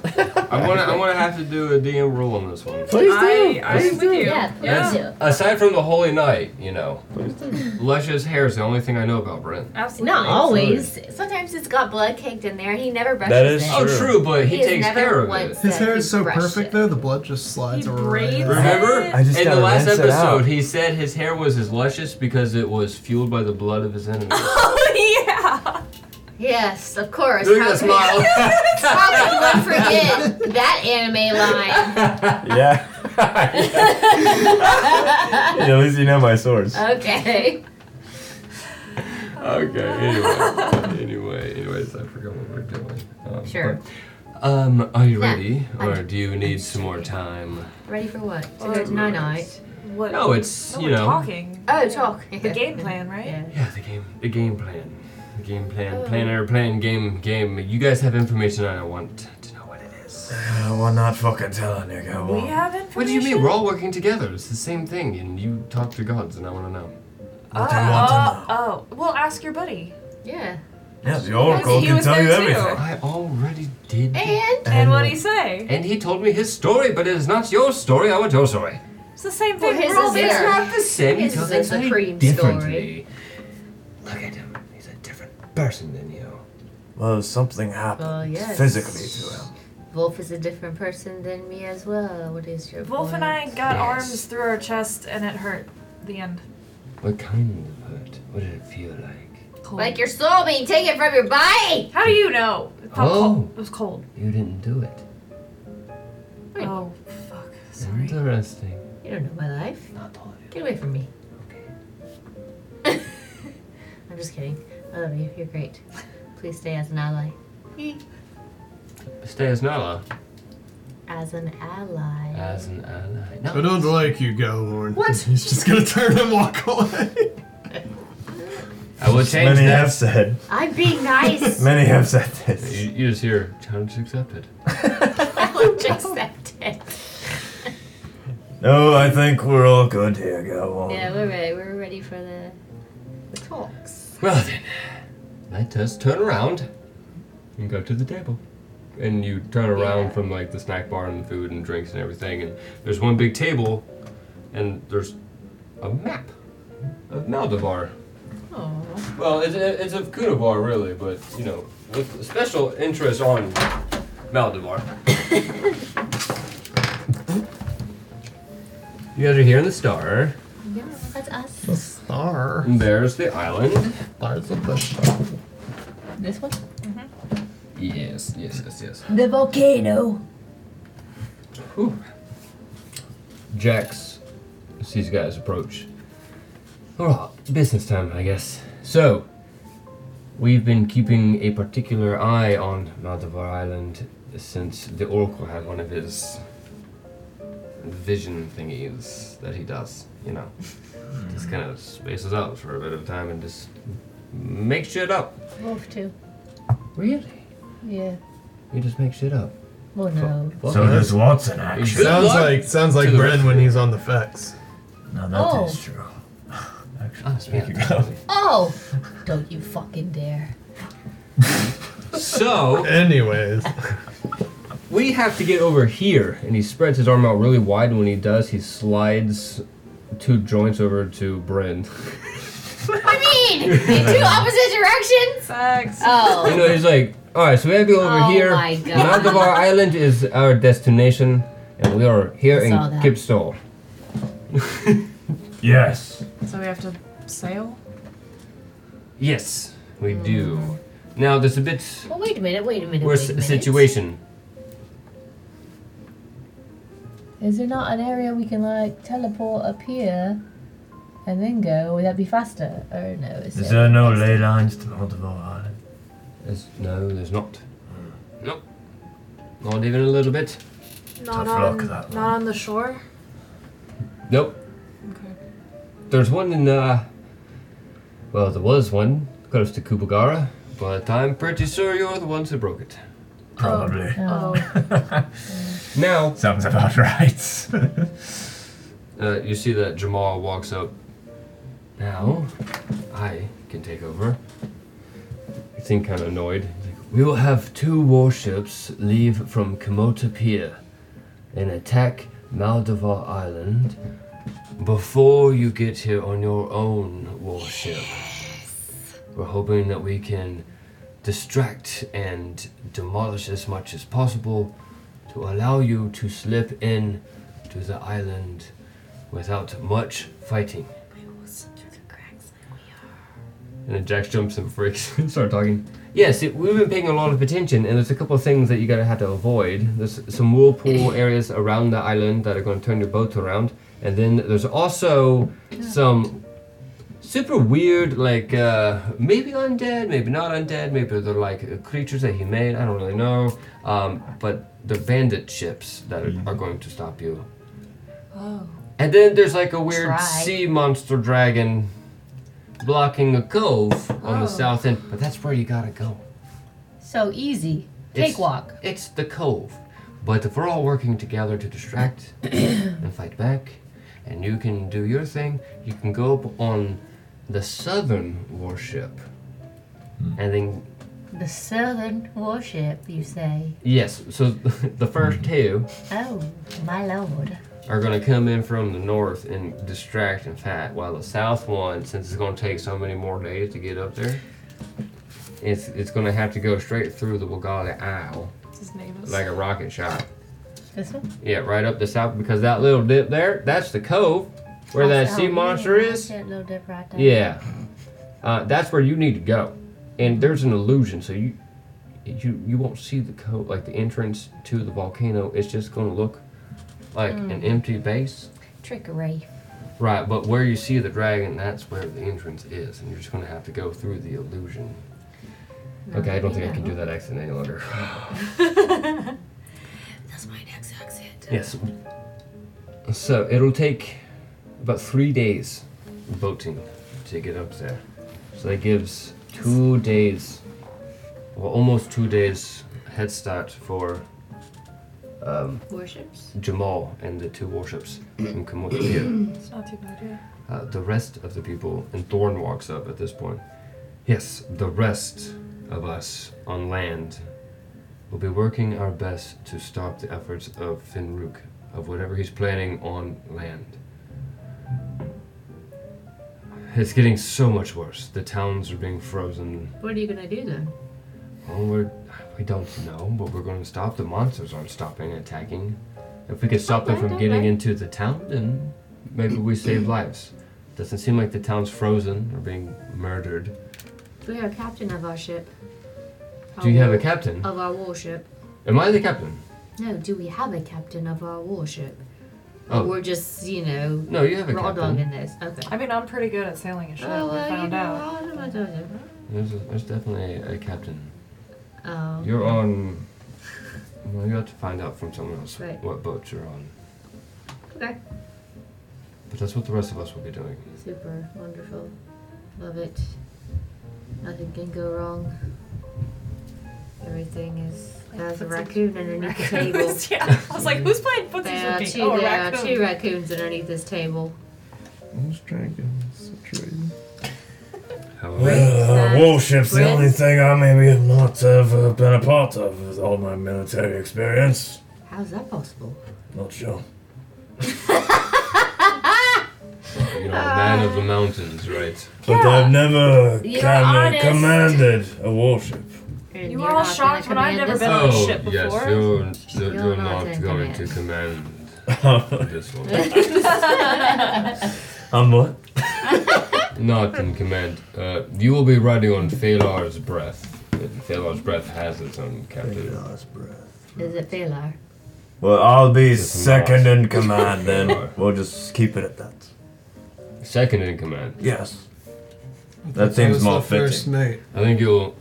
[SPEAKER 3] I'm gonna, I'm gonna have to do a DM rule on this one.
[SPEAKER 6] Please
[SPEAKER 5] I,
[SPEAKER 6] do.
[SPEAKER 5] I'm with you.
[SPEAKER 1] yeah, please do.
[SPEAKER 3] Aside from the Holy Night, you know,
[SPEAKER 6] Please do.
[SPEAKER 3] Luscious hair is the only thing I know about Brent.
[SPEAKER 5] Absolutely.
[SPEAKER 1] Not always. Sometimes it's got blood caked in there. He never brushes
[SPEAKER 6] That is
[SPEAKER 1] it.
[SPEAKER 3] Oh,
[SPEAKER 6] True.
[SPEAKER 3] true, but he,
[SPEAKER 1] He has
[SPEAKER 3] takes
[SPEAKER 1] never
[SPEAKER 3] care of
[SPEAKER 1] once-
[SPEAKER 3] it.
[SPEAKER 4] His
[SPEAKER 1] that
[SPEAKER 4] hair
[SPEAKER 1] he
[SPEAKER 4] is so
[SPEAKER 1] brushed
[SPEAKER 4] perfect
[SPEAKER 1] it.
[SPEAKER 4] though, the blood just slides
[SPEAKER 5] He
[SPEAKER 4] right.
[SPEAKER 5] braids
[SPEAKER 4] out.
[SPEAKER 3] Remember,
[SPEAKER 5] it.
[SPEAKER 6] I just
[SPEAKER 3] in the
[SPEAKER 6] gotta
[SPEAKER 3] last
[SPEAKER 6] rinse it out.
[SPEAKER 3] episode, he said his hair was as luscious because it was fueled by the blood of his enemies.
[SPEAKER 5] Oh yeah.
[SPEAKER 1] Yes, of course.
[SPEAKER 3] Look
[SPEAKER 1] How
[SPEAKER 3] at that
[SPEAKER 1] could-
[SPEAKER 3] smile.
[SPEAKER 1] How can one forget that anime line?
[SPEAKER 6] Yeah. Yeah, At least you know my source.
[SPEAKER 1] Uh, Okay.
[SPEAKER 3] okay. Anyway, anyway, anyways, I forgot what we're doing. Um,
[SPEAKER 1] Sure.
[SPEAKER 3] but- um, are you
[SPEAKER 1] Yeah,
[SPEAKER 3] ready,
[SPEAKER 1] I'm-
[SPEAKER 3] or do you need some more time?
[SPEAKER 1] Ready for what? To go to night night.
[SPEAKER 11] What?
[SPEAKER 3] No, it's
[SPEAKER 11] No,
[SPEAKER 3] you
[SPEAKER 11] we're
[SPEAKER 3] know.
[SPEAKER 11] talking.
[SPEAKER 1] Oh, talk.
[SPEAKER 11] The game plan, right?
[SPEAKER 1] Yeah.
[SPEAKER 3] Yeah, the game, the game plan, the game plan,
[SPEAKER 1] Uh.
[SPEAKER 3] plan or plan, game, game. You guys have information I want to know what it is.
[SPEAKER 6] Uh, we're not fucking telling you,
[SPEAKER 11] We
[SPEAKER 6] cowboy.
[SPEAKER 11] have information.
[SPEAKER 3] What do you mean? We're all working together. It's the same thing, and you talk to gods, and I want to know.
[SPEAKER 6] What do you want to
[SPEAKER 11] Oh,
[SPEAKER 6] know?
[SPEAKER 11] oh, oh. Well, ask your buddy.
[SPEAKER 1] Yeah.
[SPEAKER 6] Yeah, the Oracle
[SPEAKER 11] he
[SPEAKER 6] can
[SPEAKER 11] was
[SPEAKER 6] tell you
[SPEAKER 11] there too.
[SPEAKER 6] everything.
[SPEAKER 3] I already did.
[SPEAKER 1] And
[SPEAKER 11] And what'd he say?
[SPEAKER 3] And he told me his story, but it is not your story. I want your story.
[SPEAKER 11] It's the same
[SPEAKER 1] Well,
[SPEAKER 11] thing.
[SPEAKER 1] his
[SPEAKER 11] we're all
[SPEAKER 1] is there.
[SPEAKER 11] there.
[SPEAKER 3] Not the same. He
[SPEAKER 1] His
[SPEAKER 3] tells
[SPEAKER 1] is
[SPEAKER 3] it
[SPEAKER 1] the
[SPEAKER 3] very
[SPEAKER 1] cream
[SPEAKER 3] differently. Look at him. He's a different person than you.
[SPEAKER 6] Well, something happened
[SPEAKER 1] Well, yes.
[SPEAKER 6] physically to him.
[SPEAKER 1] Wolf is a different person than me as well. What is your
[SPEAKER 11] Wolf and I
[SPEAKER 1] point?
[SPEAKER 11] got
[SPEAKER 3] Yes.
[SPEAKER 11] arms through our chest, and it hurt. The end.
[SPEAKER 3] What kind of hurt? What did it feel like?
[SPEAKER 11] Cold.
[SPEAKER 1] Like your soul being taken from your body.
[SPEAKER 11] How do you know? It felt
[SPEAKER 3] Oh.
[SPEAKER 11] cold. It was cold.
[SPEAKER 3] You didn't do it.
[SPEAKER 1] Wait.
[SPEAKER 11] Oh, fuck. Sorry.
[SPEAKER 3] Interesting.
[SPEAKER 1] You don't know my life.
[SPEAKER 3] Not all of
[SPEAKER 1] Get away from me.
[SPEAKER 3] Okay.
[SPEAKER 1] I'm just kidding. I love you. You're great. Please stay as an ally.
[SPEAKER 3] Stay as Nala.
[SPEAKER 1] As an ally.
[SPEAKER 3] As an ally.
[SPEAKER 4] I
[SPEAKER 3] No.
[SPEAKER 4] don't like you, Galhorn. What? He's just gonna turn and walk away.
[SPEAKER 3] I will change
[SPEAKER 6] Many
[SPEAKER 3] that.
[SPEAKER 6] have said.
[SPEAKER 1] I'm being nice.
[SPEAKER 6] Many have said
[SPEAKER 3] You,
[SPEAKER 6] this.
[SPEAKER 3] you just hear challenge accepted.
[SPEAKER 1] I would accept it.
[SPEAKER 6] No, I think we're all good here, cowboy.
[SPEAKER 1] Yeah, we're ready. We're ready for the, the talks.
[SPEAKER 3] Well then, let us turn around and go to the table. And you turn around
[SPEAKER 1] Yeah.
[SPEAKER 3] from like the snack bar and food and drinks and everything, and there's one big table, and there's a map of Maldavar.
[SPEAKER 1] Oh.
[SPEAKER 3] Well, it's, it's of Kudavar really, but you know, with special interest on Maldavar. you guys are here in the star.
[SPEAKER 1] Yeah, that's us.
[SPEAKER 4] The star.
[SPEAKER 3] And there's the island.
[SPEAKER 4] Stars of the star.
[SPEAKER 1] This one?
[SPEAKER 3] Yes, yes, yes, yes.
[SPEAKER 1] The volcano.
[SPEAKER 3] Ooh. Jax sees you guys approach. Alright, business time, I guess. So, we've been keeping a particular eye on Maldavar Island since the Oracle had one of his vision thingies that he does, you know. Just kind of spaces out for a bit of time and just makes shit up.
[SPEAKER 1] Wolf too.
[SPEAKER 3] Really?
[SPEAKER 1] Yeah.
[SPEAKER 3] You just make shit up.
[SPEAKER 1] Well, Oh, no.
[SPEAKER 6] So does Watson, actually.
[SPEAKER 3] Good
[SPEAKER 4] Sounds
[SPEAKER 3] luck
[SPEAKER 4] like sounds like
[SPEAKER 3] to the
[SPEAKER 4] Bren when he's on the facts.
[SPEAKER 6] No,
[SPEAKER 1] Oh.
[SPEAKER 6] that is true. Actually, speaking of.
[SPEAKER 1] Oh! Don't you fucking dare.
[SPEAKER 3] So,
[SPEAKER 4] Anyways,
[SPEAKER 3] We have to get over here, and he spreads his arm out really wide. and When he does, he slides two joints over to Bryn.
[SPEAKER 1] I mean, in two opposite directions?
[SPEAKER 5] Sex.
[SPEAKER 3] you
[SPEAKER 1] Oh.
[SPEAKER 3] know, he's like, "All right, so we have to go over
[SPEAKER 1] Oh
[SPEAKER 3] here.
[SPEAKER 1] my God.
[SPEAKER 3] Maldavar Island is our destination, and we are here
[SPEAKER 1] I saw
[SPEAKER 3] in
[SPEAKER 1] that.
[SPEAKER 3] Kipstol."
[SPEAKER 12] Yes.
[SPEAKER 5] So we have to sail?
[SPEAKER 3] Yes, we do. Now there's a bit
[SPEAKER 1] Well, Mm. wait a minute, wait a minute.
[SPEAKER 3] worse
[SPEAKER 1] wait a minute.
[SPEAKER 3] situation.
[SPEAKER 23] Is there not an area we can like teleport up here and then go? Would that be faster? Oh no, it's
[SPEAKER 12] Is there no ley lines to Montevore Island?
[SPEAKER 3] There's, no, there's not. Nope. Not even a little bit.
[SPEAKER 11] Not
[SPEAKER 3] Tough luck,
[SPEAKER 11] on,
[SPEAKER 3] that
[SPEAKER 11] not on the shore.
[SPEAKER 3] Nope.
[SPEAKER 11] Okay.
[SPEAKER 3] There's one in, uh, well, there was one close to Kubagara, but I'm pretty sure you're the ones who broke it.
[SPEAKER 12] Probably.
[SPEAKER 1] Oh.
[SPEAKER 23] Oh.
[SPEAKER 3] Now.
[SPEAKER 12] Sounds about right.
[SPEAKER 3] uh, you see that Jamal walks up. Now, I can take over. You seem kind of annoyed. We will have two warships leave from Komoto Pier and attack Maldivar Island before you get here on your own warship. We're hoping that we can distract and demolish as much as possible to allow you to slip in to the island without much fighting. And then Jax jumps and freaks and start talking. Yes, it, we've been paying a lot of attention, and there's a couple of things that you gotta have to avoid. There's some whirlpool areas around the island that are gonna turn your boat around, and then there's also some super weird, like uh, maybe undead, maybe not undead, maybe they're like creatures that he made. I don't really know, um, but they're bandit ships that are, are going to stop you.
[SPEAKER 23] Oh.
[SPEAKER 3] And then there's like a weird
[SPEAKER 23] Try.
[SPEAKER 3] sea monster dragon blocking a cove on
[SPEAKER 23] Oh.
[SPEAKER 3] the south end. But that's where you gotta go.
[SPEAKER 23] So easy.
[SPEAKER 3] It's-
[SPEAKER 23] Cakewalk.
[SPEAKER 3] It's the cove. But if we're all working together to distract and fight back, and you can do your thing, you can go up on the southern warship. And then,
[SPEAKER 23] The Southern Warship, you say?
[SPEAKER 3] yes, so the first two
[SPEAKER 23] Oh, my lord.
[SPEAKER 3] are going to come in from the north and distract and fight, while the south one, since it's going to take so many more days to get up there, it's it's going to have to go straight through the Wagali Isle
[SPEAKER 5] His name is.
[SPEAKER 3] like a rocket shot.
[SPEAKER 23] This one?
[SPEAKER 3] Yeah, right up the south because that little dip there, that's the cove where that
[SPEAKER 23] Oh,
[SPEAKER 3] sea
[SPEAKER 23] yeah,
[SPEAKER 3] monster
[SPEAKER 23] that's
[SPEAKER 3] is.
[SPEAKER 23] that little dip right there.
[SPEAKER 3] Yeah, uh, that's where you need to go. And there's an illusion, so you you you won't see the cove like the entrance to the volcano. It's just going to look like an
[SPEAKER 23] Mm.
[SPEAKER 3] empty base.
[SPEAKER 23] Trickery.
[SPEAKER 3] Right, but where you see the dragon, that's where the entrance is, and you're just gonna have to go through the illusion.
[SPEAKER 1] No,
[SPEAKER 3] okay, I don't
[SPEAKER 1] I
[SPEAKER 3] think I can
[SPEAKER 1] know.
[SPEAKER 3] do that accent any longer.
[SPEAKER 1] That's my next accent.
[SPEAKER 3] yes. So it'll take about three days boating to get up there. So that gives two days, well, almost two days head start for um,
[SPEAKER 1] Worships?
[SPEAKER 3] Jamal and the two warships in Komodo.
[SPEAKER 11] It's not too bad, yeah.
[SPEAKER 3] Uh, the rest of the people, and Thorn walks up at this point. Yes, the rest of us on land will be working our best to stop the efforts of Finruk, of whatever he's planning on land. It's getting so much worse. The towns are being frozen.
[SPEAKER 1] What are you gonna do then?
[SPEAKER 3] Well, we're, we don't know, but we're going to stop. The monsters aren't stopping and attacking. If we could stop them from
[SPEAKER 1] Alright,
[SPEAKER 3] getting
[SPEAKER 1] alright.
[SPEAKER 3] into the town, then maybe we save lives. Doesn't seem like the town's frozen or being murdered.
[SPEAKER 1] We are captain of our ship.
[SPEAKER 3] Do you have a captain?
[SPEAKER 1] Of our warship.
[SPEAKER 3] Am I the captain?
[SPEAKER 1] No, do we have a captain of our warship?
[SPEAKER 3] Oh.
[SPEAKER 1] Or we're just, you know,
[SPEAKER 3] No, you have a
[SPEAKER 1] raw
[SPEAKER 3] captain.
[SPEAKER 1] dog in this. Okay.
[SPEAKER 5] I mean, I'm pretty good at sailing a ship.
[SPEAKER 1] Oh,
[SPEAKER 5] I
[SPEAKER 1] well, you
[SPEAKER 5] found
[SPEAKER 1] know,
[SPEAKER 5] out.
[SPEAKER 1] I don't- I don't know.
[SPEAKER 3] There's, a, there's definitely a, captain.
[SPEAKER 1] Um,
[SPEAKER 3] You're on. Well, you have to find out from someone else
[SPEAKER 1] Right.
[SPEAKER 3] what boat you're on.
[SPEAKER 1] Okay.
[SPEAKER 3] But that's what the rest of us will be doing.
[SPEAKER 1] Super wonderful. Love it. Nothing can go wrong. Everything is. There's a raccoon underneath the table.
[SPEAKER 5] Raccoons, yeah. I was like, who's playing Footsies
[SPEAKER 1] There are
[SPEAKER 5] with me?
[SPEAKER 1] two,
[SPEAKER 5] Oh, a
[SPEAKER 1] there
[SPEAKER 5] raccoon.
[SPEAKER 1] are two raccoons underneath this table.
[SPEAKER 4] Those dragons situated.
[SPEAKER 6] Well, uh,
[SPEAKER 1] Red,
[SPEAKER 6] warship's the
[SPEAKER 1] red.
[SPEAKER 6] only thing I maybe have not ever been a part of with all my military experience.
[SPEAKER 1] How's that possible?
[SPEAKER 6] Not sure.
[SPEAKER 3] You know, a man of the mountains, right?
[SPEAKER 6] But I've never
[SPEAKER 5] You're
[SPEAKER 6] kind
[SPEAKER 5] honest.
[SPEAKER 6] of commanded a warship.
[SPEAKER 1] And
[SPEAKER 5] You
[SPEAKER 1] you're
[SPEAKER 5] were all
[SPEAKER 1] not
[SPEAKER 5] shocked
[SPEAKER 1] gonna
[SPEAKER 5] when I'd
[SPEAKER 1] command
[SPEAKER 5] never
[SPEAKER 1] us?
[SPEAKER 5] been on a ship
[SPEAKER 3] Oh, yes,
[SPEAKER 5] before.
[SPEAKER 3] you're, you're,
[SPEAKER 1] You're
[SPEAKER 3] you're
[SPEAKER 1] not
[SPEAKER 3] not
[SPEAKER 1] in
[SPEAKER 3] going
[SPEAKER 1] command.
[SPEAKER 3] to command this one.
[SPEAKER 6] I'm what?
[SPEAKER 3] Not in command. Uh, you will be riding on Phalar's breath. Phalar's breath has its own captain. Phalar's breath.
[SPEAKER 1] Is it Valar?
[SPEAKER 6] Well, I'll be second
[SPEAKER 3] lost.
[SPEAKER 6] in command then. we'll just keep it at that.
[SPEAKER 3] Second in command.
[SPEAKER 6] Yes.
[SPEAKER 4] That seems was more the first fitting. mate.
[SPEAKER 3] I think you'll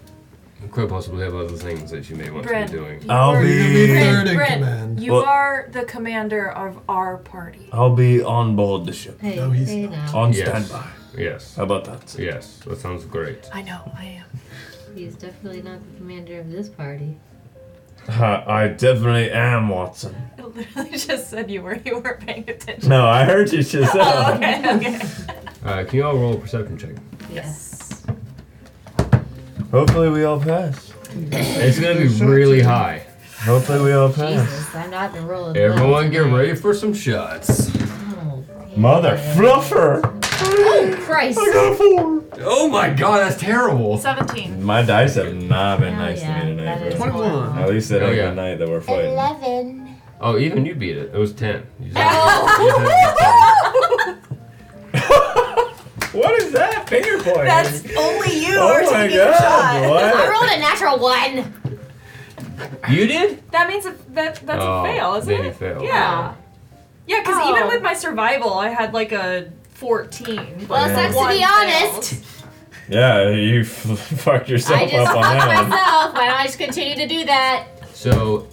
[SPEAKER 3] quite possibly have other things that you may want
[SPEAKER 11] Brent,
[SPEAKER 3] to be doing.
[SPEAKER 11] you are-
[SPEAKER 6] Brent,
[SPEAKER 11] Brent,
[SPEAKER 6] Brent,
[SPEAKER 11] Brent, you
[SPEAKER 6] Well-
[SPEAKER 11] are the commander of our
[SPEAKER 3] Oh.
[SPEAKER 11] party.
[SPEAKER 6] I'll be on board the ship.
[SPEAKER 11] Hey, No, he's hey not. now.
[SPEAKER 6] On
[SPEAKER 3] Yes.
[SPEAKER 6] standby.
[SPEAKER 3] Yes.
[SPEAKER 6] How about that?
[SPEAKER 3] Yes, that sounds great.
[SPEAKER 11] I know, I am.
[SPEAKER 1] He's definitely not the commander of this party.
[SPEAKER 6] Uh, I definitely am Watson.
[SPEAKER 5] I literally just said you were you weren't paying attention.
[SPEAKER 6] No, I heard you just
[SPEAKER 5] Oh, okay,
[SPEAKER 6] um,
[SPEAKER 5] okay.
[SPEAKER 3] Uh, can you all roll a perception check?
[SPEAKER 5] Yes.
[SPEAKER 6] Hopefully we all pass.
[SPEAKER 3] It's gonna be really high.
[SPEAKER 6] Hopefully we all pass.
[SPEAKER 1] Jesus, I'm not the role of
[SPEAKER 3] Everyone get ready for some shots.
[SPEAKER 6] Mother fluffer!
[SPEAKER 1] Oh, Christ! I
[SPEAKER 6] got a four!
[SPEAKER 3] Oh my god, that's terrible.
[SPEAKER 5] 17.
[SPEAKER 6] My dice have not been
[SPEAKER 1] Oh,
[SPEAKER 6] nice
[SPEAKER 1] yeah,
[SPEAKER 6] to me tonight.
[SPEAKER 1] that is
[SPEAKER 6] bro.
[SPEAKER 1] horrible.
[SPEAKER 6] At least it
[SPEAKER 3] Oh,
[SPEAKER 6] ain't
[SPEAKER 3] yeah.
[SPEAKER 6] the night that we're fighting.
[SPEAKER 13] Eleven.
[SPEAKER 3] Oh, even you beat it. It was 10. You just-
[SPEAKER 6] What is that finger pointing?
[SPEAKER 13] That's only you
[SPEAKER 6] Oh
[SPEAKER 13] are
[SPEAKER 6] my
[SPEAKER 13] taking
[SPEAKER 6] God,
[SPEAKER 13] a shot.
[SPEAKER 6] what? I
[SPEAKER 1] rolled a natural one.
[SPEAKER 3] You did?
[SPEAKER 5] That means a, that that's
[SPEAKER 3] Oh,
[SPEAKER 5] a fail, isn't
[SPEAKER 3] then
[SPEAKER 5] it?
[SPEAKER 3] you failed.
[SPEAKER 5] Yeah. Yeah, because
[SPEAKER 1] Oh.
[SPEAKER 5] even with my survival, I had like a 14.
[SPEAKER 1] Well,
[SPEAKER 6] it sucks to
[SPEAKER 5] One
[SPEAKER 1] be honest.
[SPEAKER 5] failed.
[SPEAKER 6] Yeah, you f- fucked yourself
[SPEAKER 1] I just
[SPEAKER 6] up on
[SPEAKER 1] fucked
[SPEAKER 6] that one.
[SPEAKER 1] myself. Why don't I just continue to do that?
[SPEAKER 3] So,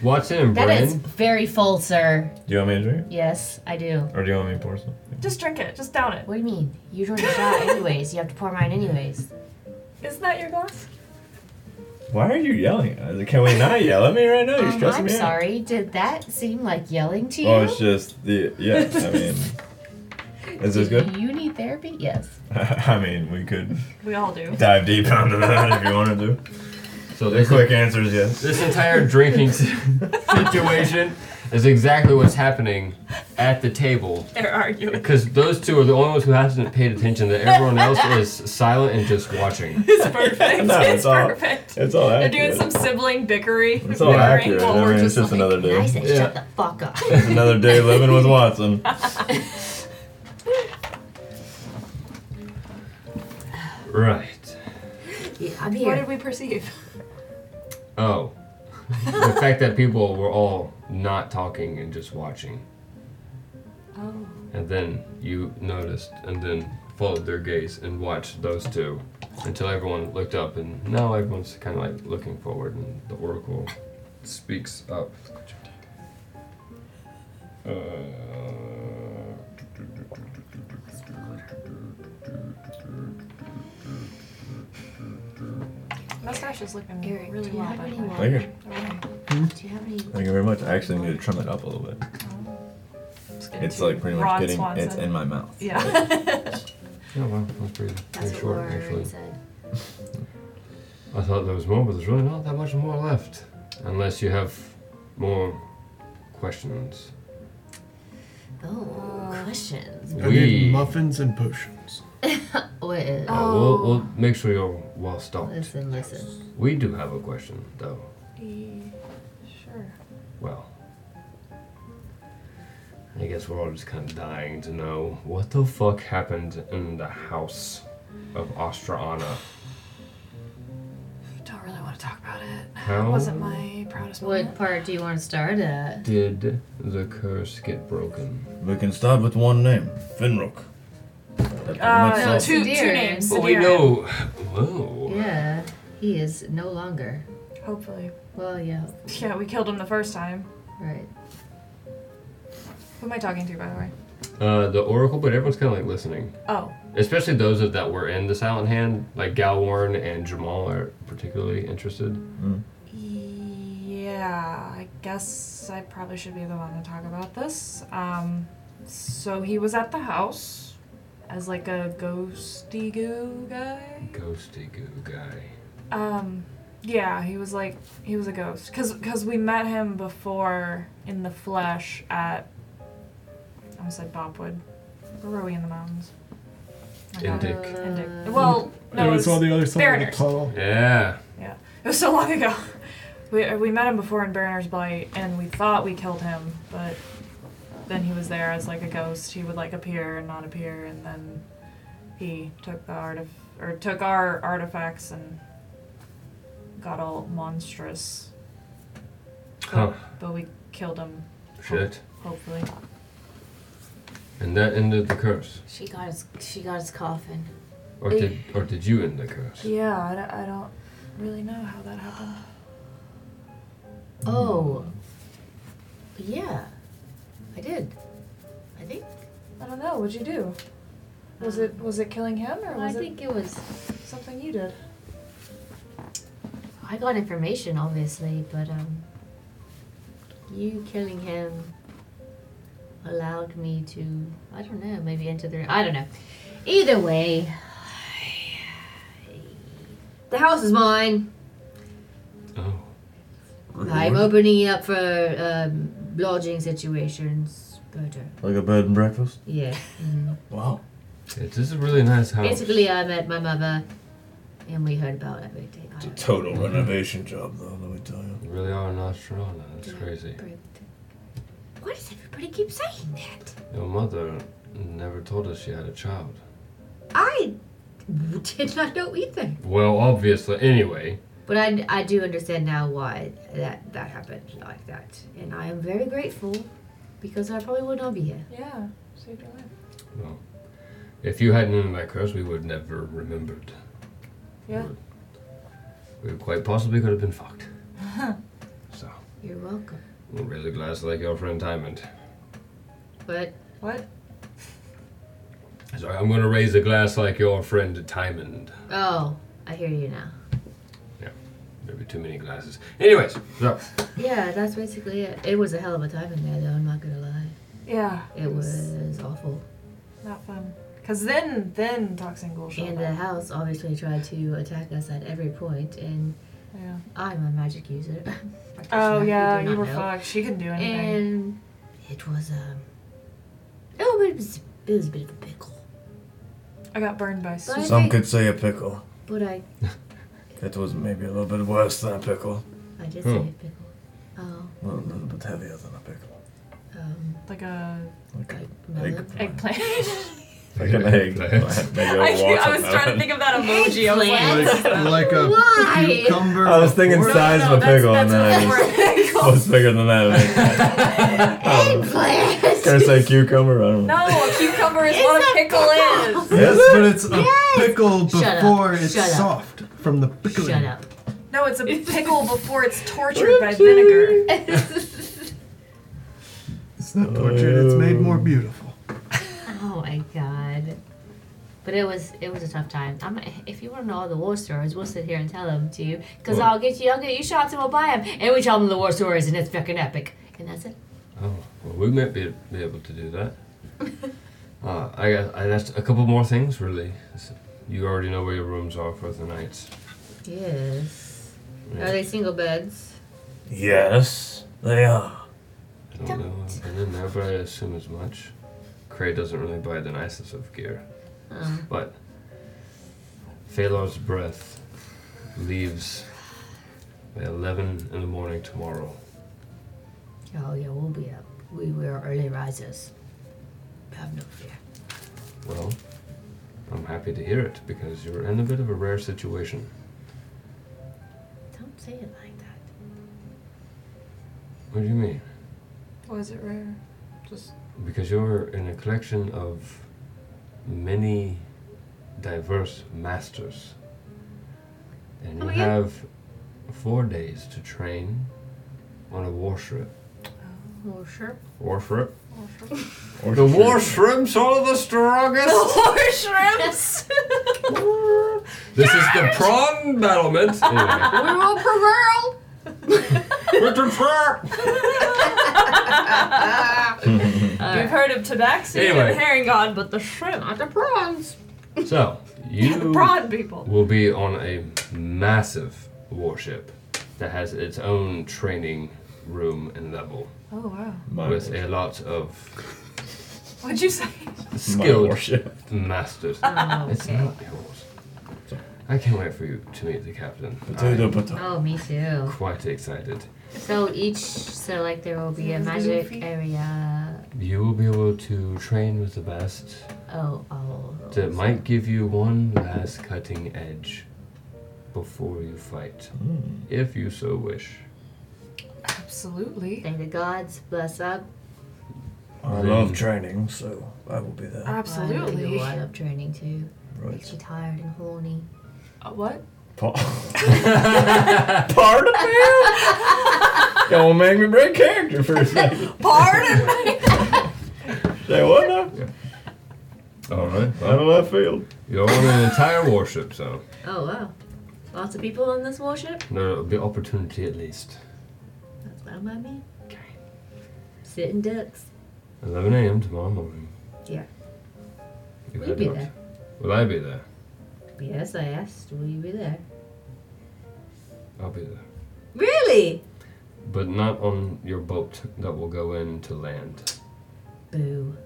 [SPEAKER 3] Watson and
[SPEAKER 1] That is
[SPEAKER 3] Bryn.
[SPEAKER 1] very full, sir.
[SPEAKER 6] Do you want me to drink?
[SPEAKER 1] Yes, I do.
[SPEAKER 6] Or do you want me to pour some?
[SPEAKER 5] Just drink it. Just down it.
[SPEAKER 1] What do you mean? You drink a shot anyways. You have to pour mine anyways.
[SPEAKER 5] Isn't that your glass?
[SPEAKER 6] Why are you yelling? Uh, Can we not yell at me right now? You're
[SPEAKER 1] Um,
[SPEAKER 6] stressing
[SPEAKER 1] I'm
[SPEAKER 6] me out.
[SPEAKER 1] sorry. Did that seem like yelling to you?
[SPEAKER 6] Oh, it's just the yeah. I mean, is this good?
[SPEAKER 23] You need therapy? Yes.
[SPEAKER 6] I mean, we could
[SPEAKER 5] We all do.
[SPEAKER 6] dive deep into that if you wanted to.
[SPEAKER 3] So
[SPEAKER 6] the
[SPEAKER 3] this-
[SPEAKER 6] quick answer is yes.
[SPEAKER 3] This entire drinking si- situation is exactly what's happening at the table.
[SPEAKER 5] They're arguing.
[SPEAKER 3] Because those two are the only ones who hasn't paid attention. That everyone else is silent and just watching.
[SPEAKER 5] It's perfect.
[SPEAKER 3] No,
[SPEAKER 5] it's,
[SPEAKER 3] it's all-
[SPEAKER 5] perfect.
[SPEAKER 6] it's all
[SPEAKER 5] They're doing
[SPEAKER 3] accurate.
[SPEAKER 5] some sibling bickery.
[SPEAKER 6] It's all
[SPEAKER 5] bickering
[SPEAKER 6] accurate.
[SPEAKER 5] while
[SPEAKER 6] I
[SPEAKER 5] we're
[SPEAKER 6] mean, it's
[SPEAKER 5] just
[SPEAKER 6] just another day.
[SPEAKER 1] I said, shut the fuck up.
[SPEAKER 6] another day living with Watson.
[SPEAKER 3] Right.
[SPEAKER 1] Yeah, I'm
[SPEAKER 11] What
[SPEAKER 1] here.
[SPEAKER 11] did we perceive?
[SPEAKER 3] Oh. the fact that people were all not talking and just watching.
[SPEAKER 11] Oh.
[SPEAKER 3] And then you noticed and then followed their gaze and watched those two until everyone looked up and now everyone's kind of like looking forward and the oracle speaks up. Uh,
[SPEAKER 11] Mustache is looking
[SPEAKER 1] Eric,
[SPEAKER 11] really
[SPEAKER 1] do you
[SPEAKER 11] well.
[SPEAKER 1] have
[SPEAKER 11] by
[SPEAKER 1] any
[SPEAKER 11] the way.
[SPEAKER 1] wine?
[SPEAKER 6] Thank you.
[SPEAKER 1] Do you have any?
[SPEAKER 6] Thank you very much. I actually need to trim it up a little bit. It's like pretty much
[SPEAKER 5] Ron
[SPEAKER 6] getting
[SPEAKER 5] Swanson.
[SPEAKER 6] it's in my mouth.
[SPEAKER 5] Yeah.
[SPEAKER 3] Yeah, well, that was pretty, pretty
[SPEAKER 1] That's what
[SPEAKER 3] short
[SPEAKER 1] Warren
[SPEAKER 3] actually.
[SPEAKER 1] said.
[SPEAKER 3] I thought there was more, but there's really not that much more left. Unless you have more questions.
[SPEAKER 1] Oh, questions.
[SPEAKER 4] I
[SPEAKER 3] We-
[SPEAKER 4] need muffins and potions.
[SPEAKER 1] What is-
[SPEAKER 3] Uh, we'll, we'll make sure you're well stocked.
[SPEAKER 1] Oh. Listen, listen.
[SPEAKER 3] We do have a question, though.
[SPEAKER 11] Sure.
[SPEAKER 3] Well, I guess we're all just kind of dying to know what the fuck happened in the house of Ostraana.
[SPEAKER 11] Don't really want to talk about it.
[SPEAKER 3] How
[SPEAKER 11] Wasn't my proudest moment.
[SPEAKER 1] What part do you want to start at?
[SPEAKER 3] did the curse get broken?
[SPEAKER 6] We can start with one name, Finrock. That
[SPEAKER 5] Uh,
[SPEAKER 6] pretty
[SPEAKER 5] no,
[SPEAKER 6] much Oh,
[SPEAKER 5] two, two
[SPEAKER 1] Sidarian.
[SPEAKER 5] names.
[SPEAKER 3] Well, we
[SPEAKER 5] Sidarian.
[SPEAKER 3] know. Whoa.
[SPEAKER 1] Yeah, he is no longer.
[SPEAKER 11] Hopefully.
[SPEAKER 1] Well, yeah,
[SPEAKER 5] Yeah, we killed him the first time.
[SPEAKER 1] right.
[SPEAKER 5] Who am I talking to, by the way?
[SPEAKER 3] Uh, the Oracle, but everyone's kind of like listening.
[SPEAKER 5] Oh,
[SPEAKER 3] Especially those of that were in the Silent Hand, like Galwarn and Jamal are particularly interested.
[SPEAKER 11] Yeah, I guess I probably should be the one to talk about this. Um, so he was at the house as like a ghosty goo guy.
[SPEAKER 3] Ghosty goo guy.
[SPEAKER 11] Um, yeah, he was like he was a ghost because because we met him before in the flesh at I almost said Bobwood. Where were we in the mountains? I got it.
[SPEAKER 1] Uh,
[SPEAKER 3] Indic.
[SPEAKER 11] Indic. Well, no,
[SPEAKER 4] it was on the other side of
[SPEAKER 11] Baroners.
[SPEAKER 4] the tunnel.
[SPEAKER 3] Yeah.
[SPEAKER 11] Yeah, it was so long ago.
[SPEAKER 5] uh,
[SPEAKER 11] We, we met him before in Baroner's Blight, and we thought we killed him, but
[SPEAKER 5] then he was there as like a ghost. He would like appear and not appear, and then he took the artif- or took our artifacts and got all monstrous. But,
[SPEAKER 3] Huh.
[SPEAKER 5] but we killed him.
[SPEAKER 3] Shit.
[SPEAKER 5] Hopefully.
[SPEAKER 3] And that ended the curse.
[SPEAKER 1] She got his. She got his coffin.
[SPEAKER 3] Or did or did you end the curse?
[SPEAKER 5] Yeah, I don't, I don't really know how that happened.
[SPEAKER 1] Oh. Yeah, I did. I think.
[SPEAKER 5] I don't know. What'd you do? Was it was it killing him or
[SPEAKER 1] I
[SPEAKER 5] was it?
[SPEAKER 1] think it was
[SPEAKER 5] something you did.
[SPEAKER 1] I got information, obviously, but um, you killing him allowed me to. I don't know. Maybe enter the. I don't know. Either way, the house is mine.
[SPEAKER 3] Oh.
[SPEAKER 1] I'm opening it up for um, lodging situations. Better.
[SPEAKER 6] Like a bed and breakfast?
[SPEAKER 1] Yeah. mm.
[SPEAKER 6] Wow.
[SPEAKER 3] It is a really nice house.
[SPEAKER 1] Basically, I met my mother, and we heard about everything. I
[SPEAKER 24] It's a total renovation job, though, let me tell you.
[SPEAKER 3] You really are an astronaut. That's crazy.
[SPEAKER 1] Why does everybody keep saying that?
[SPEAKER 3] Your mother never told us she had a child.
[SPEAKER 1] I did not know either.
[SPEAKER 3] Well, obviously. Anyway,
[SPEAKER 1] But I, I do understand now why that, that happened like that. And I am very grateful because I probably would not be here.
[SPEAKER 5] Yeah, saved your life.
[SPEAKER 3] well, if you hadn't ended that curse, we would never remembered.
[SPEAKER 5] Yeah.
[SPEAKER 3] We quite possibly could have been fucked. So
[SPEAKER 1] You're welcome.
[SPEAKER 3] I'm really glad to like your friend Diamond.
[SPEAKER 1] But.
[SPEAKER 5] What?
[SPEAKER 3] Sorry, I'm gonna raise a glass like your friend Diamond.
[SPEAKER 1] Oh, I hear you now.
[SPEAKER 3] Yeah, maybe too many glasses. Anyways, so
[SPEAKER 1] Yeah, that's basically it. It was a hell of a time in there, though, I'm not gonna lie.
[SPEAKER 5] Yeah.
[SPEAKER 1] It was awful.
[SPEAKER 5] Not fun. Cause then then Toxin Ghoul showed
[SPEAKER 1] And the
[SPEAKER 5] up.
[SPEAKER 1] house obviously tried to attack us at every point, and
[SPEAKER 5] Yeah.
[SPEAKER 1] I'm a magic user.
[SPEAKER 5] Oh yeah,
[SPEAKER 1] I
[SPEAKER 5] you
[SPEAKER 1] do not
[SPEAKER 5] were
[SPEAKER 1] know.
[SPEAKER 5] fucked. She couldn't do anything.
[SPEAKER 1] And it was, um. Oh, but it was, it was a bit of a pickle.
[SPEAKER 5] I got burned by
[SPEAKER 1] But I
[SPEAKER 6] Some
[SPEAKER 1] think-
[SPEAKER 6] could say a pickle.
[SPEAKER 1] But I,
[SPEAKER 6] It was maybe a little bit worse than a pickle.
[SPEAKER 1] I did
[SPEAKER 6] Hmm.
[SPEAKER 1] say a pickle. Oh,
[SPEAKER 6] Well, a little bit heavier than a pickle.
[SPEAKER 1] um,
[SPEAKER 5] like a
[SPEAKER 6] Like um, a
[SPEAKER 1] melon.
[SPEAKER 5] eggplant.
[SPEAKER 6] Like an egg.
[SPEAKER 3] Eggplant.
[SPEAKER 6] Maybe a
[SPEAKER 5] I, can't- I
[SPEAKER 6] watermelon.
[SPEAKER 5] was trying to think of that emoji. I was like,
[SPEAKER 1] Eggplant?
[SPEAKER 5] what is that?
[SPEAKER 4] Like a
[SPEAKER 1] Why?
[SPEAKER 4] cucumber.
[SPEAKER 6] I was thinking size of a pickle, and then I
[SPEAKER 5] Eggplant.
[SPEAKER 6] was, was bigger than that.
[SPEAKER 1] Eggplant!
[SPEAKER 6] Can I say cucumber? I don't know.
[SPEAKER 5] No, a cucumber is what a pickle is.
[SPEAKER 4] Yes, but it's a pickle
[SPEAKER 1] Shut up.
[SPEAKER 4] before it's
[SPEAKER 1] Shut up.
[SPEAKER 4] soft from the pickling.
[SPEAKER 1] Shut up.
[SPEAKER 5] No, it's a pickle before it's tortured by vinegar.
[SPEAKER 4] It's not tortured. It's made more beautiful.
[SPEAKER 1] Oh my god. But it was it was a tough time. I'm, if you want to know all the war stories, we'll sit here and tell them to you. Cause
[SPEAKER 3] Well-
[SPEAKER 1] I'll get you, I'll get you shots, and we'll buy them, and we tell them the war stories, and it's fucking epic. And that's it.
[SPEAKER 3] Oh, well, we might be, be able to do that. uh, I got I, that's a couple more things, really. S- You already know where your rooms are for the nights.
[SPEAKER 1] Yes.
[SPEAKER 3] Yeah.
[SPEAKER 1] Are they single beds?
[SPEAKER 6] Yes, they are.
[SPEAKER 3] I don't know. I've been in there, but I assume as much. Cray doesn't really buy the nicest of gear,
[SPEAKER 1] Oh.
[SPEAKER 3] but Phalor's breath leaves by 11 in the morning tomorrow.
[SPEAKER 1] Oh yeah, we'll be up. We were early risers. Have no fear.
[SPEAKER 3] Well, I'm happy to hear it because you're in a bit of a rare situation.
[SPEAKER 1] Don't say it like that.
[SPEAKER 3] What do you mean?
[SPEAKER 5] Was it rare? Just
[SPEAKER 3] Because you're in a collection of many diverse masters. And you
[SPEAKER 1] Oh, yeah.
[SPEAKER 3] have four days to train on a warship.
[SPEAKER 1] Oh sure.
[SPEAKER 3] Warship?
[SPEAKER 6] Or
[SPEAKER 3] The warships are the strongest!
[SPEAKER 5] poor shrimps.
[SPEAKER 3] this is the prawn battlement! Anyway,
[SPEAKER 5] we will prevail.
[SPEAKER 3] Richard Pryor!
[SPEAKER 5] You've heard of Tabaxi
[SPEAKER 3] Anyway.
[SPEAKER 5] and herringon, but the shrimp, not the prawns.
[SPEAKER 3] So,
[SPEAKER 5] The
[SPEAKER 3] you
[SPEAKER 5] prawn people.
[SPEAKER 3] will be on a massive warship that has its own training room and level.
[SPEAKER 5] Oh wow.
[SPEAKER 14] My
[SPEAKER 3] with a lot of
[SPEAKER 5] What'd you say?
[SPEAKER 3] skilled
[SPEAKER 14] warship.
[SPEAKER 3] masters.
[SPEAKER 1] Oh,
[SPEAKER 3] It's
[SPEAKER 1] okay.
[SPEAKER 3] not yours. I can't wait for you to meet the captain.
[SPEAKER 2] Potato,
[SPEAKER 3] I'm
[SPEAKER 2] potato.
[SPEAKER 1] Oh, me too.
[SPEAKER 3] Quite excited.
[SPEAKER 1] So each, so like there will be a
[SPEAKER 13] Sounds
[SPEAKER 1] magic
[SPEAKER 13] goofy.
[SPEAKER 1] area.
[SPEAKER 3] You will be able to train with the best.
[SPEAKER 1] Oh, oh.
[SPEAKER 3] That might give you one last cutting edge before you fight, if you so wish.
[SPEAKER 5] Absolutely.
[SPEAKER 1] Thank the gods. Bless up.
[SPEAKER 2] I love training, so I will be there.
[SPEAKER 6] Ah.
[SPEAKER 1] I know
[SPEAKER 5] Absolutely.
[SPEAKER 1] you I love training too.
[SPEAKER 2] Right.
[SPEAKER 1] Makes you tired and horny.
[SPEAKER 5] Uh, what? Uh,
[SPEAKER 6] Pardon me? Y'all make me break character for a second.
[SPEAKER 5] Pardon me.
[SPEAKER 6] Say what now?
[SPEAKER 3] All right.
[SPEAKER 6] Out of left field.
[SPEAKER 3] You're on an entire warship, so
[SPEAKER 1] Oh wow, lots of people on this warship.
[SPEAKER 3] no, it'll be opportunity at least.
[SPEAKER 1] That's not by me. Sitting ducks.
[SPEAKER 3] 11 a.m. tomorrow morning.
[SPEAKER 1] Yeah.
[SPEAKER 3] You
[SPEAKER 1] Will you
[SPEAKER 3] head
[SPEAKER 1] be
[SPEAKER 3] out.
[SPEAKER 1] there?
[SPEAKER 3] Will I be there?
[SPEAKER 1] Yes, I asked. Will you be there?
[SPEAKER 3] I'll be there,
[SPEAKER 1] Really?
[SPEAKER 3] but not on your boat that will go in to land.
[SPEAKER 1] Boo.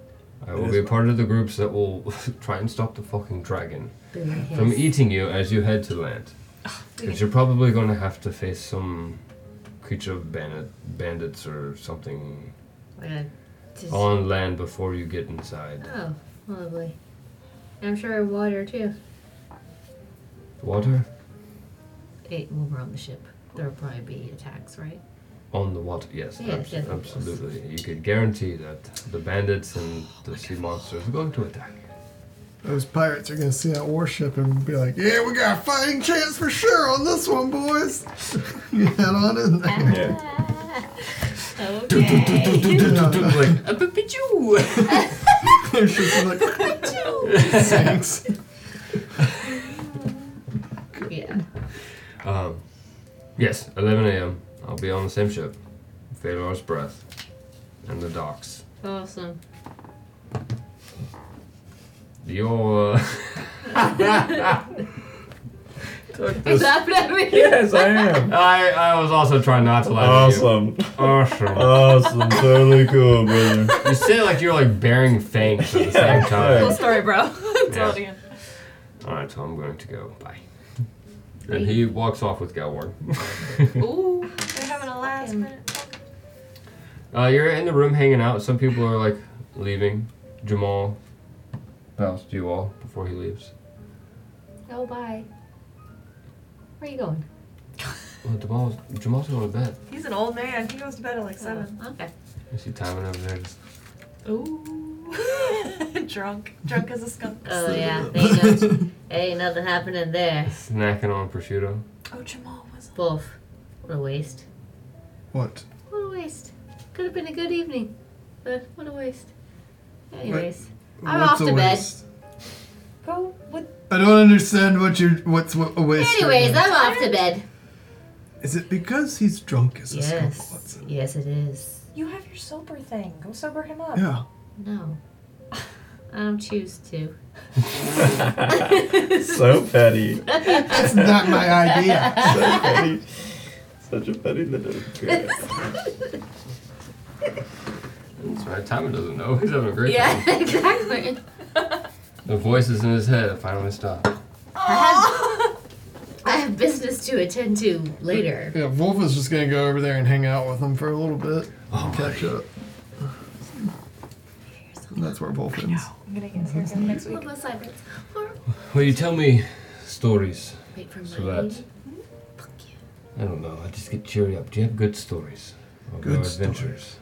[SPEAKER 3] I will be a part of the groups that will try and stop the fucking dragon
[SPEAKER 1] Boo.
[SPEAKER 3] from
[SPEAKER 1] yes.
[SPEAKER 3] eating you as you head to land. Because you're probably going to have to face some creature of bandit, bandits or something
[SPEAKER 1] We're gonna just-
[SPEAKER 3] on land before you get inside.
[SPEAKER 1] Oh, lovely. I'm sure water too.
[SPEAKER 3] Water?
[SPEAKER 1] It, when we're on the ship, there'll probably be attacks, right?
[SPEAKER 3] On the water, yes,
[SPEAKER 1] Yes,
[SPEAKER 3] abs-
[SPEAKER 1] yes, of course.
[SPEAKER 3] absolutely. You could guarantee that the bandits and the sea monsters are going to attack.
[SPEAKER 4] Those pirates are gonna see that warship and be like, "Yeah, we got a fighting chance for sure on this one, boys." you head on in there.
[SPEAKER 3] like, a
[SPEAKER 4] Their ships are like, sinks.
[SPEAKER 1] Yeah.
[SPEAKER 3] Um, yes, 11 a.m. I'll be on the same ship. Fedor's breath and the docks.
[SPEAKER 1] Awesome.
[SPEAKER 3] Your. Uh,
[SPEAKER 1] Is that what
[SPEAKER 6] Yes, I am.
[SPEAKER 3] I, I was also trying not to laugh.
[SPEAKER 6] Awesome.
[SPEAKER 3] At you. Awesome.
[SPEAKER 6] Awesome. Totally cool, brother.
[SPEAKER 3] You say like you're like bearing fangs at the same time.
[SPEAKER 5] Cool story, bro. Tell
[SPEAKER 3] Yeah.
[SPEAKER 5] it again.
[SPEAKER 3] All right, so I'm going to go. Bye. And he walks off with Galwarn.
[SPEAKER 5] Ooh, they're having a last minute.
[SPEAKER 3] uh, you're in the room hanging out. Some people are like leaving. Jamal bows to you all before he leaves.
[SPEAKER 1] Oh, bye. Where are you going?
[SPEAKER 3] Well, Jamal's, Jamal's going to bed.
[SPEAKER 5] He's an old man. He goes to bed at like seven.
[SPEAKER 1] Oh, okay.
[SPEAKER 3] You see Timon over there. Just,
[SPEAKER 5] Ooh. drunk. Drunk as a skunk.
[SPEAKER 1] Oh yeah. Ain't, no, ain't nothing happening there.
[SPEAKER 3] snacking on prosciutto.
[SPEAKER 5] Oh, Jamal was.
[SPEAKER 1] Wolf. What a waste.
[SPEAKER 4] What?
[SPEAKER 1] What a waste. Could have been a good evening, but what a waste. Anyways, I'm
[SPEAKER 4] What's
[SPEAKER 1] off
[SPEAKER 4] a
[SPEAKER 1] to bed.
[SPEAKER 4] waste?
[SPEAKER 5] Go with.
[SPEAKER 4] I don't understand what you're. What's what a waste? right
[SPEAKER 1] Anyways,
[SPEAKER 4] now.
[SPEAKER 1] I'm off to bed.
[SPEAKER 4] Is it because he's drunk? Is this
[SPEAKER 1] Yes.
[SPEAKER 4] Scott Watson?
[SPEAKER 1] Yes, it is.
[SPEAKER 5] You have your sober thing. Go sober him up.
[SPEAKER 4] Yeah.
[SPEAKER 1] No. I don't choose to.
[SPEAKER 6] so petty. So
[SPEAKER 4] That's not my idea.
[SPEAKER 6] petty. Such a petty little girl.
[SPEAKER 3] That's right. Timon doesn't know. He's having a great
[SPEAKER 1] Yeah,
[SPEAKER 3] time.
[SPEAKER 1] exactly.
[SPEAKER 3] The voices in his head have finally stopped.
[SPEAKER 1] I have I have business to attend to later.
[SPEAKER 4] Yeah, Wolf is just gonna go over there and hang out with him for a little bit. catch up. And that's where Wolf ends.
[SPEAKER 5] I'm gonna get here again next week.
[SPEAKER 1] What was I-
[SPEAKER 3] Will you tell me stories?
[SPEAKER 1] Wait for
[SPEAKER 3] So
[SPEAKER 1] my
[SPEAKER 3] that
[SPEAKER 1] lady. Fuck you.
[SPEAKER 3] I don't know. I just get cheery up. Do you have good stories? Of
[SPEAKER 4] Good
[SPEAKER 3] your adventures.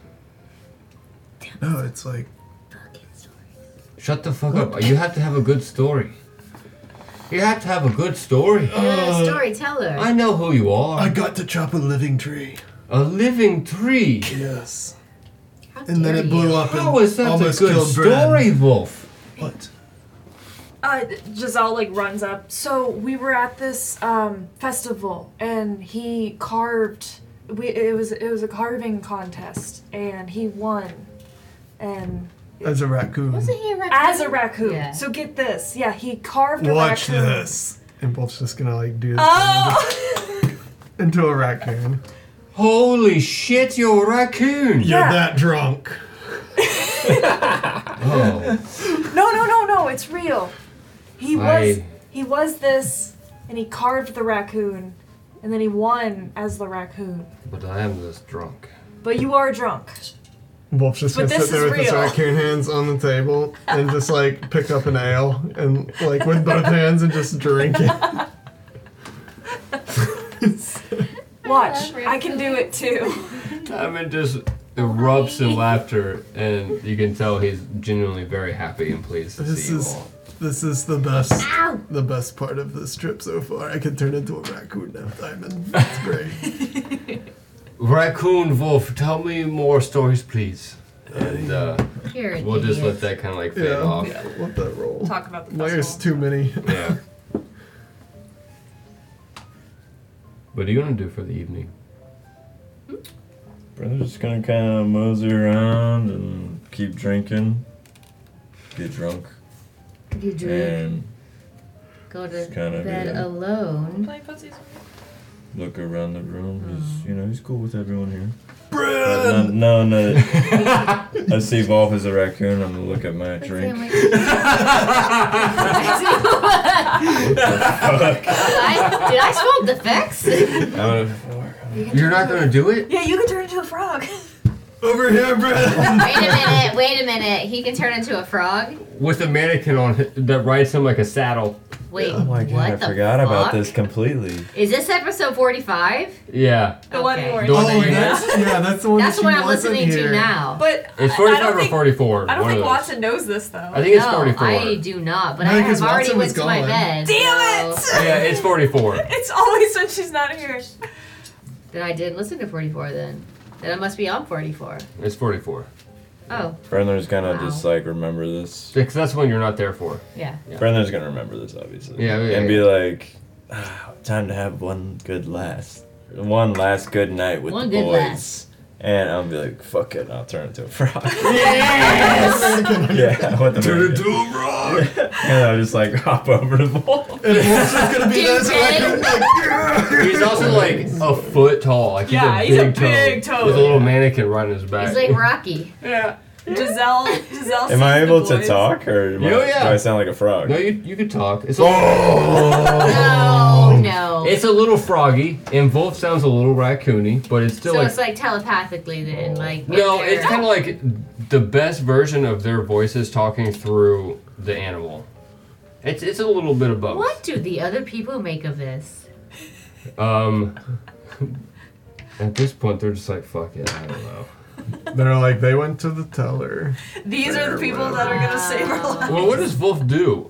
[SPEAKER 4] No, it's like
[SPEAKER 1] Fucking story.
[SPEAKER 3] Shut the fuck up. You have to have a good story. You have to have a good story.
[SPEAKER 1] You're a storyteller.
[SPEAKER 3] I know who you
[SPEAKER 4] Uh, I
[SPEAKER 3] are.
[SPEAKER 4] got to chop a living tree.
[SPEAKER 3] A living tree.
[SPEAKER 4] Yes.
[SPEAKER 1] How
[SPEAKER 4] And then
[SPEAKER 1] dare
[SPEAKER 4] it blew
[SPEAKER 1] you.
[SPEAKER 4] up and
[SPEAKER 3] How is that a
[SPEAKER 4] almost
[SPEAKER 3] good
[SPEAKER 4] killed Bran.
[SPEAKER 3] story, Wolf?
[SPEAKER 4] What?
[SPEAKER 11] Uh, Giselle like runs up. So we were at this um, festival, and he carved. We it was it was a carving contest, and he won. And
[SPEAKER 4] As a raccoon.
[SPEAKER 1] Wasn't he a raccoon?
[SPEAKER 11] as a raccoon,
[SPEAKER 1] Yeah.
[SPEAKER 11] so get this. Yeah, he carved a
[SPEAKER 4] Watch
[SPEAKER 11] raccoon.
[SPEAKER 4] this. And Wolf's just gonna like do this
[SPEAKER 5] Uh,
[SPEAKER 11] Oh,
[SPEAKER 4] thing into a raccoon.
[SPEAKER 3] Holy shit, you're a raccoon.
[SPEAKER 4] You're
[SPEAKER 11] Yeah.
[SPEAKER 4] that drunk.
[SPEAKER 3] Oh.
[SPEAKER 11] no, no, no, no! It's real. He
[SPEAKER 3] I-
[SPEAKER 11] was he was this
[SPEAKER 5] and he carved the raccoon, and then he won as the raccoon.
[SPEAKER 3] But I am just drunk.
[SPEAKER 5] But you are drunk.
[SPEAKER 4] Wolf's just
[SPEAKER 5] But
[SPEAKER 4] gonna
[SPEAKER 5] this
[SPEAKER 4] sit there
[SPEAKER 5] is
[SPEAKER 4] with his
[SPEAKER 5] real.
[SPEAKER 4] raccoon hands on the table and just like pick up an ale and like with both hands and just drink it.
[SPEAKER 5] Watch, I can do it too.
[SPEAKER 3] Diamond just erupts in laughter, and you can tell he's genuinely very happy and pleased to
[SPEAKER 4] This
[SPEAKER 3] see
[SPEAKER 4] is
[SPEAKER 3] you all.
[SPEAKER 4] this is the best the best part of this trip so far. I could turn into a raccoon now, Diamond. That's great.
[SPEAKER 3] Raccoon Wolf, tell me more stories, please. And uh,
[SPEAKER 1] You're an
[SPEAKER 3] we'll just
[SPEAKER 1] idiot.
[SPEAKER 3] let that kind of like fade
[SPEAKER 4] yeah,
[SPEAKER 3] off.
[SPEAKER 4] let that roll.
[SPEAKER 5] Talk about the
[SPEAKER 4] There's too many.
[SPEAKER 3] Yeah. What do you want to do for the evening?
[SPEAKER 14] Brother's just gonna kind of mosey around and keep drinking, get drunk,
[SPEAKER 1] You drink.
[SPEAKER 14] and
[SPEAKER 1] Go to
[SPEAKER 14] It's kinda
[SPEAKER 1] bed
[SPEAKER 14] been-
[SPEAKER 1] alone.
[SPEAKER 5] Play pussies.
[SPEAKER 14] look around the room. He's, you know, he's cool with everyone here.
[SPEAKER 4] Brad!
[SPEAKER 14] No, no, no. I see Wolf as a raccoon. I'm gonna look at my drink.
[SPEAKER 1] I, did I smell defects?
[SPEAKER 14] I'm gonna-
[SPEAKER 3] You're not gonna do it?
[SPEAKER 5] Yeah, you can turn into a frog.
[SPEAKER 4] Over here, Brad!
[SPEAKER 1] wait a minute, wait a minute. He can turn into a frog?
[SPEAKER 3] With a mannequin on hi- that rides him like a saddle.
[SPEAKER 1] Wait,
[SPEAKER 14] Oh my god!
[SPEAKER 1] what
[SPEAKER 14] I
[SPEAKER 1] the
[SPEAKER 14] forgot about
[SPEAKER 1] fuck?
[SPEAKER 14] this completely.
[SPEAKER 1] Is this episode 45?
[SPEAKER 3] Yeah.
[SPEAKER 5] The one you were
[SPEAKER 3] The one
[SPEAKER 4] Oh,
[SPEAKER 3] that you
[SPEAKER 4] that's, yeah, that's the one
[SPEAKER 1] That's
[SPEAKER 4] that she
[SPEAKER 1] what I'm
[SPEAKER 4] wasn't
[SPEAKER 1] listening
[SPEAKER 4] here.
[SPEAKER 1] to now.
[SPEAKER 5] But
[SPEAKER 3] It's
[SPEAKER 5] I don't
[SPEAKER 3] 45 or
[SPEAKER 5] think-
[SPEAKER 3] 44.
[SPEAKER 5] I don't
[SPEAKER 3] one
[SPEAKER 5] think
[SPEAKER 3] of those.
[SPEAKER 5] Watson knows this though.
[SPEAKER 3] I think it's
[SPEAKER 1] no,
[SPEAKER 3] 44.
[SPEAKER 1] I do not, but
[SPEAKER 4] No,
[SPEAKER 1] I have
[SPEAKER 4] because
[SPEAKER 1] already
[SPEAKER 4] Watson
[SPEAKER 1] went
[SPEAKER 4] was
[SPEAKER 1] to my
[SPEAKER 4] gone.
[SPEAKER 1] bed.
[SPEAKER 5] Damn
[SPEAKER 1] so-
[SPEAKER 3] Yeah, it's 44.
[SPEAKER 5] It's always when she's not here.
[SPEAKER 1] Then I did listen to 44 then. Then I must be on 44.
[SPEAKER 3] It's 44.
[SPEAKER 1] Oh,
[SPEAKER 14] Brandler's gonna
[SPEAKER 1] Wow.
[SPEAKER 14] just like remember this.
[SPEAKER 3] Because that's when you're not there for.
[SPEAKER 1] yeah.
[SPEAKER 3] Yeah.
[SPEAKER 14] Brandler's gonna remember this obviously.
[SPEAKER 3] Yeah, yeah,
[SPEAKER 14] And be
[SPEAKER 3] yeah.
[SPEAKER 14] like, ah, time to have one good last, one last good night with
[SPEAKER 1] One
[SPEAKER 14] the
[SPEAKER 1] good
[SPEAKER 14] boys.
[SPEAKER 1] last.
[SPEAKER 14] And I'll be like, fuck it, I'll turn into a frog.
[SPEAKER 4] Yes!
[SPEAKER 14] yeah, what the
[SPEAKER 4] Turn into a rock!
[SPEAKER 14] And I'll just like hop over to Wolf.
[SPEAKER 4] And Wolf's just gonna be there as a raccoon, like,
[SPEAKER 3] He's also like a foot tall. Like he's
[SPEAKER 5] Yeah,
[SPEAKER 3] a
[SPEAKER 5] he's a
[SPEAKER 3] big,
[SPEAKER 5] big
[SPEAKER 3] toe.
[SPEAKER 5] toe.
[SPEAKER 3] With a little mannequin riding his back.
[SPEAKER 1] He's like Rocky.
[SPEAKER 5] Yeah. Giselle, Giselle. sees
[SPEAKER 14] Am I
[SPEAKER 5] the
[SPEAKER 14] able to
[SPEAKER 5] boys.
[SPEAKER 14] talk or am I-
[SPEAKER 3] Yeah, yeah.
[SPEAKER 14] do I sound like a frog?
[SPEAKER 3] no, you you could talk. It's
[SPEAKER 4] Oh!
[SPEAKER 3] a,
[SPEAKER 1] No, Oh, no.
[SPEAKER 3] it's a little froggy, and Wolf sounds a little raccoony, but it's still
[SPEAKER 1] so
[SPEAKER 3] like
[SPEAKER 1] it's like telepathically then, like.
[SPEAKER 3] no.
[SPEAKER 1] if
[SPEAKER 3] It's kind
[SPEAKER 1] they're-
[SPEAKER 3] of like the best version of their voices talking through the animal. It's it's a little bit of both.
[SPEAKER 1] What do the other people make of this?
[SPEAKER 3] Um, at this point, they're just like fuck it. I don't know. "Oh."
[SPEAKER 4] They're like, they went to the teller.
[SPEAKER 5] These are the people that are gonna save our lives.
[SPEAKER 3] Well, what does Wolf do?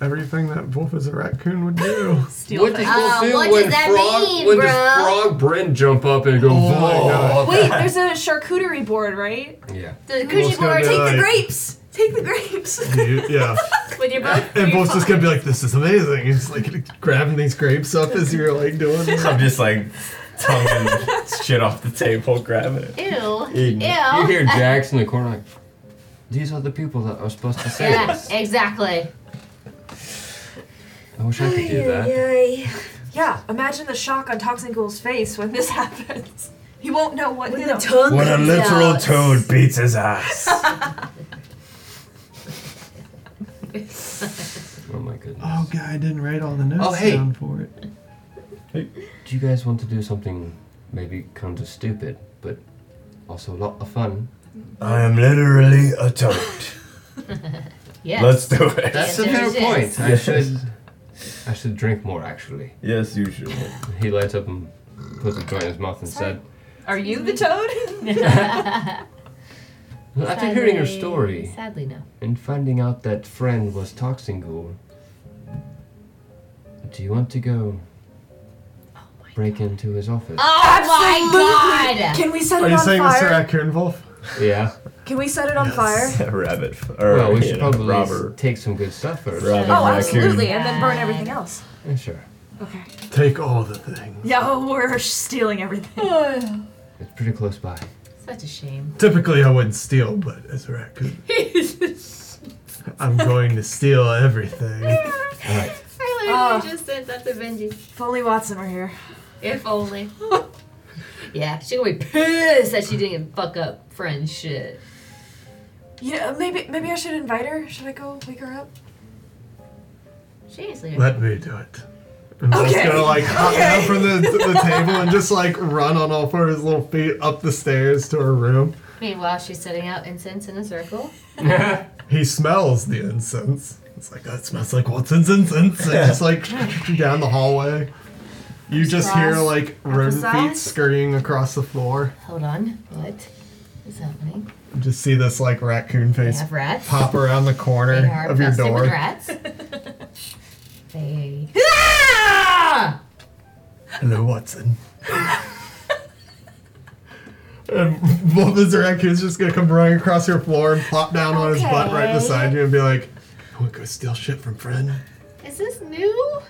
[SPEAKER 4] Everything that Wolf as a raccoon would do.
[SPEAKER 5] Steal
[SPEAKER 3] What does
[SPEAKER 5] things.
[SPEAKER 3] Wolf
[SPEAKER 1] Uh,
[SPEAKER 3] do
[SPEAKER 1] what
[SPEAKER 3] when
[SPEAKER 1] does that
[SPEAKER 3] frog
[SPEAKER 1] mean,
[SPEAKER 3] when does
[SPEAKER 1] bro?
[SPEAKER 3] frog Bryn jump up and go?
[SPEAKER 4] Oh my
[SPEAKER 3] "Whoa."
[SPEAKER 5] Wait, there's a charcuterie board, right?
[SPEAKER 3] Yeah.
[SPEAKER 1] The coochie
[SPEAKER 4] gonna
[SPEAKER 1] board
[SPEAKER 4] be
[SPEAKER 1] take
[SPEAKER 4] like-
[SPEAKER 1] the
[SPEAKER 5] Grapes! Take the grapes!
[SPEAKER 4] You- yeah.
[SPEAKER 1] with your both.
[SPEAKER 4] And Wolf's just gonna be like, this is amazing. He's like grabbing these grapes up as you're like doing it.
[SPEAKER 14] I'm just like tongue and shit off the table, grab it.
[SPEAKER 1] Ew.
[SPEAKER 14] Eating.
[SPEAKER 1] Ew.
[SPEAKER 3] You hear Jax in the corner like, these are the people that are supposed to say
[SPEAKER 1] Yeah,
[SPEAKER 3] this.
[SPEAKER 1] exactly.
[SPEAKER 3] I wish I could do that.
[SPEAKER 6] Yay.
[SPEAKER 5] Yeah, imagine the shock on Toxin Ghoul's face when this happens. He won't know what hit
[SPEAKER 6] The
[SPEAKER 5] him.
[SPEAKER 6] tongue
[SPEAKER 14] When a
[SPEAKER 6] comes
[SPEAKER 14] literal
[SPEAKER 6] out.
[SPEAKER 14] toad beats his ass.
[SPEAKER 3] Oh my goodness.
[SPEAKER 4] Oh, God, I didn't write all the notes
[SPEAKER 3] Oh, hey.
[SPEAKER 4] down for it.
[SPEAKER 3] Do you guys want to do something maybe kind of stupid, but also a lot of fun?
[SPEAKER 14] I am literally a toad.
[SPEAKER 1] Yes.
[SPEAKER 14] Let's do it.
[SPEAKER 3] That's a
[SPEAKER 1] Yes,
[SPEAKER 3] fair
[SPEAKER 1] yes, yes.
[SPEAKER 3] point. I
[SPEAKER 14] Yes.
[SPEAKER 3] should I should drink more actually.
[SPEAKER 14] Yes, you should.
[SPEAKER 3] He lights up and puts a joint in his mouth and said
[SPEAKER 5] Are you the toad?
[SPEAKER 3] After hearing your
[SPEAKER 1] Sadly-
[SPEAKER 3] story
[SPEAKER 1] Sadly, no.
[SPEAKER 3] and finding out that friend was Toxin Ghoul, do you want to go break into his office?
[SPEAKER 1] Ah. Oh my god!
[SPEAKER 5] Can we set
[SPEAKER 4] Are
[SPEAKER 5] it
[SPEAKER 4] you
[SPEAKER 5] on
[SPEAKER 4] saying Mr.
[SPEAKER 5] fire?
[SPEAKER 4] Raccoon Wolf?
[SPEAKER 3] Yeah.
[SPEAKER 5] Can we set it on fire?
[SPEAKER 14] A rabbit. f- Or,
[SPEAKER 3] Well, we
[SPEAKER 14] you
[SPEAKER 3] should
[SPEAKER 14] know,
[SPEAKER 3] probably
[SPEAKER 14] robber.
[SPEAKER 3] s- take some good stuff first.
[SPEAKER 14] Robin
[SPEAKER 5] Oh,
[SPEAKER 14] Raccoon.
[SPEAKER 5] absolutely, and then burn everything else.
[SPEAKER 3] Yeah, sure.
[SPEAKER 5] Okay.
[SPEAKER 4] Take all the things.
[SPEAKER 5] Yeah, we're stealing everything.
[SPEAKER 3] It's pretty close by.
[SPEAKER 1] Such a shame.
[SPEAKER 4] Typically, I wouldn't steal, but as a raccoon, I'm going to steal everything.
[SPEAKER 3] All right.
[SPEAKER 1] I literally just said that to Benji.
[SPEAKER 5] if only Watson were here.
[SPEAKER 1] If only. yeah, she gonna be pissed that she didn't fuck up friend shit.
[SPEAKER 5] Yeah, maybe maybe I should invite her. Should I go wake her up?
[SPEAKER 1] She ain't sleeping.
[SPEAKER 4] Let me do it. And Wolf's
[SPEAKER 5] Okay.
[SPEAKER 4] gonna like hop
[SPEAKER 5] Okay.
[SPEAKER 4] down from the, the table and just like run on all four of his little feet up the stairs to her room.
[SPEAKER 1] Meanwhile, she's setting out incense in a circle.
[SPEAKER 4] he smells the incense. It's like that smells like Watson's incense. And it's like down the hallway. You just hear
[SPEAKER 1] Applesauce.
[SPEAKER 4] like rodent feet
[SPEAKER 1] Applesauce.
[SPEAKER 4] scurrying across the floor.
[SPEAKER 1] Hold on. What is happening?
[SPEAKER 4] You just see this like raccoon face
[SPEAKER 1] have rats.
[SPEAKER 4] pop around the corner
[SPEAKER 1] They are
[SPEAKER 4] of your
[SPEAKER 1] infested
[SPEAKER 4] door.
[SPEAKER 1] With rats. they. Ah!
[SPEAKER 4] Hello, Watson. and one of the raccoons just gonna come running across your floor and plop down on his butt right
[SPEAKER 1] Okay.
[SPEAKER 4] beside you and be like, "I want to go steal shit from friend."
[SPEAKER 1] Is this new?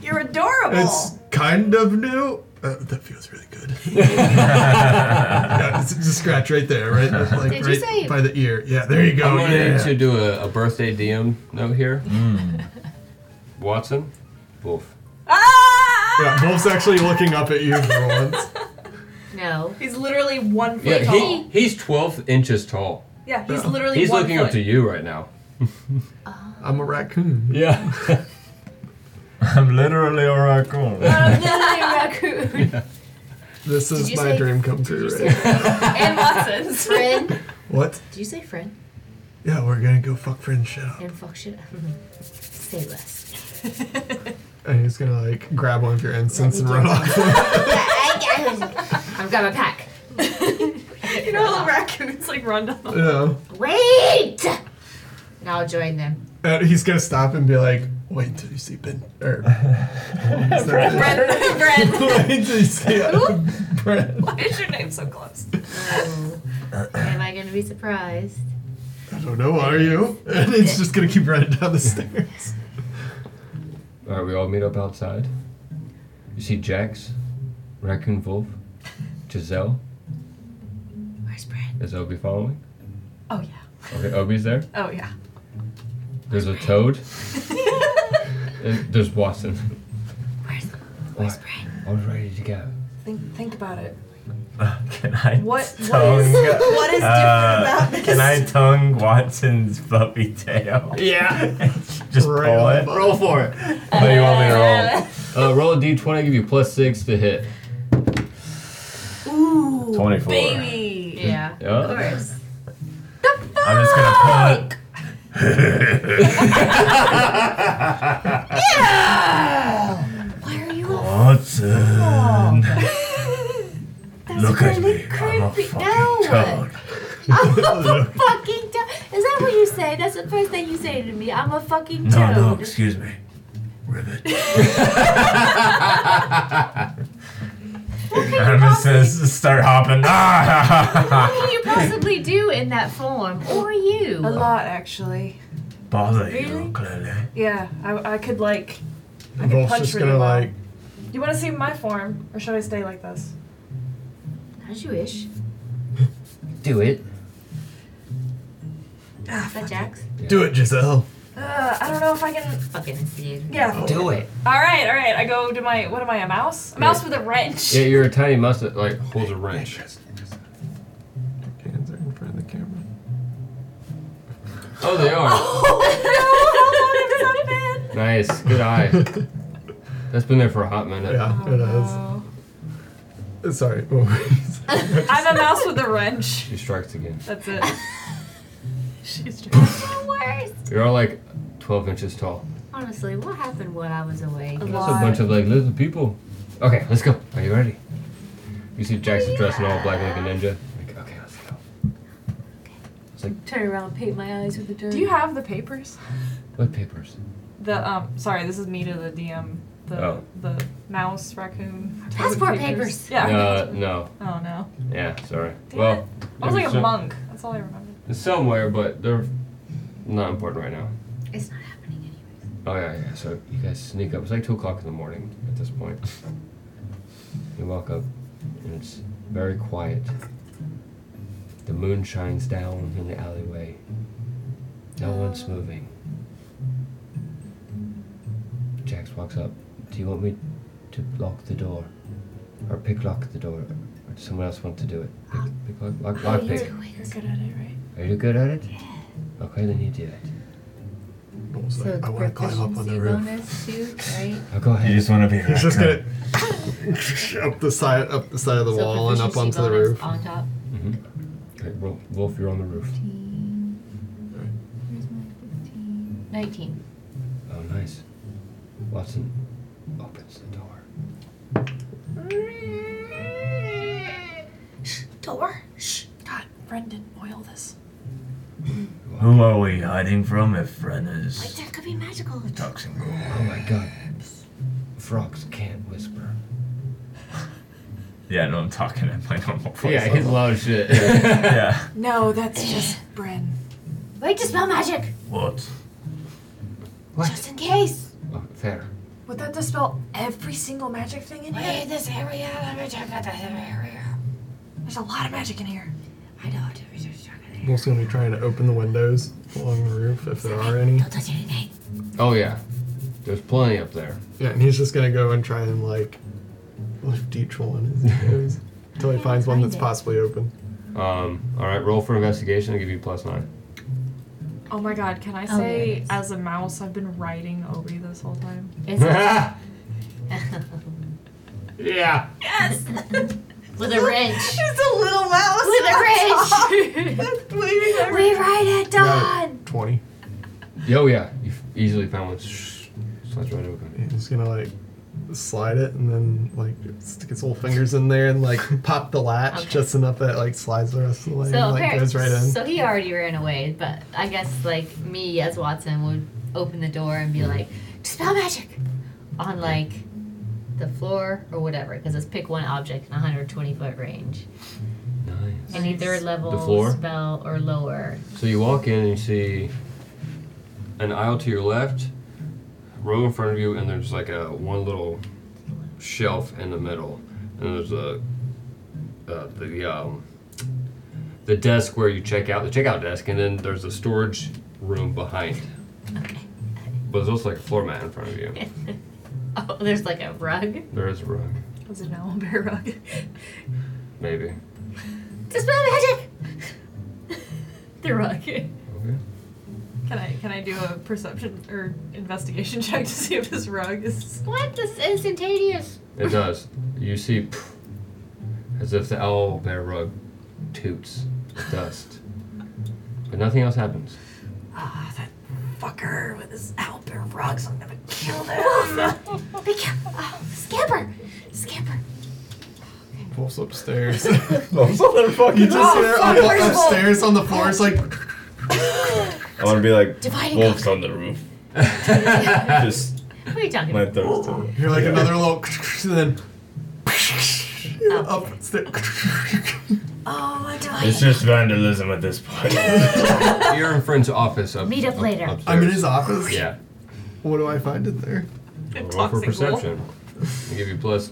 [SPEAKER 5] You're adorable.
[SPEAKER 4] It's kind of new. Uh, that feels really good. yeah, it's just a scratch right there, right, like
[SPEAKER 1] Did you
[SPEAKER 4] right
[SPEAKER 1] say-
[SPEAKER 4] by the ear. Yeah, there you go.
[SPEAKER 3] I'm gonna
[SPEAKER 4] Oh, yeah.
[SPEAKER 3] need to do a, a birthday DM note here. Watson, Wolf.
[SPEAKER 5] Ah!
[SPEAKER 4] Yeah, Wolf's actually looking up at you for once.
[SPEAKER 1] No.
[SPEAKER 5] He's literally one foot
[SPEAKER 3] Yeah,
[SPEAKER 5] tall.
[SPEAKER 3] he, he's 12 inches tall.
[SPEAKER 5] yeah, he's literally
[SPEAKER 3] He's
[SPEAKER 5] one
[SPEAKER 3] looking
[SPEAKER 5] foot.
[SPEAKER 3] up to you right now.
[SPEAKER 4] I'm a raccoon.
[SPEAKER 3] Yeah.
[SPEAKER 12] I'm literally a raccoon.
[SPEAKER 5] raccoon.
[SPEAKER 4] This
[SPEAKER 1] Did
[SPEAKER 4] is
[SPEAKER 1] you
[SPEAKER 4] my
[SPEAKER 1] say-
[SPEAKER 4] dream come true. Right?
[SPEAKER 5] and Watson's.
[SPEAKER 1] Friend.
[SPEAKER 4] What?
[SPEAKER 1] Did you say friend?
[SPEAKER 4] Yeah, we're gonna go fuck friend shit up.
[SPEAKER 1] And fuck shit. up. Say less.
[SPEAKER 4] And he's gonna like grab one of your incense and run off.
[SPEAKER 1] I've got my pack.
[SPEAKER 5] You know how the raccoons like run down the
[SPEAKER 4] yeah.
[SPEAKER 1] Wait! And I'll join them.
[SPEAKER 4] And he's gonna stop and be like, wait until you see Ben or Is that it?
[SPEAKER 5] Brent, Brent.
[SPEAKER 4] wait until you see uh, Brent.
[SPEAKER 5] Why is your name so close?
[SPEAKER 1] Oh. Am I gonna be surprised?
[SPEAKER 4] I don't know, are you? And it's just gonna keep running down the stairs.
[SPEAKER 3] All right, we all meet up outside. You see Jax, Raccoon Wolf, Giselle.
[SPEAKER 1] Where's Brent?
[SPEAKER 3] Is Obi following?
[SPEAKER 5] Oh yeah.
[SPEAKER 3] Okay, Obi's there.
[SPEAKER 5] Oh yeah.
[SPEAKER 3] There's a toad. and there's Watson.
[SPEAKER 1] Where's
[SPEAKER 3] Where's I was ready to go.
[SPEAKER 5] Think think about it.
[SPEAKER 12] Can I
[SPEAKER 5] What- what
[SPEAKER 12] tongue?
[SPEAKER 5] is- what is different
[SPEAKER 12] uh,
[SPEAKER 5] about this?
[SPEAKER 12] Can I tongue Watson's fluffy tail?
[SPEAKER 3] Yeah.
[SPEAKER 12] Just pull
[SPEAKER 4] on
[SPEAKER 12] it.
[SPEAKER 4] Roll for it.
[SPEAKER 3] How you want me to roll? Uh, roll a d20, give you plus six to hit.
[SPEAKER 5] Ooh.
[SPEAKER 12] 24.
[SPEAKER 5] Baby.
[SPEAKER 1] Yeah.
[SPEAKER 3] Yeah.
[SPEAKER 1] Of course.
[SPEAKER 12] I'm just gonna pull
[SPEAKER 1] Why are you
[SPEAKER 12] it. Watson, look at me. I'm a
[SPEAKER 1] creepy.
[SPEAKER 12] fucking
[SPEAKER 1] No.
[SPEAKER 12] toad.
[SPEAKER 1] I'm a fucking toad. Is that what you say? That's the first thing you say to me. I'm a fucking toad.
[SPEAKER 12] No, no, excuse me. Ribbit. I'm just gonna s- start hopping.
[SPEAKER 1] What
[SPEAKER 12] Ah,
[SPEAKER 1] can you possibly do in that form? Or you?
[SPEAKER 5] A lot actually.
[SPEAKER 12] Bother
[SPEAKER 5] Really?
[SPEAKER 12] you, clearly.
[SPEAKER 5] Yeah, I, I could like. I could
[SPEAKER 4] Wolf's
[SPEAKER 5] punch
[SPEAKER 4] just
[SPEAKER 5] really
[SPEAKER 4] gonna
[SPEAKER 5] well.
[SPEAKER 4] like
[SPEAKER 5] You want to see my form, or should I stay like this?
[SPEAKER 1] As you wish.
[SPEAKER 3] Do it.
[SPEAKER 1] Is that Jax?
[SPEAKER 4] do it, Giselle.
[SPEAKER 5] Uh, I don't know if I can.
[SPEAKER 1] Fucking see.
[SPEAKER 5] Yeah.
[SPEAKER 3] Do it.
[SPEAKER 5] All right, all right. I go to my. What am I? A mouse? A mouse with a wrench.
[SPEAKER 3] Yeah, you're a tiny mouse that like holds a wrench.
[SPEAKER 14] Hands are in front of the camera.
[SPEAKER 3] Oh, they are.
[SPEAKER 5] Oh, no,
[SPEAKER 3] nice. Good eye. That's been there for a hot minute.
[SPEAKER 4] Yeah,
[SPEAKER 5] how long
[SPEAKER 4] it
[SPEAKER 5] has that been?
[SPEAKER 4] is.
[SPEAKER 5] Oh.
[SPEAKER 4] Sorry. what were you saying?
[SPEAKER 5] I'm a mouse with a wrench.
[SPEAKER 3] She strikes again.
[SPEAKER 5] That's it. She's just
[SPEAKER 1] The worst.
[SPEAKER 3] You're all like 12 inches tall.
[SPEAKER 1] Honestly, what happened while I was away?
[SPEAKER 5] a
[SPEAKER 3] That's a
[SPEAKER 5] lot.
[SPEAKER 3] bunch of like little people. Okay, let's go. Are you ready? You see Jackson dressed in all black like a ninja. Like, okay, let's go.
[SPEAKER 1] Turn around, paint my eyes with the dirt.
[SPEAKER 5] Do you have the papers?
[SPEAKER 3] What papers?
[SPEAKER 5] The um. Sorry, this is me to the DM. The
[SPEAKER 3] Oh.
[SPEAKER 5] the mouse raccoon. toad
[SPEAKER 1] Passport papers.
[SPEAKER 5] Yeah.
[SPEAKER 3] Uh, no.
[SPEAKER 5] Oh no.
[SPEAKER 3] Yeah, sorry.
[SPEAKER 5] Damn
[SPEAKER 3] well,
[SPEAKER 5] I was like
[SPEAKER 3] it's
[SPEAKER 5] a
[SPEAKER 3] so-
[SPEAKER 5] monk. That's all I remember.
[SPEAKER 3] it's somewhere, but they're not important right now.
[SPEAKER 1] It's not happening anyway.
[SPEAKER 3] Oh yeah, yeah. So you guys sneak up. It's like two o'clock in the morning at this point. You walk up, and it's very quiet. The moon shines down in the alleyway. No one's moving. Jax walks up. Do you want me to lock the door, or pick lock the door, or does someone else want to do it? Pick, pick lock, lock, lock
[SPEAKER 1] You're
[SPEAKER 3] pick.
[SPEAKER 1] doing
[SPEAKER 5] You're good at it, right?
[SPEAKER 3] Are you good at it? Okay, then you do it.
[SPEAKER 4] I was
[SPEAKER 1] So
[SPEAKER 4] like, I want to climb up on
[SPEAKER 1] proficiency
[SPEAKER 4] the roof.
[SPEAKER 1] bonus too, right?
[SPEAKER 12] go ahead. You just want to be
[SPEAKER 4] He's just
[SPEAKER 12] gonna
[SPEAKER 4] up the side, up the side of the
[SPEAKER 1] So
[SPEAKER 4] wall, and up
[SPEAKER 1] proficiency
[SPEAKER 4] onto the
[SPEAKER 1] bonus
[SPEAKER 4] roof.
[SPEAKER 1] On top.
[SPEAKER 3] Okay, Mm-hmm. Wolf, Wolf, you're on the roof.
[SPEAKER 1] 15. Where's my 15? 19.
[SPEAKER 3] Oh, nice. Watson opens the door.
[SPEAKER 5] Door. Shh. God, Brendan, oil this.
[SPEAKER 6] Who are we hiding from if Brenna
[SPEAKER 1] Wait,
[SPEAKER 6] is
[SPEAKER 1] that could be magical.
[SPEAKER 6] toxic?
[SPEAKER 3] Oh my god. Frogs can't whisper.
[SPEAKER 14] Yeah, no, I'm talking at my normal voice.
[SPEAKER 3] Yeah, his
[SPEAKER 14] level.
[SPEAKER 3] loud shit.
[SPEAKER 14] yeah.
[SPEAKER 11] No, that's just Bren.
[SPEAKER 1] Wait to spell magic,
[SPEAKER 6] What?
[SPEAKER 1] just in case.
[SPEAKER 3] Oh, fair.
[SPEAKER 11] Would that dispel every single magic thing in
[SPEAKER 1] Wait,
[SPEAKER 11] here?
[SPEAKER 1] this area. Let me check out the area.
[SPEAKER 11] There's a lot of magic in here.
[SPEAKER 1] I know. let me just check it.
[SPEAKER 4] Wolf's gonna be trying to open the windows along the roof if there are any.
[SPEAKER 1] Don't touch anything.
[SPEAKER 3] Oh yeah. There's plenty up there.
[SPEAKER 4] Yeah, and he's just gonna go and try and like lift each one as he goes until he finds one
[SPEAKER 1] find
[SPEAKER 4] that's
[SPEAKER 1] it.
[SPEAKER 4] possibly open.
[SPEAKER 3] Um, all right, roll for investigation. I'll give you plus nine.
[SPEAKER 11] Oh my god, can I
[SPEAKER 1] Oh,
[SPEAKER 11] say
[SPEAKER 1] yes.
[SPEAKER 11] as a mouse I've been riding Obi this whole time?
[SPEAKER 1] Is it?
[SPEAKER 3] yeah.
[SPEAKER 11] Yes!
[SPEAKER 1] With a wrench.
[SPEAKER 11] It's a little mouse!
[SPEAKER 1] With a wrench.
[SPEAKER 11] wrench!
[SPEAKER 1] we ride at dawn.
[SPEAKER 4] Twenty.
[SPEAKER 3] Yo, yeah. You f- easily found one. Shh. Slides right open.
[SPEAKER 4] And he's gonna like slide it and then like stick his little fingers in there and like pop the latch
[SPEAKER 1] Okay.
[SPEAKER 4] just enough that it like slides the rest of the way and like
[SPEAKER 1] apparent-
[SPEAKER 4] goes right in.
[SPEAKER 1] So he already ran away, but I guess like me as Watson would open the door and be like, "Dispel magic," on like the floor or whatever, because it's pick one object in 120 foot range,
[SPEAKER 3] Nice.
[SPEAKER 1] and either level
[SPEAKER 3] The floor?
[SPEAKER 1] spell or lower.
[SPEAKER 3] So you walk in and you see an aisle to your left, row in front of you, and there's like a one little shelf in the middle, and there's a uh, the um, the desk where you check out the checkout desk, and then there's a storage room behind. But there's also like a floor mat in front of you.
[SPEAKER 1] Oh, there's like a rug.
[SPEAKER 3] There is a rug,
[SPEAKER 11] Was it an owlbear rug?
[SPEAKER 3] maybe.
[SPEAKER 1] Dispel magic. the rug.
[SPEAKER 3] Okay.
[SPEAKER 11] Can I can I do a perception or investigation check to see if this rug is
[SPEAKER 1] What? This is instantaneous.
[SPEAKER 3] It does. You see, as if the owl bear rug toots dust, but nothing else happens.
[SPEAKER 11] Ah, that fucker with his owlbear rugs, I'm gonna kill them.
[SPEAKER 1] Be careful. Oh, scamper. Scamper.
[SPEAKER 4] Wolf's upstairs.
[SPEAKER 14] Motherfucking.
[SPEAKER 4] just
[SPEAKER 11] Oh,
[SPEAKER 4] hear
[SPEAKER 11] fuck,
[SPEAKER 4] up-
[SPEAKER 11] where's Wolf?
[SPEAKER 4] upstairs on the floor. It's like
[SPEAKER 6] I want to be like
[SPEAKER 1] Divide and
[SPEAKER 6] wolves on the roof. Just
[SPEAKER 1] What are you talking
[SPEAKER 6] my
[SPEAKER 1] about?
[SPEAKER 6] thirst. to-
[SPEAKER 4] you're like
[SPEAKER 6] Yeah.
[SPEAKER 4] another little, and then
[SPEAKER 11] Oh.
[SPEAKER 4] upstairs.
[SPEAKER 1] Oh, my
[SPEAKER 6] It's
[SPEAKER 1] divide.
[SPEAKER 6] just vandalism at this point.
[SPEAKER 3] You're in friend's office. Up,
[SPEAKER 1] Meet up later.
[SPEAKER 4] I'm in his office.
[SPEAKER 3] Yeah.
[SPEAKER 4] What do I find in there?
[SPEAKER 3] Roll for
[SPEAKER 11] Toxic
[SPEAKER 3] perception. I give you plus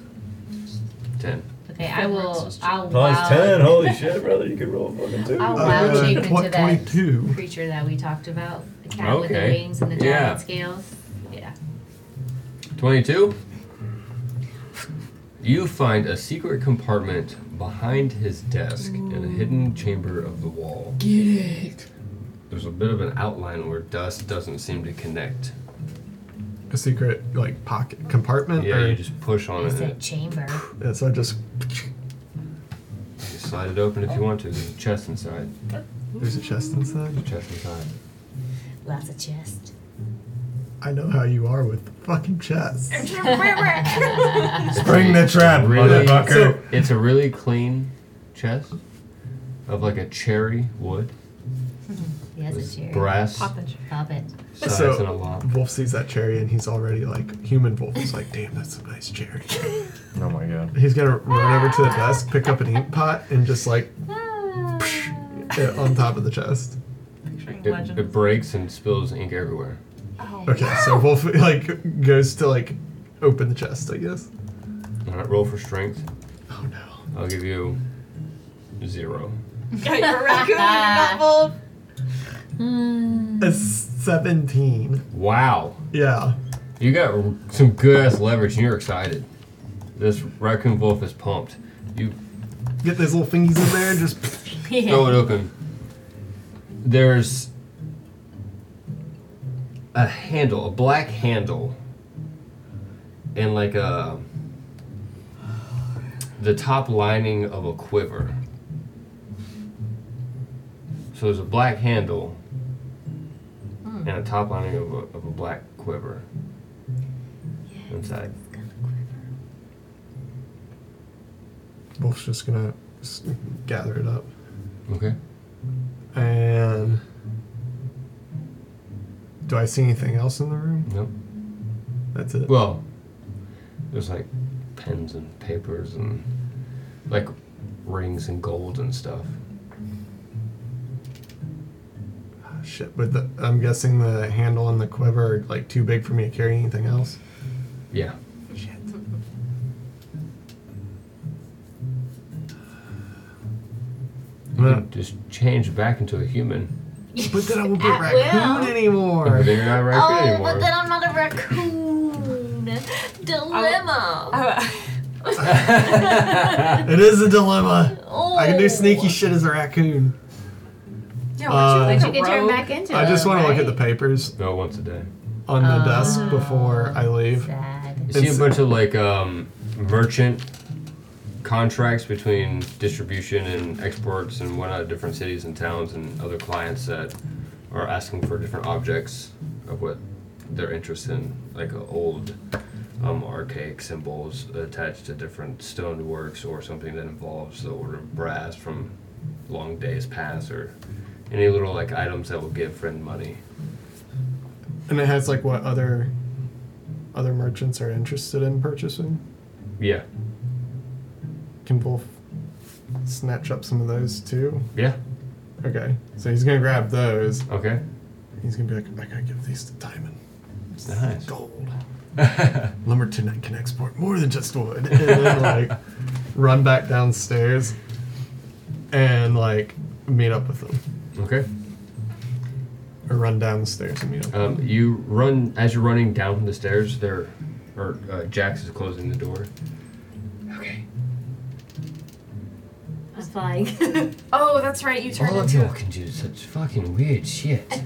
[SPEAKER 3] ten.
[SPEAKER 1] Okay, I will. I'll
[SPEAKER 6] Plus
[SPEAKER 1] wow-
[SPEAKER 6] ten. Holy shit, brother! You could roll a fucking two.
[SPEAKER 1] I'll wow
[SPEAKER 4] Uh,
[SPEAKER 1] Jacob
[SPEAKER 4] twen-
[SPEAKER 1] into that
[SPEAKER 4] 22.
[SPEAKER 1] creature that we talked about, the cat with the
[SPEAKER 3] Okay.
[SPEAKER 1] wings and the giant
[SPEAKER 3] Yeah.
[SPEAKER 1] scales. Yeah.
[SPEAKER 3] Twenty-two. You find a secret compartment behind his desk in a hidden chamber of the wall. Get it. There's a bit of an outline where dust doesn't seem to connect.
[SPEAKER 4] A secret like pocket compartment.
[SPEAKER 3] Yeah,
[SPEAKER 4] or,
[SPEAKER 3] you just push on
[SPEAKER 1] I
[SPEAKER 3] it and
[SPEAKER 1] said
[SPEAKER 3] it-
[SPEAKER 1] chamber.
[SPEAKER 4] yeah, so I just
[SPEAKER 3] you can slide it open if you want to. There's a chest inside.
[SPEAKER 4] there's a chest inside.
[SPEAKER 3] Chest inside.
[SPEAKER 1] Lots of chest.
[SPEAKER 4] I know how you are with the fucking chest.
[SPEAKER 6] Spring the trap,
[SPEAKER 3] Really?
[SPEAKER 6] motherfucker.
[SPEAKER 3] It's a really clean chest of like a cherry wood.
[SPEAKER 1] He has
[SPEAKER 3] It's
[SPEAKER 1] a chair.
[SPEAKER 3] brass
[SPEAKER 11] Pop the chair.
[SPEAKER 1] Pop it.
[SPEAKER 3] size
[SPEAKER 4] So-
[SPEAKER 3] and a lock.
[SPEAKER 4] Wolf sees that cherry and he's already like human. Wolf is like, damn, that's a nice cherry.
[SPEAKER 14] Oh my god.
[SPEAKER 4] He's gonna run over to the desk, pick up an ink pot, and just like
[SPEAKER 1] Ah.
[SPEAKER 4] it on top of the chest.
[SPEAKER 11] Picturing
[SPEAKER 3] It, it
[SPEAKER 11] legend.
[SPEAKER 3] breaks and spills ink everywhere.
[SPEAKER 11] Oh.
[SPEAKER 4] Okay, so Wolf like goes to like open the chest, I guess.
[SPEAKER 3] All right, roll for strength.
[SPEAKER 4] Oh no.
[SPEAKER 3] I'll give you zero.
[SPEAKER 11] Got your raccoon, not
[SPEAKER 1] Ah.
[SPEAKER 11] wolf.
[SPEAKER 4] A seventeen.
[SPEAKER 3] Wow,
[SPEAKER 4] Yeah.
[SPEAKER 3] you got r- some good ass leverage, and you're excited. This raccoon wolf is pumped. You
[SPEAKER 4] Get those little thingies in there and just
[SPEAKER 3] throw it open. There's a handle, a black handle, and like a the top lining of a quiver. So there's a black handle and a top lining of a, of a black quiver inside.
[SPEAKER 4] Wolf's just gonna s- gather it up.
[SPEAKER 3] Okay.
[SPEAKER 4] And do I see anything else in the room?
[SPEAKER 3] Nope.
[SPEAKER 4] That's it.
[SPEAKER 3] Well, there's like pens and papers and like rings and gold and stuff.
[SPEAKER 4] Shit, but the, I'm guessing the handle and the quiver are like too big for me to carry anything else.
[SPEAKER 3] Yeah. You can just change back into a human.
[SPEAKER 4] But then I won't be a
[SPEAKER 1] At
[SPEAKER 4] raccoon
[SPEAKER 1] will.
[SPEAKER 4] anymore.
[SPEAKER 3] Then you're not a raccoon
[SPEAKER 1] Oh,
[SPEAKER 3] anymore.
[SPEAKER 1] but then I'm not a raccoon. Dilemma.
[SPEAKER 5] Oh, uh,
[SPEAKER 4] it is a dilemma.
[SPEAKER 1] Oh.
[SPEAKER 4] I can do sneaky shit as a raccoon.
[SPEAKER 5] Yeah,
[SPEAKER 4] Uh,
[SPEAKER 5] weren't you like
[SPEAKER 4] But
[SPEAKER 5] a
[SPEAKER 4] you
[SPEAKER 1] can turn
[SPEAKER 5] rogue?
[SPEAKER 1] back into
[SPEAKER 4] I just
[SPEAKER 1] them,
[SPEAKER 4] want to look at
[SPEAKER 1] right?
[SPEAKER 4] the papers
[SPEAKER 3] No, once a day.
[SPEAKER 4] on the desk before I leave.
[SPEAKER 3] You see a
[SPEAKER 4] It's-
[SPEAKER 3] bunch of like um, merchant contracts between distribution and exports and whatnot, different cities and towns and other clients that are asking for different objects of what they're interested in, like uh, old um, archaic symbols attached to different stone works or something that involves the order of brass from long days past or any little like items that will give friend money.
[SPEAKER 4] And it has like what other other merchants are interested in purchasing.
[SPEAKER 3] Yeah.
[SPEAKER 4] Can Wolf snatch up some of those too?
[SPEAKER 3] Yeah.
[SPEAKER 4] Okay. So he's gonna grab those.
[SPEAKER 3] Okay.
[SPEAKER 4] He's gonna be like, I gotta give these to Diamond.
[SPEAKER 3] Nice.
[SPEAKER 4] Gold. Lumberton I can export more than just wood. And then like run back downstairs and like meet up with them.
[SPEAKER 3] Okay.
[SPEAKER 4] Or run down the stairs and meet up.
[SPEAKER 3] Um, you run as you're running down the stairs. There, or uh, Jax is closing the door. Okay.
[SPEAKER 1] I'm flying.
[SPEAKER 5] Oh, that's right. You turned
[SPEAKER 3] All of
[SPEAKER 5] into.
[SPEAKER 3] y'all can do such fucking weird shit.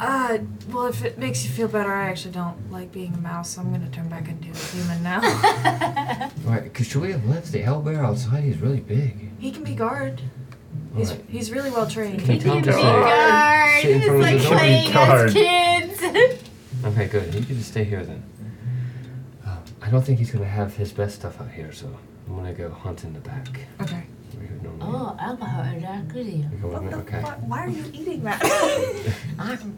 [SPEAKER 5] Uh, well, if it makes you feel better, I actually don't like being a mouse, so I'm gonna turn back into a human now.
[SPEAKER 3] Right? Cause should we have left the owlbear outside? He's really big.
[SPEAKER 5] he can be guard. He's
[SPEAKER 3] Alright.
[SPEAKER 5] he's really well trained.
[SPEAKER 3] Can Tom just like- Shit in front of the door.
[SPEAKER 1] Guard. Kids.
[SPEAKER 3] Okay, good. You can just stay here then. Uh, I don't think he's gonna have his best stuff out here, so I'm gonna go hunt in the back.
[SPEAKER 5] Okay.
[SPEAKER 3] We have no-
[SPEAKER 1] Oh, I'm a hot raccoon.
[SPEAKER 3] we go in there, okay.
[SPEAKER 5] Why are you eating that?
[SPEAKER 1] I'm-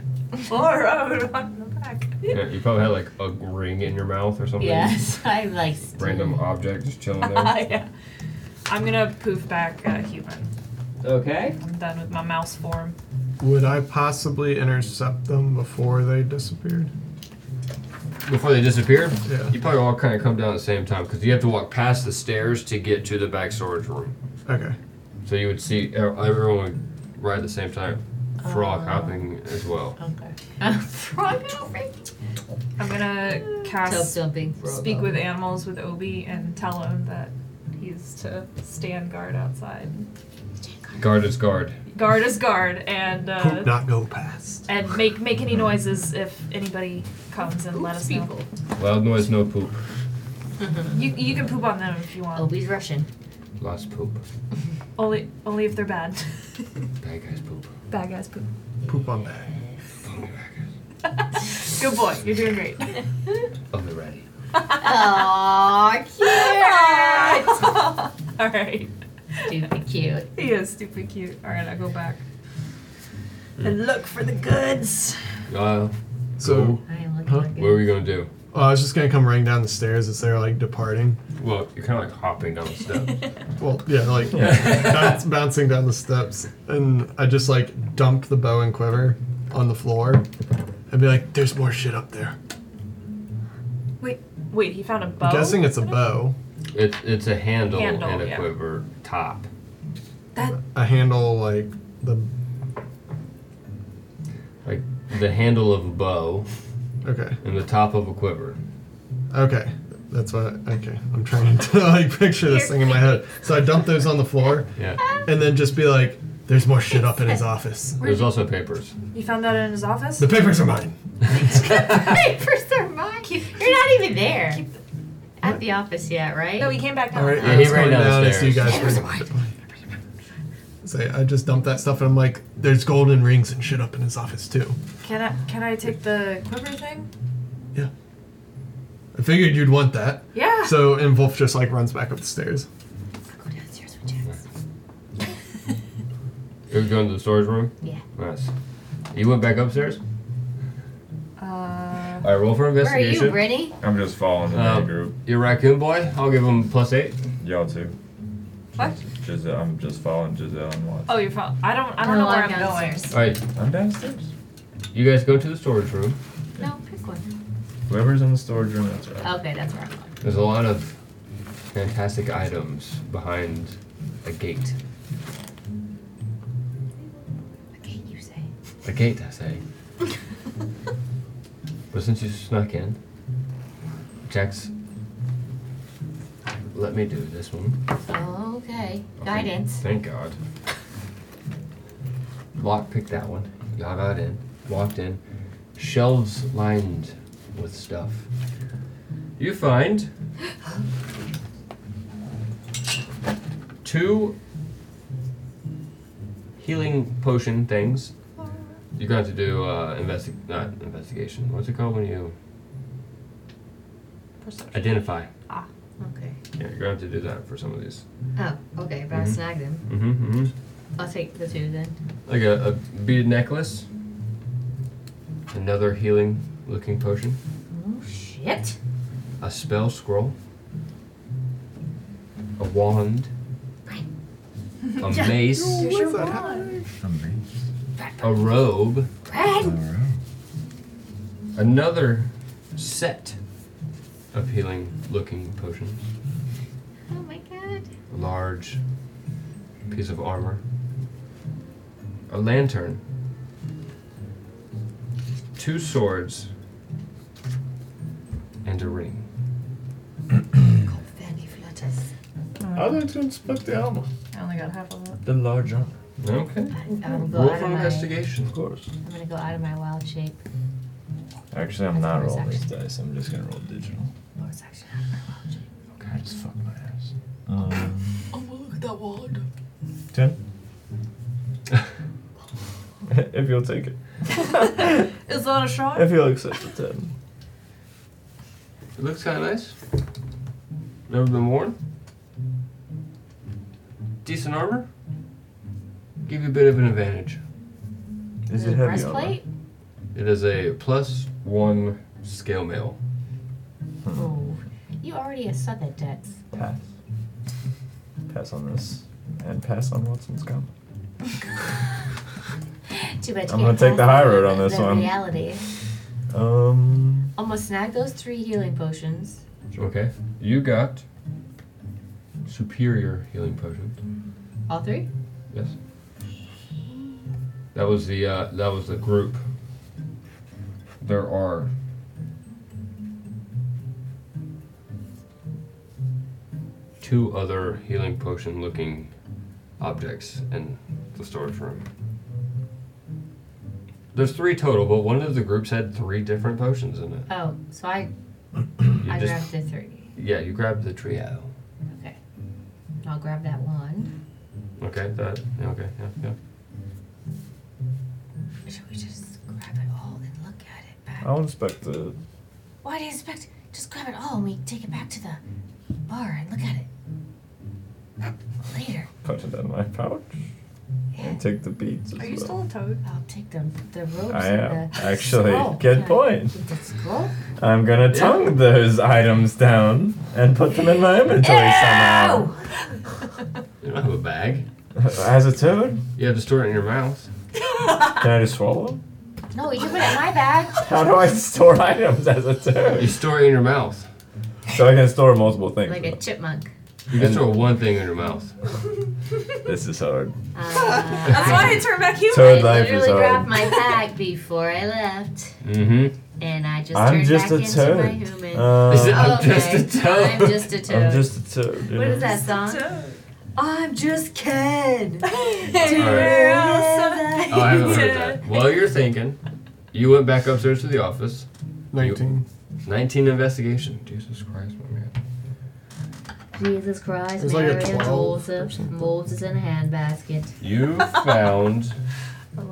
[SPEAKER 5] Or uh, on the back.
[SPEAKER 3] Yeah, you probably had like a ring in your mouth or something.
[SPEAKER 1] Yes, I'm like.
[SPEAKER 3] Random object just chilling there.
[SPEAKER 5] yeah. I'm gonna poof back uh, human.
[SPEAKER 3] okay.
[SPEAKER 5] I'm done with my mouse form.
[SPEAKER 4] Would I possibly intercept them before they disappeared?
[SPEAKER 3] Before they disappear,
[SPEAKER 4] Yeah.
[SPEAKER 3] you probably all kind of come down at the same time because you have to walk past the stairs to get to the back storage room.
[SPEAKER 4] Okay.
[SPEAKER 3] So you would see er- everyone would ride at the same time, frog
[SPEAKER 5] Ah.
[SPEAKER 3] hopping as well.
[SPEAKER 1] Okay. I'm frog jumping.
[SPEAKER 5] I'm gonna
[SPEAKER 1] Top
[SPEAKER 5] cast
[SPEAKER 1] jumping frog.
[SPEAKER 5] Speak with Animals with Obi and tell him that he's to stand guard outside.
[SPEAKER 3] Guard is guard.
[SPEAKER 5] Guard is guard, and uh,
[SPEAKER 4] Poop not go past.
[SPEAKER 5] and make make any noises if anybody comes and let us know.
[SPEAKER 3] Loud noise, no poop.
[SPEAKER 5] You you can poop on them if you want.
[SPEAKER 1] Obi's Oh, Russian.
[SPEAKER 3] Lots of poop.
[SPEAKER 5] Only only if they're bad.
[SPEAKER 3] Bad guys poop.
[SPEAKER 5] bad guys poop.
[SPEAKER 4] Poop on bag.
[SPEAKER 5] Good boy, you're doing great.
[SPEAKER 3] Only ready.
[SPEAKER 1] Aw,
[SPEAKER 5] All right.
[SPEAKER 1] cute. Stupid cute.
[SPEAKER 5] He is stupid cute. All right, I go back. And
[SPEAKER 4] Hmm.
[SPEAKER 5] look for the goods.
[SPEAKER 3] Uh,
[SPEAKER 4] So
[SPEAKER 1] I am looking
[SPEAKER 4] Huh?
[SPEAKER 1] like
[SPEAKER 3] what are we gonna do?
[SPEAKER 4] well, I was just gonna come running down the stairs as they're like departing.
[SPEAKER 3] Well, you're kind of like hopping down the steps.
[SPEAKER 4] Well, yeah, like bounce, bouncing down the steps, and I just like dump the bow and quiver on the floor, and be like, "There's more shit up there."
[SPEAKER 5] Wait, wait. He found a bow.
[SPEAKER 4] I'm guessing it's a bow,
[SPEAKER 3] it's it's a handle,
[SPEAKER 5] Handle,
[SPEAKER 3] and a
[SPEAKER 5] yeah.
[SPEAKER 3] quiver top.
[SPEAKER 5] That
[SPEAKER 4] a handle like the
[SPEAKER 3] like the handle of a bow
[SPEAKER 4] okay,
[SPEAKER 3] and the top of a quiver.
[SPEAKER 4] okay. That's what okay. I'm trying to like picture this thing in my head. So I dump those on the floor,
[SPEAKER 3] Yeah.
[SPEAKER 5] Ah.
[SPEAKER 4] and then just be like, "There's more shit up in his office.
[SPEAKER 3] There's also papers.
[SPEAKER 5] you found that in his office.
[SPEAKER 4] The papers are mine."
[SPEAKER 1] Papers are mine. You're not even there. At the office yet, right?
[SPEAKER 5] No, he came back
[SPEAKER 4] All right,
[SPEAKER 3] Yeah, he
[SPEAKER 4] it's
[SPEAKER 3] ran
[SPEAKER 4] going
[SPEAKER 3] down the
[SPEAKER 4] down. I see you
[SPEAKER 3] stairs.
[SPEAKER 4] guys. Say, I just dumped that stuff, and I'm like, there's golden rings and shit up in his office too.
[SPEAKER 5] Can I can I take the quiver thing?
[SPEAKER 4] I figured you'd want that.
[SPEAKER 5] Yeah.
[SPEAKER 4] So, and Wolf just like runs back up the stairs.
[SPEAKER 3] It was going to the storage room?
[SPEAKER 1] Yeah.
[SPEAKER 3] Nice. You went back upstairs?
[SPEAKER 5] Uh,
[SPEAKER 3] Alright, roll for
[SPEAKER 1] Where are
[SPEAKER 3] investigation.
[SPEAKER 1] you, Brittany?
[SPEAKER 6] I'm just following the
[SPEAKER 3] Uh,
[SPEAKER 6] group.
[SPEAKER 3] Your raccoon boy? I'll give him plus eight.
[SPEAKER 6] Y'all too.
[SPEAKER 5] What?
[SPEAKER 6] Giselle, I'm just following Giselle and watch.
[SPEAKER 5] Oh, you're fine. I don't. I don't
[SPEAKER 1] No,
[SPEAKER 5] know where
[SPEAKER 1] I'm
[SPEAKER 5] I'm going.
[SPEAKER 1] downstairs.
[SPEAKER 3] Alright,
[SPEAKER 6] I'm downstairs.
[SPEAKER 3] you guys go to the storage room.
[SPEAKER 1] No, pick one.
[SPEAKER 6] Whoever's in the storage room, that's right.
[SPEAKER 1] Okay, that's where I'm going.
[SPEAKER 3] There's a lot of fantastic items behind a gate.
[SPEAKER 1] Okay, you say.
[SPEAKER 3] A gate, I say. but since you snuck in, Jax, let me do this one.
[SPEAKER 1] Okay.
[SPEAKER 3] Okay,
[SPEAKER 1] Guidance.
[SPEAKER 3] Thank God. Lock picked that one. Y'all got in. Walked in. Shelves lined with stuff. You find two healing potion things. You got to do uh, investi- not investigation. What's it called when you
[SPEAKER 5] Perception.
[SPEAKER 3] identify?
[SPEAKER 1] Okay.
[SPEAKER 3] Yeah, you're going to have to do that for some of these.
[SPEAKER 1] Oh, okay, but I
[SPEAKER 3] Mhm.
[SPEAKER 1] snagged him.
[SPEAKER 3] Mm-hmm. mm-hmm.
[SPEAKER 1] I'll take the two then.
[SPEAKER 3] like a, a beaded necklace, another healing looking potion,
[SPEAKER 1] Oh, shit.
[SPEAKER 3] a spell scroll, a wand, a
[SPEAKER 1] Yeah.
[SPEAKER 3] mace,
[SPEAKER 1] There's your wand.
[SPEAKER 3] a robe,
[SPEAKER 1] Red.
[SPEAKER 3] another set of healing looking potions,
[SPEAKER 1] Oh my god.
[SPEAKER 3] a large piece of armor, a lantern, two swords, and a ring.
[SPEAKER 1] Cold fanny flutters.
[SPEAKER 5] I
[SPEAKER 2] like to inspect the armor.
[SPEAKER 5] Oh, I only got half of it.
[SPEAKER 2] The large armor.
[SPEAKER 3] Okay.
[SPEAKER 1] I'm, I'm, gonna
[SPEAKER 3] Roll
[SPEAKER 1] go out
[SPEAKER 3] for
[SPEAKER 1] of my, I'm
[SPEAKER 3] investigation.
[SPEAKER 2] Of course.
[SPEAKER 1] gonna go out of my wild shape.
[SPEAKER 14] Actually, I'm not
[SPEAKER 1] Bonus
[SPEAKER 14] rolling these
[SPEAKER 1] action.
[SPEAKER 14] dice. I'm just gonna roll digital.
[SPEAKER 1] Bonus action out of my wild shape.
[SPEAKER 14] Okay, I just fucked my ass. Um,
[SPEAKER 5] Oh, look at that wand.
[SPEAKER 14] Ten.
[SPEAKER 2] if you'll take it.
[SPEAKER 5] Is that a shot?
[SPEAKER 2] If you'll accept the ten.
[SPEAKER 3] It looks kind of nice. Never been worn. Decent armor. Give you a bit of an advantage.
[SPEAKER 2] Is
[SPEAKER 1] The
[SPEAKER 2] it heavy armor?
[SPEAKER 1] breastplate?
[SPEAKER 3] It is a plus one scale mail.
[SPEAKER 2] Hmm.
[SPEAKER 1] Oh. You already saw that, Dex.
[SPEAKER 2] Pass. Pass on this. And pass on Watson's comment.
[SPEAKER 1] Too bad you
[SPEAKER 2] I'm
[SPEAKER 1] can't
[SPEAKER 2] gonna take the
[SPEAKER 1] pass
[SPEAKER 2] high road on this
[SPEAKER 1] the
[SPEAKER 2] one.
[SPEAKER 1] reality.
[SPEAKER 2] Um.
[SPEAKER 1] Almost snagged those three healing potions.
[SPEAKER 3] Okay. You got superior healing potion.
[SPEAKER 1] All three?
[SPEAKER 3] Yes. That was the uh, that was the group. There are two other healing potion looking objects in the storage room. There's three total, but one of the groups had three different potions in it.
[SPEAKER 1] Oh, so I,
[SPEAKER 3] You
[SPEAKER 1] I
[SPEAKER 3] just-
[SPEAKER 1] grabbed the three.
[SPEAKER 3] yeah, you grabbed the trio.
[SPEAKER 1] Okay. I'll grab that one.
[SPEAKER 3] Okay, that yeah, okay, yeah, yeah.
[SPEAKER 1] Should we just grab it all and look at it back?
[SPEAKER 2] I'll inspect the.
[SPEAKER 1] Why do you expect? Just grab it all and we take it back to the bar and look at it. Later.
[SPEAKER 2] Put it in my pouch.
[SPEAKER 1] Yeah,
[SPEAKER 2] And take the beads as
[SPEAKER 5] Are you
[SPEAKER 2] well.
[SPEAKER 5] still a toad?
[SPEAKER 1] I'll take the, the robes
[SPEAKER 2] I am.
[SPEAKER 1] and the
[SPEAKER 2] Actually,
[SPEAKER 1] scroll.
[SPEAKER 2] good
[SPEAKER 1] Can I
[SPEAKER 2] point.
[SPEAKER 1] keep The scroll?
[SPEAKER 2] I'm gonna tongue those items down and put them in my inventory somehow.
[SPEAKER 3] You don't have a bag.
[SPEAKER 2] As a toad?
[SPEAKER 3] You have to store it in your mouth.
[SPEAKER 2] Can I just swallow them?
[SPEAKER 1] No, you can put it in my bag.
[SPEAKER 2] How do I store items as a
[SPEAKER 3] You
[SPEAKER 2] toad?
[SPEAKER 3] store it in your mouth.
[SPEAKER 2] So I can store multiple things.
[SPEAKER 1] Like a chipmunk.
[SPEAKER 3] You can store one thing in your mouth.
[SPEAKER 2] This is hard.
[SPEAKER 1] Uh,
[SPEAKER 5] That's why I turned back human.
[SPEAKER 2] Toad
[SPEAKER 1] I
[SPEAKER 2] life is
[SPEAKER 1] literally grabbed
[SPEAKER 2] hard.
[SPEAKER 1] my bag before I left,
[SPEAKER 3] Mm-hmm.
[SPEAKER 1] and I just
[SPEAKER 2] I'm
[SPEAKER 1] turned
[SPEAKER 2] just a
[SPEAKER 1] back into my
[SPEAKER 2] toad.
[SPEAKER 1] human.
[SPEAKER 2] Um,
[SPEAKER 3] I'm just a toad.
[SPEAKER 1] I'm just a toad.
[SPEAKER 2] I'm just a toad. you
[SPEAKER 1] what
[SPEAKER 2] know?
[SPEAKER 1] is that song? I'm just Ken.
[SPEAKER 5] Toad.
[SPEAKER 3] Oh, I haven't heard that. While you're thinking, You went back upstairs to the office.
[SPEAKER 4] 19.
[SPEAKER 3] 19 investigation. Jesus Christ, my man.
[SPEAKER 1] Jesus Christ,
[SPEAKER 3] It's like a
[SPEAKER 1] Mary and
[SPEAKER 3] 12
[SPEAKER 1] Joseph, Moses in a handbasket.
[SPEAKER 3] You found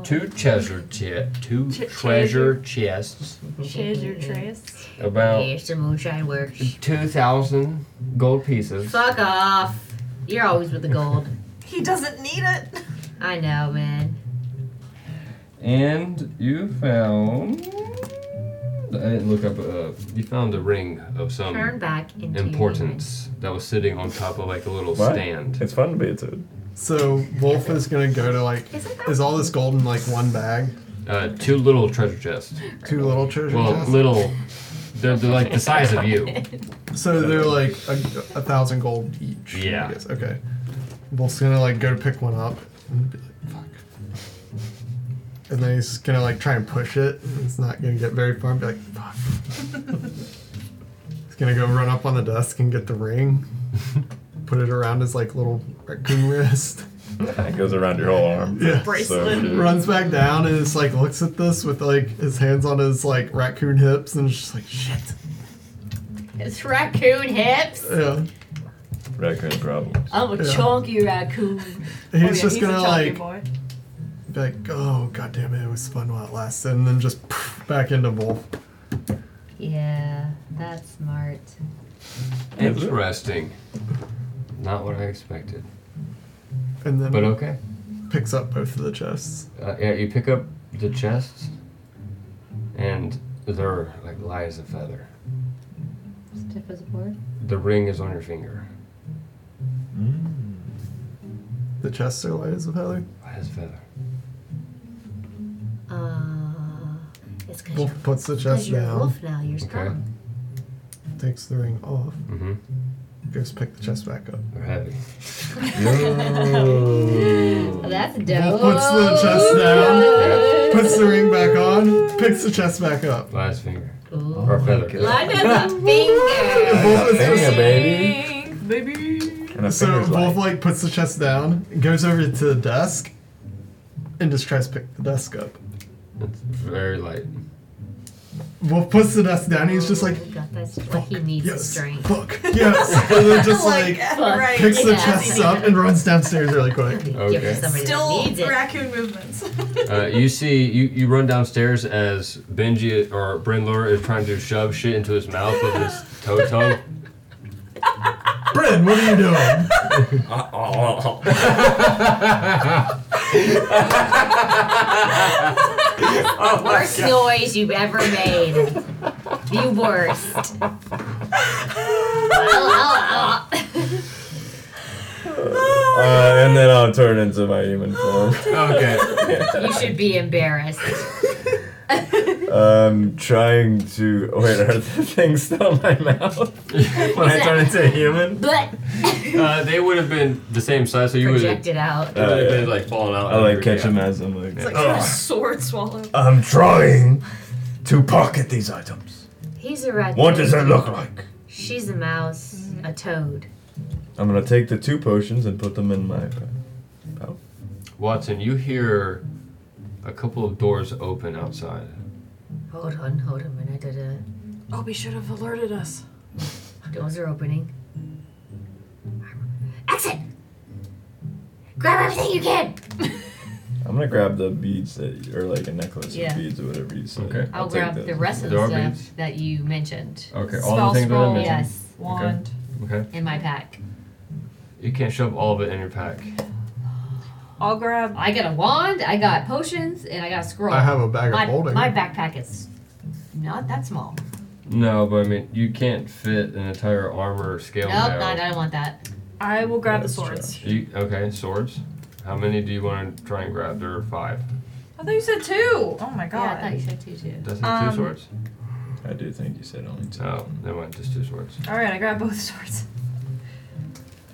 [SPEAKER 3] two treasure che- two
[SPEAKER 1] Che-
[SPEAKER 3] treasure chests,
[SPEAKER 5] Treasure trace.
[SPEAKER 3] about
[SPEAKER 1] Here's the moonshine works.
[SPEAKER 3] two thousand gold pieces.
[SPEAKER 1] Fuck off. You're always with the gold.
[SPEAKER 5] He doesn't need it. Oh,
[SPEAKER 1] I know, man.
[SPEAKER 3] And you found. I didn't look up. Uh, you found a ring of some
[SPEAKER 1] Turn back into your
[SPEAKER 3] importance that was sitting on top of like a little
[SPEAKER 4] What?
[SPEAKER 3] stand.
[SPEAKER 6] It's fun to be a toad.
[SPEAKER 4] So Wolf is gonna go to like. Is all this gold in like one bag?
[SPEAKER 3] Uh, two little treasure chests.
[SPEAKER 4] Two little treasure
[SPEAKER 3] Well,
[SPEAKER 4] chests?
[SPEAKER 3] little. They're, they're like the size of you.
[SPEAKER 4] So they're like a, a thousand gold each.
[SPEAKER 3] Yeah.
[SPEAKER 4] I guess. Okay. Wolf's gonna like go to pick one up and be like, fuck. And then he's gonna like try and push it. It's not gonna get very far. and Be like, fuck. he's gonna go run up on the desk and get the ring. Put it around his like little raccoon wrist.
[SPEAKER 6] It goes around your whole arm.
[SPEAKER 4] Yeah.
[SPEAKER 6] So,
[SPEAKER 4] Runs back down and just like looks at this with like his hands on his like raccoon hips and is just like shit.
[SPEAKER 1] It's raccoon hips.
[SPEAKER 4] Yeah.
[SPEAKER 6] Raccoon problem.
[SPEAKER 1] I'm a
[SPEAKER 4] Yeah.
[SPEAKER 1] chunky raccoon.
[SPEAKER 4] He's yeah, just he's a gonna, chunky like- boy. Be like, oh god damn it, it was fun while it lasted, and then just poof, back into Wolf.
[SPEAKER 1] Yeah, that's smart.
[SPEAKER 3] Interesting. Not what I expected.
[SPEAKER 4] And then
[SPEAKER 3] But um, okay.
[SPEAKER 4] picks up both of the chests.
[SPEAKER 3] Uh, yeah, you pick up the chests, and they're like light as a feather.
[SPEAKER 1] Stiff as a board.
[SPEAKER 3] The ring is on your finger.
[SPEAKER 4] The chests are light as a feather.
[SPEAKER 3] Light as a feather.
[SPEAKER 1] Uh, it's because
[SPEAKER 4] Wolf
[SPEAKER 1] you're,
[SPEAKER 4] puts the
[SPEAKER 1] 'cause
[SPEAKER 4] chest
[SPEAKER 1] you're a
[SPEAKER 4] down.
[SPEAKER 1] wolf now. You're
[SPEAKER 3] Okay.
[SPEAKER 1] strong.
[SPEAKER 4] Takes the ring off.
[SPEAKER 3] Mm-hmm.
[SPEAKER 4] Goes pick the chest back up.
[SPEAKER 3] They're heavy.
[SPEAKER 1] Oh, That's dope.
[SPEAKER 4] Puts the chest down. Puts the ring back on. Picks the chest back up.
[SPEAKER 3] Light as a finger.
[SPEAKER 1] Oh
[SPEAKER 3] Or a feather.
[SPEAKER 1] Light as a finger.
[SPEAKER 4] Wolf is
[SPEAKER 6] Finger,
[SPEAKER 4] just-
[SPEAKER 6] baby.
[SPEAKER 5] Baby.
[SPEAKER 6] And a
[SPEAKER 4] So
[SPEAKER 6] finger's
[SPEAKER 4] Wolf
[SPEAKER 6] like,
[SPEAKER 4] like puts the chest down, goes over to the desk, and just tries to pick the desk up.
[SPEAKER 3] It's very light.
[SPEAKER 4] Wolf puts the desk down. He's just like,
[SPEAKER 1] He got that strength. He needs
[SPEAKER 4] yes,
[SPEAKER 1] strength.
[SPEAKER 4] fuck, yes, and then just like,
[SPEAKER 1] Fuck.
[SPEAKER 5] right.
[SPEAKER 4] picks the
[SPEAKER 1] Yeah.
[SPEAKER 4] chest up and runs downstairs really quick.
[SPEAKER 1] Give it to
[SPEAKER 3] Okay.
[SPEAKER 1] somebody that
[SPEAKER 5] Still
[SPEAKER 1] needs it.
[SPEAKER 5] raccoon movements.
[SPEAKER 3] Uh, you see, you, you run downstairs as Benji or Bryn Lure is trying to shove shit into his mouth with his toe tongue.
[SPEAKER 4] Bryn, what are you doing?
[SPEAKER 2] oh,
[SPEAKER 1] worst noise you've ever made. the worst. Well, uh,
[SPEAKER 6] uh, and then I'll turn into my human form.
[SPEAKER 3] Okay.
[SPEAKER 1] you should be embarrassed.
[SPEAKER 6] Um, trying to oh, wait. Are the things still in my mouth when I turn into a human?
[SPEAKER 1] But
[SPEAKER 3] Uh, they would have been the same size, so you would have
[SPEAKER 1] project it out.
[SPEAKER 6] Uh,
[SPEAKER 3] been like falling out.
[SPEAKER 6] I like
[SPEAKER 3] every-
[SPEAKER 6] catch him as I'm like.
[SPEAKER 5] It's like
[SPEAKER 6] "Ugh,
[SPEAKER 4] Oh.
[SPEAKER 5] a sword swallow.
[SPEAKER 12] I'm trying to pocket these items.
[SPEAKER 1] He's a rat.
[SPEAKER 12] What does it look like?
[SPEAKER 1] She's a mouse, a toad.
[SPEAKER 6] I'm gonna take the two potions and put them in my. pouch.
[SPEAKER 3] Watson, you hear a couple of doors open outside.
[SPEAKER 1] Hold on, hold on a minute. Uh,
[SPEAKER 5] Obi should have alerted us.
[SPEAKER 1] doors are opening. Exit! Grab everything you can!
[SPEAKER 6] I'm gonna grab the beads that, or like a necklace
[SPEAKER 1] Yeah.
[SPEAKER 6] of beads or whatever you said.
[SPEAKER 3] Okay.
[SPEAKER 1] I'll,
[SPEAKER 6] take
[SPEAKER 1] grab
[SPEAKER 6] those.
[SPEAKER 1] the rest of
[SPEAKER 3] There
[SPEAKER 1] the
[SPEAKER 3] are
[SPEAKER 1] stuff
[SPEAKER 3] beads?
[SPEAKER 1] that you mentioned.
[SPEAKER 3] Okay, all
[SPEAKER 5] Spell
[SPEAKER 3] the things that I
[SPEAKER 5] scroll.
[SPEAKER 3] mentioned.
[SPEAKER 1] Yes,
[SPEAKER 5] Wand.
[SPEAKER 3] Okay.
[SPEAKER 1] in my pack.
[SPEAKER 3] You can't shove all of it in your pack.
[SPEAKER 5] I'll grab.
[SPEAKER 1] I got a wand, I got potions, and I got a scroll.
[SPEAKER 4] I have a bag of
[SPEAKER 1] my,
[SPEAKER 4] holding.
[SPEAKER 1] my backpack is not that small.
[SPEAKER 3] No, but I mean, you can't fit an entire armor scale.
[SPEAKER 1] Nope,
[SPEAKER 3] now.
[SPEAKER 1] no, I don't want that.
[SPEAKER 5] I will grab the
[SPEAKER 6] That's
[SPEAKER 5] swords.
[SPEAKER 3] You, okay, swords. How many do you want to try and grab? There are five.
[SPEAKER 5] I thought you said two. Oh my
[SPEAKER 1] Yeah, I thought
[SPEAKER 5] god.
[SPEAKER 1] you said two too.
[SPEAKER 3] Does it
[SPEAKER 5] Um,
[SPEAKER 3] two swords?
[SPEAKER 6] I do think you said only two.
[SPEAKER 3] Oh, never mind, just two swords.
[SPEAKER 5] All right, I grabbed both swords.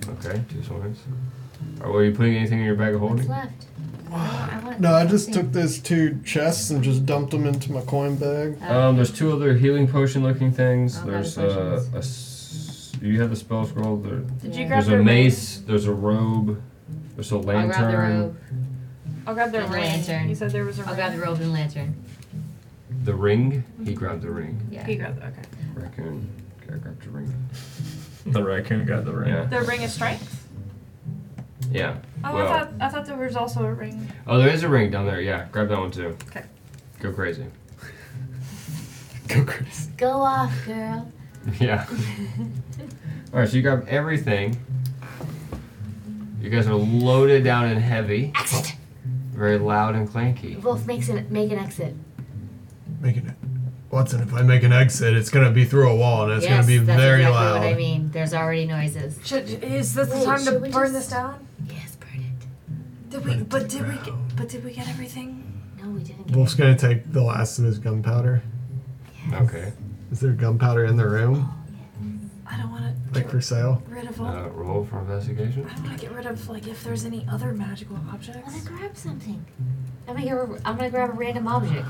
[SPEAKER 3] Okay, two swords. Are, were you putting anything in your bag of
[SPEAKER 1] What's
[SPEAKER 3] holding?
[SPEAKER 1] left? No, I want
[SPEAKER 4] No, I just
[SPEAKER 1] something.
[SPEAKER 4] took those two chests and just dumped them into my coin bag.
[SPEAKER 1] Uh,
[SPEAKER 3] Um, there's two other healing potion looking things.
[SPEAKER 1] I'll grab
[SPEAKER 3] there's
[SPEAKER 1] the
[SPEAKER 3] uh,
[SPEAKER 1] potions.
[SPEAKER 3] a. s- You have the spell scroll. There,
[SPEAKER 5] Did
[SPEAKER 1] Yeah.
[SPEAKER 5] you grab
[SPEAKER 3] there's a
[SPEAKER 5] their
[SPEAKER 3] mace. There's a robe. There's a
[SPEAKER 1] I'll
[SPEAKER 3] lantern.
[SPEAKER 1] grab the robe.
[SPEAKER 5] Ring? I'll grab their
[SPEAKER 1] And
[SPEAKER 5] ring.
[SPEAKER 1] lantern.
[SPEAKER 5] You said there was a
[SPEAKER 1] I'll
[SPEAKER 5] ring.
[SPEAKER 1] grab the robe and lantern.
[SPEAKER 3] The ring? He grabbed the ring.
[SPEAKER 25] Yeah. He grabbed. Okay.
[SPEAKER 3] Raccoon. Guy grabbed the ring.
[SPEAKER 14] The raccoon got the ring.
[SPEAKER 3] Yeah.
[SPEAKER 25] The ring of strength.
[SPEAKER 5] Oh,
[SPEAKER 3] Yeah.
[SPEAKER 25] Oh,
[SPEAKER 3] well.
[SPEAKER 25] I thought I thought there was also a ring.
[SPEAKER 3] Oh, there is a ring down there. Yeah, grab that one too.
[SPEAKER 25] Okay.
[SPEAKER 3] Go crazy.
[SPEAKER 1] Go off, girl.
[SPEAKER 3] Yeah. All right, so you grab everything. You guys are loaded down and heavy.
[SPEAKER 1] Exit.
[SPEAKER 3] Very loud and clanky.
[SPEAKER 1] Wolf makes an make an exit.
[SPEAKER 4] Making it. Watson, if I make an exit, it's gonna be through a wall and it's
[SPEAKER 1] yes,
[SPEAKER 4] gonna be
[SPEAKER 1] that's
[SPEAKER 4] very
[SPEAKER 1] exactly
[SPEAKER 4] loud.
[SPEAKER 1] what I mean. There's already noises.
[SPEAKER 5] Should, is this
[SPEAKER 26] Wait,
[SPEAKER 5] the time to
[SPEAKER 26] should we
[SPEAKER 5] burn
[SPEAKER 26] just-
[SPEAKER 5] this down?
[SPEAKER 1] Yes,
[SPEAKER 5] Did we? But did we? Get, but did we get everything?
[SPEAKER 1] No, we didn't.
[SPEAKER 4] Wolf's gonna take the last of his gunpowder.
[SPEAKER 3] Okay.
[SPEAKER 4] Is there gunpowder in the room?
[SPEAKER 5] I don't want to
[SPEAKER 4] Like for sale?
[SPEAKER 5] rid of all.
[SPEAKER 3] Uh, roll for investigation.
[SPEAKER 5] I want to get rid of like if there's any other magical
[SPEAKER 1] I'm
[SPEAKER 5] objects.
[SPEAKER 1] gonna grab something. I'm gonna grab, I'm gonna grab a random object.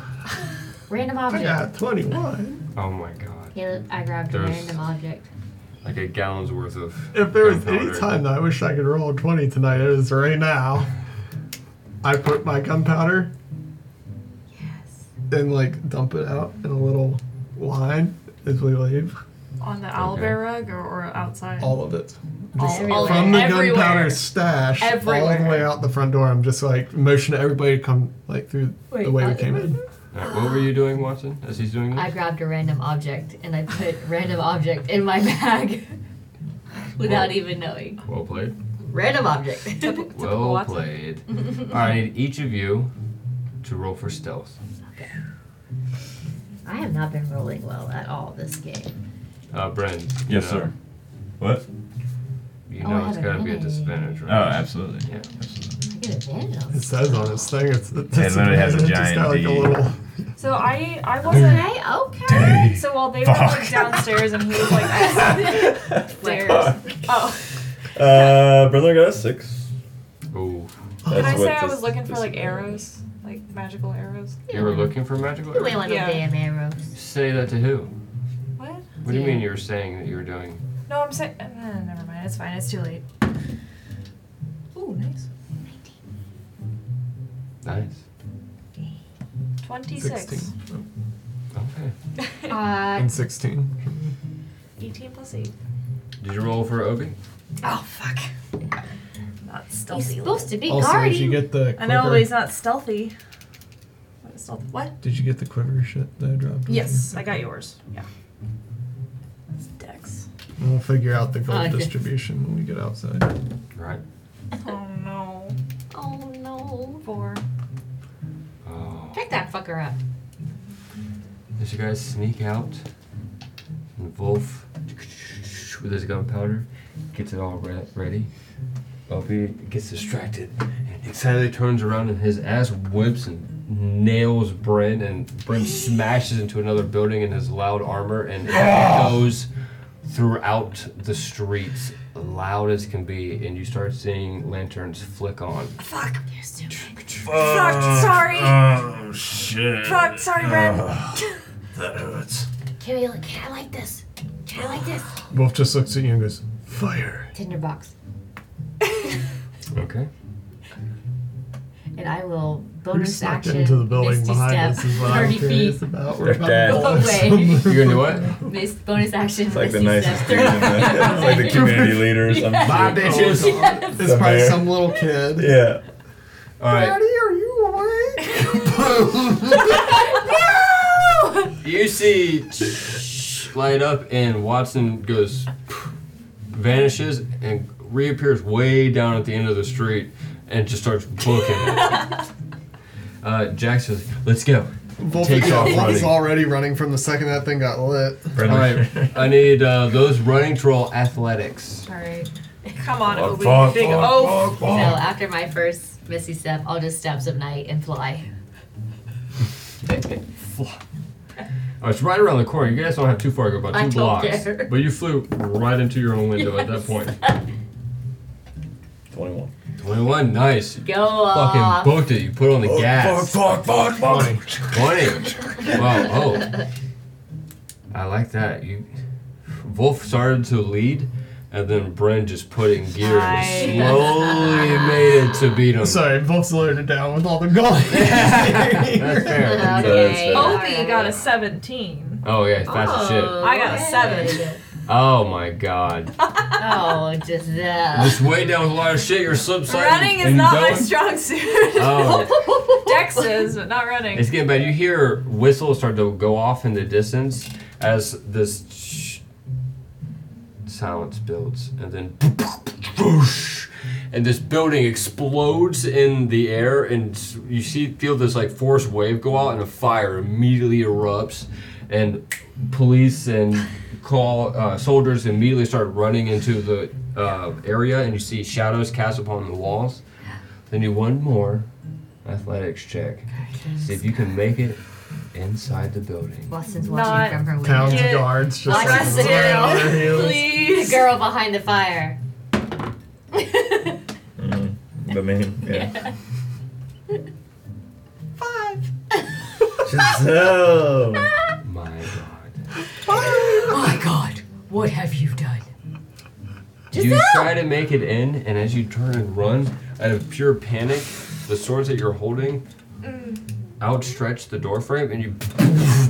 [SPEAKER 1] random
[SPEAKER 4] I
[SPEAKER 1] object.
[SPEAKER 4] got 21.
[SPEAKER 3] Oh my god.
[SPEAKER 1] Caleb, I grabbed a
[SPEAKER 3] There's-
[SPEAKER 1] random object.
[SPEAKER 3] Like a gallon's worth of.
[SPEAKER 4] If there was any
[SPEAKER 3] gunpowder.
[SPEAKER 4] time that I wish I could roll a 20 tonight, it is right now. I put my gunpowder. And like dump it out in a little line as we leave.
[SPEAKER 5] On the owlbear rug or, or outside?
[SPEAKER 4] All of it.
[SPEAKER 5] All-
[SPEAKER 4] Just
[SPEAKER 5] all of
[SPEAKER 4] from
[SPEAKER 5] it.
[SPEAKER 4] the gunpowder
[SPEAKER 5] Everywhere.
[SPEAKER 4] stash all the
[SPEAKER 5] Everywhere.
[SPEAKER 4] way out the front door. I'm just like motion to everybody to come like through the
[SPEAKER 1] Wait,
[SPEAKER 4] way
[SPEAKER 1] I-
[SPEAKER 5] uh,
[SPEAKER 4] we came in.
[SPEAKER 3] All right, what were you doing, Watson? As he's doing this.
[SPEAKER 1] I grabbed a random object and I put random object in my bag without even knowing.
[SPEAKER 3] Well played.
[SPEAKER 1] Random object.
[SPEAKER 3] Well played. All right, I need each of you to roll for stealth.
[SPEAKER 1] I have not been rolling well at all this game.
[SPEAKER 3] Uh, Bren.
[SPEAKER 14] Yes, sir. What?
[SPEAKER 3] You
[SPEAKER 1] Oh,
[SPEAKER 3] know
[SPEAKER 1] I
[SPEAKER 3] it's
[SPEAKER 1] have
[SPEAKER 3] got to be a
[SPEAKER 1] advantage.
[SPEAKER 3] disadvantage, right?
[SPEAKER 14] Oh, absolutely.
[SPEAKER 3] Yeah.
[SPEAKER 1] I get advantage on
[SPEAKER 4] It says on this thing it's it's
[SPEAKER 14] It literally has a
[SPEAKER 4] just
[SPEAKER 14] giant
[SPEAKER 4] got, like
[SPEAKER 14] D.
[SPEAKER 4] a little
[SPEAKER 5] So I I wasn't.
[SPEAKER 1] Okay, okay.
[SPEAKER 5] So while they were like
[SPEAKER 14] Fuck.
[SPEAKER 5] downstairs and he was like upstairs. oh,
[SPEAKER 14] Uh, Brother got a six.
[SPEAKER 5] did
[SPEAKER 3] Ooh.
[SPEAKER 5] Oh, I
[SPEAKER 14] That's what
[SPEAKER 5] say I
[SPEAKER 14] this-
[SPEAKER 5] was looking for
[SPEAKER 14] this
[SPEAKER 5] like
[SPEAKER 14] is.
[SPEAKER 5] arrows, like magical arrows?
[SPEAKER 3] You were looking for magical
[SPEAKER 1] You ain't
[SPEAKER 3] arrows?
[SPEAKER 1] want no
[SPEAKER 5] Yeah.
[SPEAKER 1] damn arrows.
[SPEAKER 3] Say that to who?
[SPEAKER 5] What?
[SPEAKER 3] What do you mean you were saying that you were doing?
[SPEAKER 5] No, I'm saying. Uh, never mind. It's fine. It's too late. Ooh, nice.
[SPEAKER 3] Nice.
[SPEAKER 5] Twenty-six.
[SPEAKER 4] 16
[SPEAKER 3] Okay.
[SPEAKER 1] Uh,
[SPEAKER 4] and 16.
[SPEAKER 5] 18 plus 8.
[SPEAKER 3] Did you roll for Obi?
[SPEAKER 5] Oh, fuck. Not stealthy.
[SPEAKER 1] he's supposed to be
[SPEAKER 4] Also, did
[SPEAKER 1] guarding.
[SPEAKER 4] you get the
[SPEAKER 5] I know,
[SPEAKER 4] quiver-
[SPEAKER 5] but he's not stealthy. What? is stealth- what?
[SPEAKER 4] Did you get the quiver shit that I dropped? on
[SPEAKER 5] Yes, I got yours. Yeah. It's Dex.
[SPEAKER 4] you? We'll figure out the gold
[SPEAKER 1] Okay.
[SPEAKER 4] distribution when we get outside.
[SPEAKER 3] Right.
[SPEAKER 5] Oh, no.
[SPEAKER 1] Oh no.
[SPEAKER 5] Four.
[SPEAKER 3] Oh.
[SPEAKER 1] Pick that fucker up.
[SPEAKER 3] As you guys sneak out, and Wolf, with his gunpowder, gets it all re- ready. Obi gets distracted and excitedly turns around and his ass whips and nails Bryn, and Bryn smashes into another building in his loud armor and it goes throughout the streets loud as can be, and you start seeing lanterns flick on.
[SPEAKER 5] Fuck.
[SPEAKER 14] Fuck,
[SPEAKER 5] sorry.
[SPEAKER 14] Oh, shit.
[SPEAKER 5] Fuck. Sorry, Brad.
[SPEAKER 14] Uh. That hurts.
[SPEAKER 1] Can we? Can I like this? Can I like this?
[SPEAKER 4] Wolf just looks at you and goes, "Fire!"
[SPEAKER 1] Tinderbox.
[SPEAKER 3] Okay.
[SPEAKER 1] And I will
[SPEAKER 4] We're
[SPEAKER 1] bonus
[SPEAKER 4] snuck
[SPEAKER 1] action.
[SPEAKER 4] into the building
[SPEAKER 1] misty
[SPEAKER 4] behind us.
[SPEAKER 1] step,
[SPEAKER 4] Is what I'm
[SPEAKER 1] thirty
[SPEAKER 4] curious
[SPEAKER 1] feet.
[SPEAKER 4] about.
[SPEAKER 14] They're dead.
[SPEAKER 1] Away.
[SPEAKER 3] You're gonna do what?
[SPEAKER 1] Miss bonus action.
[SPEAKER 14] It's like the
[SPEAKER 1] misty
[SPEAKER 14] nicest
[SPEAKER 1] step,
[SPEAKER 14] dude in
[SPEAKER 1] thirty
[SPEAKER 14] the,
[SPEAKER 1] feet
[SPEAKER 14] it's like the
[SPEAKER 1] away.
[SPEAKER 14] community leader or something.
[SPEAKER 3] Bye, bitches.
[SPEAKER 4] It's
[SPEAKER 14] The
[SPEAKER 4] probably
[SPEAKER 14] mayor.
[SPEAKER 4] some little kid.
[SPEAKER 14] Yeah.
[SPEAKER 3] All right.
[SPEAKER 4] are you awake?
[SPEAKER 3] You see light up, and Watson goes, vanishes, and reappears way down at the end of the street, and just starts booking it. Uh, Jack says, "Let's go."
[SPEAKER 4] Wolf
[SPEAKER 3] Takes
[SPEAKER 4] yeah,
[SPEAKER 3] off
[SPEAKER 4] Wolf is
[SPEAKER 3] running.
[SPEAKER 4] already running from the second that thing got lit.
[SPEAKER 3] All right, I need uh, those running to roll athletics.
[SPEAKER 1] Alright.
[SPEAKER 5] Come on,
[SPEAKER 14] Fuck,
[SPEAKER 5] Obi.
[SPEAKER 14] fuck,
[SPEAKER 5] Big
[SPEAKER 14] fuck,
[SPEAKER 5] O.
[SPEAKER 14] fuck,
[SPEAKER 1] So
[SPEAKER 14] fuck.
[SPEAKER 1] after my first misty step, I'll just stab some night and fly.
[SPEAKER 3] Oh, it's right around the corner. You guys don't have too far to go,
[SPEAKER 1] I
[SPEAKER 3] about two
[SPEAKER 1] don't
[SPEAKER 3] blocks.
[SPEAKER 1] care.
[SPEAKER 3] But you flew right into your own window at that point.
[SPEAKER 14] 21.
[SPEAKER 3] Twenty-one, nice. You
[SPEAKER 1] Go off.
[SPEAKER 3] Fucking booked it. You put on the gas.
[SPEAKER 14] Fuck, fuck, fuck, fuck.
[SPEAKER 3] 20. Wow. Oh. I like that. You, Wolf started to lead, and then Bren just put it in gear and slowly made it to beat him.
[SPEAKER 4] Sorry, both loaded it down with all the gold.
[SPEAKER 3] That's fair.
[SPEAKER 1] Oh,
[SPEAKER 27] Obi got a 17.
[SPEAKER 3] Oh yeah, it's fast as shit.
[SPEAKER 27] I got a 7.
[SPEAKER 3] Oh my god.
[SPEAKER 1] oh, just that.
[SPEAKER 3] Just weighed down with a lot of shit. Your slip sliding.
[SPEAKER 27] Running is
[SPEAKER 3] and
[SPEAKER 27] not my
[SPEAKER 3] going.
[SPEAKER 27] strong suit.
[SPEAKER 3] Oh.
[SPEAKER 27] Dex is, but not running.
[SPEAKER 3] It's getting bad. You hear whistles start to go off in the distance as this sh- silence builds, and then whoosh, and this building explodes in the air, and s- you see feel this like force wave go out, and a fire immediately erupts, and police and call uh, soldiers immediately start running into the uh, area, and you see shadows cast upon the walls. Then you one more athletics check. See if you can make it inside the building.
[SPEAKER 1] Boston's
[SPEAKER 27] Not
[SPEAKER 1] watching from her window.
[SPEAKER 4] Town's guards just
[SPEAKER 1] Watch
[SPEAKER 4] like
[SPEAKER 1] us
[SPEAKER 4] running out of their heels.
[SPEAKER 1] do. The girl behind the fire.
[SPEAKER 14] The man. Yeah.
[SPEAKER 27] Five.
[SPEAKER 14] Giselle.
[SPEAKER 3] My god.
[SPEAKER 1] My God, what have you done?
[SPEAKER 3] You try to make it in, and as you turn and run, out of pure panic, the swords that you're holding
[SPEAKER 1] Mm.
[SPEAKER 3] outstretch the doorframe, and you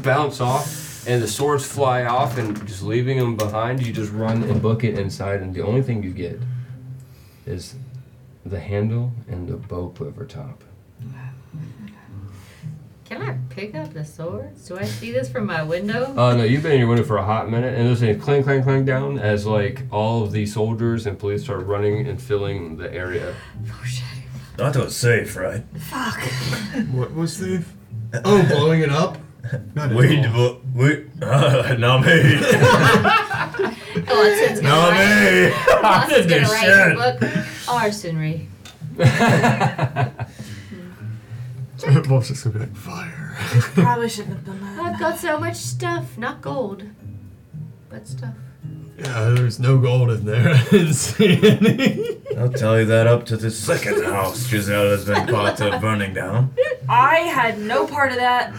[SPEAKER 3] bounce off, and the swords fly off, and just leaving them behind. You just run and book it inside, and the only thing you get is the handle and the bow quiver top.
[SPEAKER 1] Can I pick up the swords? Do I see this from my window?
[SPEAKER 3] Oh no, you've been in your window for a hot minute, and there's a clang, clang, clang down as like all of the soldiers and police start running and filling the area.
[SPEAKER 14] That was safe, right?
[SPEAKER 1] Fuck.
[SPEAKER 4] What was the? Oh, blowing it up. Not at
[SPEAKER 14] We,
[SPEAKER 4] all.
[SPEAKER 14] devo- we, uh, not me.
[SPEAKER 1] Watson's gonna
[SPEAKER 14] Not
[SPEAKER 1] write-
[SPEAKER 14] me. I
[SPEAKER 1] Watson's
[SPEAKER 14] did
[SPEAKER 1] gonna
[SPEAKER 14] this
[SPEAKER 1] write a
[SPEAKER 14] shit.
[SPEAKER 1] book. Arsonry.
[SPEAKER 4] Bob's just gonna be like fire.
[SPEAKER 5] Probably shouldn't have done that.
[SPEAKER 1] I've got so much stuff, not gold, but stuff.
[SPEAKER 4] Yeah, there's no gold in there. I didn't see any.
[SPEAKER 14] I'll tell you that up to the second house Giselle has been part of burning down.
[SPEAKER 5] I had no part of that.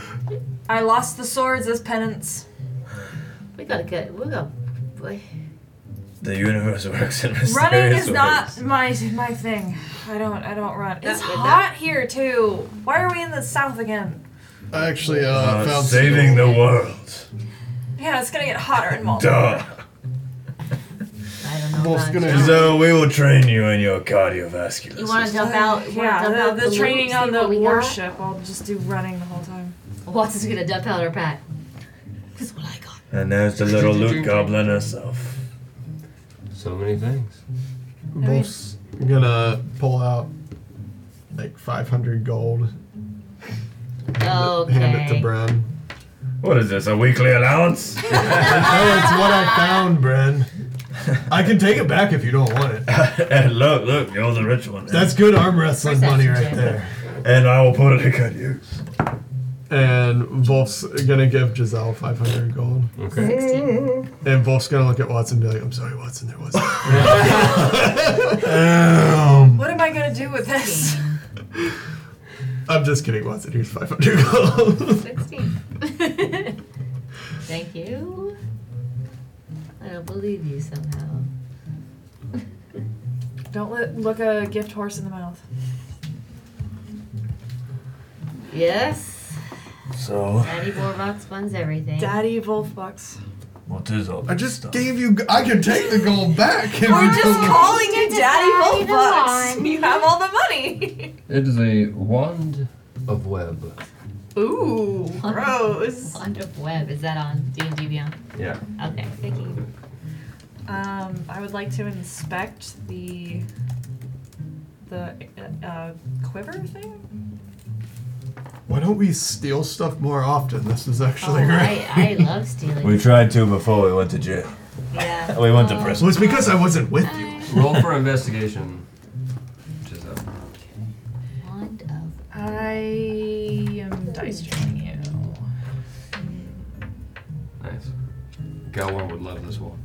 [SPEAKER 5] I lost the swords as penance.
[SPEAKER 1] We gotta get. We gotta. Boy.
[SPEAKER 14] The universe works in mysterious
[SPEAKER 5] Running is
[SPEAKER 14] ways.
[SPEAKER 5] not my my thing. I don't I don't run. It's
[SPEAKER 1] Not good
[SPEAKER 5] hot here too. Why are we in the south again?
[SPEAKER 4] I actually uh,
[SPEAKER 14] Uh,
[SPEAKER 4] found
[SPEAKER 14] saving the world.
[SPEAKER 5] Yeah, it's gonna get hotter and more.
[SPEAKER 14] Duh.
[SPEAKER 1] I don't know.
[SPEAKER 4] Bob's
[SPEAKER 1] about
[SPEAKER 4] gonna-
[SPEAKER 1] you.
[SPEAKER 14] So we will train you in your cardiovascular.
[SPEAKER 1] You want to jump out? you wanna
[SPEAKER 5] Yeah,
[SPEAKER 1] jump out
[SPEAKER 5] the, the,
[SPEAKER 1] loop,
[SPEAKER 5] training
[SPEAKER 1] see
[SPEAKER 5] on the
[SPEAKER 1] what we got?
[SPEAKER 5] warship. I'll just do running the whole time.
[SPEAKER 1] Watson's gonna dump out her pack. That's all I got.
[SPEAKER 14] And there's the little loot goblin herself.
[SPEAKER 3] So many things.
[SPEAKER 4] Bob's gonna pull out like 500 gold.
[SPEAKER 1] Okay.
[SPEAKER 4] Hand it to Bren.
[SPEAKER 14] What is this? A weekly allowance?
[SPEAKER 4] no, it's what I found, Bren. I can take it back if you don't want it.
[SPEAKER 14] and look, look, you're the rich one.
[SPEAKER 4] That's good arm wrestling money
[SPEAKER 1] Perception
[SPEAKER 4] right
[SPEAKER 1] check.
[SPEAKER 4] there.
[SPEAKER 14] And I will put it to good use.
[SPEAKER 4] And Wolf's gonna give Giselle 500 gold.
[SPEAKER 3] Okay.
[SPEAKER 1] 16.
[SPEAKER 4] And Wolf's gonna look at Watson and be like, I'm sorry, Watson, there wasn't. Um,
[SPEAKER 5] What am I gonna do with this?
[SPEAKER 4] I'm just kidding, Watson. Here's 500 gold.
[SPEAKER 1] 16. Thank you. I don't believe you somehow.
[SPEAKER 5] Don't let, look a gift horse in the mouth.
[SPEAKER 1] Yes.
[SPEAKER 14] So,
[SPEAKER 1] Daddy Warbox funds everything.
[SPEAKER 5] Daddy Wolfbucks.
[SPEAKER 14] what is all
[SPEAKER 4] I
[SPEAKER 14] this
[SPEAKER 4] just
[SPEAKER 14] stuff?
[SPEAKER 4] gave you. I can take the gold back. if you don't-
[SPEAKER 5] calling you
[SPEAKER 1] Daddy Wolfbucks.
[SPEAKER 5] You have all the money.
[SPEAKER 3] It is a wand of web.
[SPEAKER 5] Ooh, gross.
[SPEAKER 1] Wand of Web. Is that on D&D Beyond?
[SPEAKER 3] Yeah.
[SPEAKER 1] Okay, thank you.
[SPEAKER 5] Um, I would like to inspect the the uh, uh, quiver thing.
[SPEAKER 4] Why don't we steal stuff more often? This is actually
[SPEAKER 1] Oh,
[SPEAKER 4] great.
[SPEAKER 1] I, I love stealing.
[SPEAKER 14] We tried to before we went to jail.
[SPEAKER 1] yeah.
[SPEAKER 14] We went to
[SPEAKER 1] Oh.
[SPEAKER 14] prison.
[SPEAKER 4] Well, it's because I wasn't with
[SPEAKER 5] Uh,
[SPEAKER 4] you.
[SPEAKER 3] Roll for investigation. uh, Giselle.
[SPEAKER 1] Wand of
[SPEAKER 5] I am dice training you.
[SPEAKER 3] Nice. Galwan would love this wand.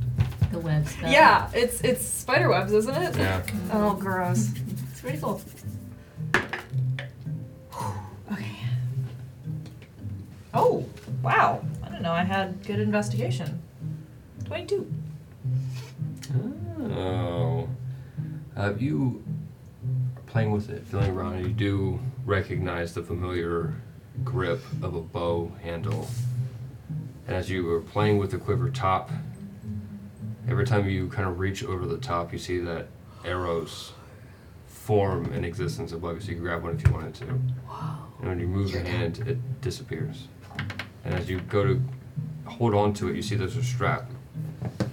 [SPEAKER 1] the Web spell.
[SPEAKER 5] Yeah, it's it's spider webs, isn't it?
[SPEAKER 3] Yeah.
[SPEAKER 5] Oh, gross.
[SPEAKER 1] It's pretty cool.
[SPEAKER 5] Okay. Oh, wow. I don't know. I had good investigation. 22.
[SPEAKER 3] Ah, Oh. Uh, you are playing with it, feeling around, and you do recognize the familiar grip of a bow handle. And as you were playing with the quiver top, every time you kind of reach over the top, you see that arrows form an existence above you, so you can grab one if you wanted to. And when you move your hand, it disappears. And as you go to hold on to it, you see there's a strap.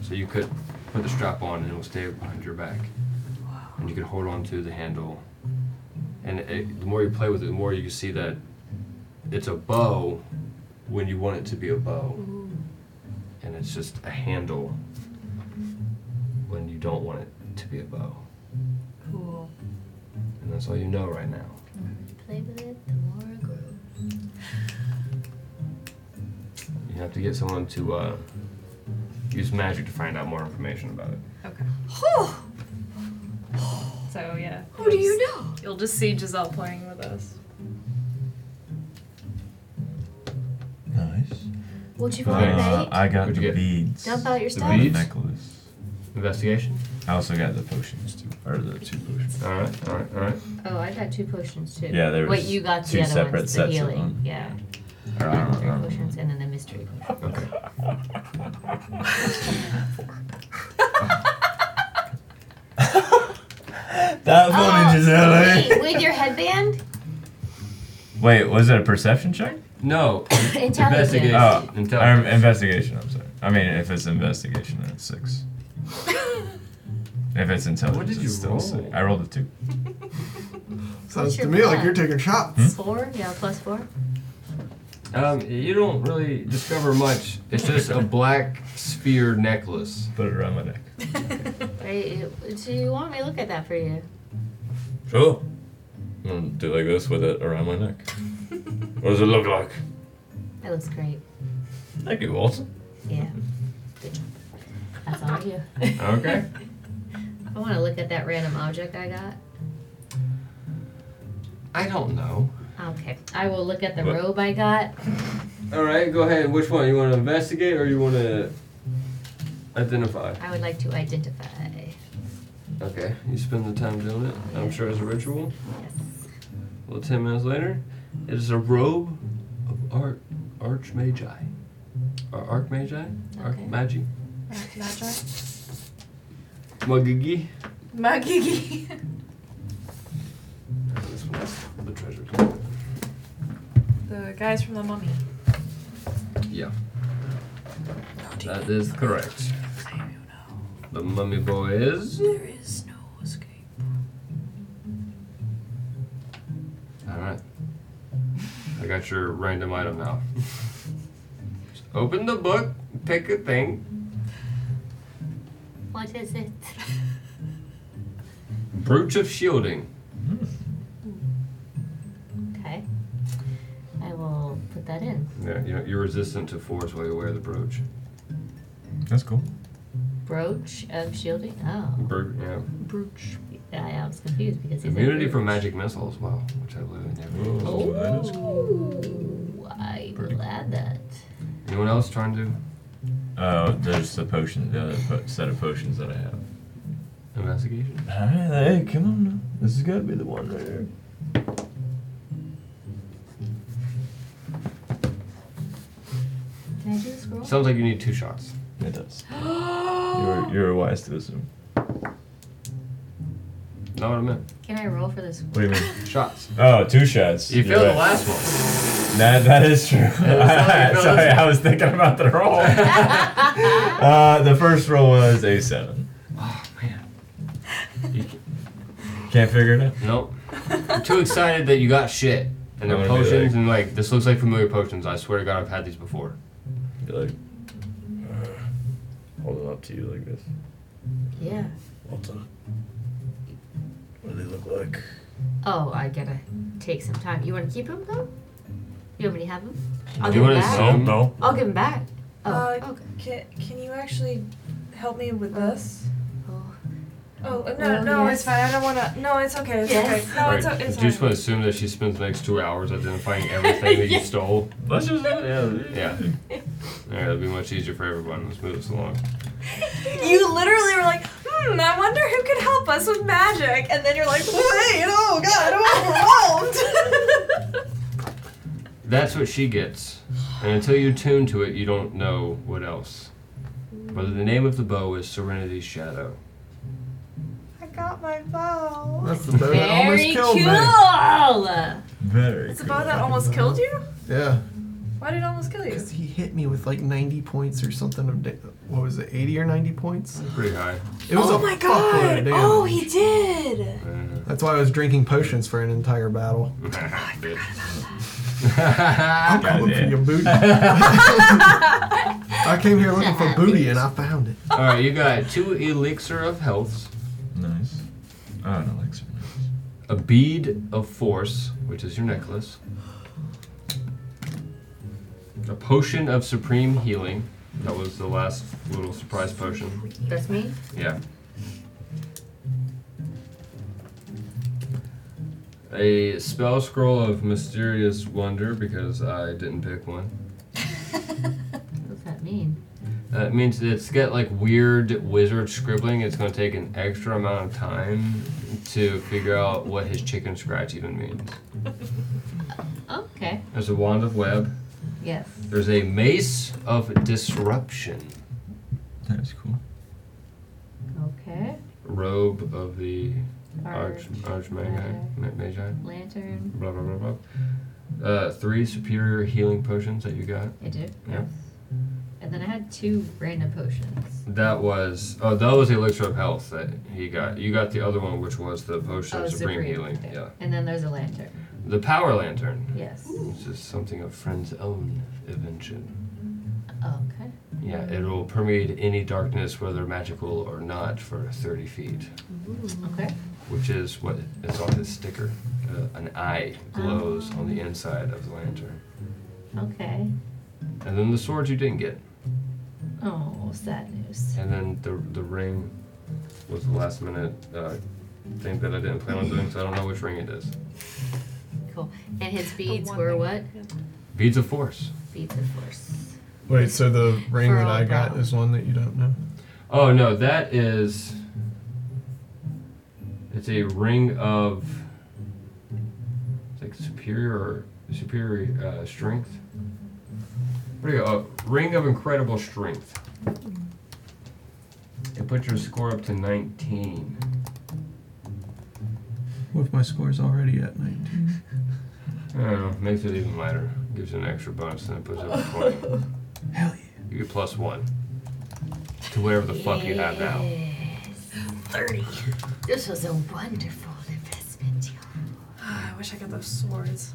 [SPEAKER 3] So you could put the strap on and it will stay behind your back. And you can hold on to the handle. And it, the more you play with it, the more you see that it's a bow when you want it to be a bow. And it's just a handle when you don't want it to be a bow.
[SPEAKER 5] Cool.
[SPEAKER 3] And that's all you know right now.
[SPEAKER 1] Play with it, the more it grows.
[SPEAKER 3] You have to get someone to uh, use magic to find out more information about it.
[SPEAKER 5] Okay. So yeah.
[SPEAKER 1] Who do you
[SPEAKER 5] know? You'll just see Giselle playing with us.
[SPEAKER 14] Nice.
[SPEAKER 1] What'd you
[SPEAKER 14] Uh,
[SPEAKER 1] want, mate?
[SPEAKER 14] I got
[SPEAKER 3] What'd
[SPEAKER 14] the
[SPEAKER 3] you get?
[SPEAKER 14] beads.
[SPEAKER 1] Dump out your
[SPEAKER 14] the
[SPEAKER 1] stuff.
[SPEAKER 14] bead necklace.
[SPEAKER 3] Investigation.
[SPEAKER 14] I also got the potions too, or the two potions.
[SPEAKER 3] All right, all right, all right.
[SPEAKER 1] Oh, I got two potions too.
[SPEAKER 14] Yeah, there
[SPEAKER 1] Wait,
[SPEAKER 14] was
[SPEAKER 1] you got
[SPEAKER 14] two
[SPEAKER 1] the other
[SPEAKER 14] separate
[SPEAKER 1] ones,
[SPEAKER 14] sets
[SPEAKER 1] the
[SPEAKER 14] of
[SPEAKER 1] healing.
[SPEAKER 14] them.
[SPEAKER 1] Yeah,
[SPEAKER 14] Or I don't
[SPEAKER 1] three
[SPEAKER 14] know.
[SPEAKER 1] potions and then the mystery.
[SPEAKER 3] Okay.
[SPEAKER 14] That
[SPEAKER 1] Oh,
[SPEAKER 14] funny, Giselle. eh?
[SPEAKER 1] wait, with your headband?
[SPEAKER 14] Wait, was it a perception check?
[SPEAKER 3] No.
[SPEAKER 1] Intelligence.
[SPEAKER 14] Oh,
[SPEAKER 3] Intelligence.
[SPEAKER 14] um, investigation. I'm sorry. I mean, if it's investigation, then it's six. if it's intelligence,
[SPEAKER 3] did you
[SPEAKER 14] it's still
[SPEAKER 3] roll?
[SPEAKER 14] six. I rolled a two.
[SPEAKER 4] Sounds
[SPEAKER 1] What's
[SPEAKER 4] to
[SPEAKER 1] your
[SPEAKER 4] me like
[SPEAKER 1] plan?
[SPEAKER 4] you're taking
[SPEAKER 14] Hmm?
[SPEAKER 4] shots.
[SPEAKER 1] Four? Yeah, plus four.
[SPEAKER 3] Um, you don't really discover much. It's just a black sphere necklace.
[SPEAKER 14] Put it around my neck.
[SPEAKER 1] Right? Do you want me to look at that for you?
[SPEAKER 6] Sure. And do like this with it around my neck. what does it look like?
[SPEAKER 1] That looks great.
[SPEAKER 6] Thank you, Walter.
[SPEAKER 1] Yeah. Good job. That's all you.
[SPEAKER 3] Okay.
[SPEAKER 1] I want to look at that random object I got.
[SPEAKER 3] I don't know.
[SPEAKER 1] Okay. I will look at the
[SPEAKER 6] What?
[SPEAKER 1] robe I got.
[SPEAKER 3] All right, go ahead. Which one? You want to investigate or you want to identify?
[SPEAKER 1] I would like to identify.
[SPEAKER 3] Okay. You spend the time doing it. I'm sure it's a ritual.
[SPEAKER 1] Yes.
[SPEAKER 3] Well, ten minutes later, it is a robe of arch archmagi, or archmagi,
[SPEAKER 1] Okay.
[SPEAKER 3] archmagi,
[SPEAKER 5] Magi?
[SPEAKER 3] magigi.
[SPEAKER 5] Magigi.
[SPEAKER 3] This one's the treasure.
[SPEAKER 5] the guys from the mummy.
[SPEAKER 3] Yeah. That is correct. The mummy boy is.
[SPEAKER 5] There is no escape.
[SPEAKER 3] All right. I got your random item now. Just open the book, pick a thing.
[SPEAKER 1] What is it?
[SPEAKER 3] Brooch of shielding.
[SPEAKER 1] Okay. I will put that in.
[SPEAKER 3] Yeah, you know, you're resistant to force while you wear the brooch.
[SPEAKER 14] That's cool.
[SPEAKER 1] Brooch of shielding. Oh,
[SPEAKER 3] Bro- yeah.
[SPEAKER 5] Brooch.
[SPEAKER 1] I, I was confused because he's
[SPEAKER 3] Immunity
[SPEAKER 1] like,
[SPEAKER 3] from magic missiles. Wow, which I literally never used.
[SPEAKER 1] Oh, I
[SPEAKER 3] Pretty.
[SPEAKER 1] will add Oh, that.
[SPEAKER 3] Anyone else trying to
[SPEAKER 14] Oh, there's the potion, the other po- set of potions that I have.
[SPEAKER 3] investigation?
[SPEAKER 14] Alright, hey, come on now. This has got to be the one right here.
[SPEAKER 1] Can I do this roll?
[SPEAKER 3] Sounds like you need two shots.
[SPEAKER 14] It does. you're, you're wise to assume.
[SPEAKER 3] Not what I meant.
[SPEAKER 1] Can I roll for this?
[SPEAKER 14] What do you mean?
[SPEAKER 3] Shots.
[SPEAKER 14] Oh, two shots.
[SPEAKER 3] You
[SPEAKER 14] You're
[SPEAKER 3] failed the
[SPEAKER 14] right.
[SPEAKER 3] last one.
[SPEAKER 14] That, that is true.
[SPEAKER 3] like those-
[SPEAKER 14] Sorry, I was thinking about the roll. uh, the first roll was a seven.
[SPEAKER 3] Oh man. You ca-
[SPEAKER 14] Can't figure it out.
[SPEAKER 3] Nope. I'm too excited that you got shit. And
[SPEAKER 14] I'm
[SPEAKER 3] they're
[SPEAKER 14] gonna be
[SPEAKER 3] potions,
[SPEAKER 14] like-
[SPEAKER 3] and like, this looks like familiar potions. I swear to God, I've had these before.
[SPEAKER 6] Be like, uh, hold it up to you like this.
[SPEAKER 1] Yeah.
[SPEAKER 2] Walter, what do they look like?
[SPEAKER 1] Oh, I gotta take some time. You want to keep him though? You want me to have him? I'll
[SPEAKER 3] Do you
[SPEAKER 1] give him
[SPEAKER 3] wanna
[SPEAKER 1] back.
[SPEAKER 3] sell-
[SPEAKER 6] No, no.
[SPEAKER 1] I'll give him back. Oh,
[SPEAKER 13] Uh,
[SPEAKER 1] okay.
[SPEAKER 13] Can, can you actually help me with this?
[SPEAKER 1] Oh.
[SPEAKER 13] Oh uh, no,
[SPEAKER 1] Well,
[SPEAKER 13] no,
[SPEAKER 1] yes.
[SPEAKER 13] it's fine. I don't wanna. No, it's okay. It's
[SPEAKER 1] Yes.
[SPEAKER 13] okay. No, it's, o- it's
[SPEAKER 3] do you just
[SPEAKER 13] all
[SPEAKER 3] want to assume that she spends the next two hours identifying everything that you stole?
[SPEAKER 14] Let's just. Yeah.
[SPEAKER 3] Yeah. Alright, that'll be much easier for everyone. Let's move this along.
[SPEAKER 13] right. You literally were like, hmm,
[SPEAKER 11] hmm, I wonder who could help us with magic. And then you're like, wait, oh god, I'm overwhelmed.
[SPEAKER 3] That's what she gets. And until you tune to it, you don't know what else. But the name of the bow is Serenity's Shadow.
[SPEAKER 11] I got my bow.
[SPEAKER 4] That's the bow that almost
[SPEAKER 5] Very
[SPEAKER 4] killed
[SPEAKER 5] cool.
[SPEAKER 4] Very
[SPEAKER 5] It's about that almost killed you?
[SPEAKER 4] Yeah.
[SPEAKER 5] Why did it almost kill you?
[SPEAKER 4] He hit me with like 90 points or something. Of da- what was it, 80 or 90 points?
[SPEAKER 3] Pretty high.
[SPEAKER 4] It was
[SPEAKER 5] oh
[SPEAKER 4] a
[SPEAKER 5] my
[SPEAKER 4] fuckload of
[SPEAKER 5] god!
[SPEAKER 4] damage.
[SPEAKER 5] Oh, he did!
[SPEAKER 3] Uh,
[SPEAKER 4] That's why I was drinking potions for an entire battle. I'm coming for your booty. I came here looking for booty and I found it.
[SPEAKER 3] All right, you got two elixir of healths.
[SPEAKER 14] Nice. Oh, an elixir.
[SPEAKER 3] A bead of force, which is your necklace. A potion of supreme healing. That was the last little surprise potion.
[SPEAKER 1] That's me.
[SPEAKER 3] Yeah. A spell scroll of mysterious wonder because I didn't pick one.
[SPEAKER 1] What's that mean?
[SPEAKER 3] That Uh, means it's got like weird wizard scribbling. It's going to take an extra amount of time to figure out what his chicken scratch even means.
[SPEAKER 1] Okay.
[SPEAKER 3] There's a wand of web.
[SPEAKER 1] Yes.
[SPEAKER 3] There's a mace of disruption.
[SPEAKER 14] That is cool.
[SPEAKER 1] Okay.
[SPEAKER 3] Robe of the arch
[SPEAKER 1] Arch-
[SPEAKER 3] arch magi. ma- magi.
[SPEAKER 1] Lantern.
[SPEAKER 3] Blah blah blah blah. Uh, three superior healing potions that you got.
[SPEAKER 1] I do.
[SPEAKER 3] Yeah.
[SPEAKER 1] And then I had two random potions.
[SPEAKER 3] That was oh that was the elixir of health that he got. You got the other one, which was the potion
[SPEAKER 1] Oh,
[SPEAKER 3] of supreme,
[SPEAKER 1] supreme,
[SPEAKER 3] healing. Yeah.
[SPEAKER 1] And then there's a lantern.
[SPEAKER 3] The power lantern.
[SPEAKER 1] Yes.
[SPEAKER 3] This is something of friend's own invention.
[SPEAKER 1] Okay.
[SPEAKER 3] Yeah, it'll permeate any darkness, whether magical or not, for 30 feet,
[SPEAKER 1] Okay.
[SPEAKER 3] which is what is on his sticker. Uh, an eye glows on the inside of the lantern.
[SPEAKER 1] Okay.
[SPEAKER 3] And then the sword you didn't get.
[SPEAKER 1] Oh, sad news.
[SPEAKER 3] And then the, the ring was the last minute uh, thing that I didn't plan on doing, so I don't know which ring it is.
[SPEAKER 1] Cool. And his beads were what?
[SPEAKER 3] Beads of Force.
[SPEAKER 1] Beads of force.
[SPEAKER 4] Wait, so the ring
[SPEAKER 1] For
[SPEAKER 4] that
[SPEAKER 1] all
[SPEAKER 4] I got
[SPEAKER 1] brown.
[SPEAKER 4] is one that you don't know?
[SPEAKER 3] Oh no, that is. It's a ring of. It's like superior, superior uh, strength. What do you got? Oh, ring of incredible strength. It puts your score up to 19.
[SPEAKER 4] What if my score's already at 19?
[SPEAKER 3] I don't know, makes it even lighter. Gives you an extra bonus and it puts it up to 20. Hell yeah. You get plus one to whatever the fuck you have now.
[SPEAKER 1] Thirty. This was a wonderful investment, y'all.
[SPEAKER 5] I wish I got those swords.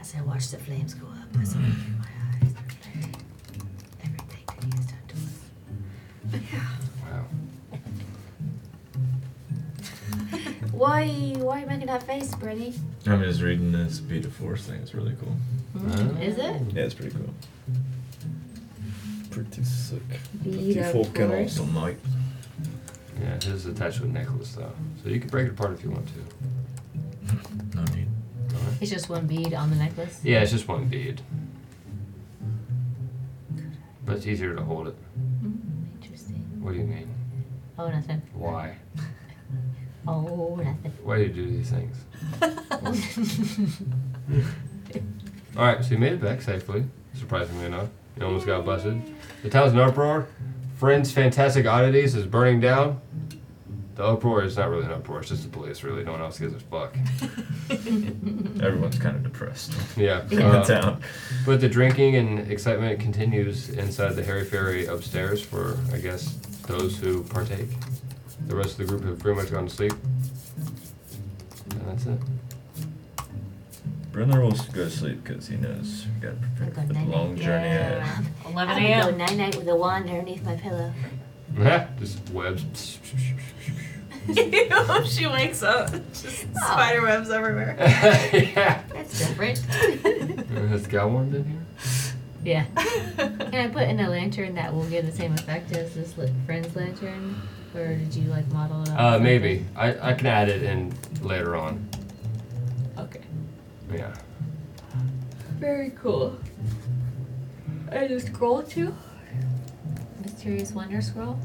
[SPEAKER 1] As I watched the flames go up, I saw it in my eyes reflecting everything that he has done to us.
[SPEAKER 3] Wow.
[SPEAKER 1] Why, why are you making that face, Brittany?
[SPEAKER 14] I'm just reading this beat of force thing. It's really cool.
[SPEAKER 1] Hmm? Is it?
[SPEAKER 14] Yeah, it's pretty cool.
[SPEAKER 2] Pretty sick.
[SPEAKER 1] Bead
[SPEAKER 2] Pretty
[SPEAKER 1] of
[SPEAKER 2] fucking
[SPEAKER 1] force.
[SPEAKER 2] awesome, mate.
[SPEAKER 3] Yeah, his is attached with necklace though. So you can break it apart if you want to.
[SPEAKER 14] No need.
[SPEAKER 3] Alright.
[SPEAKER 1] It's just one bead on the necklace.
[SPEAKER 3] Yeah, it's just one bead. But it's easier to hold it.
[SPEAKER 1] Mm, interesting.
[SPEAKER 3] What do you mean?
[SPEAKER 1] Oh, nothing.
[SPEAKER 3] Why?
[SPEAKER 1] Oh, nothing.
[SPEAKER 3] Why do you do these things? Alright, so you made it back safely, surprisingly enough. You almost got busted. The town's in uproar. Friends' Fantastic Oddities is burning down. The uproar is not really an uproar, it's just the police, really. No one else gives a fuck.
[SPEAKER 14] Everyone's kind of depressed.
[SPEAKER 3] Yeah. uh,
[SPEAKER 14] In the town.
[SPEAKER 3] But the drinking and excitement continues inside the Harry Ferry upstairs for, I guess, those who partake. The rest of the group have pretty much gone to sleep. And that's it.
[SPEAKER 14] Brenner will go to sleep because he knows we got to prepare
[SPEAKER 1] I'll
[SPEAKER 14] for
[SPEAKER 1] go
[SPEAKER 14] the
[SPEAKER 1] night-night.
[SPEAKER 14] long journey ahead.
[SPEAKER 5] 11
[SPEAKER 1] I'm gonna go
[SPEAKER 5] a.m.
[SPEAKER 1] night night with a wand underneath my pillow.
[SPEAKER 3] just webs.
[SPEAKER 5] Ew, she wakes up. Just spider webs everywhere.
[SPEAKER 3] yeah.
[SPEAKER 1] That's different.
[SPEAKER 3] Has got one in here?
[SPEAKER 1] yeah. Can I put in a lantern that will give the same effect as this li- friend's lantern? Or did you like model it on
[SPEAKER 3] Uh,
[SPEAKER 1] something?
[SPEAKER 3] maybe. I, I can add it in later on.
[SPEAKER 1] Okay.
[SPEAKER 3] Yeah.
[SPEAKER 1] Very cool. And a scroll too? Mysterious Wonder Scroll?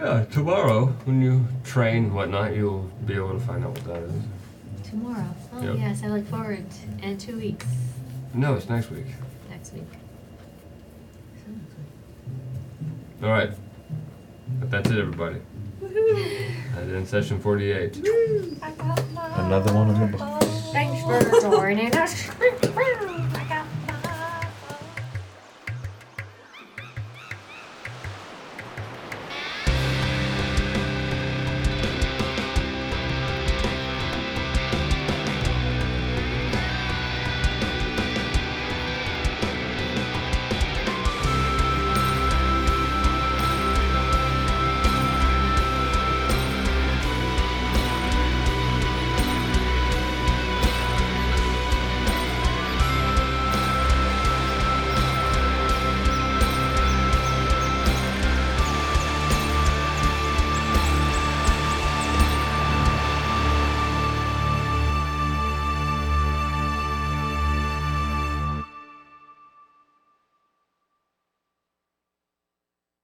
[SPEAKER 3] Yeah, tomorrow when you train and whatnot, you'll be able to find out what that is.
[SPEAKER 1] Tomorrow. Oh,
[SPEAKER 3] Yep.
[SPEAKER 1] yes, I look forward. to- And two weeks
[SPEAKER 3] No, it's next week.
[SPEAKER 1] next week.
[SPEAKER 3] All right. But that's it, everybody. That ends session 48.
[SPEAKER 6] Another one on the book.
[SPEAKER 1] Thanks for joining us.